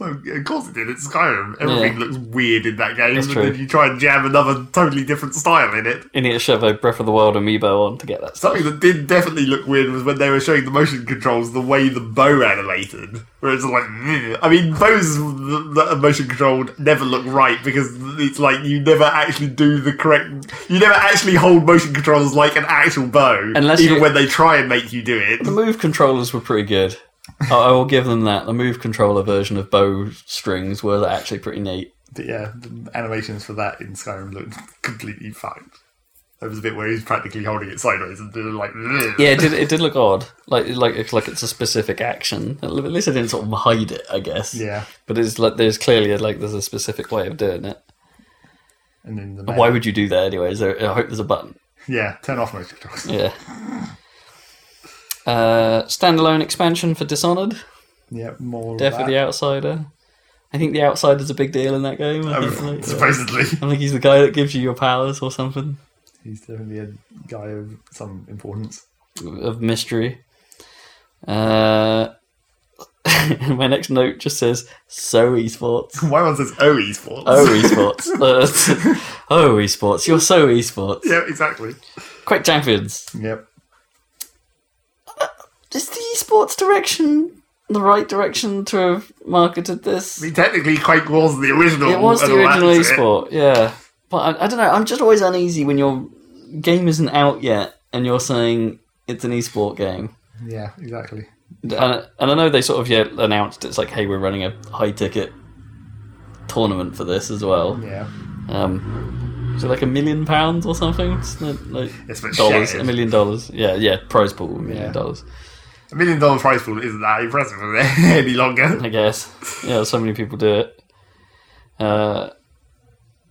B: Well, yeah, of course it did. It's Skyrim. Everything
C: Yeah.
B: looks weird in that game,
C: That's
B: and
C: true.
B: then you try and jam another totally different style in it.
C: You need to shove a Breath of the Wild amiibo on to get that stuff.
B: Something that did definitely look weird was when they were showing the motion controls, the way the bow animated, where it's like, "Ugh." I mean, bows that are motion controlled never look right because it's like you never actually do the correct, you never actually hold motion controls like an actual bow,
C: Unless
B: even
C: you-
B: when they try and make you do it.
C: The move controllers were pretty good. I, I will give them that. The move controller version of bow strings were actually pretty neat.
B: But yeah, the animations for that in Skyrim looked completely fucked. There was a bit where he's practically holding it sideways and doing like, "Ugh."
C: Yeah, it did. It did look odd. Like like it's like it's a specific action. At least I didn't sort of hide it. I guess.
B: yeah.
C: But it's like there's clearly like there's a specific way of doing it.
B: And then the
C: Why
B: man-
C: would you do that anyways? There, I hope there's a button.
B: yeah, turn off motion controls.
C: Yeah. Uh, standalone expansion for Dishonored.
B: Yeah, more of
C: Definitely
B: that.
C: the Outsider. I think the Outsider's a big deal in that game. I think,
B: Um,
C: like,
B: supposedly.
C: I think he's the guy that gives you your powers or something
B: He's definitely a guy of some importance.
C: of mystery. Uh, my next note just says so esports.
B: My one says oh esports.
C: Oh esports. Uh, oh esports. You're so esports.
B: yeah, exactly.
C: Quick champions.
B: Yep.
C: Is the esports direction the right direction to have marketed this?
B: I mean, technically, Quake was the original.
C: It was the
B: and all that
C: original
B: shit.
C: esport, yeah. But I, I don't know. I'm just always uneasy when your game isn't out yet and you're saying it's an esport game.
B: Yeah, exactly.
C: And, and I know they sort of yeah announced it's like, hey, we're running a high ticket tournament for this as well.
B: Yeah.
C: Um, is it like a million pounds or something? It's not, like
B: It's been
C: dollars,
B: shattered.
C: a million dollars. Yeah, yeah, prize pool, a million
B: Yeah.
C: dollars.
B: A million dollar prize pool isn't that impressive is it, any longer.
C: I guess. Yeah, so many people do it. Uh,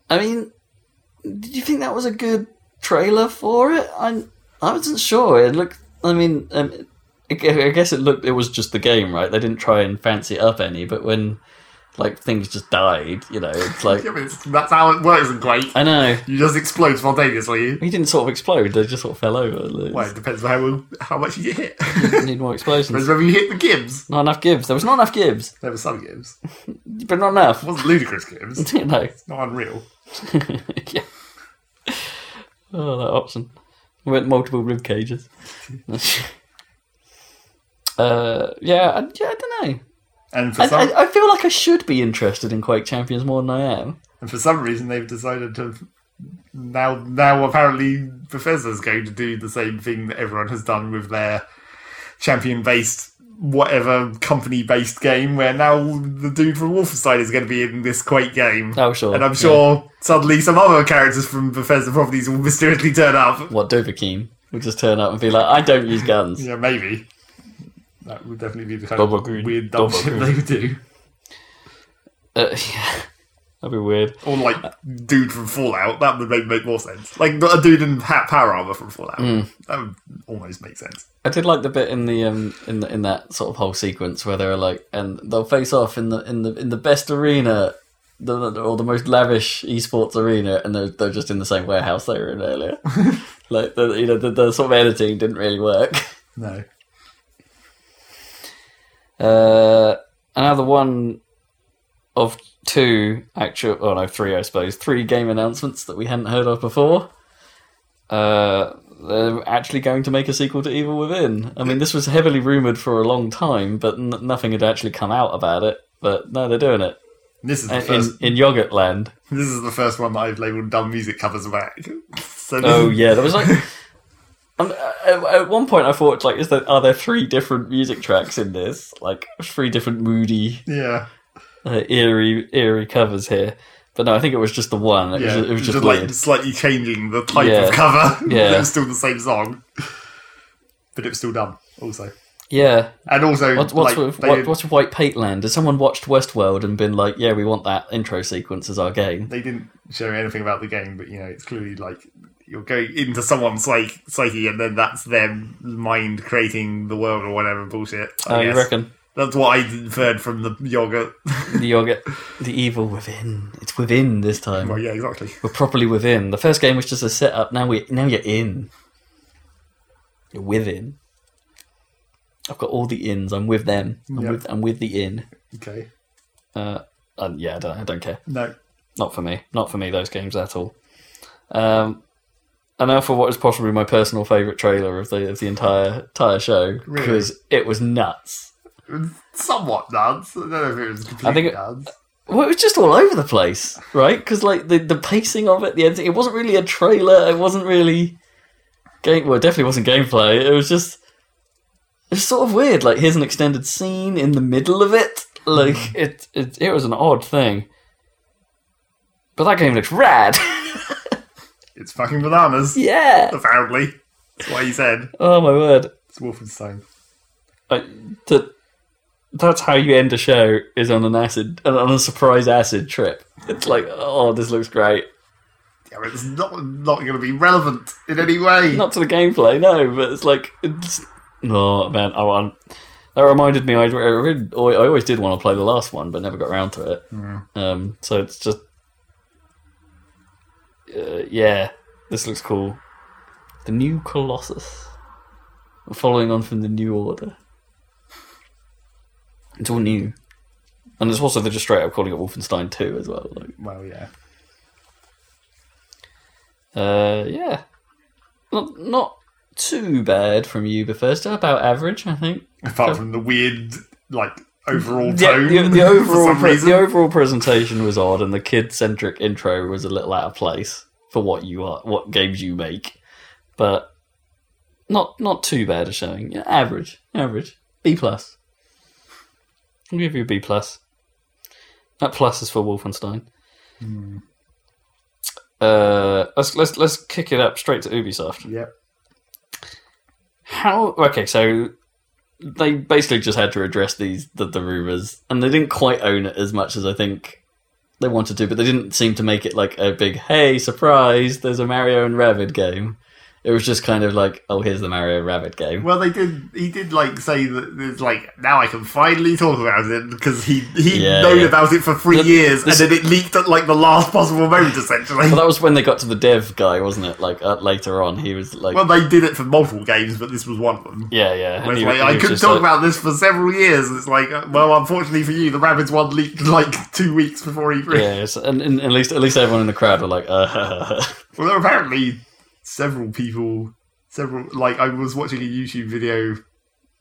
C: I mean, did you think that was a good trailer for it? I I wasn't sure. It looked. I mean, um, I gue- I guess it looked. It was just the game, right? They didn't try and fancy it up any. But when like things just died, you know, it's like
B: Yeah, but it's, that's how it works in Quake.
C: I know
B: You just explode spontaneously.
C: he didn't sort of explode. They just sort of fell over.
B: Well, it depends on how, how much you get hit.
C: They Need more
B: Whereas
C: explosions.
B: when you hit the Gibbs,
C: Not enough gibbs. There was not enough gibbs,
B: there were some Gibbs. It
C: but not enough.
B: wasn't ludicrous Gibbs. It's
C: you know.
B: not unreal.
C: yeah. Oh, that option. We went multiple rib cages. uh, yeah, I, yeah, I don't know.
B: And for
C: I,
B: some,
C: I, I feel like I should be interested in Quake Champions more than I am.
B: And for some reason, they've decided to now. Now, apparently, Bethesda's going to do the same thing that everyone has done with their champion-based, whatever company-based game. Where now the dude from Wolfenstein is going to be in this Quake game,
C: Oh, sure.
B: and I'm
C: yeah.
B: sure suddenly some other characters from Bethesda properties will mysteriously turn up.
C: What, Dovahkiin would just turn up and be like, I don't use guns.
B: Yeah, maybe. That would definitely be the kind
C: Double
B: of
C: green,
B: weird dumb
C: double
B: shit
C: green.
B: they would do.
C: Uh, yeah. That'd be weird.
B: Or like dude from Fallout. That would make, make more sense. Like a dude in ha- power armor from Fallout.
C: Hmm.
B: That would almost make sense.
C: I did like the bit in the um in the, in that sort of whole sequence where they were like, and they'll face off in the in the in the best arena, the, the- or the most lavish esports arena, and they're they're just in the same warehouse they were in earlier. like the you know the, the sort of editing didn't really work.
B: No.
C: Uh, another one of two actual, oh no, three I suppose, three game announcements that we hadn't heard of before. Uh, they're actually going to make a sequel to Evil Within. I mean, this was heavily rumored for a long time, but n- nothing had actually come out about it. But no, they're doing it
B: This is the
C: in
B: first.
C: in Yogurt Land.
B: this is the first one that I've labelled "dumb music covers back." So this,
C: Oh yeah, there was like. Um, at at one point, I thought, like, is there are there three different music tracks in this? Like, three different moody
B: yeah,
C: uh, eerie eerie covers here. But no, I think it was just the one. It,
B: yeah.
C: was, it was
B: It's
C: just,
B: like
C: weird.
B: slightly changing the type
C: Yeah.
B: of cover.
C: Yeah.
B: it was still the same song, but it was still dumb. Also,
C: Yeah.
B: and also
C: What, what's
B: like,
C: with
B: they
C: what,
B: did,
C: what's with White Pate Land? Has someone watched Westworld and been like, "Yeah, we want that intro sequence as our game"?
B: they didn't show anything about the game, but you know, it's clearly like you're going into someone's psych- psyche, and then that's their mind creating the world or whatever bullshit. I
C: Oh, you
B: guess.
C: reckon
B: That's what I inferred from the yogurt.
C: the yogurt, the evil within? It's within this time.
B: well, yeah, exactly.
C: We're properly within. The first game was just a setup. Now we now you're in. You're within. I've got all the ins. I'm with them. I'm
B: Yeah.
C: with. I'm with the in.
B: Okay.
C: Uh, and yeah, I don't, I don't care.
B: No.
C: Not for me. Not for me. Those games at all. Um, and now for what is possibly my personal favorite trailer of the of the entire entire show
B: Really?
C: because it was nuts.
B: Somewhat nuts. I don't know if it was completely
C: it-
B: nuts.
C: Well, it was just all over the place, right? Because like the the pacing of it, the editing, it wasn't really a trailer. It wasn't really game. Well, it definitely wasn't gameplay. It was just it's sort of weird. Like here's an extended scene in the middle of it. Like it it it was an odd thing. But that game looks rad.
B: It's fucking bananas.
C: yeah.
B: Apparently. That's what he said.
C: Oh my word.
B: It's Wolfenstein.
C: Like, that that's how you end a show is on an acid on a surprise acid trip. It's like, oh, this looks great.
B: Yeah, but it's not not going to be relevant in any way.
C: Not to the gameplay, no, but it's like, it's, oh man, I want. That reminded me, I, I, really, I always did want to play the last one, but never got around to it.
B: Mm.
C: Um, so it's just, uh, yeah, this looks cool. The new Colossus, following on from the New Order. It's all new, and it's also they're just straight up calling it Wolfenstein Two as well. Like,
B: Well, yeah.
C: uh, yeah, not not too bad from you, Bethesda. About average, I think.
B: Apart from the weird, like, overall
C: Yeah,
B: tone.
C: the, the
B: for
C: overall
B: some
C: pre-
B: reason.
C: the overall presentation was odd, and the kid-centric intro was a little out of place for what you are, what games you make, but not not too bad a showing. Yeah, average, average, B plus. I'll give you a B plus. That plus is for Wolfenstein.
B: Hmm.
C: Uh, let's let's let's kick it up straight to Ubisoft.
B: Yep.
C: How okay, so they basically just had to address these the, the rumors, and they didn't quite own it as much as I think they wanted to, but they didn't seem to make it like a big hey surprise. There's a Mario and Rabbit game. It was just kind of like oh, here's the Mario Rabbit game.
B: Well, they did. He did like say that. There's like now I can finally talk about it because he he
C: Yeah,
B: known
C: yeah.
B: about it for three
C: The-
B: years
C: this-
B: and then it leaked at like the last possible moment. Essentially,
C: Well, that was when they got to the dev guy, wasn't it? Like uh, later on, he was like,
B: well, they did it for multiple games, but this was one of them.
C: yeah, yeah.
B: Where
C: and
B: it's
C: he-
B: like,
C: he
B: I
C: was
B: couldn't
C: just
B: talk
C: like-
B: about this for several years. It's like, uh, well, unfortunately for you, the Rabbids one leaked like two weeks before E E3.
C: Yeah, it's- and, and at least at least everyone in the crowd were like, uh,
B: Well, there were apparently several people, several like I was watching a YouTube video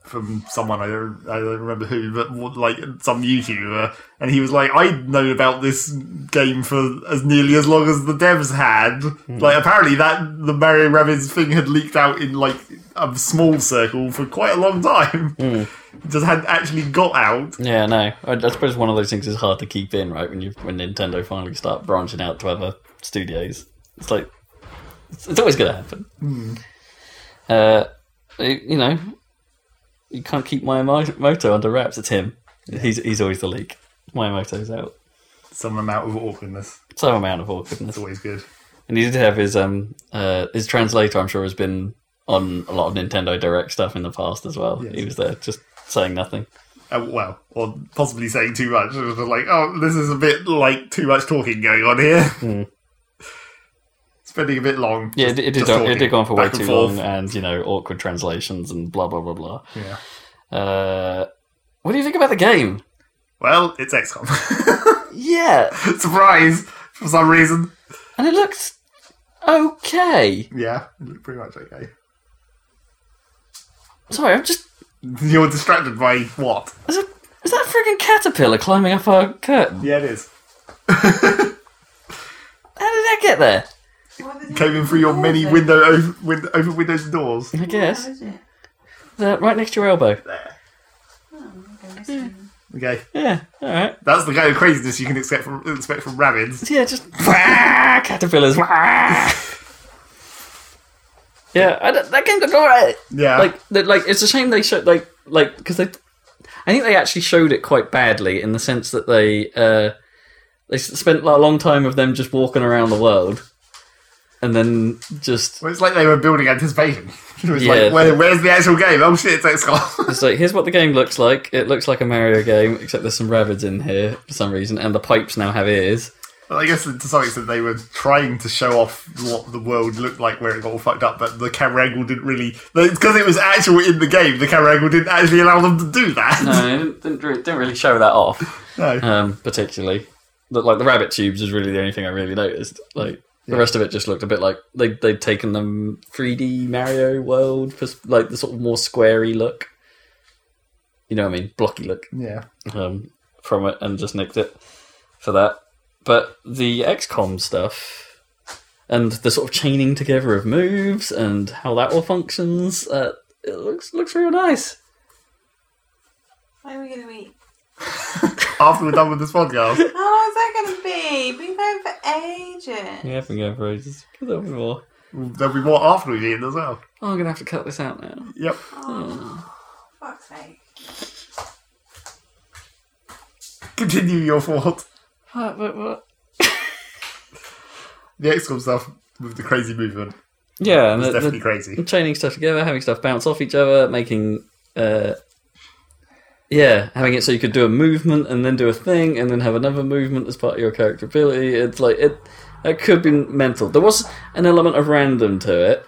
B: from someone I don't I don't remember who, but like some YouTuber, and he was like, "I'd known about this game for as nearly as long as the devs had." Like apparently that the Mario Rabbids thing had leaked out in like a small circle for quite a long time. Just hadn't actually got out.
C: Yeah, no. I, I suppose one of those things is hard to keep in, right? When you when Nintendo finally start branching out to other studios, it's like it's, it's always going to happen. Uh, you- you know, you can't keep Miyamoto under wraps. It's him. He's he's always the leak. Miyamoto's out.
B: Some amount of awkwardness.
C: Some amount of awkwardness.
B: It's always good.
C: And he did have his um uh his translator. I'm sure has been on a lot of Nintendo Direct stuff in the past as well.
B: Yes.
C: He was there, just saying nothing.
B: uh, well, or possibly saying too much. It was like, oh, this is a bit like too much talking going on here. Spending a bit long.
C: Hmm. Yeah, it, it did. Go, it did go on for way
B: back and
C: too
B: forth.
C: long, and you know, awkward translations and blah blah blah blah.
B: Yeah.
C: Uh, what do you think about the game?
B: Well, it's XCOM.
C: Yeah,
B: Surprise! For some reason.
C: and it looks okay.
B: Yeah, pretty much okay.
C: Sorry, I'm just.
B: You're distracted by what?
C: Is, it, is that frigging caterpillar climbing up our curtain?
B: Yeah, it is.
C: How did that get there?
B: Came in through your many window over, win- open windows and doors.
C: I guess the, right next to your elbow.
B: There. Okay,
C: Yeah. All right.
B: that's the kind of craziness you can expect from expect from rabbits.
C: Yeah, just Wah, caterpillars. Wah. yeah, I don't- that game looked alright.
B: Yeah,
C: like that like it's a shame they showed like like because they i think they actually showed it quite badly in the sense that they uh they s- spent a long time of them just walking around the world and then just
B: Well, it's like they were building anticipation. It was
C: Yeah.
B: like, Where, where's the actual game? Oh shit, it's XCOM.
C: it's like here's what the game looks like it looks like a mario game except there's some rabbits in here for some reason and the pipes now have ears
B: I guess to some extent they were trying to show off what the world looked like where it got all fucked up, but the camera angle didn't really. Because it was actual in the game, the camera angle didn't actually allow them to do that.
C: No, it didn't, didn't, re- didn't really show that off,
B: No.
C: um, particularly. But, like the rabbit tubes is really the only thing I really noticed. Like the rest of it just looked a bit like they they'd taken them 3D Mario World, pers- like the sort of more squarey look. You know what I mean? Blocky look
B: Yeah.
C: um, from it, and just nicked it for that. But the XCOM stuff and the sort of chaining together of moves and how that all functions, uh, it looks looks real nice.
A: What are we going to eat?
B: After we're done with this
A: How
B: podcast,
A: long is that going to be? We've been going for ages.
C: Yeah, I've been going for ages. There'll be more.
B: there'll be more after we've eaten as well.
C: Oh, I'm gonna have to cut this out now.
B: Yep.
A: Oh, fuck's sake.
B: Continue your thought.
C: What, what, what?
B: The XCOM stuff with the crazy movement
C: Yeah, and
B: was
C: the,
B: definitely
C: the
B: crazy.
C: chaining stuff together, having stuff bounce off each other, making, uh, yeah, having it so you could do a movement and then do a thing and then have another movement as part of your character ability. It's like it. It could be mental. There was an element of random to it,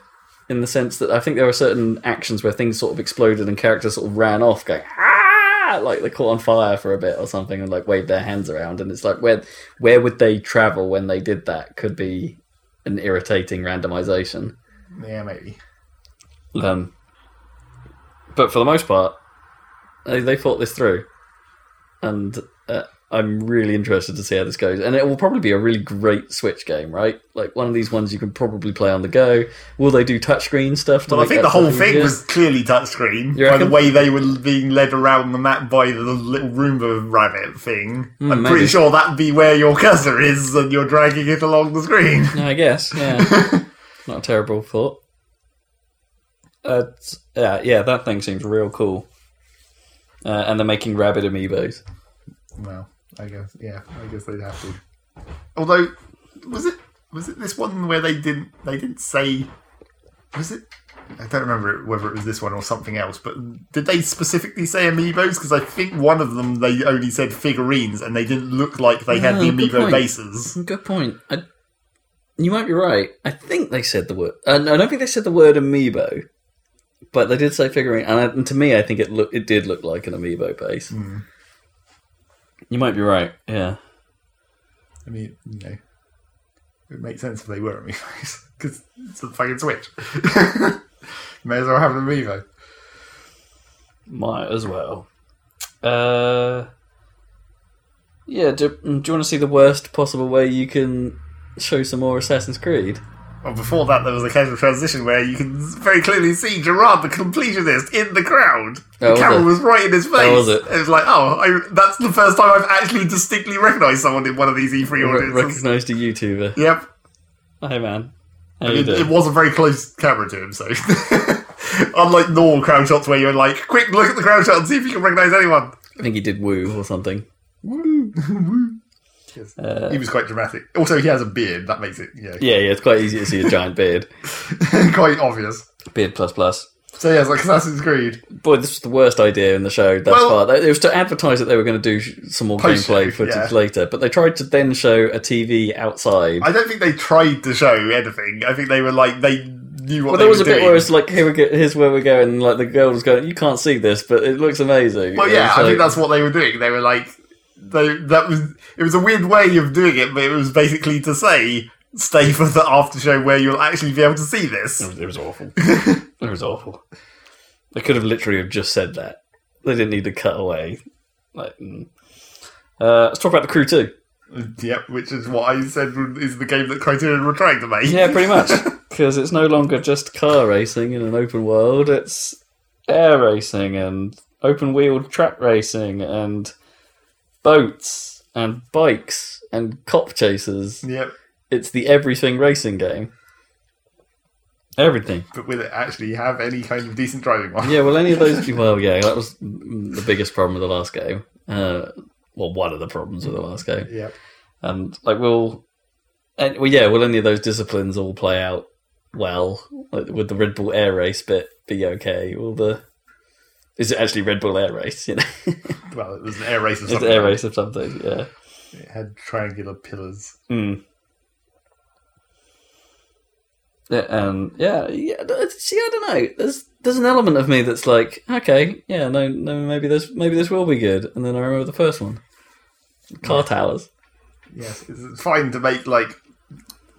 C: in the sense that I think there were certain actions where things sort of exploded and characters sort of ran off, going ah, like they caught on fire for a bit or something, and like waved their hands around. And it's like where where would they travel when they did that? Could be an irritating randomization.
B: Yeah, maybe.
C: Um, but for the most part, they, they thought this through, and uh, I'm really interested to see how this goes. And it will probably be a really great Switch game, right? Like one of these ones you can probably play on the go. Will they do touchscreen stuff? to
B: Well, I
C: make
B: think
C: that
B: the whole
C: stuff
B: thing
C: easier?
B: was clearly touchscreen
C: You
B: by the
C: reckon?
B: way they were being led around the map by the little Roomba rabbit thing.
C: Hmm,
B: I'm
C: maybe.
B: pretty sure that'd be where your cursor is and you're dragging it along the screen.
C: Yeah, I guess. Yeah, not a terrible thought. Uh, t- yeah, yeah, that thing seems real cool. Uh, and they're making rabbit amiibos.
B: Well, I guess yeah, I guess they'd have to. Although, was it was it this one where they didn't they didn't say was it? I don't remember whether it was this one or something else, but did they specifically say amiibos? Because I think one of them they only said figurines, and they didn't look like they had
C: Oh,
B: the
C: good
B: amiibo
C: point.
B: bases.
C: Good point. I, you might be right. I think they said the word. Uh, no, I don't think they said the word amiibo, but they did say figurine. And, I, and to me, I think it look it did look like an amiibo base. You might be right. Yeah.
B: I mean, you know, it would make sense if they were amiibos because it's a fucking Switch. May as well have an amiibo.
C: Might as well. Uh, yeah. Do, do you want to see the worst possible way you can show some more Assassin's Creed?
B: Well, before that, there was a casual transition where you can very clearly see Gerard, the completionist, in the crowd.
C: Oh,
B: The
C: was
B: camera
C: it?
B: was right in his face.
C: was it?
B: was like, oh, I, that's the first time I've actually distinctly recognised someone in one of these E3
C: Re-
B: audiences.
C: recognized a YouTuber.
B: Yep.
C: Hey man, how Oh, you
B: It,
C: doing?
B: it was a very close camera to him, so. Unlike normal crowd shots where you're like, quick, look at the crowd shot and see if you can recognise anyone.
C: I think he did woo or something.
B: Woo, woo. Yes.
C: Uh,
B: he was quite dramatic. Also, he has a beard. That makes it yeah,
C: Yeah, yeah. It's quite easy to see a giant beard.
B: quite obvious.
C: Beard plus plus.
B: So yeah, it's like Assassin's Creed.
C: Boy, this was the worst idea in the show thus
B: Well-
C: far. It was to advertise that they were going to do sh- some more
B: Post-show,
C: gameplay footage
B: yeah.
C: later, but they tried to then show a TV outside.
B: I don't think they tried to show anything. I think they were like they knew what
C: well,
B: they
C: there was
B: were
C: a bit
B: doing.
C: where it's like, here we go, here's where we're going. and, Like the girl was going, you can't see this, but it looks amazing.
B: well,
C: And
B: yeah,
C: it's
B: I think
C: like-
B: that's what they were doing. They were like, they that was it was a weird way of doing it, but it was basically to say, stay for the after show where you'll actually be able to see
C: It
B: this.
C: was- It was awful. it was awful. They could have literally have just said that. They didn't need to cut away. Like, mm. uh, let's talk about the crew too. Mm.
B: Yep, which is what I said is the game that Criterion were trying to make.
C: Yeah, pretty much. Because it's no longer just car racing in an open world, it's air racing and open wheel track racing and boats and bikes and cop chasers.
B: Yep,
C: It's the everything racing game. Everything.
B: but will it actually have any kind of decent driving one?
C: Yeah, well, any of those. Well, yeah, that was mm, the biggest problem with the last game. Uh, well, one of the problems with the last game.
B: Yep.
C: and like will and well yeah will any of those disciplines all play out well like would the red bull air race bit be okay will the is it actually red bull air race you know
B: Well, it was an air race or
C: it's
B: something.
C: air race of something yeah
B: It had triangular pillars.
C: Mm. Yeah, and yeah, yeah. th- See, I don't know. There's there's an element of me that's like, okay, yeah, no, no, maybe this maybe this will be good. And then I remember the first one, car towers.
B: Yes, it's fine to make like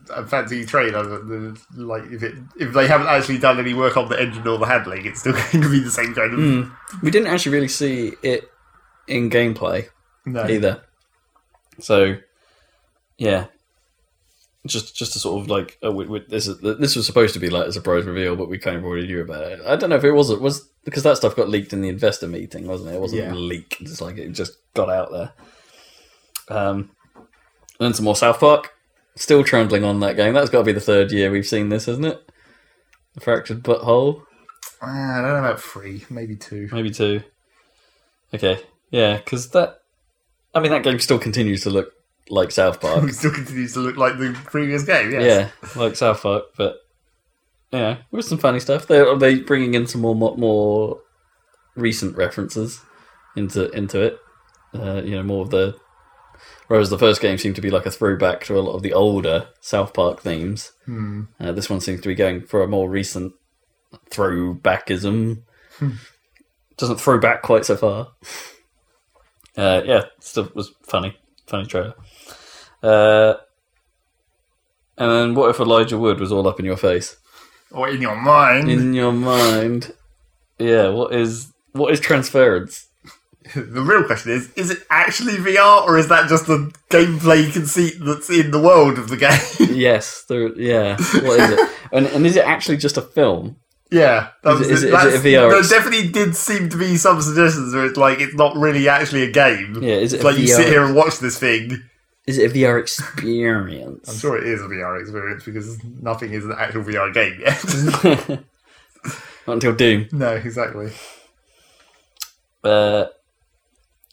B: a fancy train out of it. The- Like if it if they haven't actually done any work on the engine or the handling, it's still going to be the same kind of
C: Mm. We didn't actually really see it in gameplay
B: no.
C: either. So, yeah, just just a sort of like oh, we, we, this is, this was supposed to be like a surprise reveal, but we kind of already knew about it. I don't know if it was it was because that stuff got leaked in the investor meeting, wasn't it? It wasn't
B: Yeah.
C: a leak; it's like it just got out there. Um, and then some more South Park. Still trundling on that game. That's got to be the third year we've seen this, isn't it? The fractured butthole,
B: Ah, I don't know about three, maybe two.
C: maybe two. Okay, yeah, because that. I mean, that game still continues to look like South Park.
B: It still continues to look like the previous game. Yes.
C: Yeah, like South Park, but yeah, with some funny stuff. They are they bringing in some more more, more recent references into into it. Uh, you know, more of the whereas the first game seemed to be like a throwback to a lot of the older South Park themes.
B: Hmm.
C: Uh, this one seems to be going for a more recent throwbackism. Doesn't throw back quite so far. Uh, yeah, still was funny, funny trailer. Uh, and then what if Elijah Wood was all up in your face,
B: Or in your mind.
C: in your mind? Yeah, what is what is transference?
B: The real question is: Is it actually VR, or is that just the gameplay conceit that's in the world of the game?
C: Yes, there, yeah. What is it? And, and is it actually just a film?
B: yeah, that
C: Is
B: was
C: it- is it- is it
B: That's-
C: a VR?
B: There definitely did seem to be some suggestions where it's like it's not really actually a game.
C: Yeah, is it
B: It's
C: a
B: like you
C: VR
B: sit here and watch this thing.
C: Is it a VR experience?
B: I'm sure it is a VR experience because nothing is an actual VR game yet.
C: Not until Doom.
B: no, exactly.
C: Uh,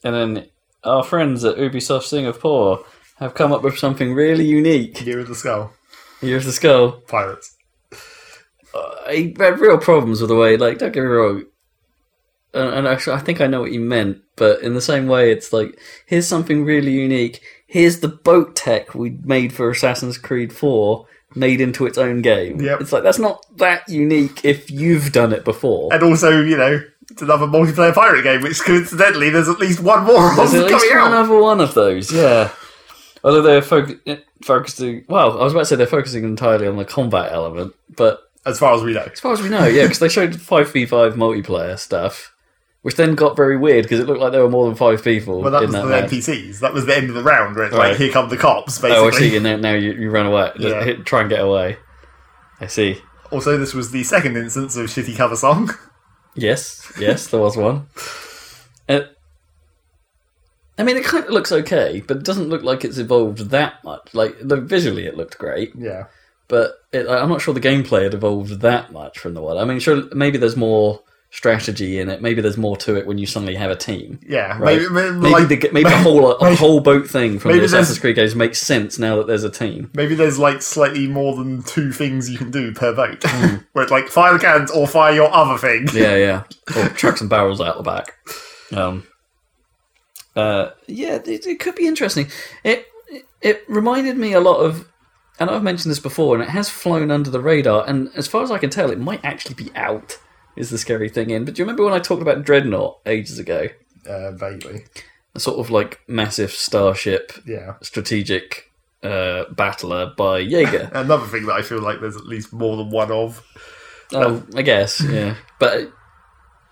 C: and then our friends at Ubisoft Singapore have come up with something really unique.
B: Year of the Skull,
C: Here's the skull.
B: Pirates.
C: Uh, I had real problems with the way, like, don't get me wrong. And, and actually, I think I know what you meant, but in the same way, it's like, here's something really unique. Here's the boat tech we made for Assassin's Creed 4 made into its own game.
B: Yep.
C: It's like, that's not that unique if you've done it before.
B: and also you know it's another multiplayer pirate game, which coincidentally there's at least one more of
C: There's at
B: coming
C: least
B: out.
C: one other one of those, yeah. Although they're foc- eh, focusing, well, I was about to say they're focusing entirely on the combat element, but
B: As far as we know,
C: as far as we know, yeah, because they showed 5v5 multiplayer stuff, which then got very weird because it looked like there were more than five people
B: well that
C: in
B: was
C: that
B: the
C: match.
B: NPCs. That was the end of the round where it's
C: Right.
B: like here come the cops
C: Oh, I see,
B: basically.
C: and then- now you, you run away. Just
B: Yeah.
C: hit- try and get away. I see.
B: also, this was the second instance of shitty cover song.
C: Yes, yes, there was one. Uh, I mean, it kind of looks okay, but it doesn't look like it's evolved that much. Like, the, visually, it looked great.
B: Yeah,
C: but it, I- I'm not sure the gameplay had evolved that much from the one. I mean, sure, maybe there's more strategy in it. Maybe there's more to it when you suddenly have a team.
B: yeah.
C: Right.
B: Maybe, maybe,
C: Maybe
B: like,
C: the, g- maybe the whole a
B: maybe-
C: whole boat thing from the
B: maybe there's-
C: Assassin's Creed games makes sense now that there's a team.
B: maybe there's like slightly more than two things you can do per boat, where it's like fire the cans or fire your other thing.
C: Hmm. Yeah, yeah. Or chuck some barrels out the back. Um. Uh, yeah, it, it could be interesting. It it reminded me a lot of, and I've mentioned this before, and it has flown under the radar. And as far as I can tell, it might actually be out. Is the scary thing in? But do you remember when I talked about Dreadnought ages ago?
B: Uh, vaguely.
C: A sort of like massive starship
B: Yeah.
C: strategic uh, battler by Jaeger.
B: Another thing that I feel like there's at least more than one of.
C: Oh, I guess, yeah. But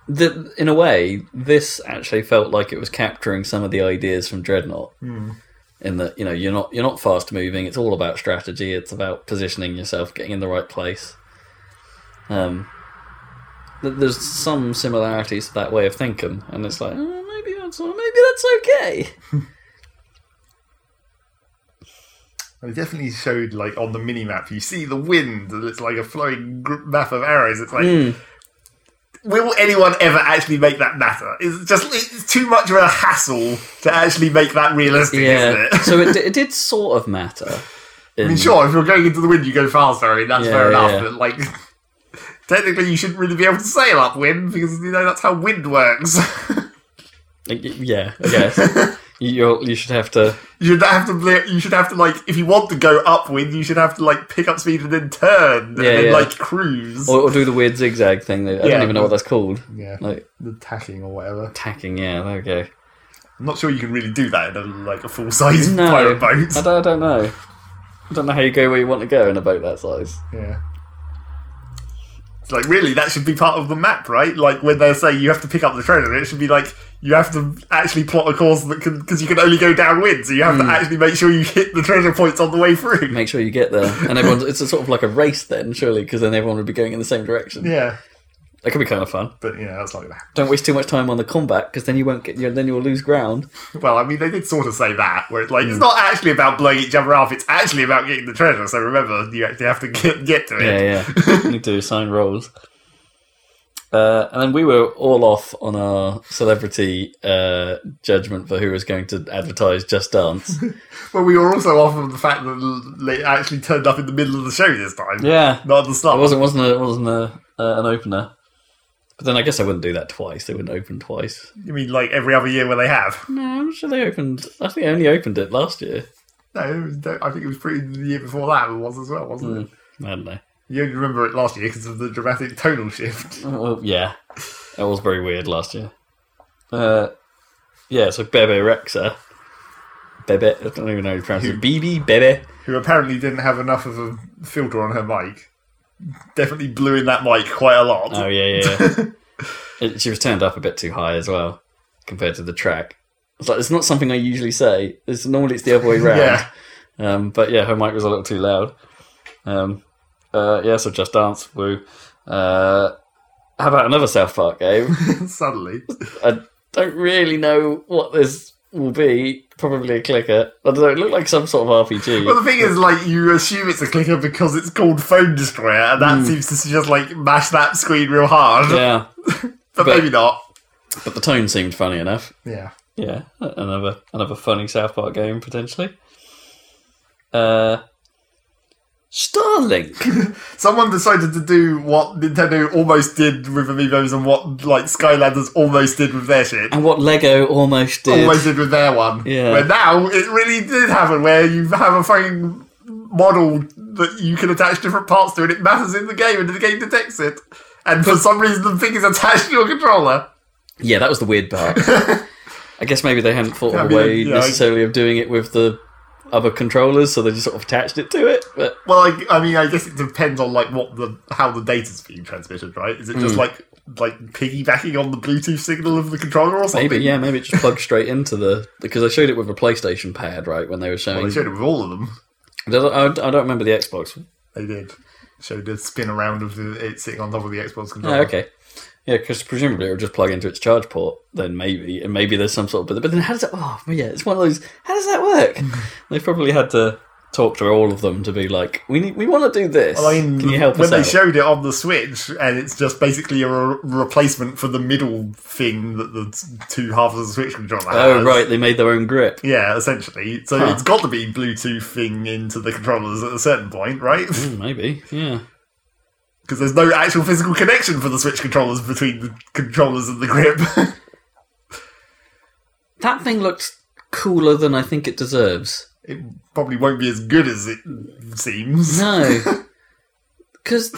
C: the, in a way, this actually felt like it was capturing some of the ideas from Dreadnought. In that, you know, you're not you're not fast moving. It's all about strategy. It's about positioning yourself, getting in the right place. Um, th- there's some similarities to that way of thinking, and it's like oh, maybe that's maybe that's okay.
B: They definitely showed like on the mini map. You see the wind, and it's like a flowing gr- map of arrows. It's like,
C: Hmm.
B: will anyone ever actually make that matter? It's just it's too much of a hassle to actually make that realistic,
C: Yeah.
B: isn't it?
C: so it d- it did sort of matter.
B: I
C: in-
B: mean, sure, if you're going into the wind, you go faster. I mean, that's
C: Yeah,
B: fair enough.
C: yeah.
B: But like, technically, you shouldn't really be able to sail upwind because you know that's how wind works.
C: Like, y- Yeah, I guess. You you should have to.
B: You should have to. bli- You should have to like. If you want to go upwind, you should have to like pick up speed and then turn and
C: Yeah,
B: then
C: yeah.
B: like cruise.
C: Or, or do the weird zigzag thing. That, I
B: Yeah.
C: don't even know what that's called.
B: yeah,
C: Like
B: the tacking or whatever.
C: tacking, yeah, there we go.
B: I'm not sure you can really do that in a, like a full size
C: No,
B: pirate boat.
C: I don't, I don't know. I don't know how you go where you want to go in a boat that size.
B: Yeah. It's like really, that should be part of the map, right? Like when they say you have to pick up the treasure, it should be like you have to actually plot a course that can because you can only go downwind, so you have to actually make sure you hit the treasure points on the way through.
C: Hmm. Make sure you get there, and everyone's. It's a sort of like a race then, surely, because then everyone would be going in the same direction.
B: Yeah,
C: That could be kind of fun.
B: but you know that's not gonna happen.
C: Don't waste too much time on the combat, because then you won't get. you then you'll lose ground.
B: Well, I mean, they did sort of say that, where it's like
C: Hmm.
B: it's not actually about blowing each other up; it's actually about getting the treasure. So remember, you actually have to get, get to it.
C: Yeah, yeah. Need to assign roles. Uh, and then we were all off on our celebrity uh, judgment for who was going to advertise Just Dance.
B: But we were also off of the fact that they actually turned up in the middle of the show this time,
C: yeah,
B: not at the
C: it
B: start.
C: wasn't wasn't a, wasn't a, uh, an opener. But then I guess I wouldn't do that twice. They wouldn't open twice.
B: You mean like every other year where they have?
C: No, I'm sure they opened. I think they only opened it last year.
B: No, it was, don't- I think it was pretty the year before that it was as well, wasn't it?
C: I don't know.
B: You only remember it last year because of the dramatic tonal shift.
C: Oh, Well, yeah, that was very weird last year. Uh, yeah, so Bebe Rexa, Bebe. I don't even know how to pronounce it. Bebe Bebe.
B: Who apparently didn't have enough of a filter on her mic. Definitely blew in that mic quite a lot.
C: Oh yeah, yeah. yeah. It- she was turned up a bit too high as well compared to the track. It's like it's not something I usually say. It's normally it's the other way round.
B: Yeah.
C: Um, but yeah, her mic was a little too loud. Um, uh, yeah, so just dance, woo. Uh, how about another South Park game?
B: Suddenly,
C: I don't really know what this will be. Probably a clicker. I don't know. It looked like some sort of RPG.
B: well, the thing is, like, you assume it's a clicker because it's called Phone Destroyer, and that seems to suggest like mash that screen real hard,
C: Hmm. yeah,
B: but,
C: but-
B: maybe not.
C: but the tone seemed funny enough.
B: Yeah,
C: Yeah, another another funny South Park game potentially. Uh, Starlink.
B: someone decided to do what Nintendo almost did with Amiibos and what like Skylanders almost did with their shit.
C: and what Lego almost did.
B: always did with their one.
C: Yeah.
B: Where now it really did happen, where you have a fucking model that you can attach different parts to, and it matters in the game, and the game detects it. And for some reason, the thing is attached to your controller.
C: Yeah, that was the weird part. I guess maybe they hadn't thought of
B: I
C: a
B: mean,
C: way
B: yeah, I-
C: necessarily of doing it with the other controllers, so they just sort of attached it to it. But
B: Well, I, I mean, I guess it depends on like what the how the data's being transmitted, right? Is it just like like piggybacking on the Bluetooth signal of the controller or something?
C: maybe, yeah, maybe it just plugged straight into the because I showed it with a PlayStation pad, right? When they were showing,
B: Well, they showed it with all of them.
C: I, don't, I don't- I don't remember the Xbox.
B: They did. Showed the spin around of the, it sitting on top of the Xbox controller.
C: Oh, okay. Yeah, because presumably it would just plug into its charge port, then maybe, and maybe there's some sort of. But then how does it? Oh, yeah, it's one of those. How does that work? they probably had to talk to all of them to be like, we need, we want to do this.
B: Well, I mean,
C: Can you help
B: when
C: us
B: they
C: out?
B: showed it on the Switch, and it's just basically a re- replacement for the middle thing that the t- two halves of the Switch controller
C: oh,
B: has.
C: right, they made their own grip.
B: Yeah, essentially. So
C: Huh.
B: it's got to be Bluetooth thing into the controllers at a certain point, right? Because
C: Hmm, Maybe, yeah.
B: there's no actual physical connection for the Switch controllers between the controllers and the grip.
C: That thing looked cooler than I think it deserves.
B: it probably won't be as good as it seems.
C: No, because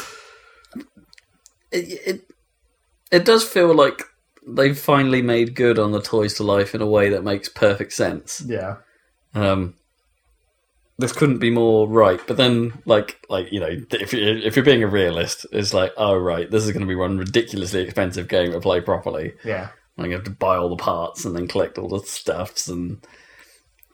C: it, it it does feel like they've finally made good on the toys to life in a way that makes perfect sense.
B: Yeah.
C: Um, this couldn't be more right. But then, like, like you know, if you if you're being a realist, it's like, oh right, this is going to be one ridiculously expensive game to play properly.
B: Yeah.
C: Like, you have to buy all the parts and then collect all the stuffs and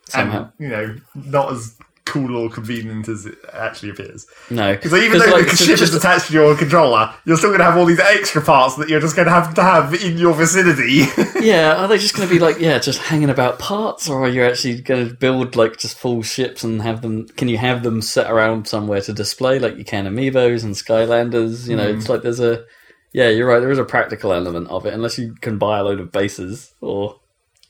C: somehow
B: And, you know, not as cool or convenient as it actually appears.
C: no.
B: So even though
C: like,
B: the
C: ju-
B: ship
C: just-
B: is attached to your controller, you're still going to have all these extra parts that you're just going to have to have in your vicinity.
C: yeah, are they just going to be like yeah, just hanging about parts, or are you actually going to build like just full ships and have them? Can you have them set around somewhere to display like you can Amiibos and Skylanders? You know,
B: Hmm.
C: it's like there's a yeah, you're right. There is a practical element of it, unless you can buy a load of bases or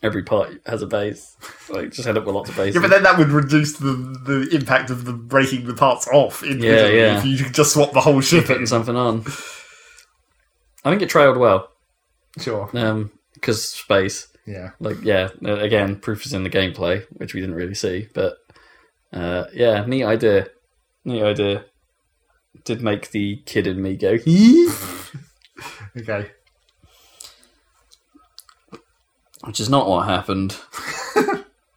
C: every part has a base. Like just head up with lots of bases.
B: yeah, but then that would reduce the, the impact of the breaking the parts off. individually
C: yeah.
B: If you could just swap the whole ship
C: putting
B: in.
C: something on. I think it trailed well
B: Sure.
C: because space.
B: Yeah.
C: like yeah uh, again proof is in the gameplay which we didn't really see but uh yeah neat idea neat idea did make the kid in me go
B: Okay.
C: which is not what happened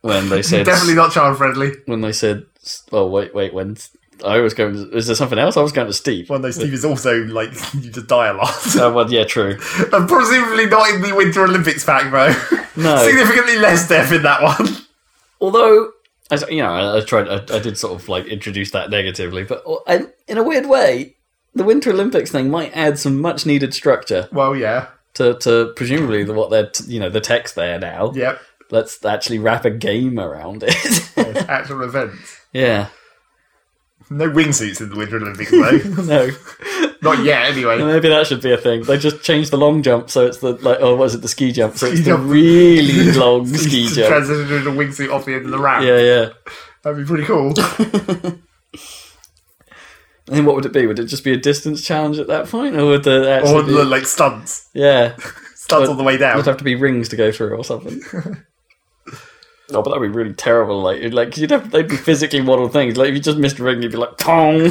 C: when they said
B: Definitely not child friendly.
C: when they said oh wait wait when i was going to, is there something else i was going to steve
B: One of those Steve is also like you just die a lot.
C: uh, well, yeah true
B: and presumably not in the Winter Olympics pack though.
C: no
B: Significantly less death in that one.
C: although as you know i, I tried I, I did sort of like introduce that negatively but uh, I, in a weird way the winter olympics thing might add some much needed structure
B: Well, yeah.
C: to, to presumably the, what they're t- you know the text there now.
B: Yep.
C: Let's actually wrap a game around it.
B: Yes, actual events.
C: yeah.
B: No wingsuits in the Winter Olympics though.
C: No.
B: not yet, anyway.
C: Maybe that should be a thing. They just changed the long jump, so it's the like oh, what is it? The ski jump. So it's
B: Ski
C: the
B: jump.
C: really long ski
B: Just
C: jump.
B: Transition into a wingsuit off the end of the ramp.
C: Yeah, yeah.
B: That'd be pretty cool.
C: And then what would it be? Would it just be a distance challenge at that point, or would the actually
B: or
C: be-
B: the, like stunts.
C: yeah,
B: Stunts
C: But-
B: all the way down.
C: there'd have to be rings to go through or something. Oh, but that'd be really terrible. Like, you'd- like you'd have they'd be physically model things. Like, if you just missed a ring, you'd be like, "Tong."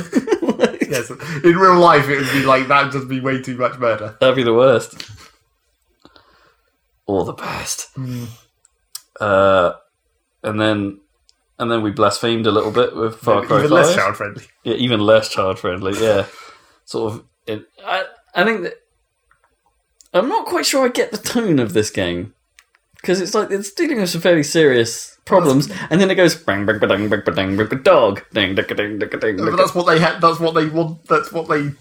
B: Yes. In real life it would be like that'd just be way too much murder.
C: That'd be the worst. Or the best.
B: Hmm.
C: Uh, and then and then we blasphemed a little bit with Far Cry
B: Even
C: 5.
B: less child friendly.
C: Yeah, even less child friendly, yeah. sort of. It, I, I think that. I'm not quite sure I get the tone of this game. Because it's like it's dealing with some fairly serious problems, and then it goes bang bang bang bang bang bang dog ding ding ding ding ding.
B: But that's what they had. That's what they want. That's what they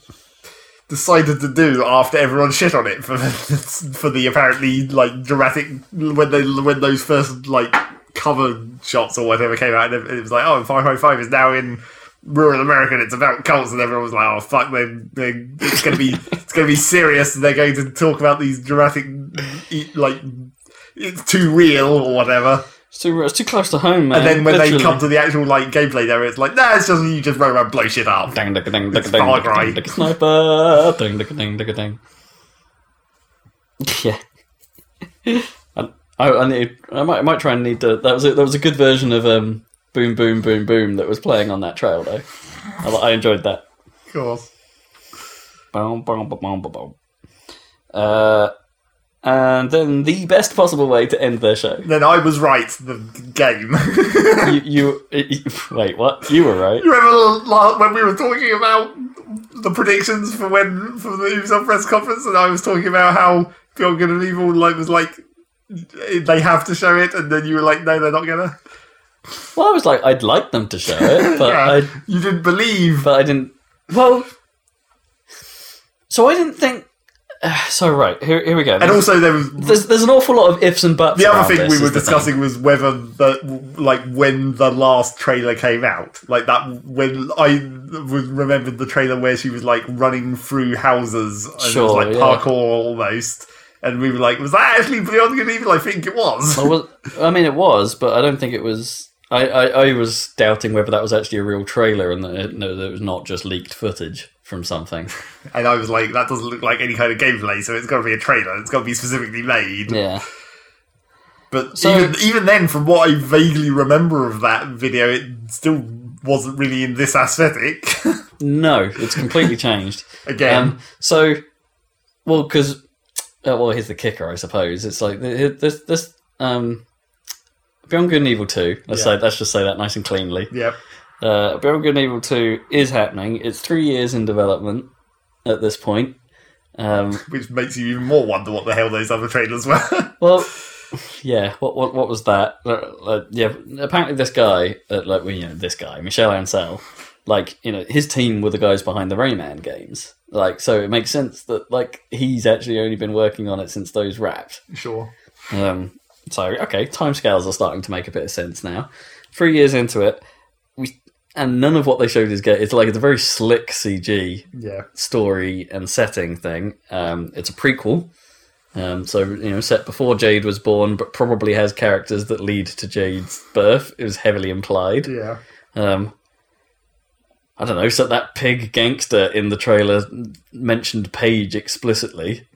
B: decided to do after everyone shit on it for for the apparently like dramatic when they when those first like cover shots or whatever came out. And it was like, oh, Far Cry Five is now in rural America. and It's about cults, and everyone was like, oh fuck, they they it's gonna be it's gonna be serious. And they're going to talk about these dramatic e, like. It's too real or whatever.
C: It's too it's too close to home, man.
B: And then when
C: Literally.
B: they come to the actual like gameplay there, it's like, nah, it's just you just run around blow shit up.
C: Ding ding ding ding
B: It's Far Cry.
C: ding ding sniper ding ding ding ding ding. Yeah. I, I, I need. I might. I might try and need to. That was. A, that was a good version of um. Boom boom boom boom that was playing on that trail though. I, I enjoyed that.
B: Of course.
C: Boom boom boom boom boom. boom. Uh, and then the best possible way to end their show.
B: Then I was right. The game.
C: You. you wait. What? You were right.
B: you remember la- when we were talking about the predictions for when for the Ubisoft press conference, and I was talking about how Beyond Good and Evil like was like they have to show it, and then you were like, no, they're not gonna.
C: Well, I was like, I'd like them to show it, but
B: Yeah.
C: Uh, I
B: you didn't believe.
C: but I didn't. Well, so I didn't think. Uh, so right here, here we go.
B: And also, there was
C: there's there's an awful lot of ifs and buts.
B: the
C: around
B: other thing
C: this
B: we
C: is
B: were
C: the
B: discussing was whether the like when the last trailer came out, like that when I was remembered the trailer where she was like running through houses and it was
C: Sure,
B: like
C: yeah.
B: parkour almost, and we were like, was that actually Beyond Good and Evil? I think it was.
C: I, was, I mean, it was, but I don't think it was. I, I, I was doubting whether that was actually a real trailer and that it, no, that it was not just leaked footage from something.
B: And I was like, that doesn't look like any kind of gameplay, so it's got to be a trailer. It's got to be specifically made.
C: Yeah.
B: But
C: So-
B: even even then, from what I vaguely remember of that video, it still wasn't really in this aesthetic.
C: No, it's completely changed.
B: Again.
C: Um, so, well, because uh, well, here's the kicker, I suppose. It's like th- this this um, Beyond Good and Evil Two. Let's
B: Yeah.
C: say let's just say that nice and cleanly.
B: yep.
C: Uh, Beyond Good and Evil Two is happening. It's three years in development at this point. Um,
B: Which makes you even more wonder what the hell those other trailers were.
C: well, yeah. What what what was that? Uh, uh, yeah. Apparently, this guy, uh, like well, you know, this guy, Michel Ansel, like you know, his team were the guys behind the Rayman games. Like, so it makes sense that like he's actually only been working on it since those wrapped.
B: sure.
C: Um, so okay, timescales are starting to make a bit of sense now. Three years into it, we and none of what they showed is good. It's like it's a very slick CG
B: Yeah.
C: story and setting thing. Um, it's a prequel, um, so you know, set before Jade was born, but probably has characters that lead to Jade's birth. It was heavily implied.
B: Yeah.
C: Um, I don't know. So that pig gangster in the trailer mentioned Paige explicitly.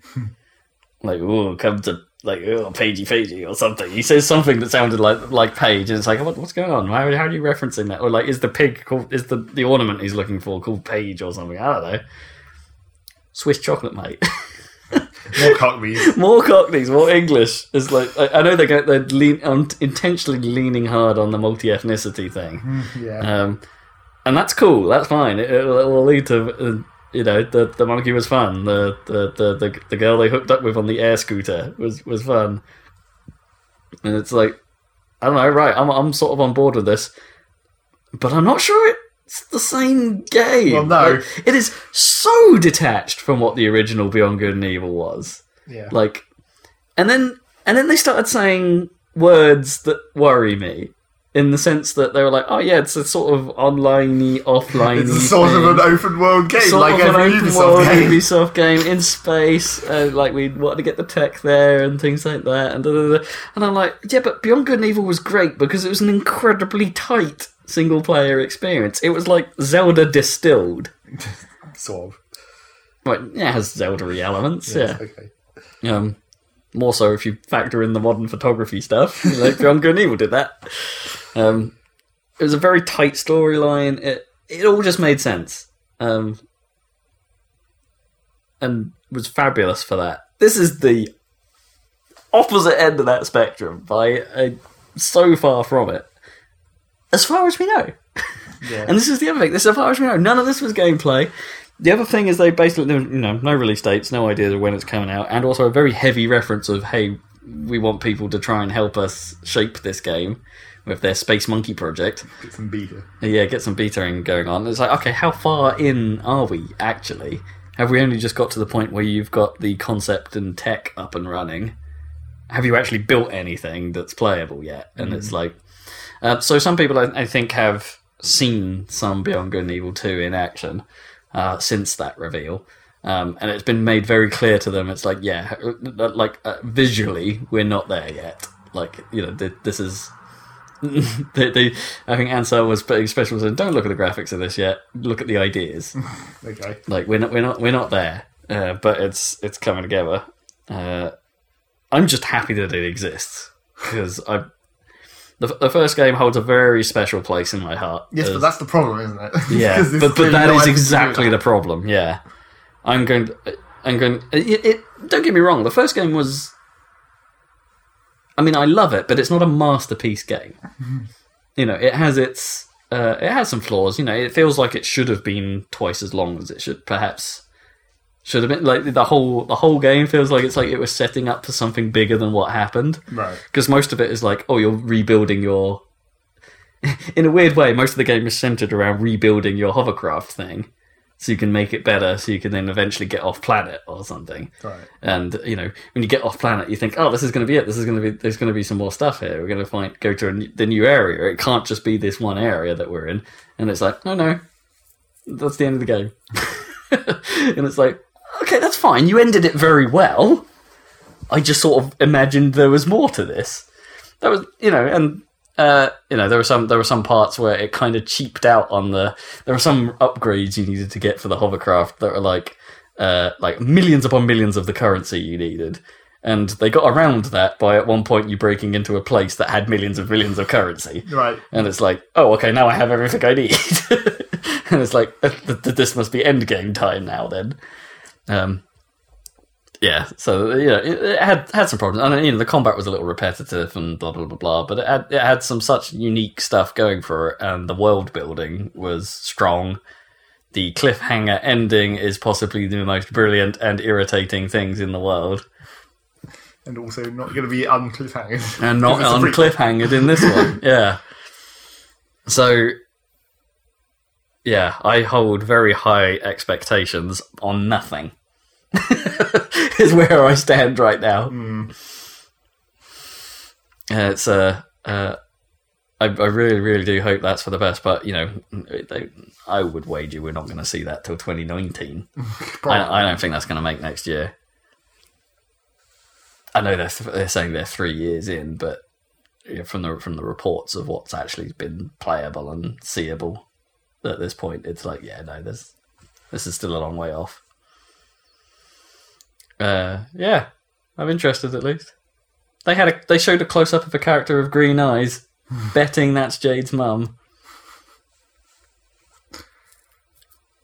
C: like, oh, come to like oh, Pagey Pagey or something. He says something that sounded like like Page, and it's like what, what's going on? How, how are you referencing that? Or like is the pig called is the the ornament he's looking for called Page or something? I don't know. Swiss chocolate, mate.
B: More cockneys.
C: more Cockneys, more English. It's like I, I know they're go- they're lean, um, intentionally leaning hard on the multi ethnicity thing.
B: yeah.
C: Um, and that's cool. That's fine. It, it'll, it'll lead to uh, you know the the monkey was fun. The the, the the the girl they hooked up with on the air scooter was was fun. And it's like I don't know. Right, I'm I'm sort of on board with this, but I'm not sure it's the same game.
B: Well, no.
C: Like, it is so detached from what the original Beyond Good and Evil was
B: yeah.
C: like and then and then they started saying words that worry me in the sense that they were like oh yeah it's a sort of online-y offline
B: It's a sort of an open world game, like every Ubisoft game.
C: Ubisoft game in space uh, like we wanted to get the tech there and things like that and da, da, da. and I'm like yeah but Beyond Good and Evil was great because it was an incredibly tight single player experience it was like Zelda distilled
B: Sort of.
C: but yeah it has Zelda elements yeah
B: Okay.
C: um, more so if you factor in the modern photography stuff. You know, John Good and Evil did that. Um, it was a very tight storyline. It it all just made sense, um, and was fabulous for that. This is the opposite end of that spectrum by a, so far from it, as far as we know.
B: Yeah.
C: And this is the other thing. This, as far as we know, none of this was gameplay. The other thing is they basically, there was, you know, no release dates, no idea of when it's coming out, and also a very heavy reference of, hey, we want people to try and help us shape this game with their Space Monkey project.
B: Get some beta.
C: Yeah, get some betaing going on. It's like, okay, how far in are we actually? Have we only just got to the point where you've got the concept and tech up and running? Have you actually built anything that's playable yet? And it's like, uh, so some people I, I think have seen some Beyond Good and Evil 2 in action uh, since that reveal. Um, and it's been made very clear to them. It's like, yeah, like uh, visually, we're not there yet. Like, you know, th- this is they, they, I think Ansel was putting special saying, "Don't look at the graphics of this yet. Look at the ideas.
B: Okay.
C: like we're not, we're not, we're not there. Uh, but it's it's coming together. Uh, I'm just happy that it exists because I, the, the first game holds a very special place in my heart.
B: Yes,
C: as-
B: but that's the problem, isn't it?
C: Uh, yeah,
B: 'Cause it's
C: but, but
B: really
C: that
B: nice
C: is
B: to do
C: exactly
B: that.
C: the problem. Yeah, I'm going. To, I'm going. It, it, don't get me wrong. The first game was. I mean, I love it, but it's not a masterpiece game.
B: Mm-hmm.
C: you know, it has its. Uh, it has some flaws. You know, it feels like it should have been twice as long as it should. Perhaps should have been like the whole the whole game feels like it's like it was setting up for something bigger than what happened
B: Right.
C: because most of it is like, oh, you're rebuilding your. In a weird way, most of the game is centered around rebuilding your hovercraft thing, so you can make it better, so you can then eventually get off planet or something.
B: Right.
C: And you know, when you get off planet, you think, oh, this is going to be it. This is going to be there's going to be some more stuff here. We're going to find go to a, n- the new area. It can't just be this one area that we're in. And it's like, no, no, that's the end of the game. and it's like, okay, that's fine. You ended it very well. I just sort of imagined there was more to this. That was, you know, and uh, you know, there were some there were some parts where it kind of cheaped out on the. There were some upgrades you needed to get for the hovercraft that were like, uh, like millions upon millions of the currency you needed, and they got around that by at one point you breaking into a place that had millions of millions of currency.
B: Right.
C: And it's like, oh, okay, now I have everything I need. and it's like, th- th- th- this must be endgame time now then. Um, yeah, so you know, it, it had had some problems. And you know, the combat was a little repetitive and blah blah blah blah. But it had it had some such unique stuff going for it, and the world building was strong. The cliffhanger ending is possibly the most brilliant and irritating things in the world,
B: And also not going to be uncliffhangers.
C: and not
B: It's a
C: on
B: prequel.
C: cliffhangered in this one. Yeah. So, yeah, I hold very high expectations on nothing. is where I stand right now. Uh, it's uh, uh, I, I really, really do hope that's for the best. But you know, they, I would wager we're not going to see that till 2019. I, I don't think that's going to make next year. I know they're they're saying they're three years in, but you know, from the from the reports of what's actually been playable and seeable at this point, it's like yeah, no, this this is still a long way off. Uh, yeah, I'm interested at least. They had a they showed a close up of a character of green eyes, betting that's Jade's mum.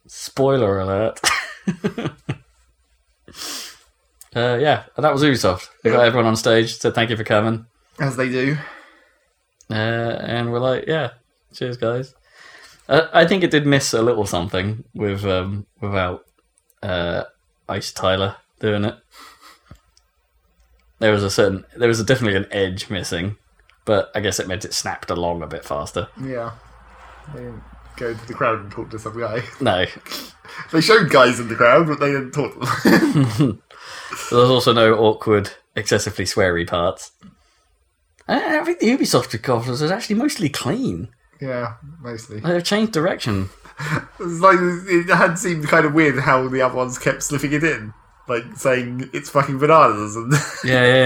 C: Spoiler alert. uh, yeah, that was Ubisoft. They got
B: Yeah.
C: everyone on stage, said thank you for coming,
B: As they do.
C: uh, and we're like, yeah, cheers, guys. Uh, I think it did miss a little something with um, without uh, Ice Tyler doing it. There was a certain, there was a, definitely an edge missing, but I guess it meant it snapped along a bit faster.
B: Yeah. They didn't go to the crowd and talk to some guy.
C: No,
B: They showed guys in the crowd, but they didn't talk to them.
C: There's also no awkward, excessively sweary parts. I, I think the Ubisoft conference was actually mostly clean.
B: yeah, mostly.
C: They've changed direction.
B: It's like it had seemed kind of weird how the other ones kept slipping it in, like saying it's fucking bananas and,
C: Yeah, yeah,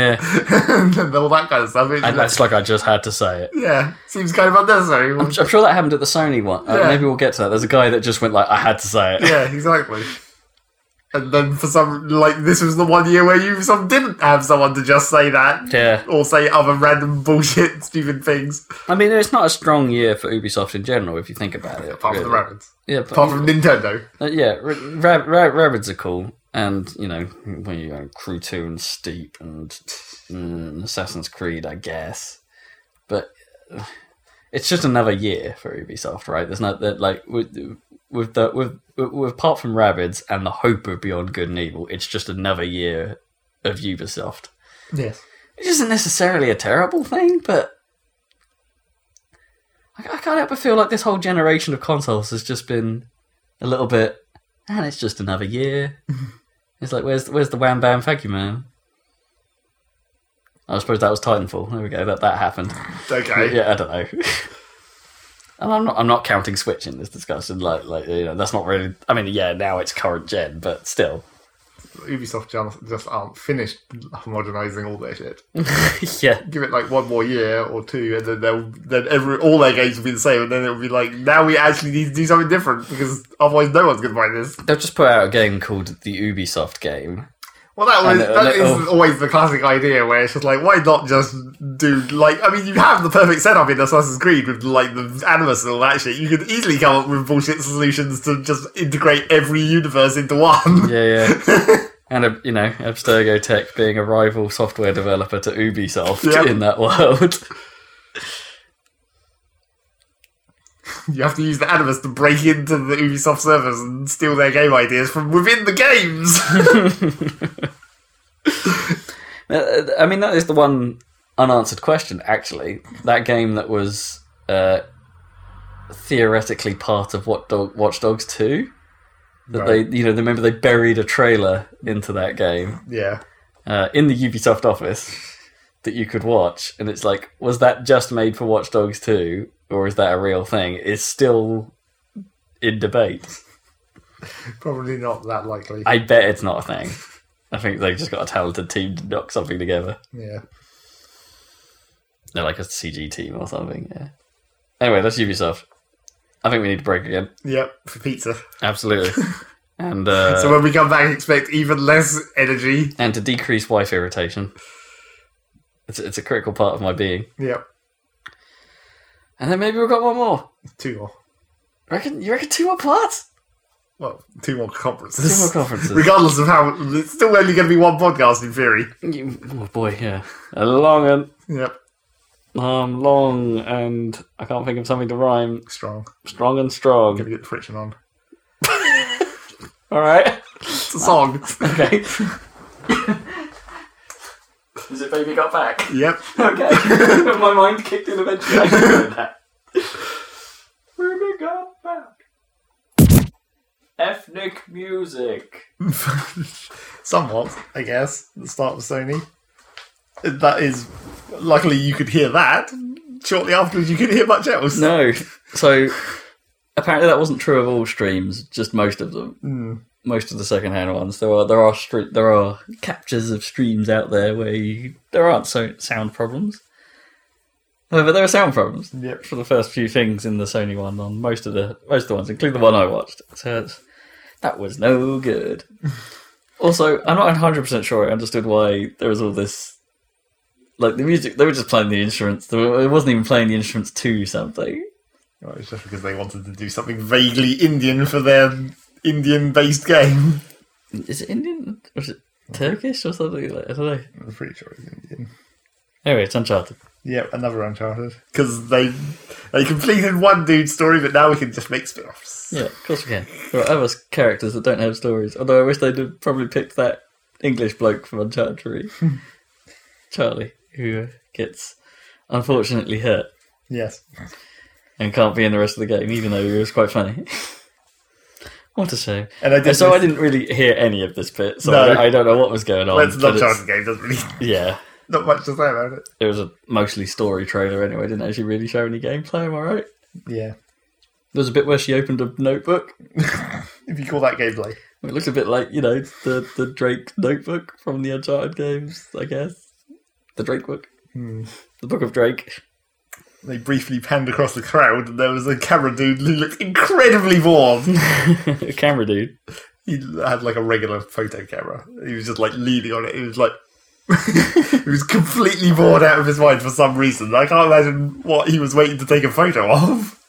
C: yeah.
B: and all that kind of stuff. It-
C: And that's like I just had to say it.
B: yeah, seems kind of unnecessary.
C: I'm, I'm sure that happened at the Sony one. Uh,
B: Yeah.
C: Maybe we'll get to that. There's a guy that just went like, I had to say it.
B: yeah, exactly. And then for some, like this was the one year where you some didn't have someone to just say that
C: Yeah.
B: or say other random bullshit, stupid things
C: I mean, it's not a strong year for Ubisoft in general, if you think about it.
B: apart from the
C: really.
B: rabbits,
C: Yeah, but,
B: apart from Nintendo.
C: uh, yeah, ra- ra- ra- rabbits are cool. And, you know, when you go Crew 2 and Steep and mm, Assassin's Creed, I guess. But uh, it's just another year for Ubisoft, right? There's not that, like, with, with the, with, with, apart from Rabbids and the hope of Beyond Good and Evil, it's just another year of Ubisoft
B: Yes.
C: which isn't necessarily a terrible thing, but I, I can't help but feel like this whole generation of consoles has just been a little bit, and it's just another year. it's like, where's where's the wham bam thank you man? I suppose that was Titanfall. There we go. That that happened.
B: Okay.
C: Yeah, I don't know. And I'm not. I'm not counting Switch in this discussion. Like, like you know, that's not really. I mean, yeah, now it's current gen, but still,
B: Ubisoft just- just aren't finished modernizing all their shit.
C: yeah.
B: give it like one more year or two, and then they'll then every all their games will be the same, and then it'll be like now we actually need to do something different because otherwise no one's gonna buy this.
C: They've just put out a game called the Ubisoft game,
B: Well, that was
C: And oh. a
B: that is
C: little-
B: always the classic idea where it's just like why not just do like I mean you have the perfect setup in Assassin's Creed with like the animus and all that shit. You could easily come up with bullshit solutions to just integrate every universe into one.
C: Yeah, yeah. and, uh, you know, Abstergo Tech being a rival software developer to Ubisoft
B: Yep.
C: in that world.
B: You have to use the animus to break into the Ubisoft servers and steal their game ideas from within the games.
C: Uh, I mean, that is the one unanswered question, actually. That game that was uh, theoretically part of what Dog- Watch Dogs 2. That
B: Right.
C: they, you know, remember they buried a trailer into that game
B: yeah.
C: uh, in the Ubisoft office that you could watch, and it's like, was that just made for Watch Dogs 2, or is that a real thing? It's still in debate.
B: Probably not that likely.
C: I bet it's not a thing. I think they've just got a talented team to knock something together.
B: Yeah.
C: They're like a CG team or something. Yeah. Anyway, that's Ubisoft. I think we need a break again.
B: Yep, for pizza.
C: Absolutely. and uh,
B: so when we come back, expect even less energy.
C: and to decrease wife irritation. It's it's a critical part of my being.
B: Yep,
C: And then maybe we've got one more.
B: two more.
C: Reckon you reckon two more parts?
B: Well, two more
C: Two
B: conferences.
C: more conferences.
B: Regardless of how, it's still only going to be one podcast in theory.
C: You- oh boy, yeah. A long and
B: Yep,
C: um, long and I can't think of something to rhyme.
B: strong.
C: Strong and strong.
B: Gonna get the friction on.
C: All right.
B: It's a song.
C: Okay. Is it Baby Got Back?
B: yep.
C: Okay. My mind kicked in eventually. I can do that. Baby Got Back. Ethnic music.
B: Somewhat, I guess. The start of Sony. That is. Luckily, you could hear that. Shortly afterwards, you couldn't hear much else.
C: No. So apparently that wasn't true of all streams, just most of them. Most of the secondhand ones. There are there are stre- there are captures of streams out there where you, there aren't so sound problems. However, there are sound problems
B: Yep.
C: for the first few things in the Sony one on most of the most of the ones, including the one I watched. So it's, that was no good. also, I'm not 100 percent sure I understood why there was all this Like the music, they were just playing the instruments. They were- It wasn't even playing the instruments to something.
B: Well, it's just because they wanted to do something vaguely Indian for their Indian-based game.
C: Is it Indian? Or is it Turkish or something? Like, I don't know.
B: I'm pretty sure it's Indian.
C: Anyway, it's Uncharted.
B: Yep, another Uncharted. Because they they completed one dude's story, but now we can just make spin-offs.
C: Yeah, of course we can. There are other characters that don't have stories. Although I wish they'd have probably picked that English bloke from Uncharted 3. Charlie, who gets unfortunately hurt
B: Yes.
C: and can't be in the rest of the game, even though he was quite funny. what a shame.
B: And I did
C: so I
B: miss-
C: didn't really hear any of this bit, so
B: No.
C: I, don't, I don't know what was going on.
B: Well, it's an
C: but it's-
B: Uncharted game, doesn't really
C: yeah,
B: not much to say about it.
C: it was a mostly story trailer anyway. Didn't actually really show any gameplay. Am I right?
B: Yeah.
C: There was a bit where she opened a notebook.
B: If you call that gameplay.
C: It looks a bit like you know the the Drake notebook from the Uncharted games, I guess. The Drake book,
B: Hmm.
C: the book of Drake.
B: They briefly panned across the crowd and there was a camera dude who looked incredibly bored.
C: Camera dude.
B: he had like a regular photo camera. He was just like leaning on it. He was like, he was completely bored out of his mind for some reason. I can't imagine what he was waiting to take a photo of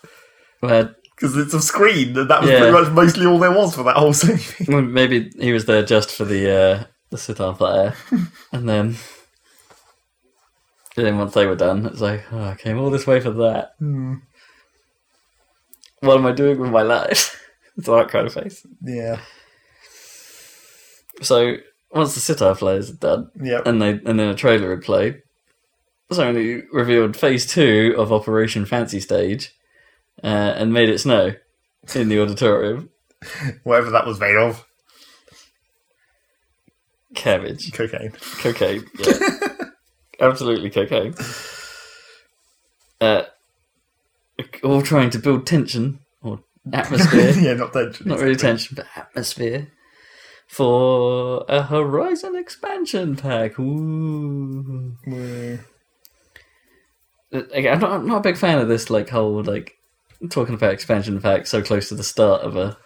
C: Well,
B: because it's a screen, and that was
C: Yeah.
B: pretty much mostly all there was for that whole scene.
C: well, maybe he was there just for the uh, the sitar player, and then and then once they were done, it's like oh, I came all this way for that. What am I doing with my life? it's that kind of face.
B: Yeah,
C: So once the sitar players are done,
B: yeah.
C: and they and then a trailer had played. Sony revealed Phase Two of Operation Fancy Stage, uh, and made it snow in the auditorium.
B: Whatever that was made of,
C: Cabbage,
B: cocaine.
C: cocaine, yeah, absolutely cocaine. Uh, all trying to build tension or atmosphere,
B: yeah, not tension.
C: not really tension, but atmosphere for a Horizon expansion pack. Ooh.
B: tension.
C: like, I'm not, I'm not a big fan of this like whole like talking about expansion packs so close to the start of a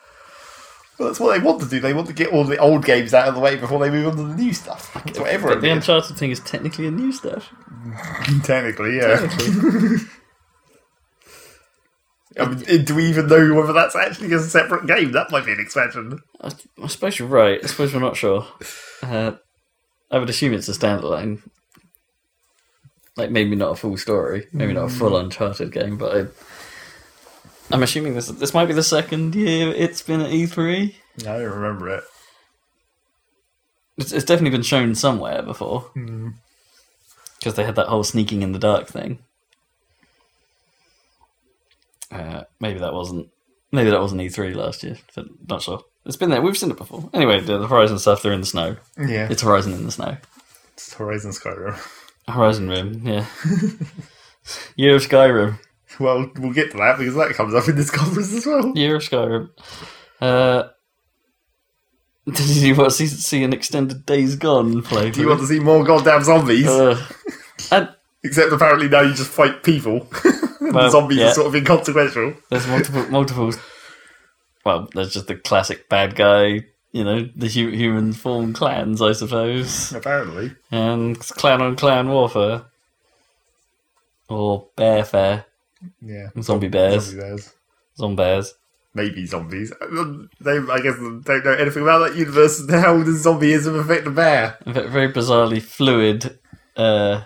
B: Well, that's what they want to do. They want to get all the old games out of the way before they move on to the new stuff. That's what
C: but
B: everyone
C: the
B: did.
C: uncharted thing is technically a new stuff
B: Technically, yeah.
C: technically.
B: I mean, eh, do we even know whether that's actually a separate game? That might be an expansion.
C: I, I suppose you're right I suppose we're not sure uh, I would assume it's a standalone like maybe not a full story maybe not a full uncharted game but I, I'm assuming this this might be the second year it's been at E E3
B: I don't remember it.
C: it's, it's definitely been shown somewhere before
B: Hmm.
C: because they had that whole sneaking in the dark thing. Uh, maybe that wasn't maybe that wasn't E three last year, but not sure. It's been there. We've seen it before. Anyway, the, the Horizon stuff. They're in the snow.
B: Yeah,
C: It's Horizon in the snow.
B: it's Horizon Skyrim.
C: Horizon Rim. Yeah. Year of Skyrim.
B: Well, we'll get to that because that comes up in this conference as well.
C: Year of Skyrim. Uh, did you want to see, see an extended Days Gone play?
B: Do you want to see more goddamn zombies?
C: Uh, and
B: Except apparently now you just fight people. And
C: Well,
B: the zombies
C: yeah.
B: are sort of inconsequential.
C: There's multiple, multiple. Well, there's just the classic bad guy, you know, the hu- human form clans, I suppose,
B: Apparently.
C: and it's clan on clan warfare, or bear fair,
B: Yeah.
C: zombie bears,
B: Zombie bears.
C: zombears.
B: Maybe zombies. Um, They, I guess, don't know anything about that universe. and How does zombieism affect a bear?
C: Ve- Very bizarrely fluid uh,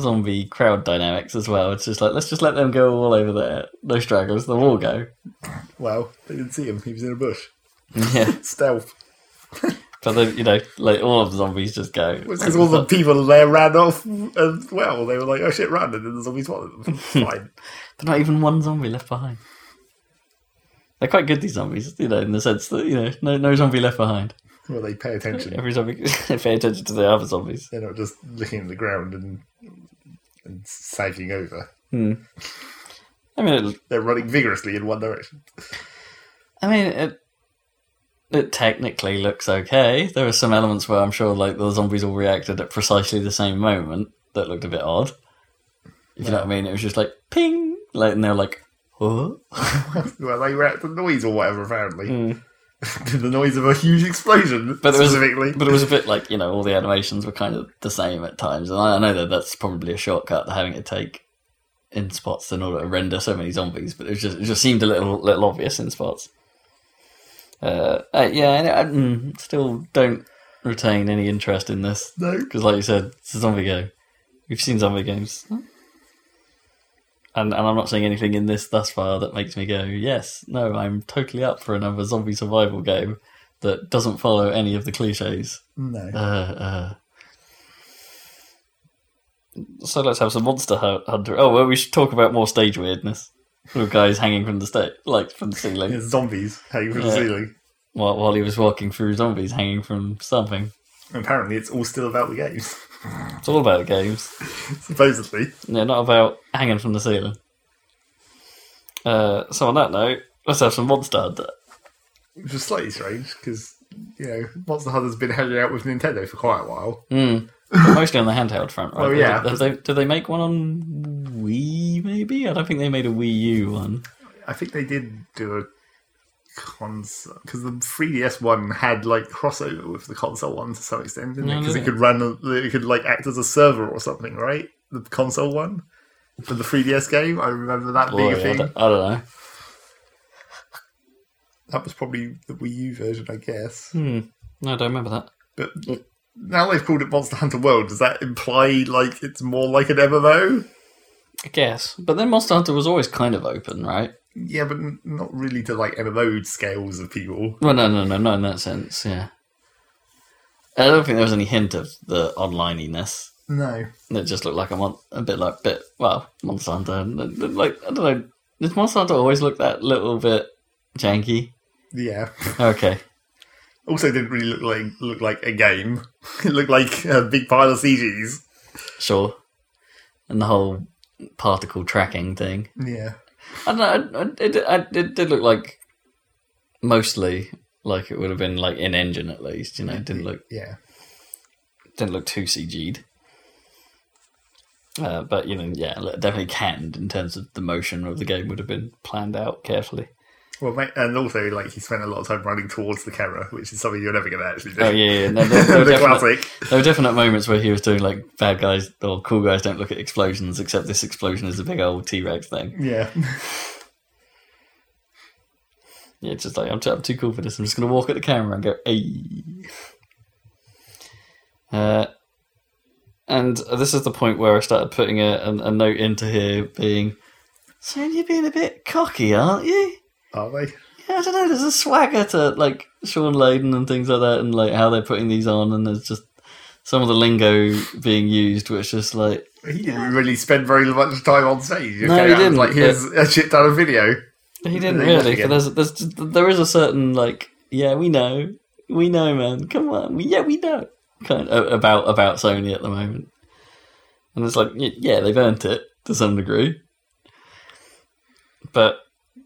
C: zombie crowd dynamics as well. It's just like let's just let them go all over there. No stragglers, they'll all go.
B: Well, they didn't see him. He was in a bush.
C: Yeah,
B: Stealth.
C: but then you know, like all of the zombies just go.
B: Because all the people there ran off as well. They were like, oh shit, run. And then the zombies followed them. Fine.
C: There's not even one zombie left behind. They're quite good these zombies, you know, in the sense that you know, no, no zombie left behind.
B: well, they pay attention.
C: Every zombie pay attention to the other zombies.
B: They're not just looking at the ground and and sagging over.
C: I mean, it,
B: They're running vigorously in one direction.
C: I mean, it, it technically looks okay. There are some elements where I'm sure, like the zombies all reacted at precisely the same moment that looked a bit odd. If you know what I mean, it was just like ping, like, and they're like, huh?
B: well, they react to noise or whatever, apparently. the noise of a huge explosion,
C: Hmm. But there was-
B: specifically.
C: But it was a bit like, you know, all the animations were kind of the same at times. And I, I know that that's probably a shortcut to having to take in spots in order to render so many zombies, but it was just it just seemed a little little obvious in spots. Uh, uh, yeah, and I, mm, still don't retain any interest in this
B: no.
C: because, like you said, it's a zombie game. We've seen zombie games, and and I'm not seeing anything in this thus far that makes me go, yes, no, I'm totally up for another zombie survival game that doesn't follow any of the cliches.
B: No.
C: Uh, uh. So let's have some monster hu- hunter. Oh well, we should talk about more stage weirdness. Little guys hanging from the stage, like from the ceiling,
B: It's zombies hanging from the
C: Yeah.
B: ceiling.
C: while while he was walking through zombies hanging from something.
B: Apparently, it's all still about the games,
C: It's all about games.
B: supposedly.
C: No, not about hanging from the ceiling. Uh, so on that note, let's have some Monster Hunter.
B: Which is slightly strange because, you know, Monster Hunter's been hanging out with Nintendo for quite a while.
C: Mm. But Mostly on the handheld front, right?
B: Oh, yeah.
C: Did they, did they make one on Wii, maybe? I don't think they made a Wii U one.
B: I think they did do a console because the 3DS one had like crossover with the console one to some extent, didn't
C: No,
B: it? Because
C: didn't
B: it could run, a- it could like act as a server or something, right? The console one for the 3DS game. I remember that being
C: Boy,
B: a
C: I,
B: thing.
C: don't, I don't know.
B: That was probably the Wii U version, I guess.
C: Hmm. No, I don't remember that.
B: But now they've called it Monster Hunter World. Does that imply like it's more like an MMO?
C: I guess. But then Monster Hunter was always kind of open, right?
B: Yeah, but n- not really to like MMO scales of people.
C: Well, no, no, no, not in that sense, yeah. I don't think there was any hint of the onlineiness.
B: No,
C: It just looked like a mon- a bit like bit well Monster Hunter. Like I don't know, does Monster Hunter always look that little bit janky?
B: yeah.
C: Okay,
B: Also, didn't really look like look like a game. it looked like a big pile of CGs.
C: sure. And the whole particle tracking thing.
B: Yeah,
C: I don't know. It, it, it, it did look like mostly like it would have been like in engine at least. You know, it didn't look
B: yeah.
C: didn't look too CG'd. Uh, but you know, yeah, definitely canned in terms of the motion of the game would have been planned out carefully.
B: Well, ma- and also like he spent a lot of time running towards the camera, which is something you're never going to actually do.
C: Oh yeah, yeah, no, there, there were
B: the
C: definite-
B: classic.
C: There were definite moments where he was doing like bad guys or cool guys don't look at explosions, except this explosion is a big old T Rex thing.
B: Yeah,
C: Yeah, it's just like I'm too, I'm too cool for this. I'm just gonna walk at the camera and go, "Hey." Uh, and this is the point where I started putting a, a, a note into here, being, "So you're being a bit cocky, aren't you?"
B: are they?
C: Yeah, I don't know. There's a swagger to like Sean Layden and things like that, and like how they're putting these on, and there's just some of the lingo being used, which is like.
B: He didn't really spend very much time on stage. You
C: No,
B: came
C: he
B: out and was
C: didn't,
B: Like here's a shit ton of video.
C: He didn't
B: They
C: really.
B: must
C: But there's, there's just, there is a certain like, yeah, we know, we know, man. Come on, we, yeah, we know. Kind of, about about Sony at the moment, and it's like, y- yeah, they've earned it to some degree. But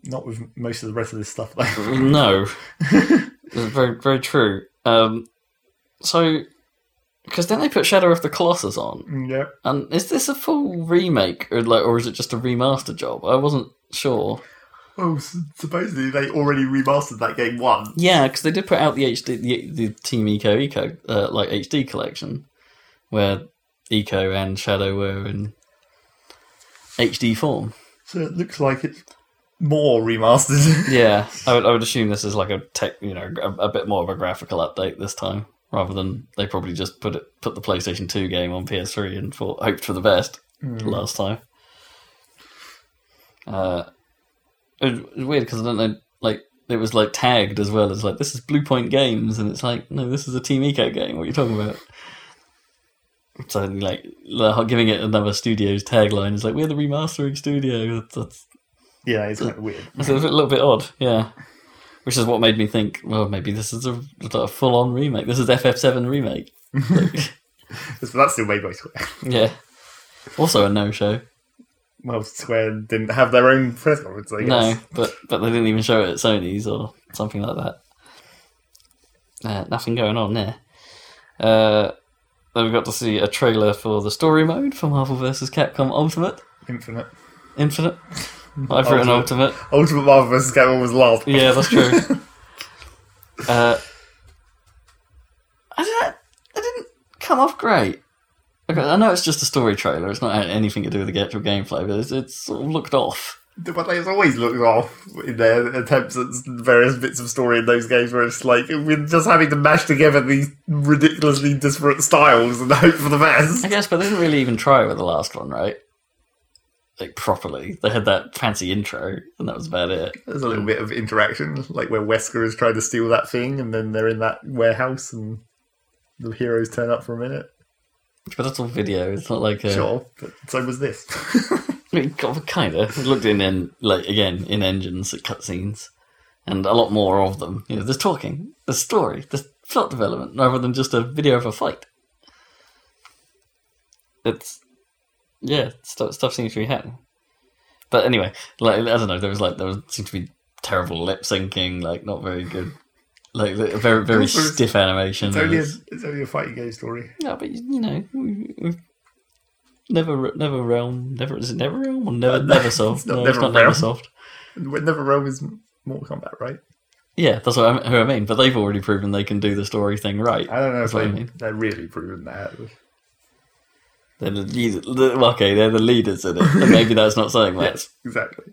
B: Not with most of the rest of this stuff though.
C: no, It's very very true. Um, so because then they put Shadow of the Colossus on,
B: Mm, yeah.
C: and is this a full remake or like, or is it just a remaster job? I wasn't sure.
B: Oh, s- supposedly they already remastered that game once.
C: Yeah, because they did put out the HD, the, the Team Eco Eco uh, like HD collection, where Eco and Shadow were in HD form.
B: So it looks like it's more remastered.
C: Yeah, I would I would assume this is like a tech, you know, a, a bit more of a graphical update this time, rather than they probably just put it put the PlayStation Two game on PS3 and thought, hoped for the best last time. Uh, it was- it was weird because I don't know, like it was like tagged as well as like this is Blue Point Games, and it's like no, this is a Team Eco game. What are you talking about? So like the- giving it another studio's tagline is like we're the remastering studio. That's, that's
B: yeah, it's kind of weird.
C: it's a little bit odd, yeah. Which is what made me think, well, maybe this is a, a full on remake. This is FF7 remake.
B: But that's still made by Square.
C: Yeah. Also a no show.
B: Well, Square didn't have their own press conference, I guess.
C: No, but but they didn't even show it at Sony's or something like that. Uh, nothing going on there. Uh, then we got to see a trailer for the story mode for Marvel vs. Capcom Ultimate
B: Infinite.
C: Infinite. I've written
B: Ultimate.
C: Ultimate.
B: Ultimate Marvel vs. Capcom was last.
C: Yeah, that's true. Uh, I don't. It didn't come off great. Okay, I know it's just a story trailer. It's not had anything to do with the actual gameplay, but it's, it's sort of looked off.
B: But it's always looked off in their attempts at various bits of story in those games where it's like we're just having to mash together these ridiculously disparate styles and hope for the best.
C: I guess, but they didn't really even try it with the last one, right? Like properly, they had that fancy intro, and that was about it.
B: There's a little bit of interaction, like where Wesker is trying to steal that thing, and then they're in that warehouse, and the heroes turn up for a minute.
C: But that's all video. It's not like a,
B: Sure, but so was this.
C: kind of. It looked in, in like again in engines at cutscenes, and a lot more of them. You know, there's talking, there's story, there's plot development, rather than just a video of a fight. It's yeah, stuff stuff seems to be happening. But anyway, like I don't know, there was like there was, seemed to be terrible lip syncing, like not very good, like the- very very
B: Also, it's-
C: stiff animation.
B: it's, only a, it's only a fighting game story.
C: No, but you know, we- we've never, never realm, never is it never realm or never,
B: no,
C: never soft?
B: it's not
C: no, it's
B: Never
C: not
B: Realm.
C: never soft.
B: Never Realm is Mortal Kombat, right?
C: Yeah, that's what I, who I mean. But they've already proven they can do the story thing right.
B: I don't know
C: That's
B: if
C: what I
B: they,
C: mean.
B: they're really proving that.
C: They're the lead- the- well, okay, they're the leaders in it, and maybe that's not saying much.
B: Yes, exactly.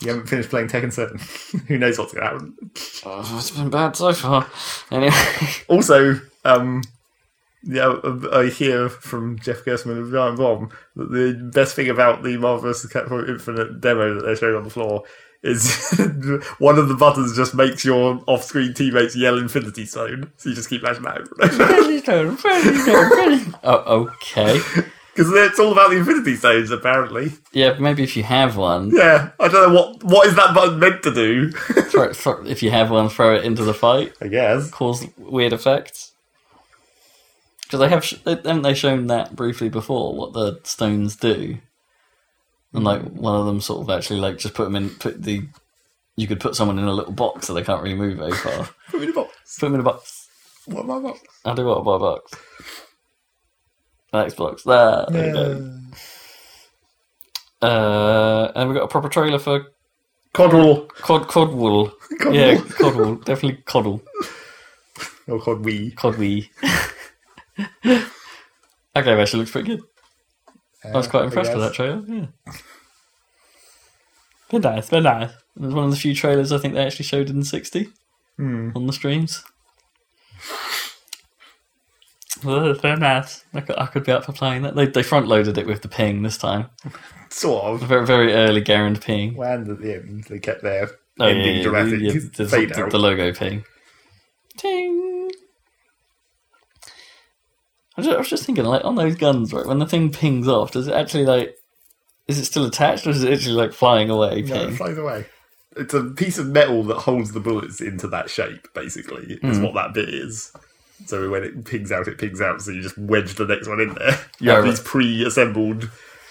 B: You haven't finished playing Tekken 7. Who knows what's going to happen?
C: Oh, it's been bad so far. Anyway,
B: Also, um, yeah, I hear from Jeff Gerstmann of Giant Bomb that the best thing about the Marvel vs. Capcom Infinite demo that they're showing on the floor is one of the buttons just makes your off-screen teammates yell Infinity Stone, so you just keep mashing that over and over.
C: Friendly tone, friendly tone, friendly- oh, okay.
B: Because it's all about the Infinity Stones, apparently.
C: Yeah, maybe if you have one,
B: Yeah, I don't know what what is that button meant to do.
C: throw it, throw, if you have one, throw it into the fight.
B: I guess.
C: cause weird effects? Because they have, sh- they- haven't they shown that briefly before? What the stones do, and like one of them sort of actually like just put them in, put the, you could put someone in a little box so they can't really move very far.
B: Put me in a box.
C: put them in a box.
B: What my box?
C: I do what by box. Next box. There, there you go. Uh, and we got a proper trailer for
B: Coddle.
C: Cod Codwool.
B: Coddle.
C: Yeah, Codwool. Definitely Coddle.
B: Or Cod Wee.
C: Codwee. that game actually looks pretty good. I was quite impressed with that trailer. Yeah, been nice, been nice. It was one of the few trailers I think they actually showed in sixty on the streams. Well, They're nice. I could, I could be up for playing that. They, they front loaded it with the ping this time.
B: Sort
C: A
B: of.
C: very very early Garand ping.
B: And at the end, they kept their
C: Oh, yeah,
B: ending
C: yeah,
B: dramatic
C: yeah, the,
B: fade
C: the-
B: out.
C: the logo ping. Ting. I was, ju- I was just thinking, like, on those guns, right, when the thing pings off, does it actually, like, is it still attached or is it actually, like, flying away?
B: no, it
C: ping?
B: flies away. It's a piece of metal that holds the bullets into that shape, basically,
C: Hmm.
B: is what that bit is. So when it pings out, it pings out, so you just wedge the next one in there. You
C: Yeah,
B: have
C: right.
B: these pre assembled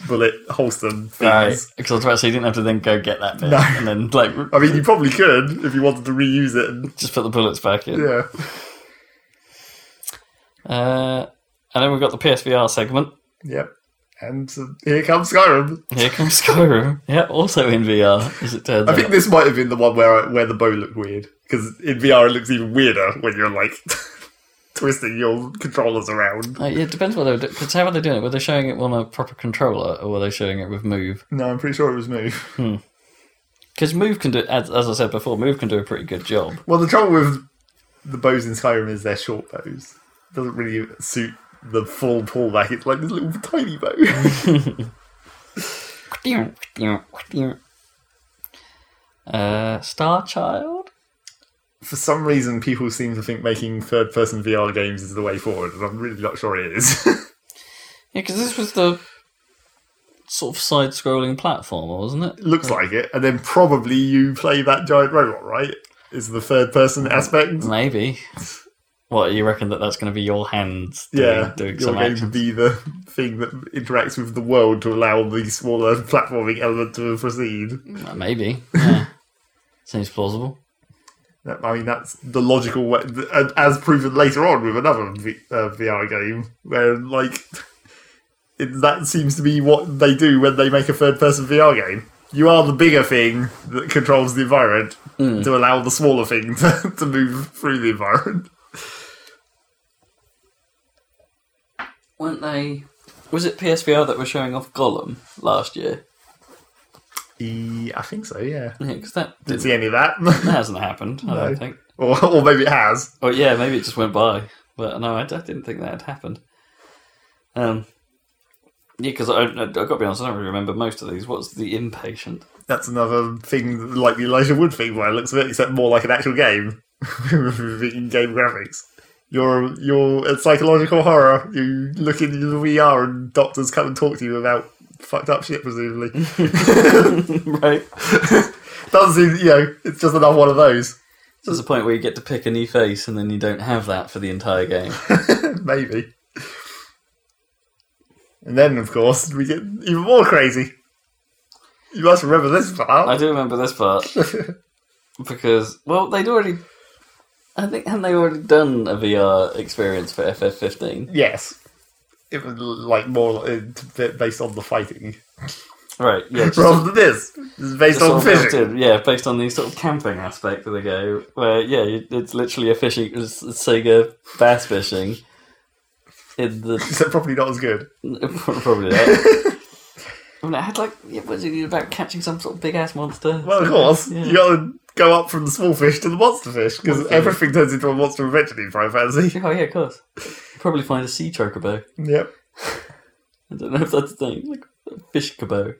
B: bullet holster things.
C: Right. Because I was about to say, you didn't have to then go get that bit
B: No.
C: and then, like,
B: I mean, you probably could if you wanted to reuse it. And,
C: just put the bullets back in.
B: yeah.
C: Uh, and then we've got the PSVR segment.
B: Yep. And uh, here comes Skyrim.
C: Here comes Skyrim. yeah, also in VR, as it turns
B: I think
C: out.
B: this might have been the one where I, where the bow looked weird because in VR it looks even weirder when you're like twisting your controllers around.
C: Uh, yeah, it depends what they're doing. Because how are they doing it? Were they showing it on a proper controller or were they showing it with Move?
B: No, I'm pretty sure it was move.
C: Because Move can do, as, as I said before, Move can do a pretty good job.
B: Well, the trouble with the bows in Skyrim is they're short bows. Doesn't really suit the full pullback. It's like this little tiny bow.
C: Uh, Star Child?
B: For some reason, people seem to think making third-person VR games is the way forward, and I'm really not sure it is.
C: Yeah, because this was the sort of side scrolling platformer, wasn't it?
B: looks like it, and then probably you play that giant robot, right? Is the third-person aspect?
C: Maybe. What, you reckon that that's going to be your hands doing,
B: yeah,
C: doing
B: you're
C: some
B: going
C: action?
B: to be the thing that interacts with the world to allow the smaller platforming element to proceed.
C: Uh, maybe. Yeah. Seems plausible.
B: That- I mean, that's the logical way, and as proven later on with another v, uh, VR game, where like it, that seems to be what they do when they make a third-person VR game. you are the bigger thing that controls the environment to allow the smaller thing to, to move through the environment.
C: Weren't they? Was it PSVR that were showing off Gollum last year?
B: E- I think so, yeah.
C: Yeah, because that
B: Didn't
C: didn't,
B: see any of that.
C: that hasn't happened. I
B: No.
C: don't think.
B: or, or maybe it has.
C: Oh yeah, maybe it just went by. But no, I, I didn't think that had happened. Um, yeah, because I, I, I've got to be honest, I don't really remember most of these. What's the impatient?
B: That's another thing like the Elijah Wood thing where it looks a bit except more like an actual game with in-game graphics. You're you're a psychological horror. You look into the VR and doctors come and talk to you about fucked up shit, presumably.
C: right.
B: Doesn't seem, you know, it's just another one of those.
C: So There's a point where you get to pick a new face, and then you don't have that for the entire game.
B: Maybe. And then, of course, we get even more crazy. You must remember this
C: I
B: part.
C: do remember this part because, well, they'd already. I think hadn't they already done a VR experience for FF15?
B: yes. It was like more uh, bit based on the fighting.
C: Right, yeah. just
B: Rather than this. It's based
C: It's all
B: on
C: built
B: fishing.
C: in, yeah, based on the sort of camping aspect of the game, where yeah, you- it's literally a fishing it's Sega bass fishing in the
B: So probably not as good.
C: probably. That. I mean, it had like yeah, was it about catching some sort of big ass monster?
B: Well, of course,
C: Yeah.
B: you gotta go up from the small fish to the monster fish, because
C: Monster fish.
B: everything turns into a monster eventually in Final Fantasy.
C: oh yeah, of course. You'd probably find a sea chocobo.
B: Yep.
C: I don't know if that's a thing. Like a fish cabo.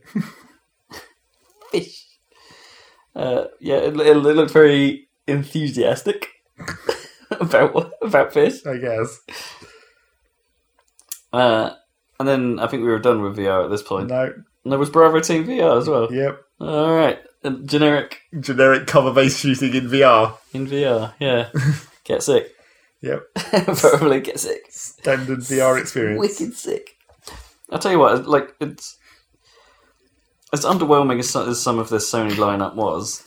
C: fish. Uh, yeah, it, it looked very enthusiastic about about fish.
B: I guess.
C: Uh, and then I think we were done with VR at this point.
B: No.
C: And there was Bravo Team VR as well.
B: Yep.
C: All right, And generic
B: Generic cover-based shooting in VR.
C: in VR. Yeah, get sick.
B: Yep.
C: Probably get sick.
B: Standard VR experience.
C: Wicked sick. I'll tell you what. Like it's as underwhelming as, so- as some of this Sony lineup was.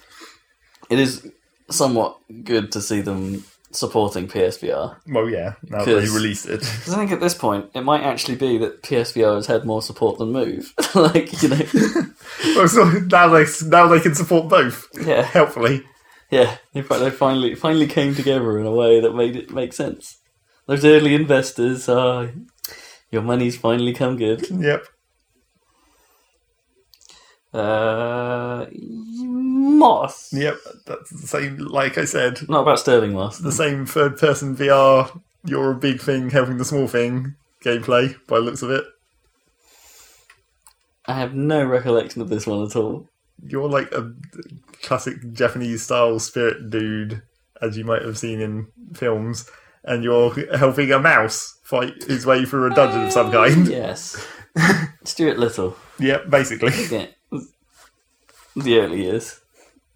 C: It is somewhat good to see them supporting PSVR
B: Well, yeah. Now that
C: Because-
B: they released it.
C: because I think at this point it might actually be that PSVR has had more support than Move. like you know,
B: well, so now they now they can support both.
C: yeah.
B: Helpfully,
C: Yeah, they, fi- they finally finally came together in a way that made it make sense. Those early investors, ah, your money's finally come good.
B: yep.
C: Uh, Moss.
B: Yep, that's the same. Like I said,
C: Not about Sterling Moss.
B: the same third-person VR. You're a big thing helping the small thing gameplay. By the looks of it,
C: I have no recollection of this one at all.
B: you're like a classic Japanese-style spirit dude, as you might have seen in films, and you're helping a mouse fight his way through a dungeon of some kind.
C: Yes. Stuart Little.
B: Yep, basically.
C: Yeah. The early years.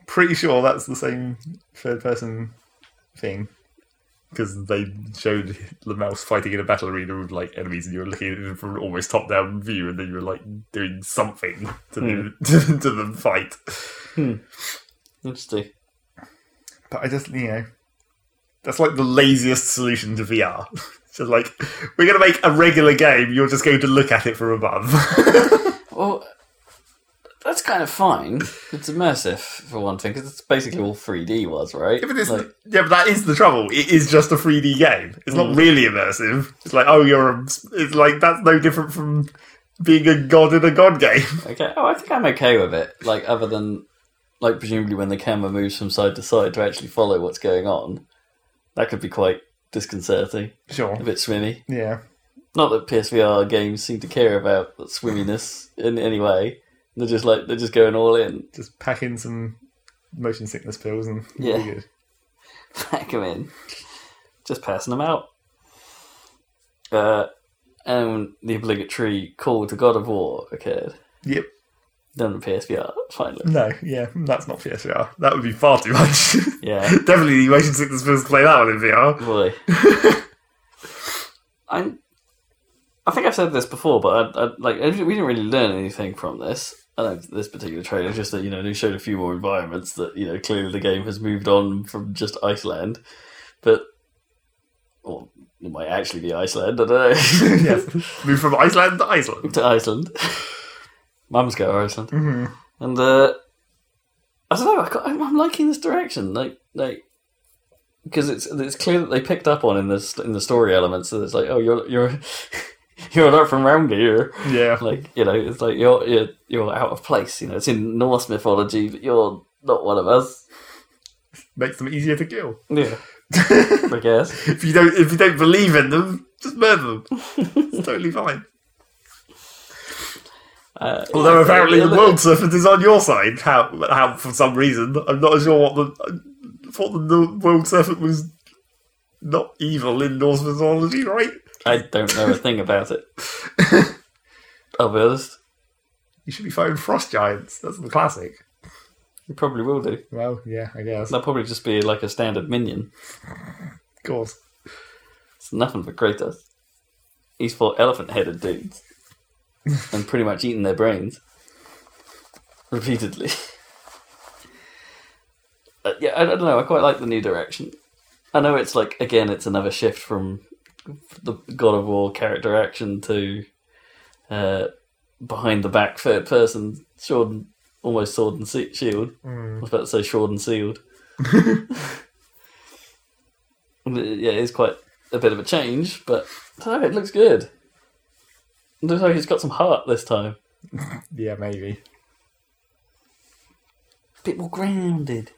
B: pretty sure that's the same third person thing because they showed the mouse fighting in a battle arena with like enemies and you were looking at it from an almost top down view and then you were like doing something to, the, to the fight
C: Interesting.
B: but i just you know that's like the laziest solution to vr so like we're going to make a regular game you're just going to look at it from above
C: Well, that's kind of fine. It's immersive, for one thing, because it's basically all 3D was, right?
B: Yeah, but, it's,
C: Like-
B: yeah, but that is the trouble. It is just a 3D game. It's not really immersive. It's like, oh, you're a. It's like, that's no different from being a god in a god game.
C: Okay. Oh, I think I'm okay with it. Like, other than, like, presumably when the camera moves from side to side to actually follow what's going on, that could be quite disconcerting,
B: Sure.
C: a bit swimmy.
B: Yeah.
C: Not that PSVR games seem to care about that swimminess in any way. They're just like they're just going all in.
B: Just pack in some motion sickness pills and
C: Yeah.
B: you'll be good.
C: Pack 'em in, just passing them out. Uh, and the obligatory call to God of War occurred.
B: Yep.
C: Done with PSVR finally.
B: No, yeah, that's not PSVR. That would be far too much.
C: Yeah.
B: Definitely motion sickness pills play that one in VR.
C: Boy. I'm. I think I've said this before, but I, I, like I didn't- we didn't really learn anything from this. I don't this particular trailer, just that you know they showed a few more environments that you know clearly the game has moved on from just Iceland, but or it might actually be Iceland. I don't know.
B: yes. Move from Iceland to Iceland.
C: to Iceland. Mum's go Iceland.
B: Mhm.
C: And uh, I don't know. I got, I'm, I'm liking this direction, like like because it's it's clear that they picked up on in this in the story elements that it's like, oh, you're you're you're not from round here.
B: Yeah.
C: Like you know, it's like you're you're you're out of place. You know, it's in Norse mythology, but you're not one of us.
B: Makes them easier to kill.
C: Yeah, I guess.
B: if you don't if you don't believe in them, just murder them. it's totally fine.
C: Uh,
B: Although
C: yeah,
B: apparently
C: yeah,
B: the world serpent is on your side. How how for some reason I'm not sure what the I thought that the world serpent was not evil in Norse mythology, right?
C: I don't know a thing about it. I'll be honest.
B: You should be fighting frost giants. That's the classic.
C: You probably will do.
B: Well, yeah, I guess.
C: That'll probably just be like a standard minion.
B: Of course.
C: It's nothing for Kratos. He's fought elephant headed dudes and pretty much eaten their brains repeatedly. Uh, yeah, I don't know. I quite like the new direction. I know it's like, again, it's another shift from the God of War character action to uh, behind the back third person, sword and, almost sword and se- shield. I was about to say sword and sealed. yeah, it's quite a bit of a change, but I don't know, it looks good. It looks like it's got some heart this time.
B: Yeah, maybe.
C: A bit more grounded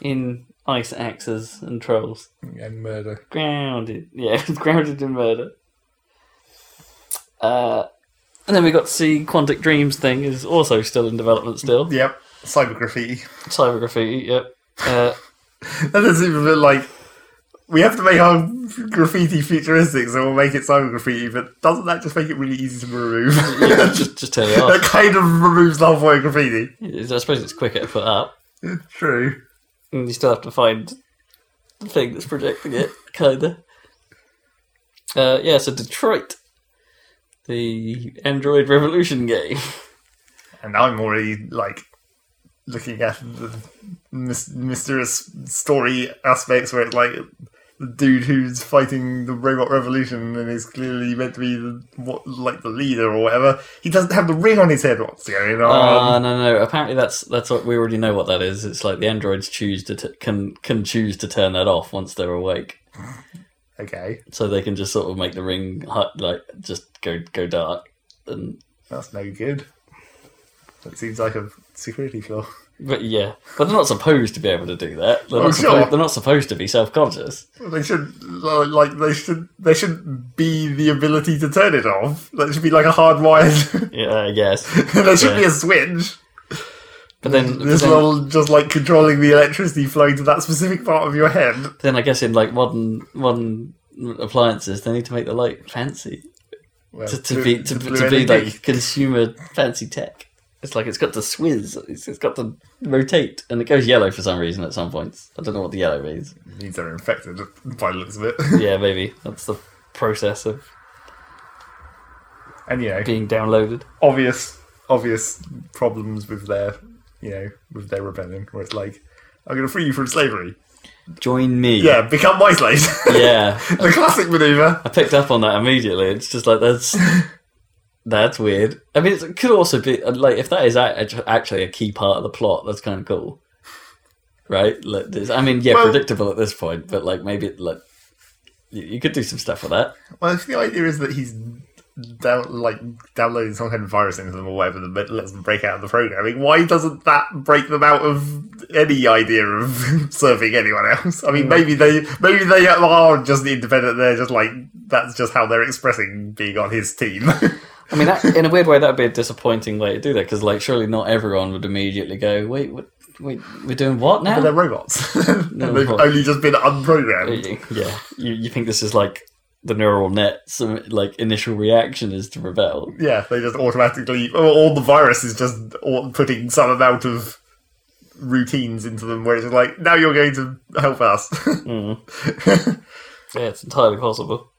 C: in ice axes and trolls.
B: And murder.
C: Grounded, yeah, grounded in murder. Uh, and then we got to see Quantic Dreams thing is also still in development still.
B: Yep. Cyber graffiti.
C: Cyber graffiti, yep. Uh,
B: That doesn't even bit like we have to make our graffiti futuristic, so we'll make it cyber graffiti. But doesn't that just make it really easy to remove?
C: yeah, just just tell you off.
B: that kind of removes the whole word graffiti.
C: I suppose it's quicker to put up.
B: True.
C: And you still have to find the thing that's projecting it, kinda. Uh, yeah, so Detroit, the Android Revolution game.
B: And I'm already like looking at the mys- mysterious story aspects where it's like the dude who's fighting the robot revolution and is clearly meant to be the, what, like the leader or whatever. He doesn't have the ring on his head. What's going on?
C: Ah, no, no. Apparently, that's that's what we already know what that is. It's like the androids choose to t- can can choose to turn that off once they're awake,
B: okay,
C: so they can just sort of make the ring hu- like just go go dark. And
B: that's no good. That seems like a security flaw.
C: but yeah, but they're not supposed to be able to do that. They're,
B: Oh,
C: not, suppo-
B: sure.
C: they're not supposed to be self conscious.
B: They should like they should they should be the ability to turn it off. That should be like a hardwired
C: Yeah, I guess.
B: there should
C: Yeah.
B: be a switch.
C: But then, but
B: This
C: then-
B: little just like controlling the electricity flowing to that specific part of your head.
C: then I guess in like modern modern appliances, they need to make the light fancy
B: Well,
C: to, to be to, to
B: E
C: be like consumer fancy tech. It's like it's got to swizz. It's, it's got to rotate, and it goes yellow for some reason at some points. I don't know what the yellow means.
B: means they're infected by the looks of it.
C: yeah, maybe that's the process of
B: and you know,
C: being downloaded.
B: obvious obvious problems with their you know with their rebellion, where it's like, I'm going to free you from slavery.
C: Join me.
B: Yeah, become my slave.
C: yeah.
B: the classic maneuver.
C: I picked up on that immediately. It's just like that's that's weird. I mean, it's- it could also be like if that is act- actually a key part of the plot, that's kind of cool, right? Like, there's- I mean, yeah,
B: Well-
C: predictable at this point, but like maybe like you, you could do some stuff with that.
B: Well, if the idea is that he's down, like downloading some kind of virus into them or whatever that lets them break out of the programming, why doesn't that break them out of any idea of serving anyone else? I mean, maybe they maybe they are just independent. They're just like that's just how they're expressing being on his team.
C: I mean, that, in a weird way, that would be a disappointing way to do that because like surely not everyone would immediately go, wait, what, wait, we're doing what now?
B: but they're robots. And they've
C: well-
B: only just been unprogrammed.
C: yeah, you, you think this is like the neural net? So like initial reaction is to rebel.
B: Yeah, they just automatically. or All the virus is just au- putting some amount of routines into them where it's just like, now you're going to help us.
C: Yeah, it's entirely possible.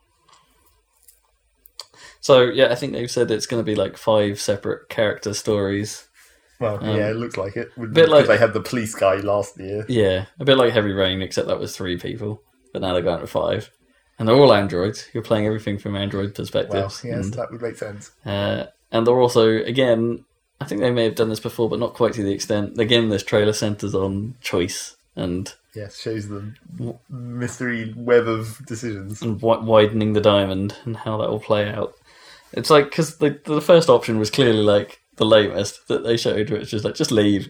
C: So yeah, I think they've said it's going to be like five separate character stories.
B: Well, yeah, it looks like it.
C: Um, bit
B: Because
C: like-
B: they had the police guy last year.
C: Yeah, a bit like Heavy Rain, except that was three people, but now they're going to five, and they're all androids. You're playing everything from android
B: Well,
C: perspectives,
B: yes,
C: and,
B: that would make sense.
C: uh, and they're also again I think they may have done this before, but not quite to the extent. Again, this trailer centers on choice and,
B: Yes, shows the w- mystery web of decisions.
C: and wi- widening the diamond and how that will play out. It's like because the the first option was clearly like the lamest that they showed, which was like just leave.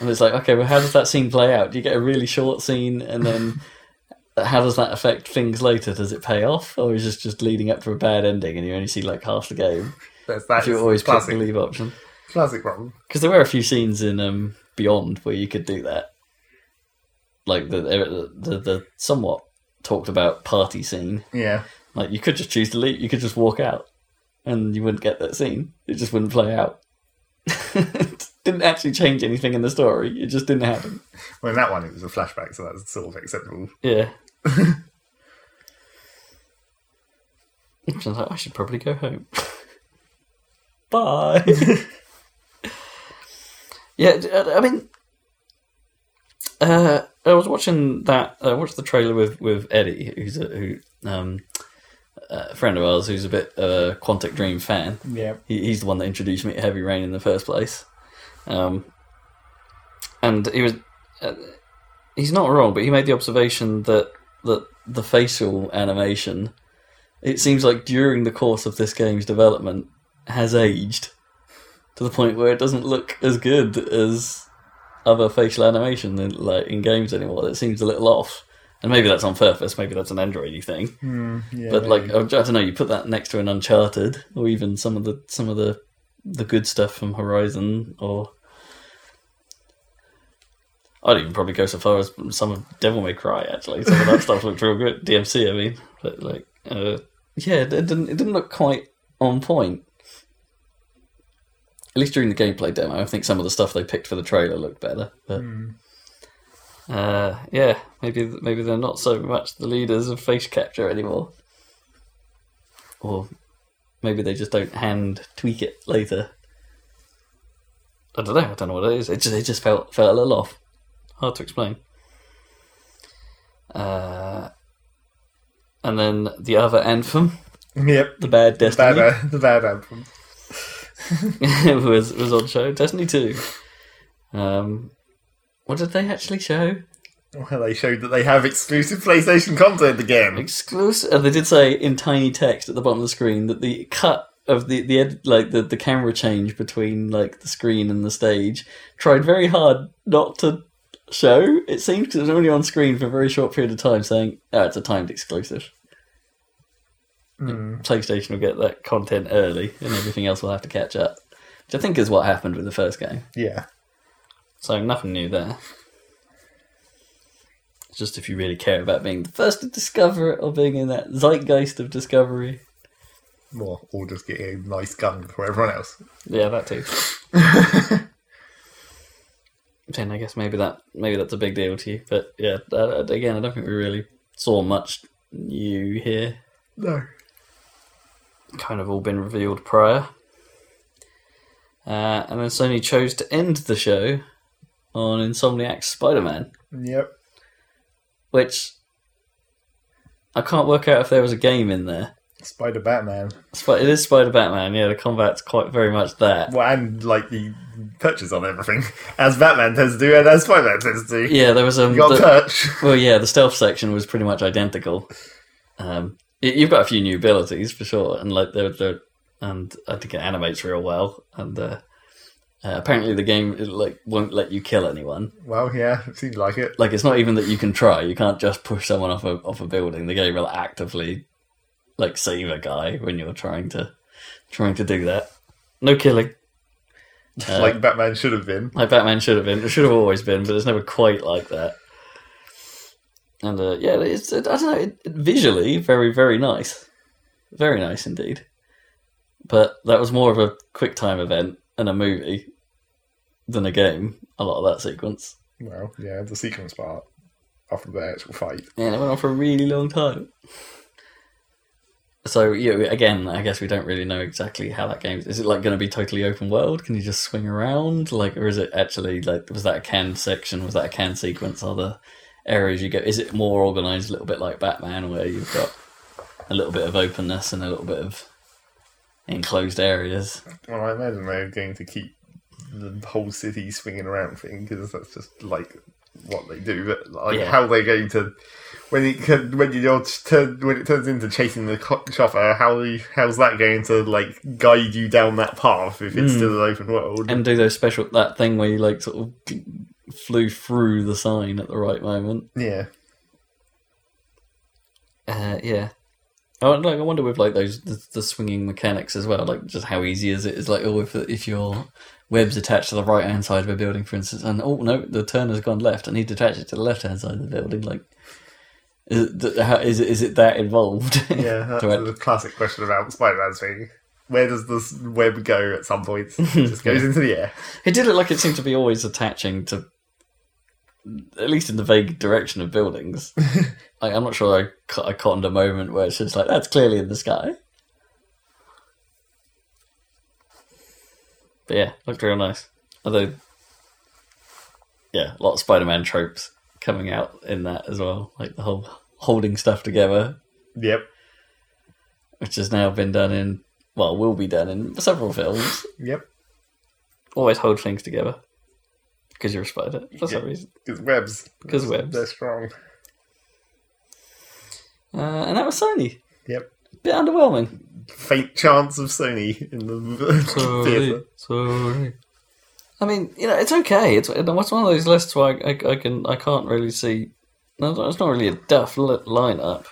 C: And it's like, okay, well, how does that scene play out? Do you get a really short scene, and then how does that affect things later? Does it pay off, or is it just leading up to a bad ending, and you only see like half the game?
B: That's that's
C: you always pick
B: classic,
C: the leave option.
B: classic problem.
C: Because there were a few scenes in um, Beyond where you could do that, like the the, the the somewhat talked about party scene.
B: Yeah,
C: Like you could just choose to leave, you could just walk out, and you wouldn't get that scene. It just wouldn't play out. it didn't actually change anything in the story. It just didn't happen.
B: well, in that one it was a flashback, so that's sort of acceptable.
C: Yeah. I was like, I should probably go home. Bye. yeah, d- uh, I mean, uh, I was watching that. I watched the trailer with with Eddie, who's a who, um, a friend of ours, who's a bit uh, Quantic Dream fan.
B: Yeah,
C: He, he's the one that introduced me to Heavy Rain in the first place. Um, and he was, uh, he's not wrong, but he made the observation that that the facial animation, it seems like during the course of this game's development, has aged to the point where it doesn't look as good as other facial animation in, like in games anymore. It seems a little off. And maybe that's on purpose. Maybe that's an Androidy thing
B: yeah
C: but like oh, I don't know, you put that next to an Uncharted, or even some of the some of the the good stuff from Horizon, or I'd even probably go so far as some of Devil May Cry. Actually, some of that stuff looked real good. DMC, I mean, but like, uh, yeah, it it didn't it didn't look quite on point. At least during the gameplay demo, I think some of the stuff they picked for the trailer looked better. But uh, yeah, maybe maybe they're not so much the leaders of face capture anymore or maybe they just don't hand tweak it later. I don't know. I don't know what it is. It just, it just felt felt a little off. Hard to explain. Uh, and then the other anthem,
B: yep,
C: the
B: the bad,
C: Bad Destiny,
B: uh, the bad album.
C: was was on show. Destiny two. Um, what did they actually show?
B: Well, they showed that they have exclusive PlayStation content again.
C: Exclusive. Uh, they did say in tiny text at the bottom of the screen that the cut of the the ed- like the, the camera change between like the screen and the stage tried very hard not to show. It seems 'cause it was only on screen for a very short period of time, saying, "Oh, it's a timed exclusive." PlayStation will get that content early, and everything else will have to catch up, which I think is what happened with the first game.
B: Yeah,
C: So nothing new there. It's Just if you really care about being the first to discover it or being in that zeitgeist of discovery.
B: or or just get a nice gun for everyone else.
C: Yeah, that too. then I guess maybe that maybe that's a big deal to you. But yeah, uh, again, I don't think we really saw much new here.
B: No,
C: kind of all been revealed prior. Uh, and then Sony chose to end the show on Insomniac's Spider Man.
B: yep.
C: which I can't work out if there was a game in there.
B: Spider Batman.
C: Sp- It is Spider Batman, yeah. The combat's quite very much that.
B: Well, and like the perches on everything, as Batman tends to do, and as Spider Man tends to do.
C: Yeah, there was um.
B: You got
C: the-
B: perch.
C: well, yeah, the stealth section was pretty much identical. Um, y- you've got a few new abilities for sure, and like they're, they're and I think it animates real well. And uh, uh, apparently, the game it, like won't let you kill anyone.
B: Well, yeah, it seems like it.
C: like it's not even that you can try. You can't just push someone off a off a building. The game will actively like save a guy when you're trying to trying to do that. No killing. Uh,
B: like Batman should have been.
C: like Batman should have been. It should have always been, but it's never quite like that. And uh, yeah, it's it, I don't know. It, it- visually, very very nice, very nice indeed. But that was more of a quick time event and a movie than a game. A lot of that sequence.
B: Well, yeah, the sequence part after the actual fight.
C: and it went on for a really long time. So yeah, we- again, I guess we don't really know exactly how that game is. It like going to be totally open world? Can you just swing around? Like, or is it actually like was that a can section? Was that a can sequence? Are the areas you go? Is it more organized, a little bit like Batman, where you've got a little bit of openness and a little bit of enclosed areas?
B: Well, I imagine they're going to keep the whole city swinging around thing because that's just like what they do. But like
C: Yeah.
B: how they're going to when it can- when you turn when it turns into chasing the co- chopper, how how's that going to like guide you down that path if
C: Hmm.
B: it's still an open world?
C: and do those special that thing where you like sort of g- flew through the sign at the right moment.
B: yeah,
C: Uh, yeah. I wonder, like I wonder with like those the, the swinging mechanics as well, like just how easy is it? It's like oh, if if your web's attached to the right hand side of a building, for instance, and oh no, the turn has gone left. I need to attach it to the left hand side of the building. Like, is it, th- how, is it is it that involved?
B: yeah, that's
C: To add-
B: the classic question about Spider-Man's thing. Where does this web go at some point? It just goes into the air.
C: It did look like it seemed to be always attaching to, at least in the vague direction of buildings. I, I'm not sure I, ca- I cottoned a moment where it's just like, that's clearly in the sky. But yeah, looked real nice. Although, yeah, a lot of Spider Man tropes coming out in that as well. Like the whole holding stuff together,
B: Yep.
C: which has now been done in, well, will be done in several films.
B: Yep.
C: always hold things together because you're a spider for some
B: Yeah.
C: reason.
B: Because webs.
C: 'Cause webs.
B: They're strong.
C: Uh, and that was Sony.
B: Yep.
C: Bit underwhelming.
B: Faint chance of Sony in the theatre.
C: Sony. I mean, you know, it's okay. It's it's one of those lists where I, I, I can I can't really see. no, It's not really a duff li- lineup,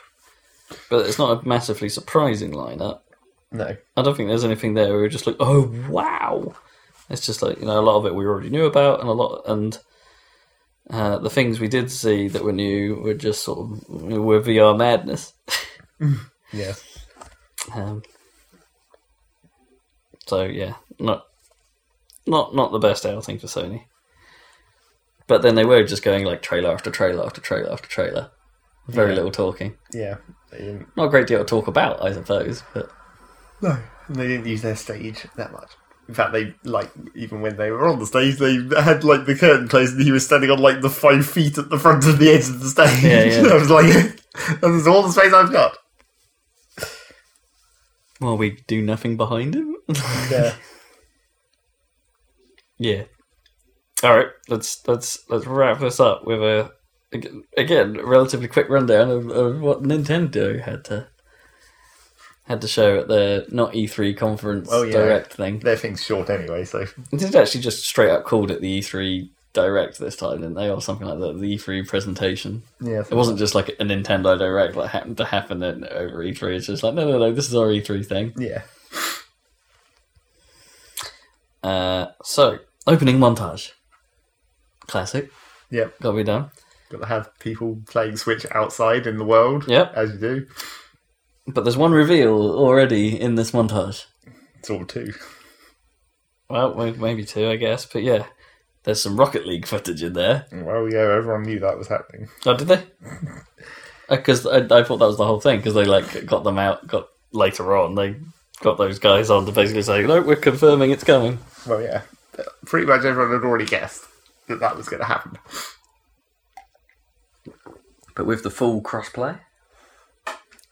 C: but it's not a massively surprising lineup.
B: No.
C: I don't think there's anything there where we're just like, oh wow. It's just like you know, a lot of it we already knew about, and a lot and uh, the things we did see that were new were just sort of were VR madness.
B: Yeah.
C: Um, so yeah, not not not the best outing for Sony. But then they were just going like trailer after trailer after trailer after trailer, very
B: Yeah.
C: little talking.
B: Yeah. They didn't,
C: Not a great deal to talk about, I suppose. But
B: no. They didn't use their stage that much. In fact, they like even when they were on the stage, they had like the curtain closed, and he was standing on like the five feet at the front of the edge of the stage.
C: Yeah, yeah.
B: I was like, "That's all the space I've got."
C: well, we do nothing behind him.
B: Yeah,
C: Yeah. All right, let's let's let's wrap this up with a ag- again relatively quick rundown of, of what Nintendo had to had to show at their not E3 conference
B: Oh, yeah.
C: direct thing.
B: their thing's short anyway, so
C: They did actually just straight up called it the E3 direct this time, didn't they, or something like that? The E3 presentation.
B: yeah.
C: It wasn't just like a Nintendo direct that happened to happen at, over E3. It's just like no, no, no, this is our E3 thing.
B: Yeah,
C: Uh, so opening montage, classic.
B: Yep.
C: got to be done.
B: got to have people playing Switch outside in the world.
C: Yep.
B: as you do.
C: But there's one reveal already in this montage.
B: It's all two.
C: Well, may- maybe two, I guess. But yeah, there's some Rocket League footage in there.
B: Well, yeah, everyone knew that was happening.
C: Oh, did they? Because I, I thought that was the whole thing. Because they like got them out. Got later on, they got those guys on to basically say, "No, we're confirming it's coming."
B: Well, yeah, pretty much everyone had already guessed that that was going to happen.
C: But with the full crossplay.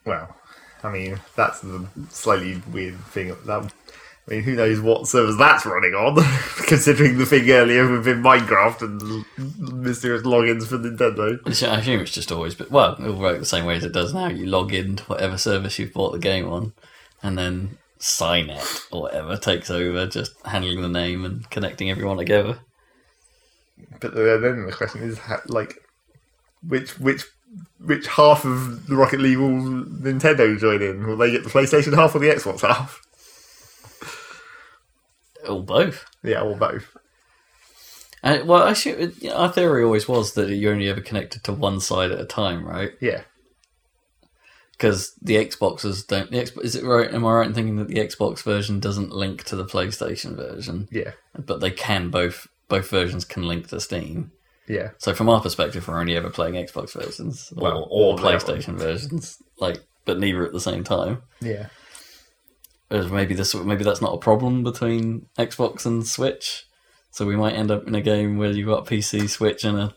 B: Well, I mean, that's the slightly weird thing. That, I mean, who knows what servers that's running on, considering the thing earlier with Minecraft and l- mysterious logins for Nintendo.
C: I assume it's just always, but well, it'll work the same way as it does now. You log in to whatever service you've bought the game on, and then Cynet or whatever takes over, just handling the name and connecting everyone together.
B: But the- then the question is, how, like, which which which half of the Rocket League will Nintendo join in? Will they get the PlayStation half or the Xbox half?
C: Or both.
B: Yeah, or both.
C: And, well, actually, you know, our theory always was that you only ever connected to one side at a time, right?
B: Yeah,
C: Because the Xboxes don't. The Xbox, is it right? Am I right in thinking that the Xbox version doesn't link to the PlayStation version,
B: yeah,
C: but they can both. Both versions can link to Steam.
B: yeah.
C: So from our perspective, we're only ever playing Xbox versions or,
B: Well,
C: or
B: or the other
C: PlayStation versions, like, but neither at the same time.
B: Yeah,
C: Whereas maybe this, maybe that's not a problem between Xbox and Switch. So we might end up in a game where you've got PC, Switch, and a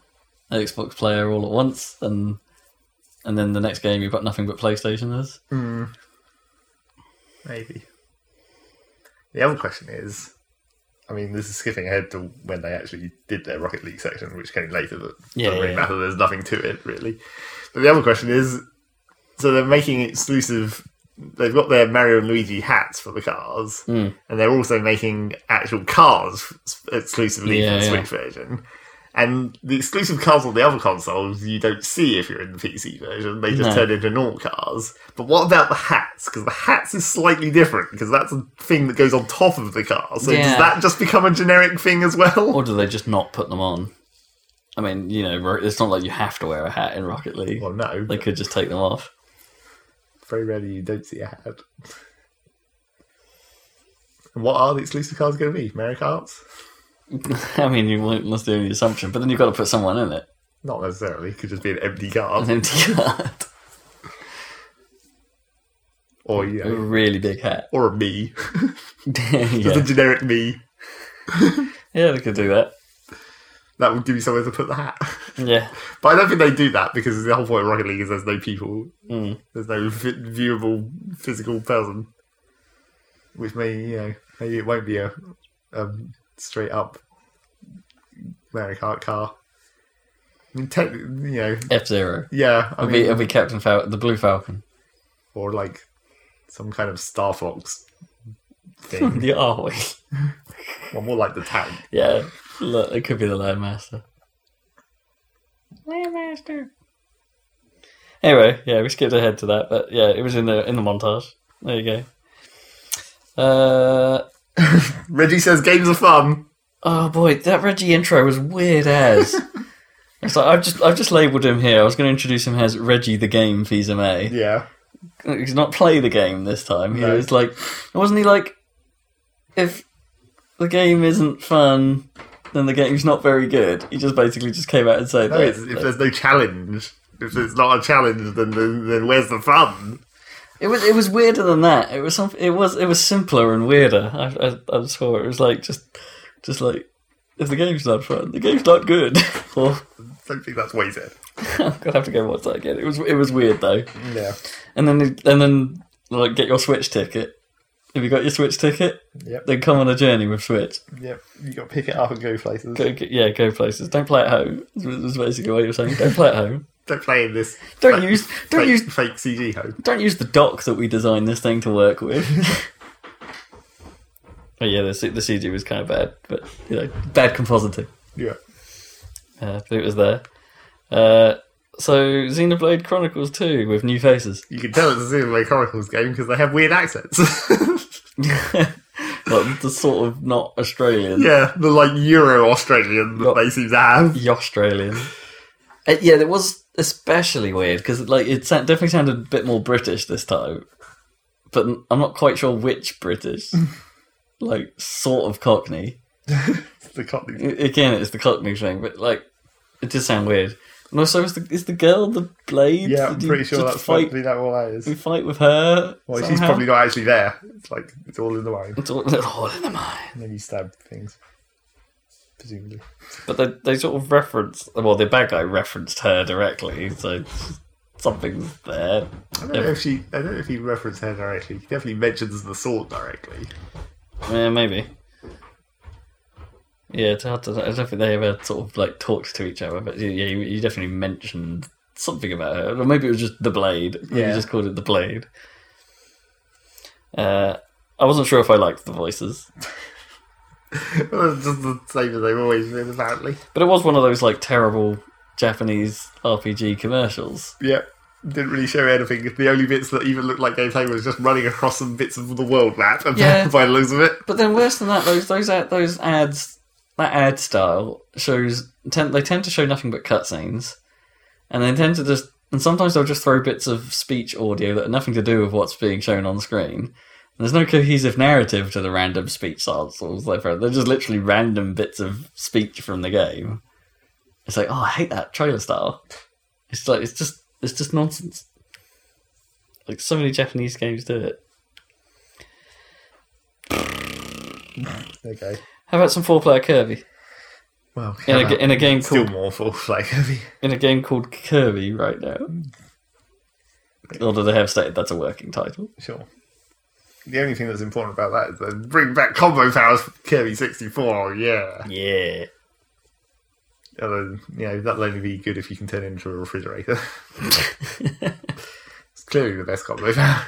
C: an Xbox player all at once, and and then the next game you've got nothing but PlayStationers.
B: maybe. The other question is, I mean, this is skipping ahead to when they actually did their Rocket League section, which came later. That
C: Yeah,
B: doesn't really
C: yeah.
B: matter. There's nothing to it really. But the other question is, so they're making exclusive. They've got their Mario and Luigi hats for the cars,
C: Mm.
B: and they're also making actual cars s- exclusively
C: Yeah,
B: for the
C: yeah.
B: Switch version. And the exclusive cars on the other consoles you don't see if you're in the PC version. They just
C: No.
B: turn into normal cars. But what about the hats? Because the hats is slightly different because that's a thing that goes on top of the car. So does
C: Yeah.
B: that just become a generic thing as well?
C: Or do they just not put them on? I mean, you know, Ro- it's not like you have to wear a hat in Rocket League.
B: Well, no.
C: They could just take them off.
B: Very rarely you don't see a hat. And what are the exclusive cars going to be? Mario Karts?
C: I mean, you won't, that's the only assumption. But then you've got to put someone in it.
B: Not necessarily. It could just be an empty car.
C: An empty card.
B: Or, you
C: A
B: know,
C: really big hat.
B: or a me. Just a
C: yeah.
B: generic me.
C: yeah, they could do that.
B: That would give you somewhere to put the hat.
C: Yeah.
B: But I don't think they do that because the whole point of Rocket League is there's no people,
C: Mm.
B: there's no vi- viewable physical person, which may you know maybe it won't be a, a straight up Mario Kart car. I mean, tech, you know,
C: F Zero.
B: yeah, I
C: It'll be,
B: mean,
C: it'll be Captain Fal- the Blue Falcon.
B: or like some kind of Star Fox thing,
C: the are we?
B: or more like the tank.
C: Yeah. Look, it could be the Landmaster. Landmaster. Anyway, yeah, we skipped ahead to that, but yeah, it was in the in the montage. There you go. Uh
B: Reggie says games are fun.
C: oh boy, that Reggie intro was weird as. it's like I've just I've just labelled him here. I was going to introduce him as Reggie the Game Visa May.
B: Yeah,
C: he's not play the game this time. He
B: No.
C: was like, wasn't he like, if the game isn't fun, then the game's not very good. He just basically just came out and said,
B: no,
C: that.
B: it's, if there's no challenge, if it's not a challenge, then then, then where's the fun?
C: it was it was weirder than that. It was something. It was it was simpler and weirder. I I, I saw it. It was like just just like if the game's not fun, the game's not good. or
B: don't think that's what he said.
C: I'm gonna have to go and watch that again. It was it was weird though.
B: Yeah.
C: And then and then like get your Switch ticket. Have you got your Switch ticket?
B: Yep.
C: Then come on a journey with Switch.
B: Yep, you got to pick it up and go places.
C: Go, go- yeah, go places. Don't play at home. That's basically what you're saying. Don't play at home.
B: Don't play in this.
C: Don't
B: fake-
C: use. Don't
B: fake,
C: use.
B: fake CG home.
C: Don't use the dock that we designed this thing to work with. but yeah, the, C- the CG was kind of bad, but you know, bad compositing.
B: Yeah,
C: Uh, but it was there. Uh, so Xenoblade Chronicles Two with new faces,
B: you can tell it's a Xenoblade Chronicles game because they have weird accents.
C: like the sort of not Australian,
B: yeah, the like Euro Australian that
C: Not-
B: they seem to have.
C: the Australian. Uh, yeah, that was especially weird because like it sa- definitely sounded a bit more British this time, but n- I'm not quite sure which British. like sort of Cockney.
B: The Cockney-
C: I- Again, it's the Cockney thing, but like it does sound weird. And also, is the is the girl the blade?
B: Yeah, I'm
C: Did you
B: pretty sure
C: just
B: that's
C: fight.
B: probably that all that
C: We
B: is.
C: fight with her.
B: Well, she's
C: somehow?
B: probably not actually there. It's like it's all in the mind.
C: It's all, it's all in the Oh, mind.
B: And then you stab things, presumably.
C: But they they sort of reference. Well, the bad guy referenced her directly, so something's there.
B: I don't know if she. I don't know if he referenced her directly. He definitely mentions the sword directly.
C: Yeah, maybe. Yeah, it's hard to. I don't think they ever sort of like talked to each other, but yeah, you, you definitely mentioned something about her, or maybe it was just the blade. Maybe
B: Yeah.
C: you just called it the blade. Uh, I wasn't sure if I liked the voices,
B: Well, it's just the same as they've always been, apparently.
C: but it was one of those like terrible Japanese RPG commercials.
B: Yeah. Didn't really show anything. The only bits that even looked like gameplay was just running across some bits of the world map and
C: Yeah.
B: by the looks of it.
C: But then worse than that, those those ad, those ads that ad style shows tend, they tend to show nothing but cutscenes, and they tend to just and sometimes they'll just throw bits of speech audio that are nothing to do with what's being shown on screen. And there's no cohesive narrative to the random speech samples they throw. They're just literally random bits of speech from the game. It's like, oh, I hate that trailer style. It's like it's just it's just nonsense. Like so many Japanese games do it.
B: Okay.
C: How about some four player Kirby
B: Well,
C: in a, in a game
B: still
C: called
B: more full like heavy.
C: in a game called Kirby
B: Hmm.
C: right now. Although they have stated that's a working title.
B: Sure. The only thing that's important about that is that bring back combo powers for Kirby 64, yeah.
C: Yeah.
B: Although, you know, that'll only be good if you can turn it into a refrigerator. it's clearly the best combo power.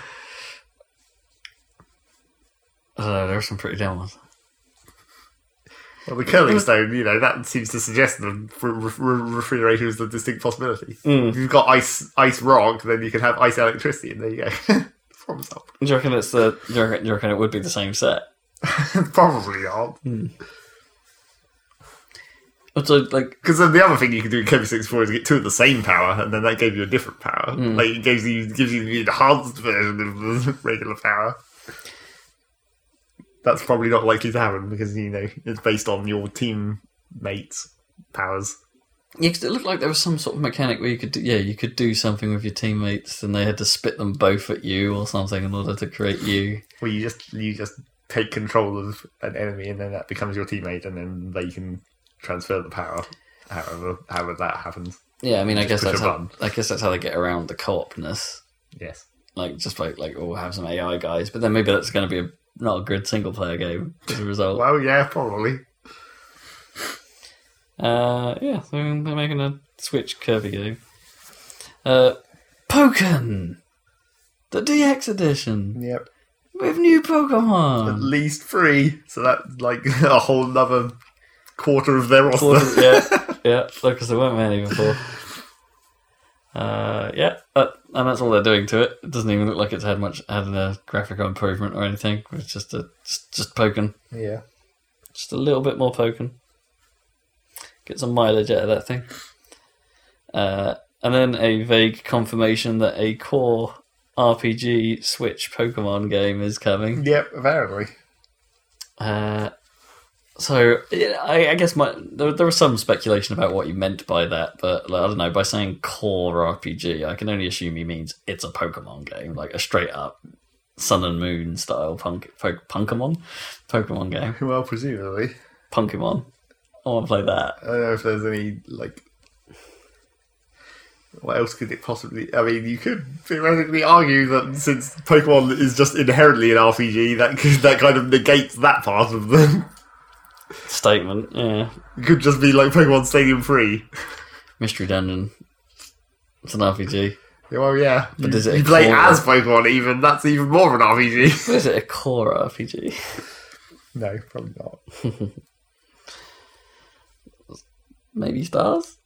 C: I don't know, there are some pretty damn ones.
B: Well, the curling stone, you know, that seems to suggest the re- re- refrigerator is the distinct possibility. If you've got ice ice rock, then you can have ice electricity, and there you go. Problem solved.
C: Do you reckon it's the? Do you reckon, do you reckon it would be the same set?
B: Probably not.
C: Also, like,
B: Because then the other thing you can do in Kirby 64 is get two of the same power, and then that gave you a different power. Like, it gives you, gives you the enhanced version of the regular power. That's probably not likely to happen because, you know, it's based on your teammates' powers.
C: yeah, 'cause it looked like there was some sort of mechanic where you could, do, yeah, you could do something with your teammates, and they had to spit them both at you or something in order to create you.
B: Well, you just you just take control of an enemy, and then that becomes your teammate, and then they can transfer the power. However, however that happens.
C: Yeah, I mean, I guess
B: Just push
C: that's
B: a
C: how,
B: button.
C: I guess that's how they get around the co-opness,
B: Yes,
C: like just like like oh, we'll have some AI guys, but then maybe that's going to be a, not a good single player game as a result.
B: Well, yeah, probably.
C: Uh, yeah, so they're making a Switch Kirby game. Uh, Pokken, the DX edition
B: Yep.
C: with new
B: At
C: Pokemon.
B: least three. So that's like a whole another quarter of their roster.
C: yeah, yeah, because there weren't many before. Uh, yeah, that, and that's all they're doing to it. It doesn't even look like it's had much had a graphical improvement or anything. It's just a just, just Pokken,
B: yeah.
C: just a little bit more Pokken. Get some mileage out of that thing. Uh, and then a vague confirmation that a core RPG Switch Pokemon game is coming.
B: Yep. Apparently.
C: Uh, so yeah, I, I guess my there, there was some speculation about what you meant by that, but like, I don't know. By saying core RPG, I can only assume he means it's a Pokemon game, like a straight up Sun and Moon style punk, po- Punkemon, Pokemon game,
B: Well, presumably.
C: Punkemon. I want to play that.
B: I don't know if there's any like. What else could it possibly? I mean, you could theoretically argue that since Pokemon is just inherently an RPG, that could, that kind of negates that part of them.
C: Statement, yeah.
B: It could just be like Pokemon Stadium Three.
C: Mystery Dungeon. It's an RPG.
B: Well, yeah, you,
C: does it
B: you play
C: explore-
B: as Pokemon. Even that's even more of an RPG.
C: Is it a core RPG?
B: no, probably not.
C: Maybe stars.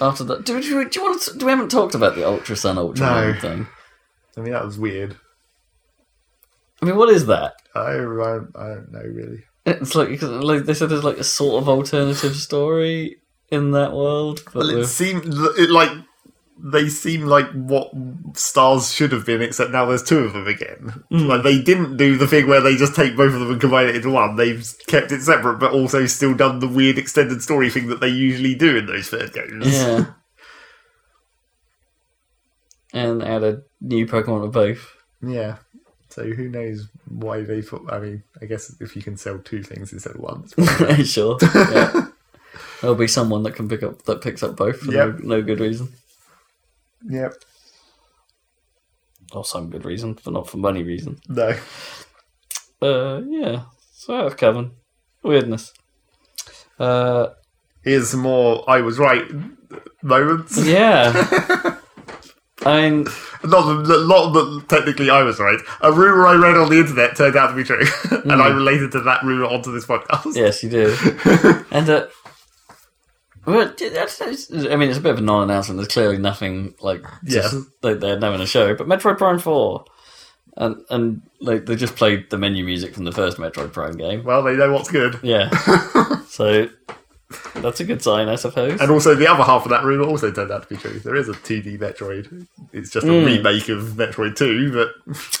C: After that, do, do, do you want to? Do we haven't talked about the Ultra Sun Ultra
B: No.
C: Moon thing?
B: I mean, that was weird.
C: I mean, what is that?
B: I I, I don't know really.
C: It's like, 'cause, like they said, there's like a sort of alternative story in that world, but
B: Well, it
C: with-
B: seemed it like they seem like what stars should have been, except now there's two of them again.
C: Hmm.
B: Like they didn't do the thing where they just take both of them and combine it into one. They've kept it separate, but also still done the weird extended story thing that they usually do in those third games.
C: yeah, and add a new Pokemon to both.
B: Yeah. So who knows why they thought? I mean, I guess if you can sell two things instead of one, it's probably-
C: sure. Yeah. There'll be someone that can pick up that picks up both for
B: Yep.
C: no, no good reason,
B: yep.
C: or some good reason, but not for money reason.
B: No.
C: Uh, yeah. So that's Kevin. Weirdness. Uh,
B: Here's some more. I was right moments.
C: yeah. I mean,
B: Not of the, lot of the, technically I was right. A rumor I read on the internet turned out to be true, and
C: Mm.
B: I related to that rumor onto this podcast.
C: yes, you do. And uh, well, yeah, that's- that's- I mean, it's a bit of a non-announcement. There's clearly nothing like just,
B: Yeah.
C: like they're having a show. But Metroid Prime Four, and and like they just played the menu music from the first Metroid Prime game.
B: Well, they know what's good.
C: Yeah. so that's a good sign, I suppose.
B: And also, the other half of that rumor also turned out to be true. There is a 2D Metroid. It's just
C: Mm.
B: a remake of Metroid 2, but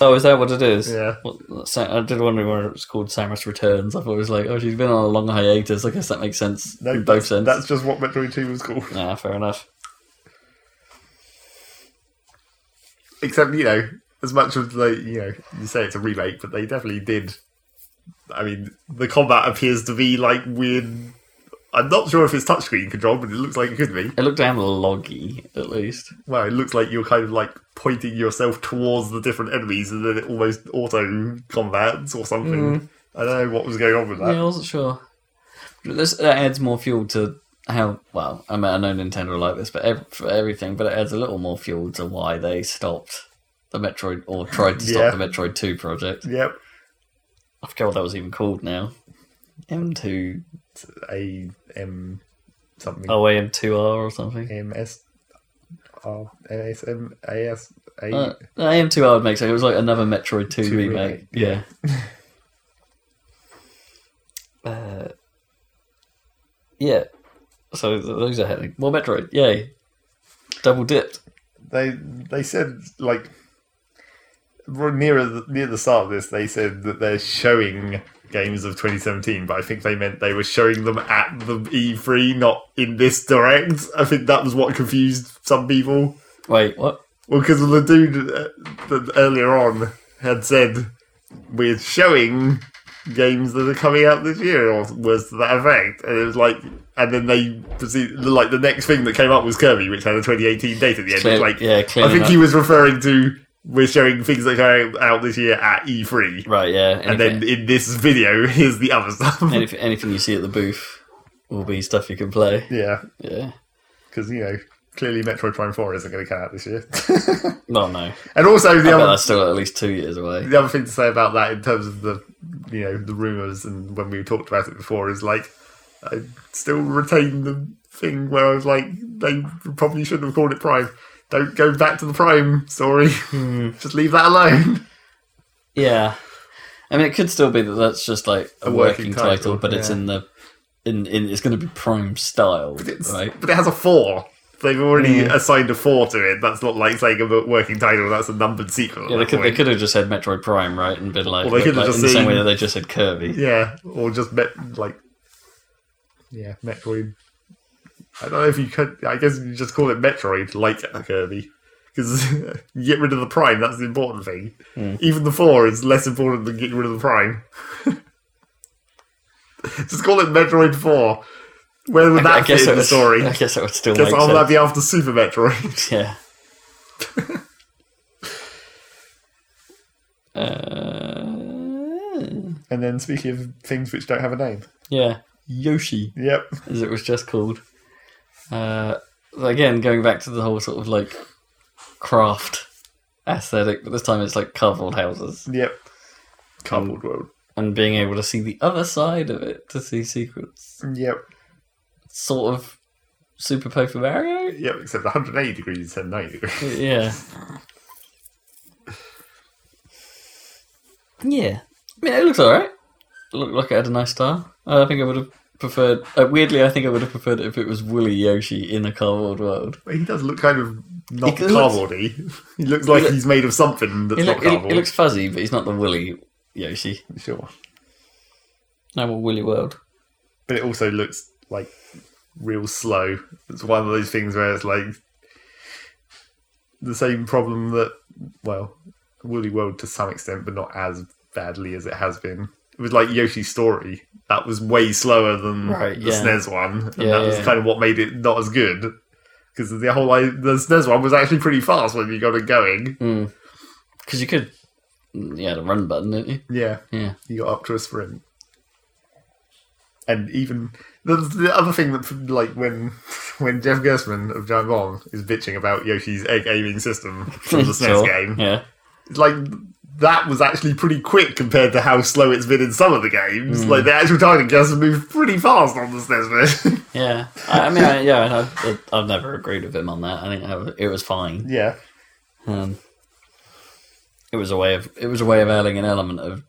C: Oh, is that what it is?
B: Yeah.
C: Well, Sa- I did wonder whether it was called Samus Returns. I thought it was like, oh, she's been on a long hiatus. I guess that makes sense.
B: no,
C: in both sense.
B: That's just what Metroid 2 was called.
C: Nah, fair enough.
B: Except, you know, as much as they, you know, you say it's a remake, but they definitely did. I mean, the combat appears to be like weird I'm not sure if it's touchscreen control, but it looks like it could be.
C: It looked damn loggy, at least.
B: Well, it looks like you're kind of like pointing yourself towards the different enemies, and then it almost auto combats or something. I don't know what was going on with that.
C: Yeah, I wasn't sure. But This that adds more fuel to how well. I mean, I know Nintendo are like this, but ev- for everything, but it adds a little more fuel to why they stopped the Metroid or tried to
B: Yeah.
C: stop the Metroid Two project.
B: Yep,
C: I forget what that was even called now. M two
B: A M something.
C: OAM two R or something.
B: M S R M S M A S
C: Uh,
B: A.
C: AM two R would make sense. It was like another Metroid two,
B: Two
C: remake.
B: remake,
C: Yeah. uh, yeah. So th- those are happening. Well, Metroid, yay! Double dipped.
B: They they said like we're nearer the, near the start of this. They said that they're showing games of 2017, but I think they meant they were showing them at the E3, not in this direct. I think that was what confused some people.
C: Wait, what?
B: Well, because the dude uh, that earlier on had said we're showing games that are coming out this year, or was to that effect, and it was like, and then they proceed. Like the next thing that came up was Kirby, which had a 2018 date at the end.
C: Clear-
B: It's like,
C: yeah,
B: I
C: cleaning
B: think
C: up.
B: he was referring to we're showing things that are out this year at E3,
C: right, yeah.
B: and then in this video, here's the other stuff.
C: anything, anything you see at the booth will be stuff you can play.
B: yeah,
C: Yeah.
B: because you know. Clearly, Metroid Prime 4 isn't going to come out this year.
C: Well, no,
B: and also, the
C: I bet
B: other
C: that's still at least two years away.
B: the other thing to say about that in terms of the you know the rumors and when we talked about it before is like I still retain the thing where I was like they probably shouldn't have called it Prime. Don't go back to the Prime story.
C: Hmm.
B: Just leave that alone.
C: Yeah, I mean, it could still be that that's just like a,
B: A
C: working,
B: working
C: title,
B: title,
C: but it's
B: yeah.
C: in the in, in it's going to be prime style,
B: It's-
C: right? Hmm.
B: But it has a four. They've already assigned a four to it. That's not like saying a working title. That's a numbered sequel. at
C: Yeah, they
B: that
C: could, they
B: point.
C: could have just said Metroid Prime, right, and been like,
B: Or they could have
C: like,
B: just
C: in the same
B: seen-
C: way that they just said Kirby.
B: Yeah, or just met like yeah, Metroid. I don't know if you could. I guess you just call it Metroid, like Kirby, because get rid of the prime. That's the important thing. Even the four is less important than getting rid of the prime. just call it Metroid Four. Where would
C: I, I
B: that fit
C: guess
B: in
C: that
B: the
C: would,
B: story?
C: I guess that would still make
B: Guess I'll
C: sense.
B: have be after Super Metroid.
C: Yeah. uh,
B: and then speaking of things which don't have a name,
C: yeah, Yoshi,
B: yep,
C: as it was just called. Uh, again, going back to the whole sort of like craft aesthetic, but this time it's like cardboard houses
B: yep, cardboard world,
C: and being able to see the other side of it to see secrets.
B: yep,
C: Sort of Super Paper Mario?
B: yep. Except 180 degrees instead of 90 degrees.
C: Yeah. Yeah. I mean, it looks alright. It looked like it had a nice style. I think I would have preferred. Uh, weirdly, I think I would have preferred it if it was Willy Yoshi in a cardboard world.
B: Well, He does look kind of not
C: He looks-
B: cardboardy. he looks like
C: He look-
B: he's made of something that's
C: It,
B: not
C: look, it,
B: cardboard.
C: it looks fuzzy, but he's not the Willy Yoshi.
B: sure,
C: No more Willy World.
B: but it also looks like real slow. It's one of those things where it's like the same problem that well, Woolly World to some extent, but not as badly as it has been. It was like Yoshi's Story. That was way slower than
C: Right,
B: the
C: yeah.
B: SNES one, and
C: Yeah,
B: that was
C: yeah.
B: kind of what made it not as good. Because the whole like, the SNES one was actually pretty fast when you got it going.
C: Mm. Because you could. You had a run button, didn't you?
B: Yeah.
C: Yeah.
B: you got up to a sprint. And even the, the other thing that, like, when when Jeff Gersman of Giant Bomb is bitching about Yoshi's egg aiming system from the SNES
C: Sure.
B: game,
C: Yeah.
B: it's like that was actually pretty quick compared to how slow it's been in some of the games. Like the actual target gets moved pretty fast on the SNES version.
C: Yeah. I, I mean, I, yeah, I, I've never agreed with him on that. I think that was- it was fine.
B: yeah,
C: Um, it was a way of it was a way of adding an element of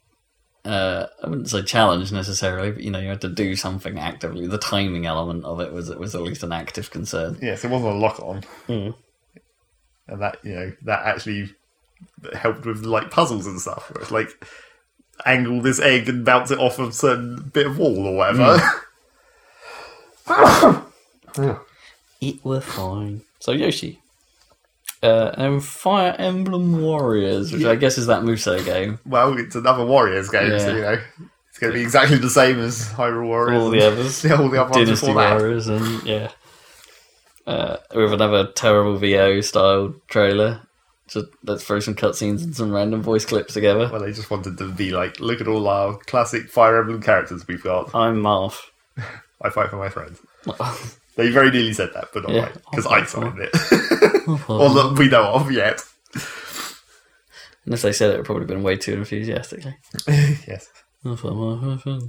C: uh, I wouldn't say challenge necessarily, but you know you had to do something actively. The timing element of it was was at least an active concern.
B: yes, it wasn't a lock on,
C: Mm.
B: and that you know that actually helped with like puzzles and stuff. Where it's like angle this egg and bounce it off a certain bit of wall or whatever.
C: Hmm. It were fine. So Yoshi. Uh, and Fire Emblem Warriors, which I guess is that Muso game.
B: Well, it's another Warriors game, so
C: Yeah.
B: you know it's going to be exactly the same as Hyrule Warriors.
C: All
B: and-
C: the others.
B: Yeah, all the other ones
C: Dynasty
B: before that.
C: Warriors and yeah. Uh, with another terrible VO style trailer. Just let's throw some cutscenes and some random voice clips together.
B: Well, they just wanted to be like, look at all our classic Fire Emblem characters we've got.
C: I'm Marth.
B: I fight for my friends. They very nearly said that, but not
C: Yeah. Oh,
B: right, because I signed it. or that we know of yet.
C: And if they said it, it would probably have been way too enthusiastically.
B: yes.
C: Uh,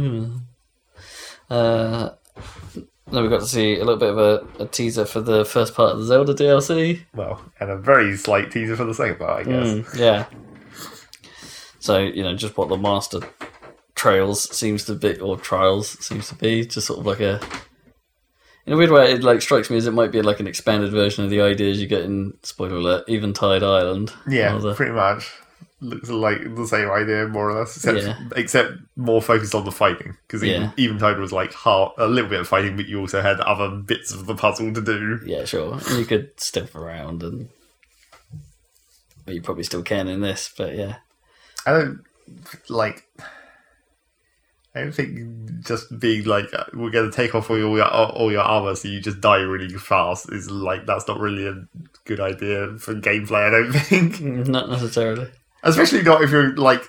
C: now Uh, we got to see a little bit of a, a teaser for the first part of the Zelda DLC.
B: Well, and a very slight teaser for the second part, I guess.
C: Mm, yeah. So you know, just what the master trails seems to be, or trials seems to be, just sort of like a. In a weird way, it like strikes me as it might be like an expanded version of the ideas you get in spoiler alert, Eventide Island.
B: Yeah,
C: Rather-
B: pretty much. Looks like the same idea, more or less, except,
C: Yeah.
B: except more focused on the fighting. Because even,
C: Yeah.
B: even Tide was like half, a little bit of fighting, but you also had other bits of the puzzle to do.
C: yeah, sure. And you could step around, and well, you probably still can in this, but yeah,
B: I don't like. I don't think just being like uh, we're going to take off all your all your armor, so you just die really fast is like that's not really a good idea for gameplay. I don't think,
C: not necessarily.
B: especially not if you're like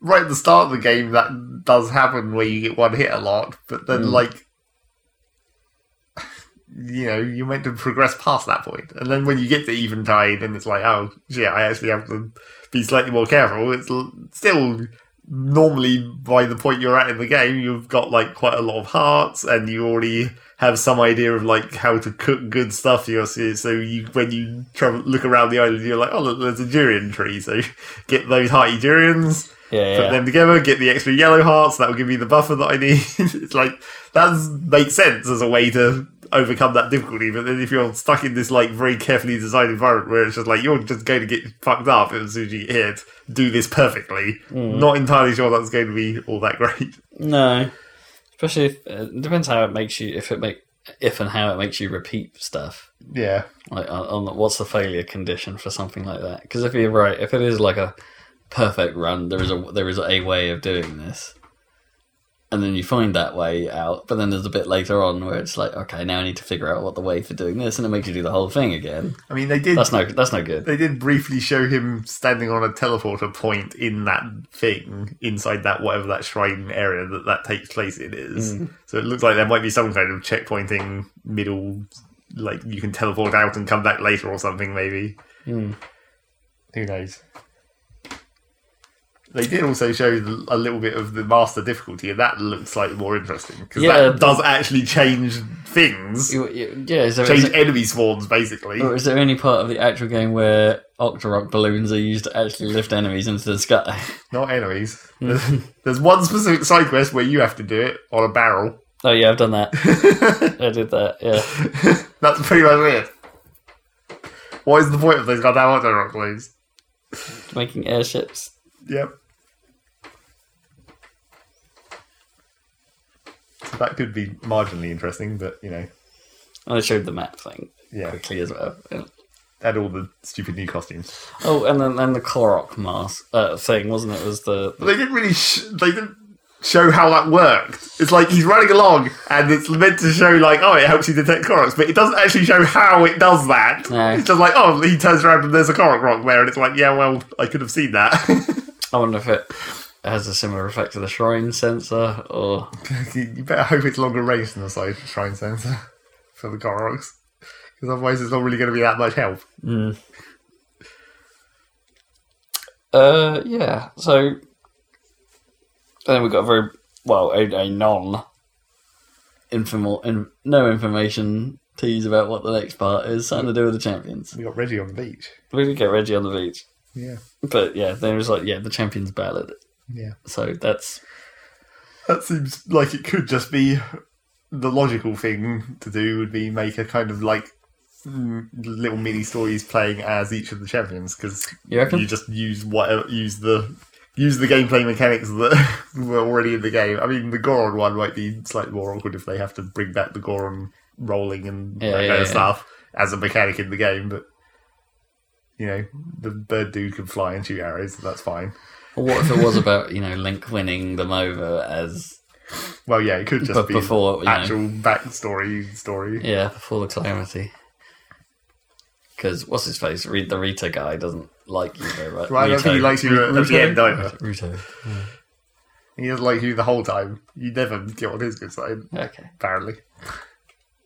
B: right at the start of the game. That does happen where you get one hit a lot, but then
C: Mm.
B: like you know you're meant to progress past that point, and then when you get to eventide, and it's like oh shit, I actually have to be slightly more careful. It's l- still normally by the point you're at in the game, you've got like quite a lot of hearts, and you already have some idea of like how to cook good stuff. You're so so you when you travel look around the island, you're like, oh look, there's a durian tree, so get those hearty durians,
C: Yeah,
B: put
C: yeah.
B: them together, get the extra yellow hearts. That will give me the buffer that I need. it's like that makes sense as a way to overcome that difficulty. But then if you're stuck in this like very carefully designed environment where it's just like you're just going to get fucked up as soon as you get hit, do this perfectly. Not entirely sure that's going to be all that great.
C: No, especially if uh, it depends how it makes you. If it make if and how it makes you repeat stuff.
B: Yeah.
C: Like on, on the- what's the failure condition for something like that? Because if you're right, if it is like a perfect run, there is a there is a way of doing this, and then you find that way out. But then there's a bit later on where it's like, okay, now I need to figure out what the way for doing this, and it makes you do the whole thing again.
B: I mean, they did
C: That's no that's no good.
B: they did briefly show him standing on a teleporter point in that thing inside that whatever that shrine area that that takes place in is. So it looks like there might be some kind of checkpointing middle, like you can teleport out and come back later or something. Maybe
C: Hmm.
B: who knows? They did also show a little bit of the master difficulty, and that looks slightly more interesting because
C: Yeah.
B: that does actually change things,
C: You- you- yeah, is there, is,
B: change
C: there-
B: enemy swarms basically.
C: or is there any part of the actual game where Octorok balloons are used to actually lift enemies into the sky?
B: Not enemies. There's, there's one specific side quest where you have to do it on a barrel.
C: Oh yeah, I've done that. I did that. Yeah,
B: That's pretty much it. What is the point of those goddamn auto rock globes?
C: making airships.
B: Yep. So that could be marginally interesting, but you know,
C: And I showed the map thing
B: yeah.
C: quickly as well. Yeah.
B: And all the stupid new costumes.
C: Oh, and then and the Korok mask uh, thing, wasn't it? Was the
B: But they didn't really. Sh- they didn't show how that worked. It's like he's running along, and it's meant to show like, oh, it helps you detect Koroks, but it doesn't actually show how it does that.
C: No.
B: It's just like, oh, he turns around and there's a Korok rock there, and it's like, yeah, well, I could have seen that.
C: I wonder if it has a similar effect to the shrine sensor, or
B: you better hope it's longer range than the side shrine sensor for the Koroks, because otherwise it's not really going to be that much help.
C: uh, yeah. So and then we got a very well a, a non informal in, no information tease about what the next part is, something to do with the champions.
B: We got Reggie on the beach.
C: We did get Reggie on the beach,
B: Yeah,
C: but yeah, there was like yeah the champions ballad.
B: yeah.
C: So that's
B: That seems like it could just be the logical thing to do would be make a kind of like mm, little mini stories playing as each of the champions because
C: You reckon?
B: just use whatever use the use the gameplay mechanics that were already in the game. I mean, the Goron one might be slightly more awkward if they have to bring back the Goron rolling and
C: Yeah,
B: that
C: yeah,
B: kind of
C: yeah.
B: stuff as a mechanic in the game, but you know the bird dude can fly and shoot arrows, so that's fine.
C: What if it was about you know Link winning them over as
B: Well, yeah, it could just
C: But
B: be
C: before, you know-
B: actual backstory story.
C: yeah before the calamity? Because what's his face? Re- the Rita guy doesn't like you very much.
B: Right, I don't think he likes you uh, at- at the end either.
C: Ruto.
B: He doesn't like you the whole time. You never get on his good side,
C: Okay.
B: apparently.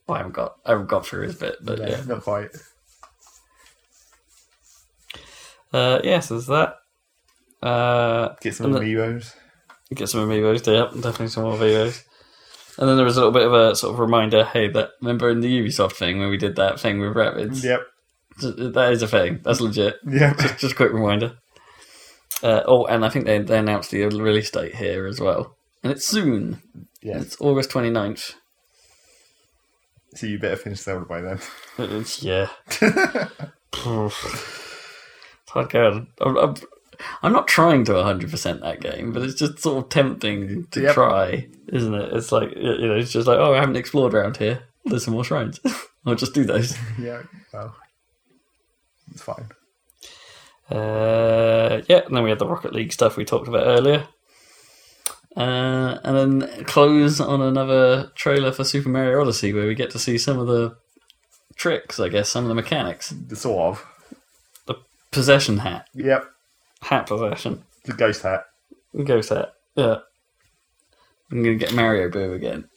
C: Well, I haven't got I haven't got through his bit, but
B: No,
C: yeah.
B: Not quite.
C: Uh, yeah, so there's that. Uh,
B: Get some
C: And
B: amiibos.
C: get some amiibos. Yep, definitely some more amiibos. And then there was a little bit of a sort of reminder. Hey, that remember in the Ubisoft thing when we did that thing with rabbits?
B: Yep.
C: that is a thing. That's legit.
B: Yep.
C: just, just a quick reminder. Uh, oh, and I think they, they announced the release date here as well. And it's soon.
B: Yeah.
C: It's August 29th.
B: So you better finish that one by then.
C: It- It's, yeah. Fuck God. I'm, I'm, I'm not trying to 100% that game, but it's just sort of tempting to
B: Yep.
C: try, isn't it? It's like, you know, it's just like, oh, I haven't explored around here. There's some more shrines. I'll just do those.
B: yeah. Well, it's fine.
C: Uh, yeah, and then we had the Rocket League stuff we talked about earlier. Uh, and then close on another trailer for Super Mario Odyssey where we get to see some of the tricks, I guess, some of the mechanics.
B: Sort of.
C: The possession hat,
B: Yep.
C: hat possession,
B: The ghost hat.
C: ghost hat. Yeah. I'm going to get Mario Boo again.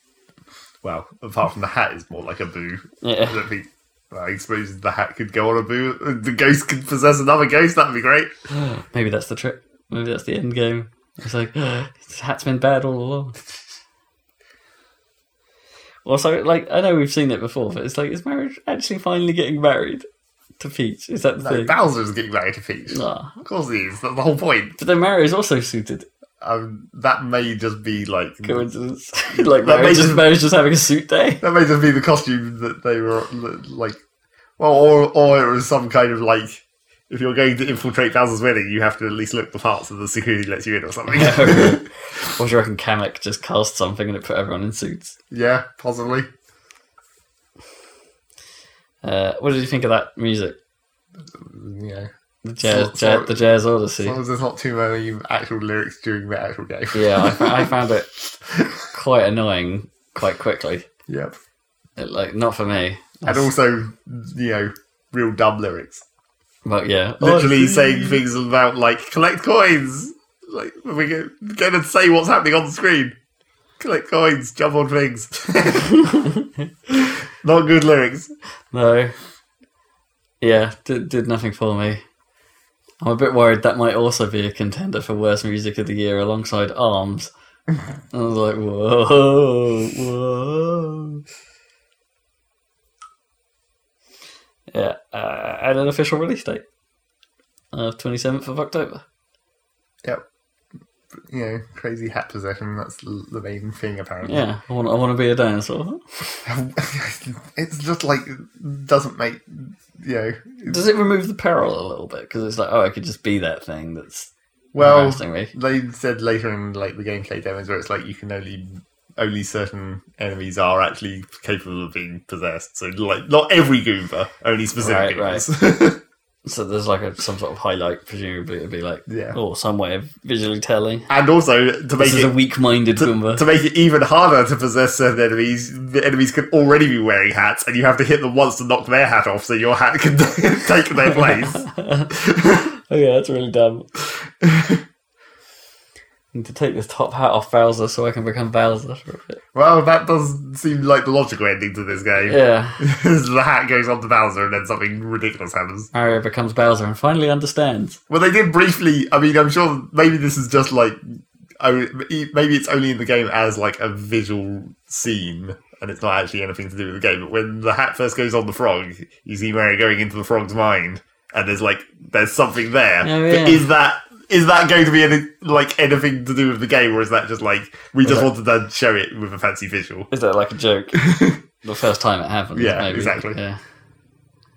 B: Well, apart from the hat, is more like a boo. I
C: Yeah.
B: don't think. well, I suppose the hat could go on a boo. The ghost could possess another ghost. That'd be great.
C: Maybe that's the trick. Maybe that's the end game. It's like this hat's been bad all along. Also, like I know we've seen it before, but it's like is marriage actually finally getting married to Peach? Is that the
B: No,
C: thing?
B: Bowser's getting married to Peach.
C: Nah.
B: Of course he is. That's the whole point.
C: But then Mario's also suited.
B: Um, that may just be like
C: Coincidence. like
B: Mm. That
C: Mario
B: makes
C: just,
B: it-
C: Mario's just having a suit day.
B: that may just be the costume that they were that, like. Well, or or it was some kind of like. If you're going to infiltrate Bowser's wedding, you have to at least look the parts of the security lets you in or something.
C: Yeah. Or do you reckon Kamek just cast something and it put everyone in suits?
B: yeah, possibly.
C: Uh, what did you think of that music?
B: Yeah.
C: The jazz,
B: So- so-
C: jazz, the jazz Odyssey.
B: As long as there's not too many actual lyrics during the actual game.
C: Yeah, I, fo- I found it quite annoying quite quickly.
B: Yep.
C: It, like, not for me.
B: And also, you know, real dumb lyrics.
C: But yeah,
B: Literally
C: Oh,
B: saying things about, like, collect coins! Like, we're go- going to say what's happening on the screen. Collect coins, jump on things. Not good lyrics.
C: no. Yeah, did did nothing for me. I'm a bit worried that might also be a contender for worst music of the year alongside Arms. I was like, whoa, whoa. Yeah, uh, and an official release date of 27th of October.
B: Yep. You know, crazy hat possession, that's l- the main thing, apparently.
C: Yeah, I want I want to be a dinosaur.
B: it's just like, doesn't make, you know.
C: Does it remove the peril a little bit? Because it's like, oh, I could just be that thing that's
B: Well,
C: harassing me.
B: they said later in like the gameplay demos where it's like you can only only certain enemies are actually capable of being possessed. So like not every Goomba, only specific
C: Right, right.
B: Goombas.
C: So there's like a, some sort of highlight, presumably it'd be like,
B: Yeah.
C: or some way of visually telling.
B: and also to make
C: This is a
B: it
C: weak-minded
B: to,
C: Goomba.
B: to make it even harder to possess certain enemies, the enemies can already be wearing hats, and you have to hit them once to knock their hat off, so your hat can take their place.
C: oh yeah, that's really dumb. Need to take this top hat off Bowser so I can become Bowser for a bit.
B: well, that does seem like the logical ending to this game.
C: Yeah,
B: the hat goes on to Bowser, and then something ridiculous happens.
C: Mario becomes Bowser and finally understands.
B: Well, they did briefly. I mean, I'm sure maybe this is just like, oh, maybe it's only in the game as like a visual scene, and it's not actually anything to do with the game. But when the hat first goes on the frog, you see Mario going into the frog's mind, and there's like there's something there.
C: Oh, yeah.
B: But is that is that going to be any, like anything to do with the game, or is that just like we just
C: that-
B: wanted to show it with a fancy visual?
C: Is that like a joke? the first time it happens.
B: Yeah,
C: maybe.
B: exactly.
C: Yeah.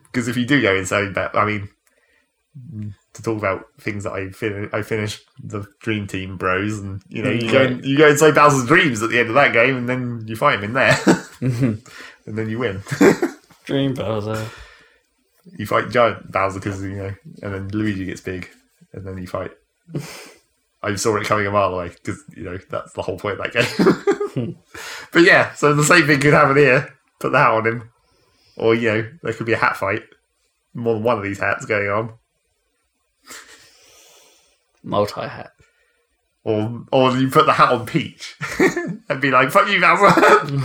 B: Because if you do go inside, that I mean, to talk about things that I fin- I finished the Dream Team Bros, and you know you go in, you go inside Bowser's dreams at the end of that game, and then you fight him in there, and then you win.
C: Dream Bowser.
B: you fight Giant Bowser because you know, and then Luigi gets big, and then you fight I saw it coming a mile away because you know that's the whole point of that game. but yeah, so the same thing could happen here. Put the hat on him, or you know there could be a hat fight. More than one of these hats going on,
C: Multi hat.
B: or or you put the hat on Peach and be like, "Fuck you, Bowser!"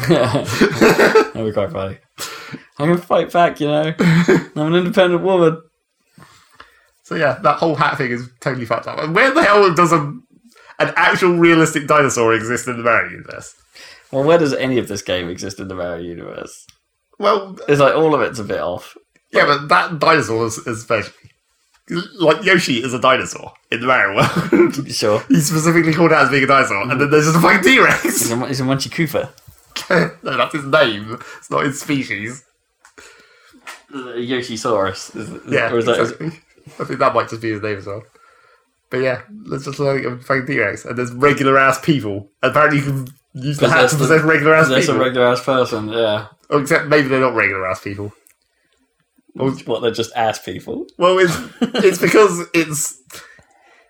C: That'd be quite funny. I'm gonna fight back, you know. I'm an independent woman.
B: so yeah, that whole hat thing is totally fucked up. And where the hell does a an actual realistic dinosaur exist in the Mario universe?
C: Well, where does any of this game exist in the Mario universe?
B: Well,
C: It's like all of it's a bit off.
B: Yeah, but that dinosaur is especially like Yoshi is a dinosaur in the Mario world.
C: Sure.
B: He's specifically called out as being a dinosaur, and then there's just a fucking T
C: He's
B: Rex.
C: a, he's a Munchie Koofa.
B: no, that's his name. It's not his species.
C: Yoshisaurus. Is, is-
B: Yeah,
C: Or is that, is-
B: exactly. I think that might just be his name as well. But yeah, let's just learn a fucking T Rex, and there's regular ass people. Apparently, you can use the hat
C: Possess
B: to
C: the-
B: possess regular ass
C: is this
B: people.
C: a regular ass person? Yeah.
B: Oh, Except maybe they're not regular ass people. Well,
C: What, they're just ass people?
B: Well, it's it's because it's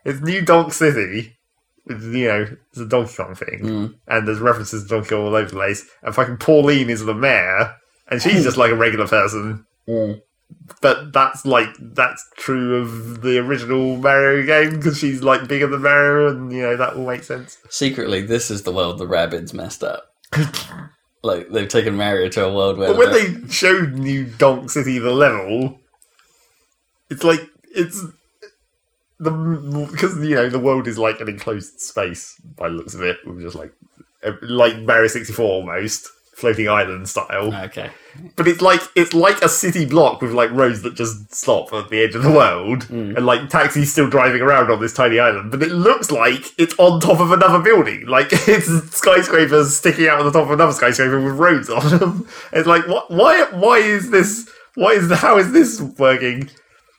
B: it's New Donk City. It's, you know, it's a Donkey Kong thing,
C: Mm.
B: and there's references to Donkey Kong all over the place. And fucking Pauline is the mayor, and she's just like a regular person. But that's like that's true of the original Mario game because she's like bigger than Mario, and you know that all makes sense.
C: Secretly, this is the world the Rabbids messed up. like, they've taken Mario to a world where.
B: But when
C: the-
B: they showed New Donk City the level, it's like it's the because you know the world is like an enclosed space by the looks of it. We're just like like Mario sixty four almost floating island style,
C: Okay.
B: but it's like it's like a city block with like roads that just stop at the edge of the world, and like taxis still driving around on this tiny island. But it looks like it's on top of another building, like it's skyscrapers sticking out on the top of another skyscraper with roads on them. It's like what? Why? Why is this? Why is how is this working?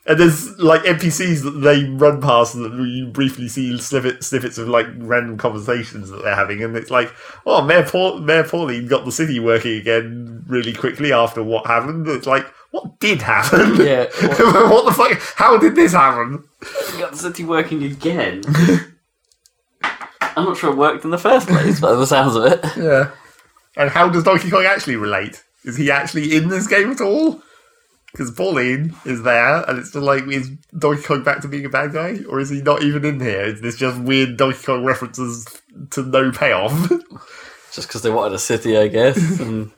B: And there's like NPCs that they run past that you briefly see snippet, snippets of like random conversations that they're having, and it's like, oh, Mayor, Paul, Mayor Pauline got the city working again really quickly after what happened. It's like, what did happen?
C: Yeah.
B: what, the fuck? How did this happen?
C: We got the city working again. I'm not sure it worked in the first place, by the sounds of it.
B: Yeah. And how does Donkey Kong actually relate? Is he actually in this game at all? Because Pauline is there, and it's just like, is Donkey Kong back to being a bad guy? Or is he not even in here? Is this just weird Donkey Kong references to no payoff?
C: Just because they wanted a city, I guess. And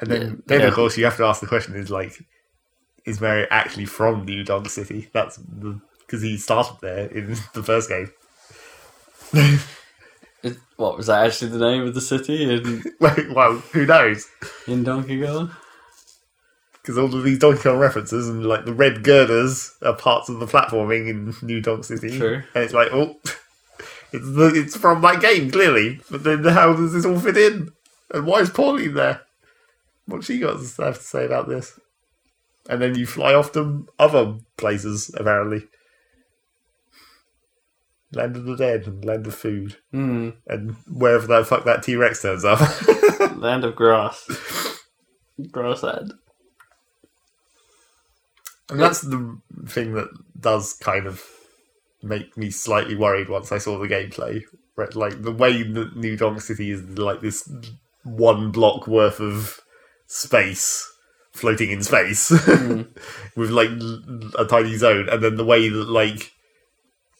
B: And then,
C: Yeah.
B: then
C: Yeah.
B: of course, you have to ask the question: Is like, is Mario actually from New Donk City? That's because he started there in the first game.
C: it- what was that actually the name of the city in,
B: well, who knows?
C: in Donkey Kong?
B: Because all of these Donkey Kong references and like the red girders are parts of the platforming in New Donk City.
C: True.
B: And it's like, oh, it's the, it's from that game clearly. But then how does this all fit in? And why is Pauline there? What's she got to have to say about this? And then you fly off to other places apparently. Land of the dead and land of food
C: Hmm.
B: and wherever the fuck that T Rex turns up.
C: Land of grass. Grassland.
B: And that's the thing that does kind of make me slightly worried once I saw the gameplay. Right, like the way that New Donk City is like this one block worth of space floating in space with like l- a tiny zone, and then the way that like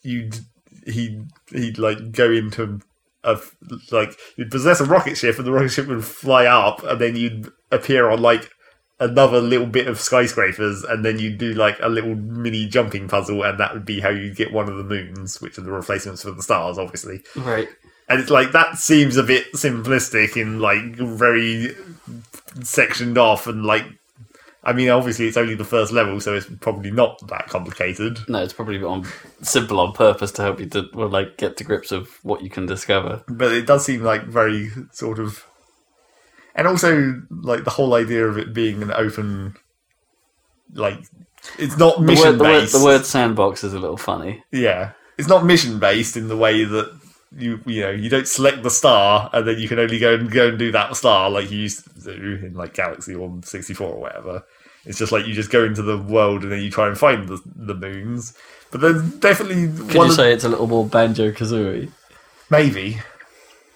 B: you'd he he'd like go into a f- like you'd possess a rocket ship, and the rocket ship would fly up, and then you'd appear on like another little bit of skyscrapers, and then you do like a little mini jumping puzzle, and that would be how you get one of the moons, which are the replacements for the stars, obviously.
C: Right.
B: And it's like that seems a bit simplistic and like very sectioned off, and like I mean, obviously it's only the first level, so it's probably not that complicated.
C: No, it's probably on simple on purpose to help you to well, like get to grips of what you can discover.
B: but it does seem like very sort of and also like the whole idea of it being an open like it's not
C: The
B: mission
C: word, the, word,
B: based
C: the word sandbox is a little funny.
B: yeah it's not mission based in the way that you you know you don't select the star and then you can only go and go and do that star like you used to do in like galaxy or 64 or whatever It's just like you just go into the world and then you try and find the, the moons. But there's definitely
C: Could
B: one
C: you
B: of-
C: say it's a little more banjo kazooie?
B: maybe,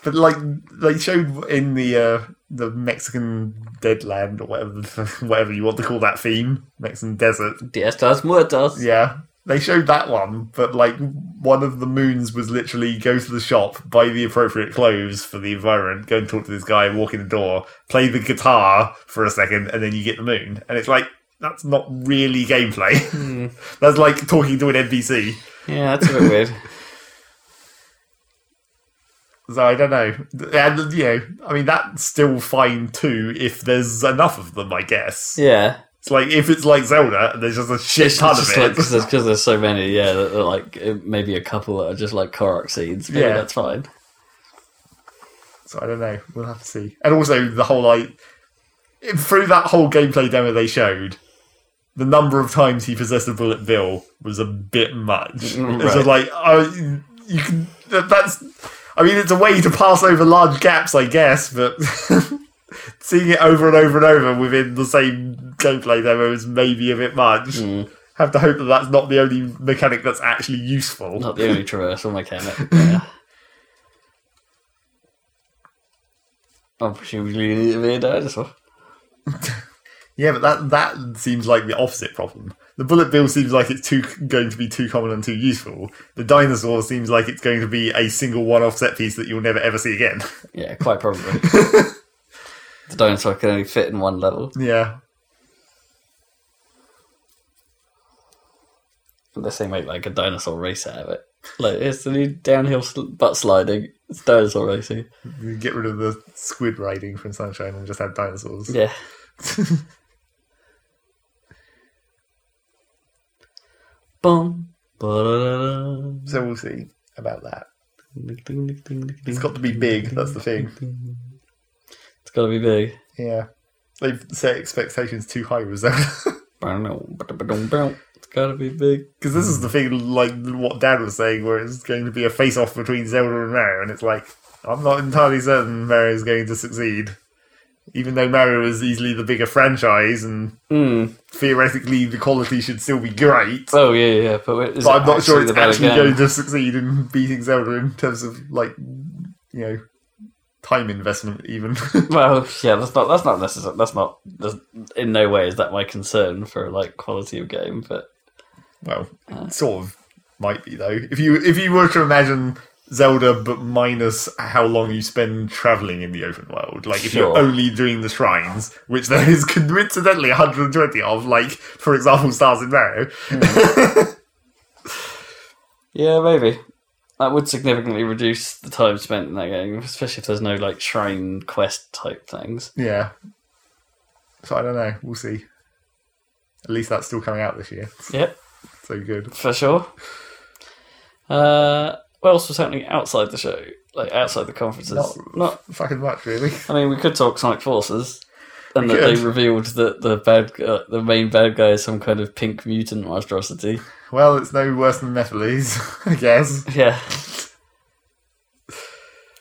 B: but like they showed in the uh, the Mexican Deadland or whatever whatever you want to call that theme, Mexican desert.
C: Diestas muertas.
B: Yeah, they showed that one, but like one of the moons was literally go to the shop, buy the appropriate clothes for the environment, go and talk to this guy, walk in the door, play the guitar for a second, and then you get the moon. And it's like that's not really gameplay.
C: Hmm.
B: that's like talking to an NPC.
C: Yeah, that's a bit weird.
B: So I don't know. And you know, I mean that's still fine too if there's enough of them, I guess.
C: Yeah.
B: It's like if it's like Zelda and there's just a shit
C: It's
B: ton
C: just
B: of it.
C: because there's, 'cause there's so many, yeah, that are like uh, maybe a couple that are just like Korok seeds. Maybe
B: Yeah.
C: that's fine.
B: So I don't know. We'll have to see. And also the whole like through that whole gameplay demo they showed, the number of times he possessed a bullet bill was a bit much.
C: Mm,
B: It's
C: right.
B: just like oh, you can. that- That's. I mean, it's a way to pass over large gaps, I guess, but seeing it over and over and over within the same gameplay demo is maybe a bit much.
C: Mm.
B: Have to hope that that's not the only mechanic that's actually useful.
C: Not the only traversal mechanic. Yeah. Oh, presumably you need to be a dinosaur.
B: Yeah, but that that seems like the opposite problem. The bullet bill seems like it's too going to be too common and too useful. The dinosaur seems like it's going to be a single one-off set piece that you'll never ever see again.
C: Yeah, quite probably. the dinosaur can only fit in one level.
B: yeah,
C: Unless they make like a dinosaur race out of it. Like, it's the new downhill sl- butt sliding. It's dinosaur racing.
B: You get rid of the squid riding from Sunshine and just have dinosaurs.
C: Yeah. Boom. Ba-da-da-da.
B: So we'll see about that.
C: It's
B: It's got to be big. That's the thing.
C: It's got to be big.
B: Yeah, they've set expectations too high with Zelda.
C: It's got to be big.
B: Because this is the thing, like what Dad was saying, where it's going to be a face-off between Zelda and Mario, and it's like I'm not entirely certain Mario's going to succeed, even though Mario is easily the bigger franchise, and
C: Mm.
B: theoretically the quality should still be great.
C: Oh yeah, yeah, yeah. But wait, is
B: but
C: it
B: I'm not sure
C: the
B: it's
C: better
B: actually
C: game?
B: going to succeed in beating Zelda in terms of like you know time investment, even.
C: Well, yeah, that's not that's not necessary. That's not that's, in no way is that my concern for like quality of game. But
B: Well, it sort of might be though. If you if you were to imagine Zelda, but minus how long you spend traveling in the open world, like if
C: Sure.
B: you're only doing the shrines, which there is coincidentally 120 of, like for example, Stars in Mario.
C: yeah, maybe that would significantly reduce the time spent in that game, especially if there's no like shrine quest type things.
B: yeah. So I don't know. We'll see. At least that's still coming out this year.
C: Yep,
B: So good.
C: for sure. Uh, what else was happening outside the show? Like outside the conferences?
B: Not-
C: not
B: Fucking much, really.
C: I mean, we could talk Sonic Forces, and
B: We
C: that they
B: could.
C: revealed that the bad, uh, the main bad guy is some kind of pink mutant monstrosity.
B: Well, it's no worse than Nephalese, I guess.
C: Yeah,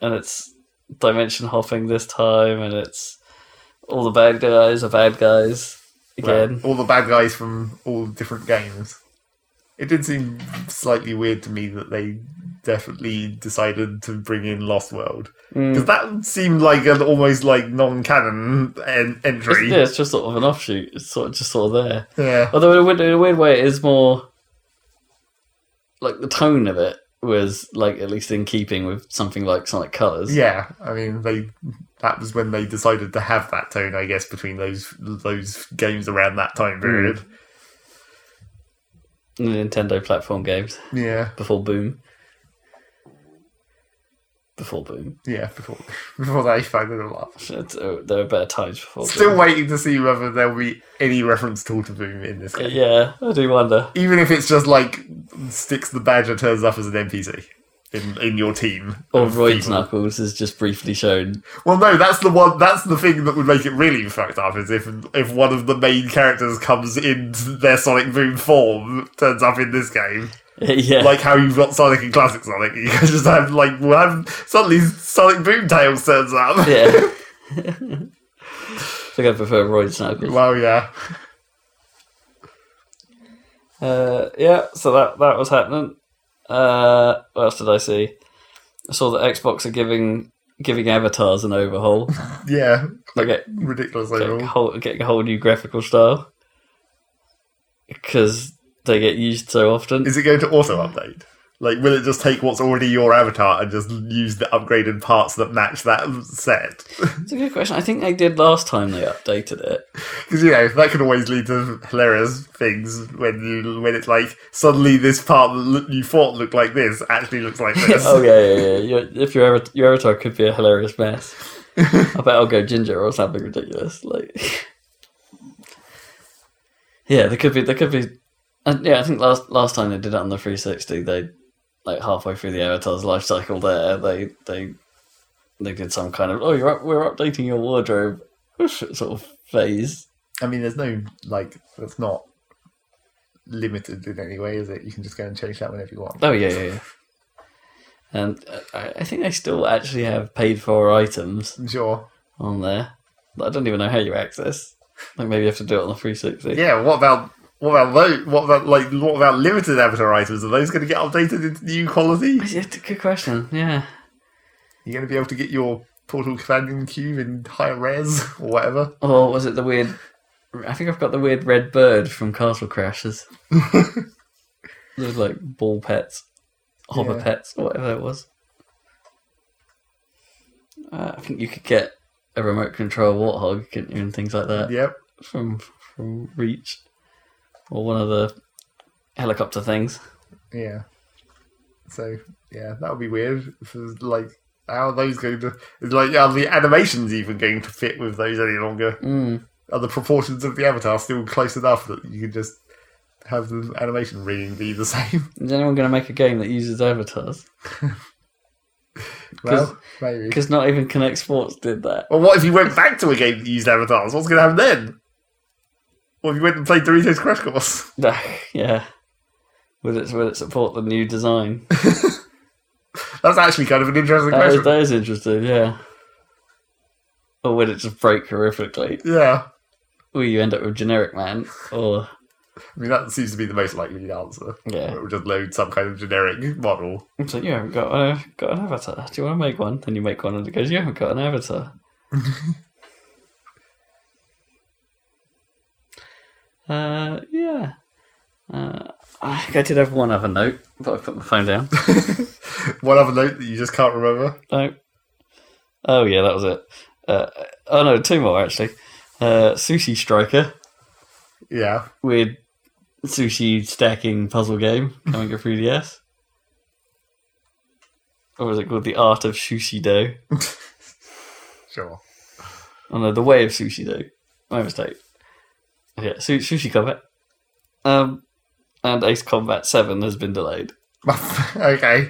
C: and it's dimension hopping this time, and it's all the bad guys are bad guys again.
B: Well, all the bad guys from all different games. It did seem slightly weird to me that they definitely decided to bring in Lost World because
C: Mm.
B: that seemed like an almost like non-canon en-
C: It's,
B: entry.
C: yeah, it's just sort of an offshoot. It's sort of just sort of there.
B: Yeah,
C: Although in a weird, in a weird way, it is more like the tone of it was like at least in keeping with something like Sonic Colors.
B: yeah. I mean, they that was when they decided to have that tone, I guess, between those those games around that time period.
C: Nintendo platform games.
B: Yeah,
C: Before Boom. Before Boom.
B: yeah. Before before they fucked it all up.
C: It's- uh, There were better times before
B: Still
C: Boom.
B: waiting to see whether there will be any reference at all to Boom in this game.
C: Yeah, I do wonder.
B: even if it's just like sticks the badger turns up as an NPC in in your team.
C: Or
B: of
C: Roy
B: people.
C: Knuckles is just briefly shown.
B: Well, no, that's the one. That's the thing that would make it really fucked up is if if one of the main characters comes in their Sonic Boom form turns up in this game,
C: yeah.
B: like how you've got Sonic and Classic Sonic. You can just have like we'll have suddenly Sonic Boom Tails turns up.
C: yeah. I think I prefer Roy Knuckles.
B: Well, yeah.
C: Uh, yeah, so that that was happening. Uh, what else did I see? I saw that Xbox are giving giving avatars an overhaul,
B: Yeah, like
C: Okay.
B: ridiculous
C: getting a
B: overall.
C: whole, getting a whole new graphical style because they get used so often.
B: Is it going to auto update? Like, will it just take what's already your avatar and just use the upgraded parts that match that set?
C: It's a good question. I think they did last time they updated it.
B: Because you know that can always lead to hilarious things when you when it's like suddenly this part that look, you thought looked like this actually looks like this.
C: oh yeah, yeah, yeah. Your, if your avatar, your avatar could be a hilarious mess. I bet I'll go ginger or something ridiculous. Like, yeah, there could be, there could be. And yeah, I think last last time they did it on the 360, they like halfway through the avatar's life cycle. There, they they they did some kind of oh, you're up, we're updating your wardrobe sort of phase.
B: I mean, there's no like that's not limited in any way, is it? You can just go and change that whenever you want.
C: Oh yeah, yeah, yeah. And uh, I, I think they still actually have paid for items.
B: I'm sure.
C: on there. I don't even know how you access. Like maybe you have to do it on the 360.
B: Yeah. What about what about those? What about like what about limited avatar items? Are those going to get updated into new quality?
C: It's- It's a good question. Yeah.
B: You're going to be able to get your Portal Companion Cube in higher res or whatever.
C: Or was it the weird? I think I've got the weird red bird from Castle Crashers. Those like ball pets, hover
B: Yeah.
C: pets, or whatever it was. Uh, I think you could get a remote control warthog, couldn't you, and things like that
B: Yep.
C: from from Reach, or one of the helicopter things.
B: Yeah. So yeah, that would be weird. If it was, like, how are those going to? It's like, are the animations even going to fit with those any longer?
C: Mm.
B: Are the proportions of the avatar still close enough that you can just have the animation reading be the same?
C: Is anyone going to make a game that uses avatars?
B: well, maybe.
C: Because not even Connect Sports did that.
B: Well, what if you went back to a game that used avatars? What's going to happen then? What if you went and played Doritos Crash Course?
C: yeah. Would it, would it support the new design?
B: That's actually kind of an interesting
C: That
B: question.
C: is, that is interesting, yeah. Or would it just break horrifically?
B: Yeah.
C: Will you end up with Generic Man? Or,
B: I mean, that seems to be the most likely answer.
C: yeah.
B: It would just load some kind of generic model.
C: It's like, you haven't got, uh, got an avatar. Do you want to make one? Then you make one and it goes, you haven't got an avatar. uh, yeah. Uh, I think I did have one other note, but I put my phone down.
B: One other note that you just can't remember.
C: No. Oh yeah, that was it. Uh, oh no, two more actually. Uh, sushi Striker,
B: Yeah.
C: weird sushi stacking puzzle game coming to 3DS. Or was it called The Art of Sushi Do?
B: Sure.
C: Oh no, The Way of Sushi Do. My mistake. Yeah, su- Sushi Combat. Um, and Ace Combat 7 has been delayed.
B: okay.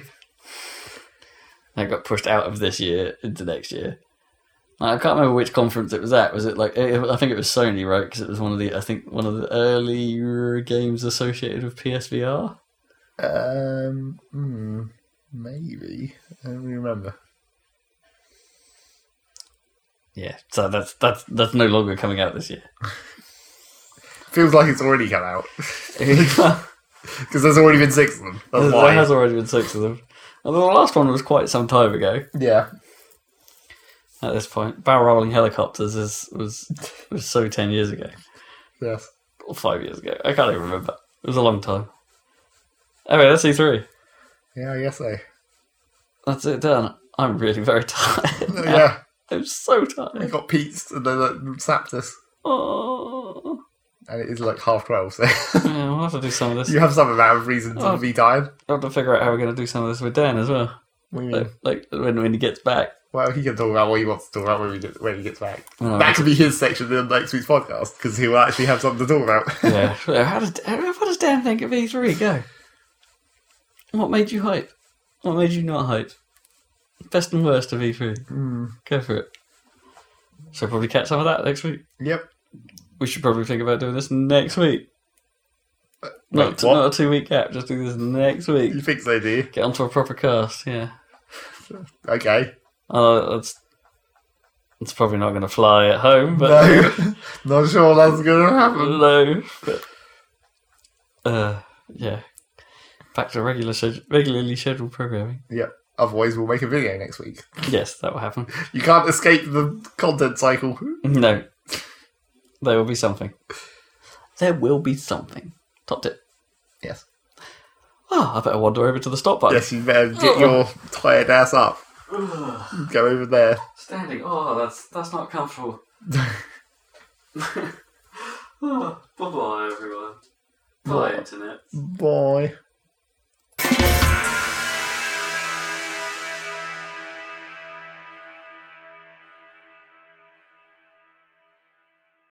C: that got pushed out of this year into next year. I can't remember which conference it was at. Was it like it- I think it was Sony, right? Because it was one of the I think one of the earlier games associated with PSVR.
B: Um. Hmm, maybe. I don't really remember.
C: Yeah, so that's that's that's no longer coming out this year.
B: Feels like it's already come out
C: there
B: because there's already been six of them. That's
C: there
B: why.
C: has already been six of them. And the last one was quite some time ago.
B: Yeah.
C: At this point, barrel rolling helicopters is was was so ten years ago.
B: Yes.
C: or five years ago. I can't even remember. It was a long time. Anyway, that's E3.
B: Yeah. I guess so.
C: That's it done. I'm really very tired.
B: Yeah.
C: now. I'm so
B: I
C: tired.
B: got peats and then it sapped us,
C: Oh,
B: and it is like half twelve. So
C: yeah, we'll have to do some of this.
B: you have some amount of reason to
C: Oh.
B: be tired.
C: We'll have to figure out how we're going to do some of this with Dan as well.
B: What do you mean?
C: Like, like when when he gets back.
B: Well, he can talk about what he wants to talk about when he gets, when he gets back.
C: When I
B: That could be his section in next week's podcast because he will actually have something to talk about.
C: yeah. How does how- what does Dan think of E3? Go. What made you hype? What made you not hype? Best and worst of E E3.
B: Hmm.
C: Go for it. So probably catch some of that next week.
B: Yep.
C: We should probably think about doing this next week.
B: Wait,
C: Not,
B: what?
C: not a two week gap. Just do this next week.
B: You think so, do you?
C: Get onto a proper cast. Yeah.
B: Okay.
C: Uh, it's it's probably not going to fly at home, but
B: no, not sure that's going to happen.
C: no. But uh, yeah, back to regular sched- regularly scheduled programming.
B: Yeah. Otherwise, we'll make a video next week.
C: Yes, that will happen.
B: You can't escape the content cycle.
C: No, there will be something. There will be something. Top tip.
B: Yes.
C: Oh, I better wander over to the stop button.
B: Yes, you better
C: Oh.
B: get your tired ass up. Go over there.
C: Standing. Oh, that's that's not comfortable. oh, bye bye, everyone.
B: Bye, Bye.
C: internet.
B: Bye.